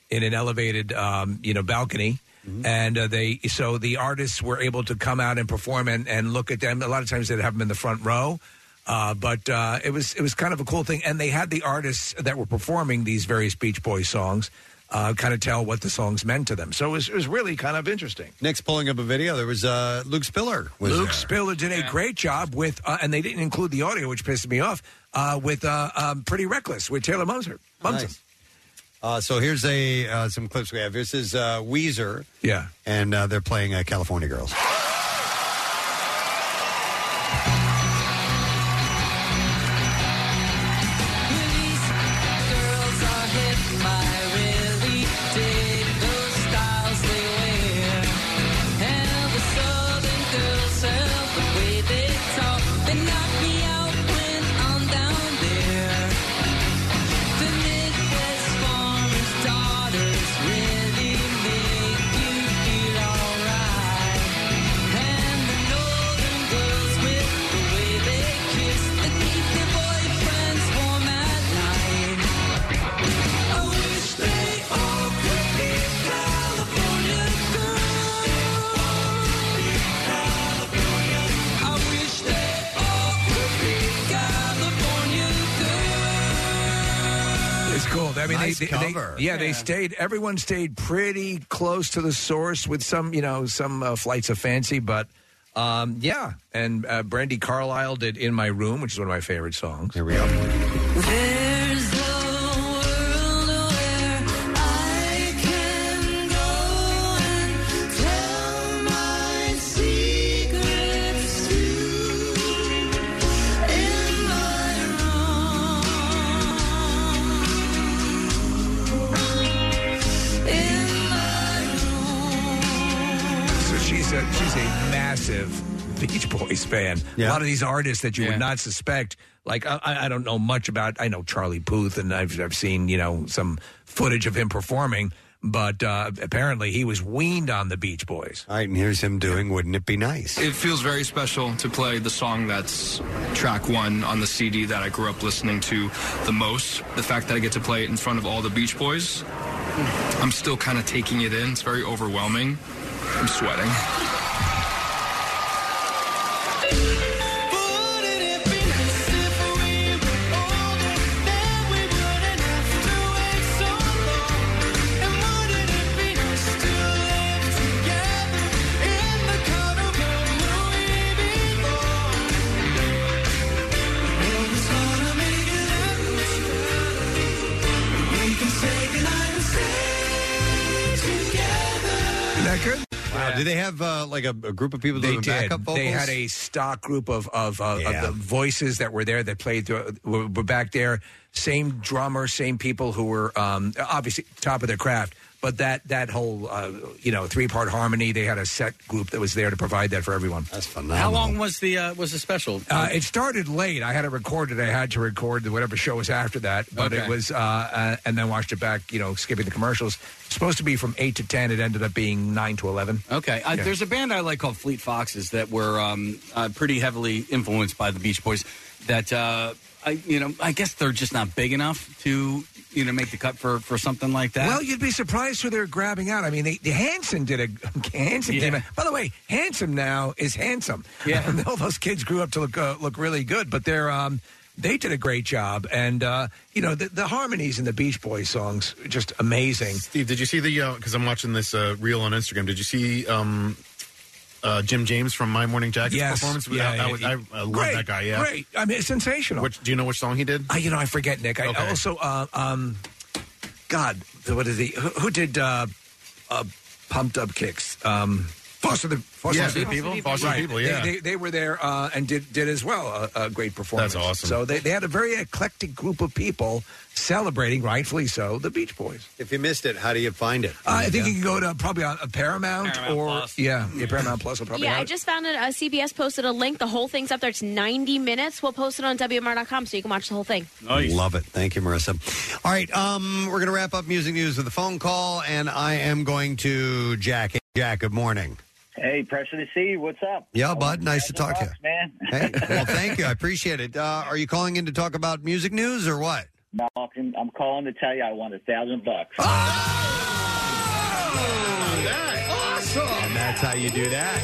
Speaker 5: in an elevated um, you know balcony.
Speaker 3: Mm-hmm.
Speaker 5: And uh, they so the artists were able to come out and perform and, and look at them. A lot of times they'd have them in the front row, uh, but uh, it was it was kind of a cool thing. And they had the artists that were performing these various Beach Boys songs uh, kind of tell what the songs meant to them. So it was, it was really kind of interesting.
Speaker 3: Next, pulling up a video, there was uh, Luke Spiller. Was
Speaker 5: Luke
Speaker 3: there.
Speaker 5: Spiller did a great job with, uh, and they didn't include the audio, which pissed me off. Uh, with uh, um, Pretty Reckless with Taylor Mumser. Mumser.
Speaker 3: Nice. Uh, so here's a uh, some clips we have. This is uh, Weezer.
Speaker 5: Yeah.
Speaker 3: And uh, they're playing uh, California Girls.
Speaker 10: Oh,
Speaker 5: It's cool. I mean,
Speaker 3: Nice
Speaker 5: they, they- they-
Speaker 3: cover.
Speaker 5: yeah, they stayed. Everyone stayed pretty close to the source with some, you know, some uh, flights of fancy, but um, yeah. And uh, Brandy Carlisle did "In My Room," which is one of my favorite songs. Here
Speaker 3: we go.
Speaker 10: There's a world where I can go and tell my secrets to in my room. In my
Speaker 5: So she's a she's a massive Beach Boys fan. A lot of these artists that you would not suspect. Like I, I I don't know much about. I know Charlie Puth, and I've I've seen you know some footage of him performing. But uh, apparently, he was weaned on the Beach Boys.
Speaker 3: All right, and here's him doing "Wouldn't It Be Nice."
Speaker 17: It feels very special to play the song that's track one on the CD that I grew up listening to the most. The fact that I get to play it in front of all the Beach Boys, I'm still kind of taking it in. It's very overwhelming. I'm sweating.
Speaker 10: room.
Speaker 3: Wow. Do they have uh, like a, a group of people
Speaker 5: They
Speaker 3: doing
Speaker 5: did.
Speaker 3: backup vocals?
Speaker 5: They had a stock group of of, uh, of
Speaker 3: Yeah.
Speaker 5: the voices that were there that played through, were, were back there. Same drummer, same people who were um, obviously top of their craft. But that that whole uh, you know three part harmony, they had a set group that was there to provide that for everyone. That's phenomenal.
Speaker 6: How long was the uh, was the special?
Speaker 5: Uh, it started late. I had it recorded. I had to record whatever show was after that, but
Speaker 6: Okay.
Speaker 5: it was, uh, uh, and then watched it back. You know, skipping the commercials. Supposed to be from eight to ten. It ended up being nine to eleven.
Speaker 6: Okay, uh,
Speaker 5: Yeah.
Speaker 6: there's a band I like called Fleet Foxes that were um, uh, pretty heavily influenced by the Beach Boys. That uh, I, you know, I guess they're just not big enough to you know make the cut for for something like that.
Speaker 5: Well, you'd be surprised who they're grabbing out. I mean, they, they Hanson did a Hanson came
Speaker 6: Yeah.
Speaker 5: out. By the way, handsome now is handsome.
Speaker 6: Yeah.
Speaker 5: And all those kids grew up to look uh, look really good, but they're um, they did a great job, and uh, you know the, the harmonies in the Beach Boys songs just amazing.
Speaker 14: Steve, did you see the? Because I'm watching this uh, reel on Instagram. Did you see um, uh, Jim James from My Morning Jacket
Speaker 5: Yes.
Speaker 14: performance?
Speaker 5: Yeah,
Speaker 14: I,
Speaker 5: yeah,
Speaker 14: I, was-
Speaker 5: yeah.
Speaker 14: I, I love
Speaker 5: Great,
Speaker 14: that guy. Yeah,
Speaker 5: great. I mean, it's sensational.
Speaker 14: Which, do you know which song he did?
Speaker 5: Uh, you know, I forget, Nick. I
Speaker 14: Okay.
Speaker 5: also, uh, um, God, what is he? Who, who did uh, uh, Pumped Up Kicks? Um, Foster the Foster
Speaker 14: Yeah,
Speaker 5: the
Speaker 14: Foster the People. Foster the
Speaker 5: Right.
Speaker 14: People,
Speaker 5: They-
Speaker 14: yeah.
Speaker 5: They, they were there uh, and did did as well a, a great performance.
Speaker 14: That's awesome.
Speaker 5: So they, they had a very eclectic group of people celebrating, rightfully so, the Beach Boys.
Speaker 3: If you missed it, how do you find it?
Speaker 5: Uh, I think you can go to probably on uh, Paramount,
Speaker 3: Paramount
Speaker 5: or
Speaker 3: Plus.
Speaker 5: yeah, yeah, Paramount Plus will probably
Speaker 18: yeah,
Speaker 5: have
Speaker 18: I
Speaker 5: it.
Speaker 18: just found it. Uh, CBS posted a link. The whole thing's up there. It's 90 minutes. We'll post it on WMR.com so you can watch the whole thing.
Speaker 3: Love it. Thank you, Marissa. All right, um, we're going to wrap up music news with a phone call, and I am going to Jack. Hey, Jack, good morning.
Speaker 19: Hey, pressure to see. you. What's up?
Speaker 3: Yeah, bud. Nice to talk to you.
Speaker 19: man.
Speaker 3: Hey, well, thank you. I appreciate it. Uh, are you calling in to talk about music news or what?
Speaker 19: No, I'm, I'm calling to tell you I won a thousand bucks.
Speaker 3: Ah! And that's how you do that.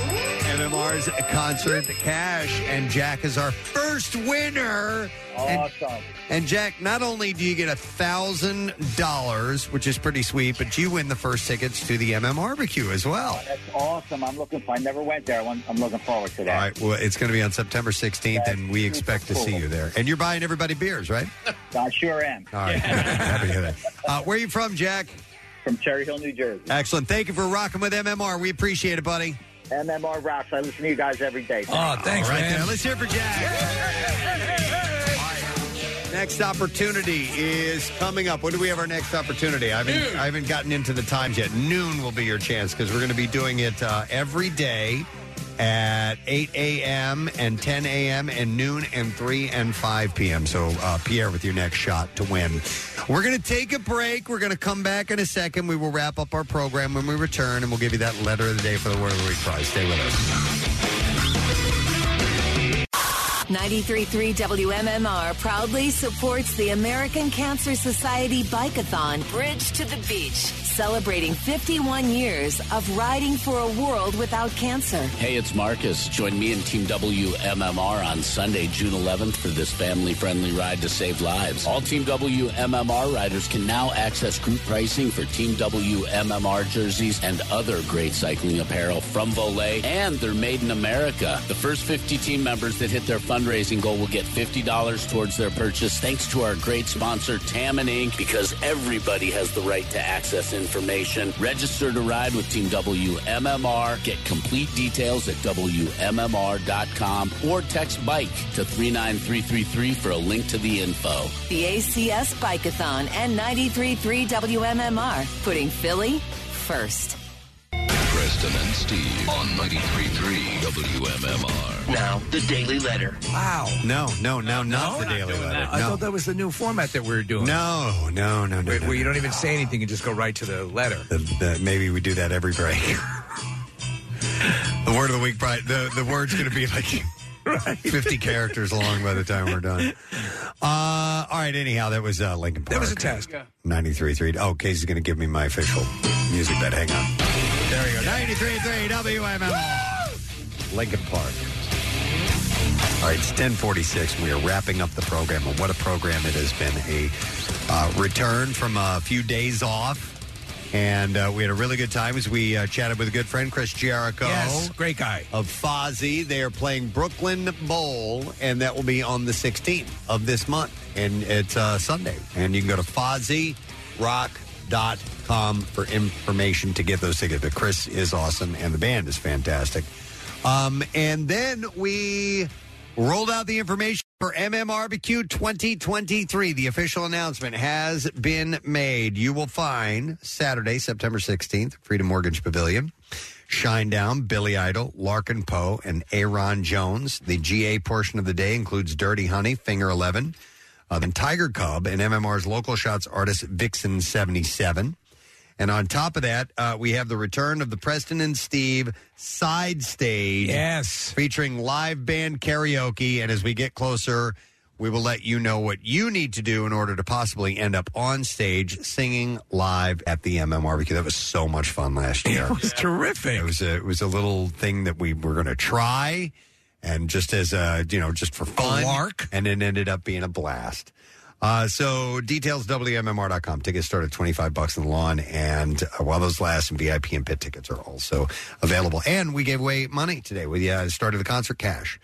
Speaker 3: MMR's concert cash, and Jack is our first winner.
Speaker 19: Awesome.
Speaker 3: And Jack, not only do you get a thousand dollars, which is pretty sweet, but you win the first tickets to the MM barbecue as well.
Speaker 19: That's awesome. I'm looking. For, I never went there. I want, I'm looking forward to that.
Speaker 3: All right, well, it's going to be on September 16th, and we expect to see you there. And you're buying everybody beers, right?
Speaker 19: I sure am.
Speaker 3: All right, happy to hear that. Uh, where are you from, Jack?
Speaker 19: From Cherry Hill, New Jersey.
Speaker 3: Excellent. Thank you for rocking with MMR. We appreciate it, buddy.
Speaker 19: MMR rocks. I listen to you guys every day.
Speaker 3: All right, then, let's hear it for Jack. Next opportunity is coming up. When do we have our next opportunity? I haven't, I haven't gotten into the times yet. Noon will be your chance because we're going to be doing it uh, every day at 8 a.m. and 10 a.m. and noon and 3 and 5 p.m. So, uh, Pierre, with your next shot to win. We're going to take a break. We're going to come back in a second. We will wrap up our program when we return, and we'll give you that letter of the day for the Word of the Week prize. Stay with us.
Speaker 8: 933 WMMR proudly supports the American Cancer Society Bikeathon Bridge to the Beach, celebrating 51 years of riding for a world without cancer.
Speaker 21: Hey, it's Marcus. Join me and Team WMMR on Sunday, June 11th for this family friendly ride to save lives. All Team WMMR riders can now access group pricing for Team WMMR jerseys and other great cycling apparel from Volet, and they're made in America. The first 50 team members that hit their fundraising goal will get $50 towards their purchase thanks to our great sponsor, Tammin Inc., because everybody has the right to access information. Register to ride with Team WMMR. Get complete details at WMMR.com or text BIKE to 39333 for a link to the info.
Speaker 8: The ACS Bikeathon and 933 WMMR, putting Philly first.
Speaker 2: Preston and Steve on 93.3 WMMR.
Speaker 3: Now,
Speaker 2: the Daily Letter.
Speaker 5: Wow.
Speaker 3: No, no, no, not the Daily Letter.
Speaker 5: I
Speaker 3: No.
Speaker 5: thought that was the new format that we were doing.
Speaker 3: No, no, no, no.
Speaker 5: Where,
Speaker 3: no,
Speaker 5: where you
Speaker 3: no.
Speaker 5: don't even say anything and just go right to the letter.
Speaker 3: Uh, maybe we do that every break. the word of the week, Brian. The the word's going to be like fifty characters long by the time we're done. Uh, all right. Anyhow, that was uh, Lincoln Park.
Speaker 5: That was a test.
Speaker 3: Ninety three three. Oh, Casey's going to give me my official music bed. Hang on. There we go. 93.3 WMMR. Lincoln Park. All right, it's 1046. We are wrapping up the program. And what a program it has been. A uh, return from a few days off. And uh, we had a really good time as we uh, chatted with a good friend, Chris Jericho.
Speaker 5: Yes, great guy.
Speaker 3: Of Fozzy. They are playing Brooklyn Bowl, and that will be on the 16th of this month. And it's uh, Sunday. And you can go to FozzyRock.com. WMMR.com for information to get those tickets. But Chris is awesome and the band is fantastic. Um, and then we rolled out the information for MMRBQ 2023. The official announcement has been made. You will find Saturday, September 16th, Freedom Mortgage Pavilion. Shinedown, Billy Idol, Larkin Poe, and Aaron Jones. The GA portion of the day includes Dirty Honey, Finger 11, uh, then Tiger Cub, and MMR's local shots artist Vixen 77. And on top of that, uh, we have the return of the Preston and Steve side stage. Yes. Featuring live band karaoke. And as we get closer, we will let you know what you need to do in order to possibly end up on stage singing live at the MMRBQ. That was so much fun last year. It was
Speaker 5: terrific.
Speaker 3: It was a, it was a little thing that we were going to try and just as a, you know, just for fun. lark. And it ended up being a blast. Uh, so details WMMR.com. Tickets start at 25 bucks in the lawn. And uh, while those last, and VIP and pit tickets are also available. And we gave away money today. We uh, started the concert cash.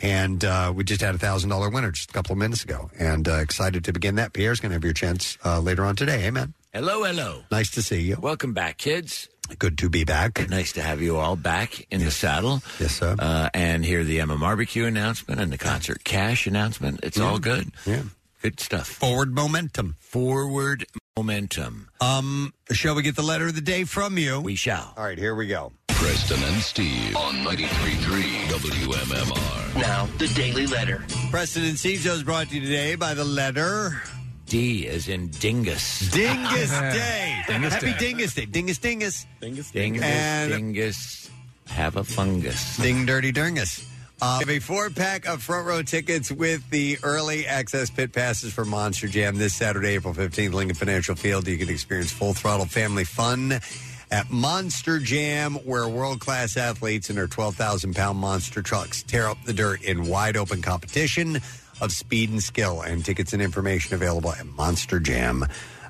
Speaker 3: And uh, we just had a $1,000 winner just a couple of minutes ago. And uh, excited to begin that. Pierre's going to have your chance uh, later on today. Amen.
Speaker 1: Hello, hello.
Speaker 3: Nice to see you.
Speaker 1: Welcome back, kids.
Speaker 3: Good to be back.
Speaker 1: Nice to have you all back in the saddle.
Speaker 3: Yes, sir.
Speaker 1: Uh, and hear the Emma Barbecue announcement and the concert cash announcement. It's all good.
Speaker 3: Yeah.
Speaker 1: Good stuff.
Speaker 3: Forward momentum.
Speaker 1: Forward momentum.
Speaker 3: Um, shall we get the letter of the day from you? We
Speaker 1: shall.
Speaker 3: All right, here we go.
Speaker 2: Preston and Steve on 93.3 WMMR.
Speaker 1: Now, the Daily Letter.
Speaker 3: Preston and Steve Show is brought to you today by the letter
Speaker 1: D as in dingus.
Speaker 3: Dingus Day.
Speaker 1: Dingus
Speaker 3: Happy
Speaker 1: Day.
Speaker 3: Dingus Day. Dingus, dingus.
Speaker 14: Dingus,
Speaker 1: Dingus,
Speaker 3: And
Speaker 1: dingus, have a fungus.
Speaker 3: Ding dirty dingus. Uh, we have a four pack of front row tickets with the early access pit passes for Monster Jam this Saturday, April 15th, Lincoln Financial Field. You can experience full throttle family fun at Monster Jam, where world class athletes in their 12,000 pound monster trucks tear up the dirt in wide open competition of speed and skill. And tickets and information available at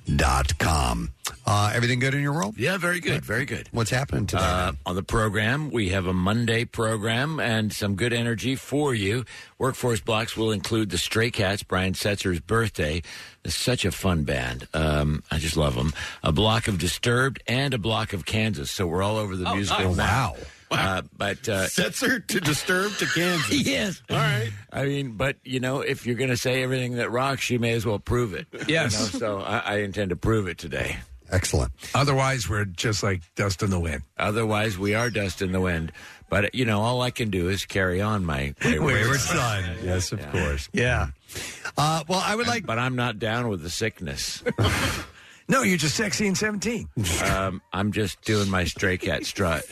Speaker 3: monsterjam.com. Uh, everything good in your world?
Speaker 1: Yeah, very good. Very good.
Speaker 3: What's happening today?
Speaker 1: Uh, on the program, we have a Monday program and some good energy for you. Workforce blocks will include the Stray Cats, Brian Setzer's birthday. It's such a fun band. Um, I just love them. A block of Disturbed and a block of Kansas. So we're all over the
Speaker 14: Oh,
Speaker 1: musical.
Speaker 14: nice.
Speaker 1: now.
Speaker 14: Wow.
Speaker 1: Uh, but uh,
Speaker 14: Setzer to disturb to Kansas.
Speaker 1: yes. All right. I mean, but you know, if you're going to say everything that rocks, you may as well prove it.
Speaker 5: Yes.
Speaker 1: You know, so I, I intend to prove it today.
Speaker 3: Excellent.
Speaker 5: Otherwise, we're just like dust in the wind.
Speaker 1: Otherwise, we are dust in the wind. But you know, all I can do is carry on my wayward,
Speaker 3: Wayward
Speaker 1: son.
Speaker 3: son. Yes, of course.
Speaker 5: Yeah.
Speaker 3: Uh, well, I would like,
Speaker 1: but I'm not down with the sickness.
Speaker 5: No, you're just sexy and 17.
Speaker 1: um, I'm just doing my stray cat strut.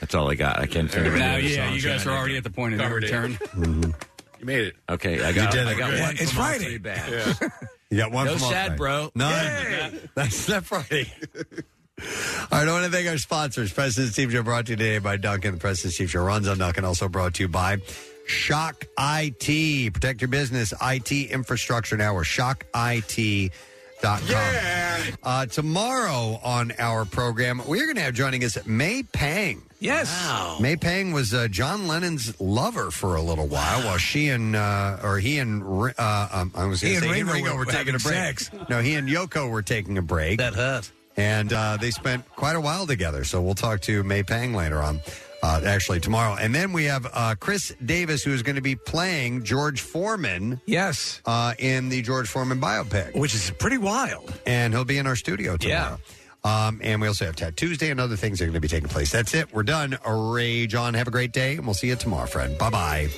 Speaker 1: That's all I got. I can't think of any
Speaker 6: Now,
Speaker 1: other
Speaker 6: yeah,
Speaker 1: songs
Speaker 6: you guys
Speaker 1: that I
Speaker 6: are
Speaker 1: know.
Speaker 6: already at the point of no
Speaker 1: Covered it.
Speaker 6: return.
Speaker 14: You made it.
Speaker 1: Okay, I
Speaker 14: You
Speaker 1: got.
Speaker 14: did
Speaker 1: I
Speaker 14: it.
Speaker 1: got
Speaker 14: Good.
Speaker 1: one.
Speaker 14: It's
Speaker 1: from all
Speaker 14: Friday.
Speaker 1: three bands.
Speaker 3: You got one
Speaker 1: No
Speaker 3: from all
Speaker 1: sad,
Speaker 3: three.
Speaker 1: bro.
Speaker 3: None. That's not Friday. All right, I want to thank our sponsors. President Steve Show brought to you today by Duncan. The President Steve Show runs on Duncan, also brought to you by Shock IT. Protect your business, IT infrastructure now, or shockit.com. Yeah. Uh, tomorrow on our program, we're going to have joining us May Pang.
Speaker 5: Yes.
Speaker 3: May Pang was uh, John Lennon's lover for a little while, while she and uh, or he and Ri- uh, um, I was
Speaker 5: He
Speaker 3: going to
Speaker 5: and
Speaker 3: say
Speaker 5: Ringo were having sex.
Speaker 3: No, he and Yoko were taking a break. That
Speaker 1: hurt.
Speaker 3: And uh, they spent quite a while together. So we'll talk to May Pang later on. Uh, actually, tomorrow. And then we have uh, Chris Davis, who is going to be playing George Foreman.
Speaker 5: Yes.
Speaker 3: Uh, in the George Foreman biopic.
Speaker 5: Which is pretty wild.
Speaker 3: And he'll be in our studio tomorrow. Um, and we also have Tat Tuesday and other things that are going to be taking place. That's it. We're done. Rage on. Have a great day. And we'll see you tomorrow, friend. Bye bye.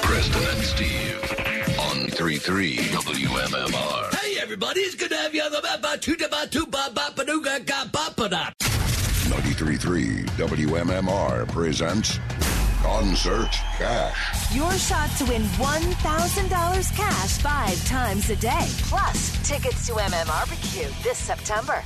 Speaker 2: Preston and Steve on 33 WMMR.
Speaker 1: Hey, everybody, it's good to have you on the map. Ba- two- da- ba- two- ba- ba- ba- doo- ga- ga- ba- ba- da.
Speaker 2: 93.3 WMMR presents Concert Cash.
Speaker 8: Your shot to win $1,000 cash five times a day. Plus, tickets to MMRBQ this September.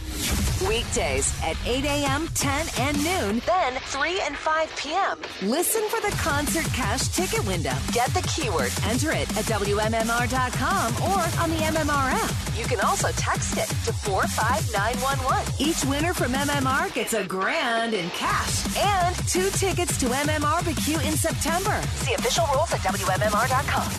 Speaker 8: Weekdays at 8 a.m., 10 and noon, then 3 and 5 p.m. Listen for the concert cash ticket window. Get the keyword, enter it at WMMR.com or on the MMR app. You can also text it to 45911. Each winner from MMR gets a grand in cash and two tickets to MMRBQ in September. See official rules at WMMR.com.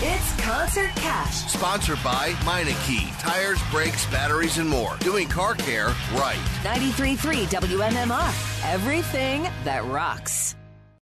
Speaker 8: It's Concert Cash.
Speaker 9: Sponsored by Meineke. Tires, brakes, batteries, and more. Doing car care right.
Speaker 8: 93.3 WMMR. Everything that rocks.